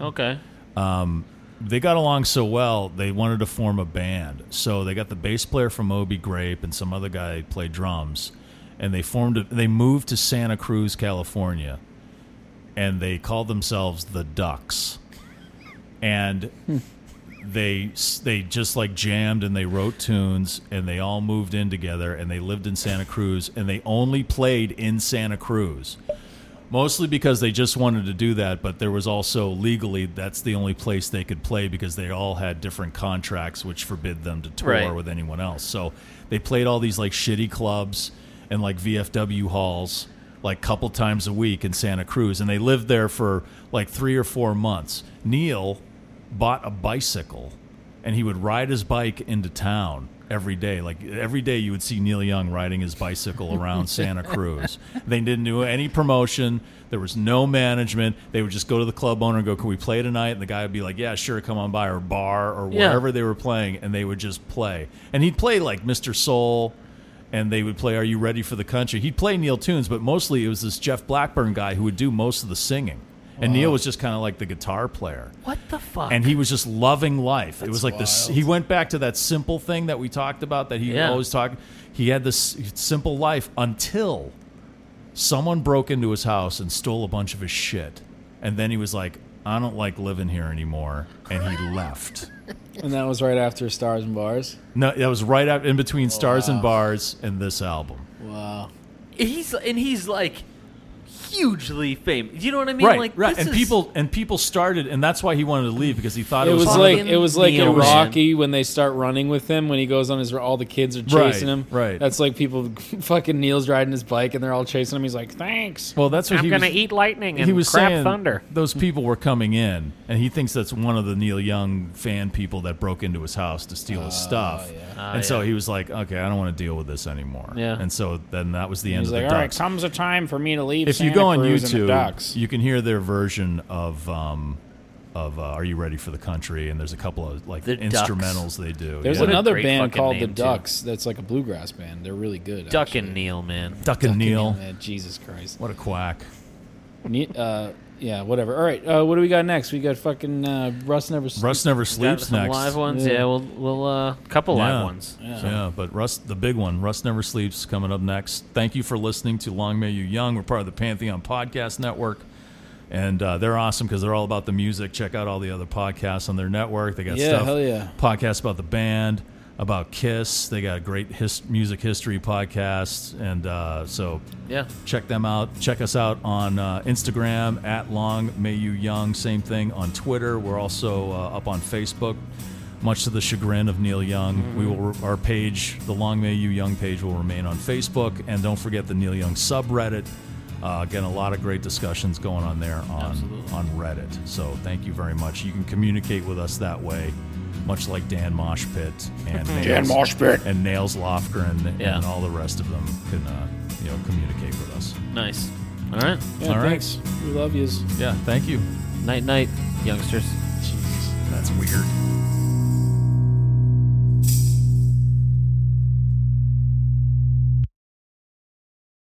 [SPEAKER 5] Okay.
[SPEAKER 3] they got along so well they wanted to form a band so they got the bass player from Moby Grape and some other guy played drums and they formed a, they moved to Santa Cruz California and they called themselves the Ducks and they s- they just like jammed and they wrote tunes and they all moved in together and they lived in Santa Cruz and they only played in Santa Cruz mostly because they just wanted to do that but there was also legally that's the only place they could play because they all had different contracts which forbid them to tour
[SPEAKER 5] Right.
[SPEAKER 3] with anyone else so they played all these like shitty clubs and like VFW halls like couple times a week in Santa Cruz and they lived there for like 3 or 4 months Neil bought a bicycle and he would ride his bike into town every day. Like every day, you would see Neil Young riding his bicycle around Santa Cruz. They didn't do any promotion. There was no management. They would just go to the club owner and go, "Can we play tonight?" And the guy would be like, "Yeah, sure, come on by," or bar or
[SPEAKER 5] Yeah.
[SPEAKER 3] wherever they were playing, and they would just play. And he'd play like Mr. Soul. And they would play "Are You Ready for the Country." He'd play Neil tunes, but mostly it was this Jeff Blackburn guy who would do most of the singing, and Neil was just kind of like the guitar player
[SPEAKER 5] What the fuck?
[SPEAKER 3] and he was just loving life. it was like this. He went back to that simple thing that we talked about that he
[SPEAKER 5] Yeah.
[SPEAKER 3] always talked. He had this simple life until someone broke into his house and stole a bunch of his shit, and then he was like, "I don't like living here anymore," and he left.
[SPEAKER 4] And that was right after Stars and Bars.
[SPEAKER 3] No, that was right out in between Stars and Bars and this album.
[SPEAKER 4] Wow.
[SPEAKER 5] he's and he's like hugely famous. You know what I mean?
[SPEAKER 3] right,
[SPEAKER 5] like,
[SPEAKER 3] right,
[SPEAKER 5] this
[SPEAKER 3] and
[SPEAKER 5] is-
[SPEAKER 3] people and people started, and that's why he wanted to leave because he thought
[SPEAKER 4] It
[SPEAKER 3] it,
[SPEAKER 4] was
[SPEAKER 5] fucking
[SPEAKER 4] like it was like in
[SPEAKER 5] Neil, man.
[SPEAKER 4] Rocky when they start running with him when he goes on his all the kids are chasing
[SPEAKER 3] Right,
[SPEAKER 4] him.
[SPEAKER 3] right.
[SPEAKER 4] That's like people fucking Neil's riding his bike and they're all chasing him. He's like, thanks.
[SPEAKER 3] Well, that's what
[SPEAKER 5] I'm
[SPEAKER 3] he
[SPEAKER 5] gonna
[SPEAKER 3] was,
[SPEAKER 5] eat lightning and
[SPEAKER 3] he was
[SPEAKER 5] crap
[SPEAKER 3] saying
[SPEAKER 5] thunder.
[SPEAKER 3] those people were coming in, and he thinks that's one of the Neil Young fan people that broke into his house to steal his stuff.
[SPEAKER 5] Ah,
[SPEAKER 3] and so he was like, "Okay, I don't want to deal with this anymore."
[SPEAKER 5] Yeah.
[SPEAKER 3] And so then that was the end
[SPEAKER 4] He's
[SPEAKER 3] of
[SPEAKER 4] like,
[SPEAKER 3] the
[SPEAKER 4] all right,
[SPEAKER 3] Ducks.
[SPEAKER 4] comes a time for me to leave.
[SPEAKER 3] if you
[SPEAKER 4] Santa
[SPEAKER 3] go on
[SPEAKER 4] Cruz and the
[SPEAKER 3] YouTube,
[SPEAKER 4] Ducks.
[SPEAKER 3] you can hear their version of um, of uh, "Are You Ready for the Country?" and there's a couple of like
[SPEAKER 5] The Ducks.
[SPEAKER 3] instrumentals they do.
[SPEAKER 4] there's
[SPEAKER 3] yeah.
[SPEAKER 5] What a
[SPEAKER 4] another
[SPEAKER 5] great
[SPEAKER 4] band
[SPEAKER 5] fucking
[SPEAKER 4] called the
[SPEAKER 5] name, too.
[SPEAKER 4] Ducks. That's like a bluegrass band. They're really good.
[SPEAKER 5] Duck
[SPEAKER 4] actually.
[SPEAKER 5] and Neil, man.
[SPEAKER 3] Duck and Neil.
[SPEAKER 4] Yeah, Jesus Christ.
[SPEAKER 3] What a quack!
[SPEAKER 4] Ne- uh, yeah, whatever. All right, uh, what do we got next? We got fucking uh, Russ never. Sleeps.
[SPEAKER 3] Russ never
[SPEAKER 5] Got
[SPEAKER 3] sleeps
[SPEAKER 5] some
[SPEAKER 3] next.
[SPEAKER 5] live ones.
[SPEAKER 4] Yeah.
[SPEAKER 5] Yeah, we'll we'll uh, couple
[SPEAKER 3] yeah.
[SPEAKER 5] live ones.
[SPEAKER 3] Yeah. but Russ, the big one, Russ never sleeps, coming up next. Thank you for listening to Long May You Young. We're part of the Pantheon Podcast Network, and uh, they're awesome because they're all about the music. Check out all the other podcasts on their network. They got
[SPEAKER 4] Yeah,
[SPEAKER 3] stuff,
[SPEAKER 4] hell yeah.
[SPEAKER 3] podcasts about the band, about Kiss. They got a great his- music history podcast, and uh, so
[SPEAKER 5] Yeah.
[SPEAKER 3] check them out. Check us out on uh, Instagram at Long May You Young. Same thing on Twitter. We're also uh, up on Facebook. Much to the chagrin of Neil Young, we will re- our page, the Long May You Young page, will remain on Facebook, and don't forget the Neil Young subreddit. Uh, again, a lot of great discussions going on there on on Reddit. So thank you very much. You can communicate with us that way, much like Dan Moshpit and Dan Moshpit and Nails Lofgren and,
[SPEAKER 5] Yeah.
[SPEAKER 3] all the rest of them can uh, you know communicate with us.
[SPEAKER 5] Nice. All right.
[SPEAKER 4] Yeah,
[SPEAKER 3] All right.
[SPEAKER 4] thanks. We love yous.
[SPEAKER 3] Yeah, thank you.
[SPEAKER 5] Night night, youngsters.
[SPEAKER 3] That's weird.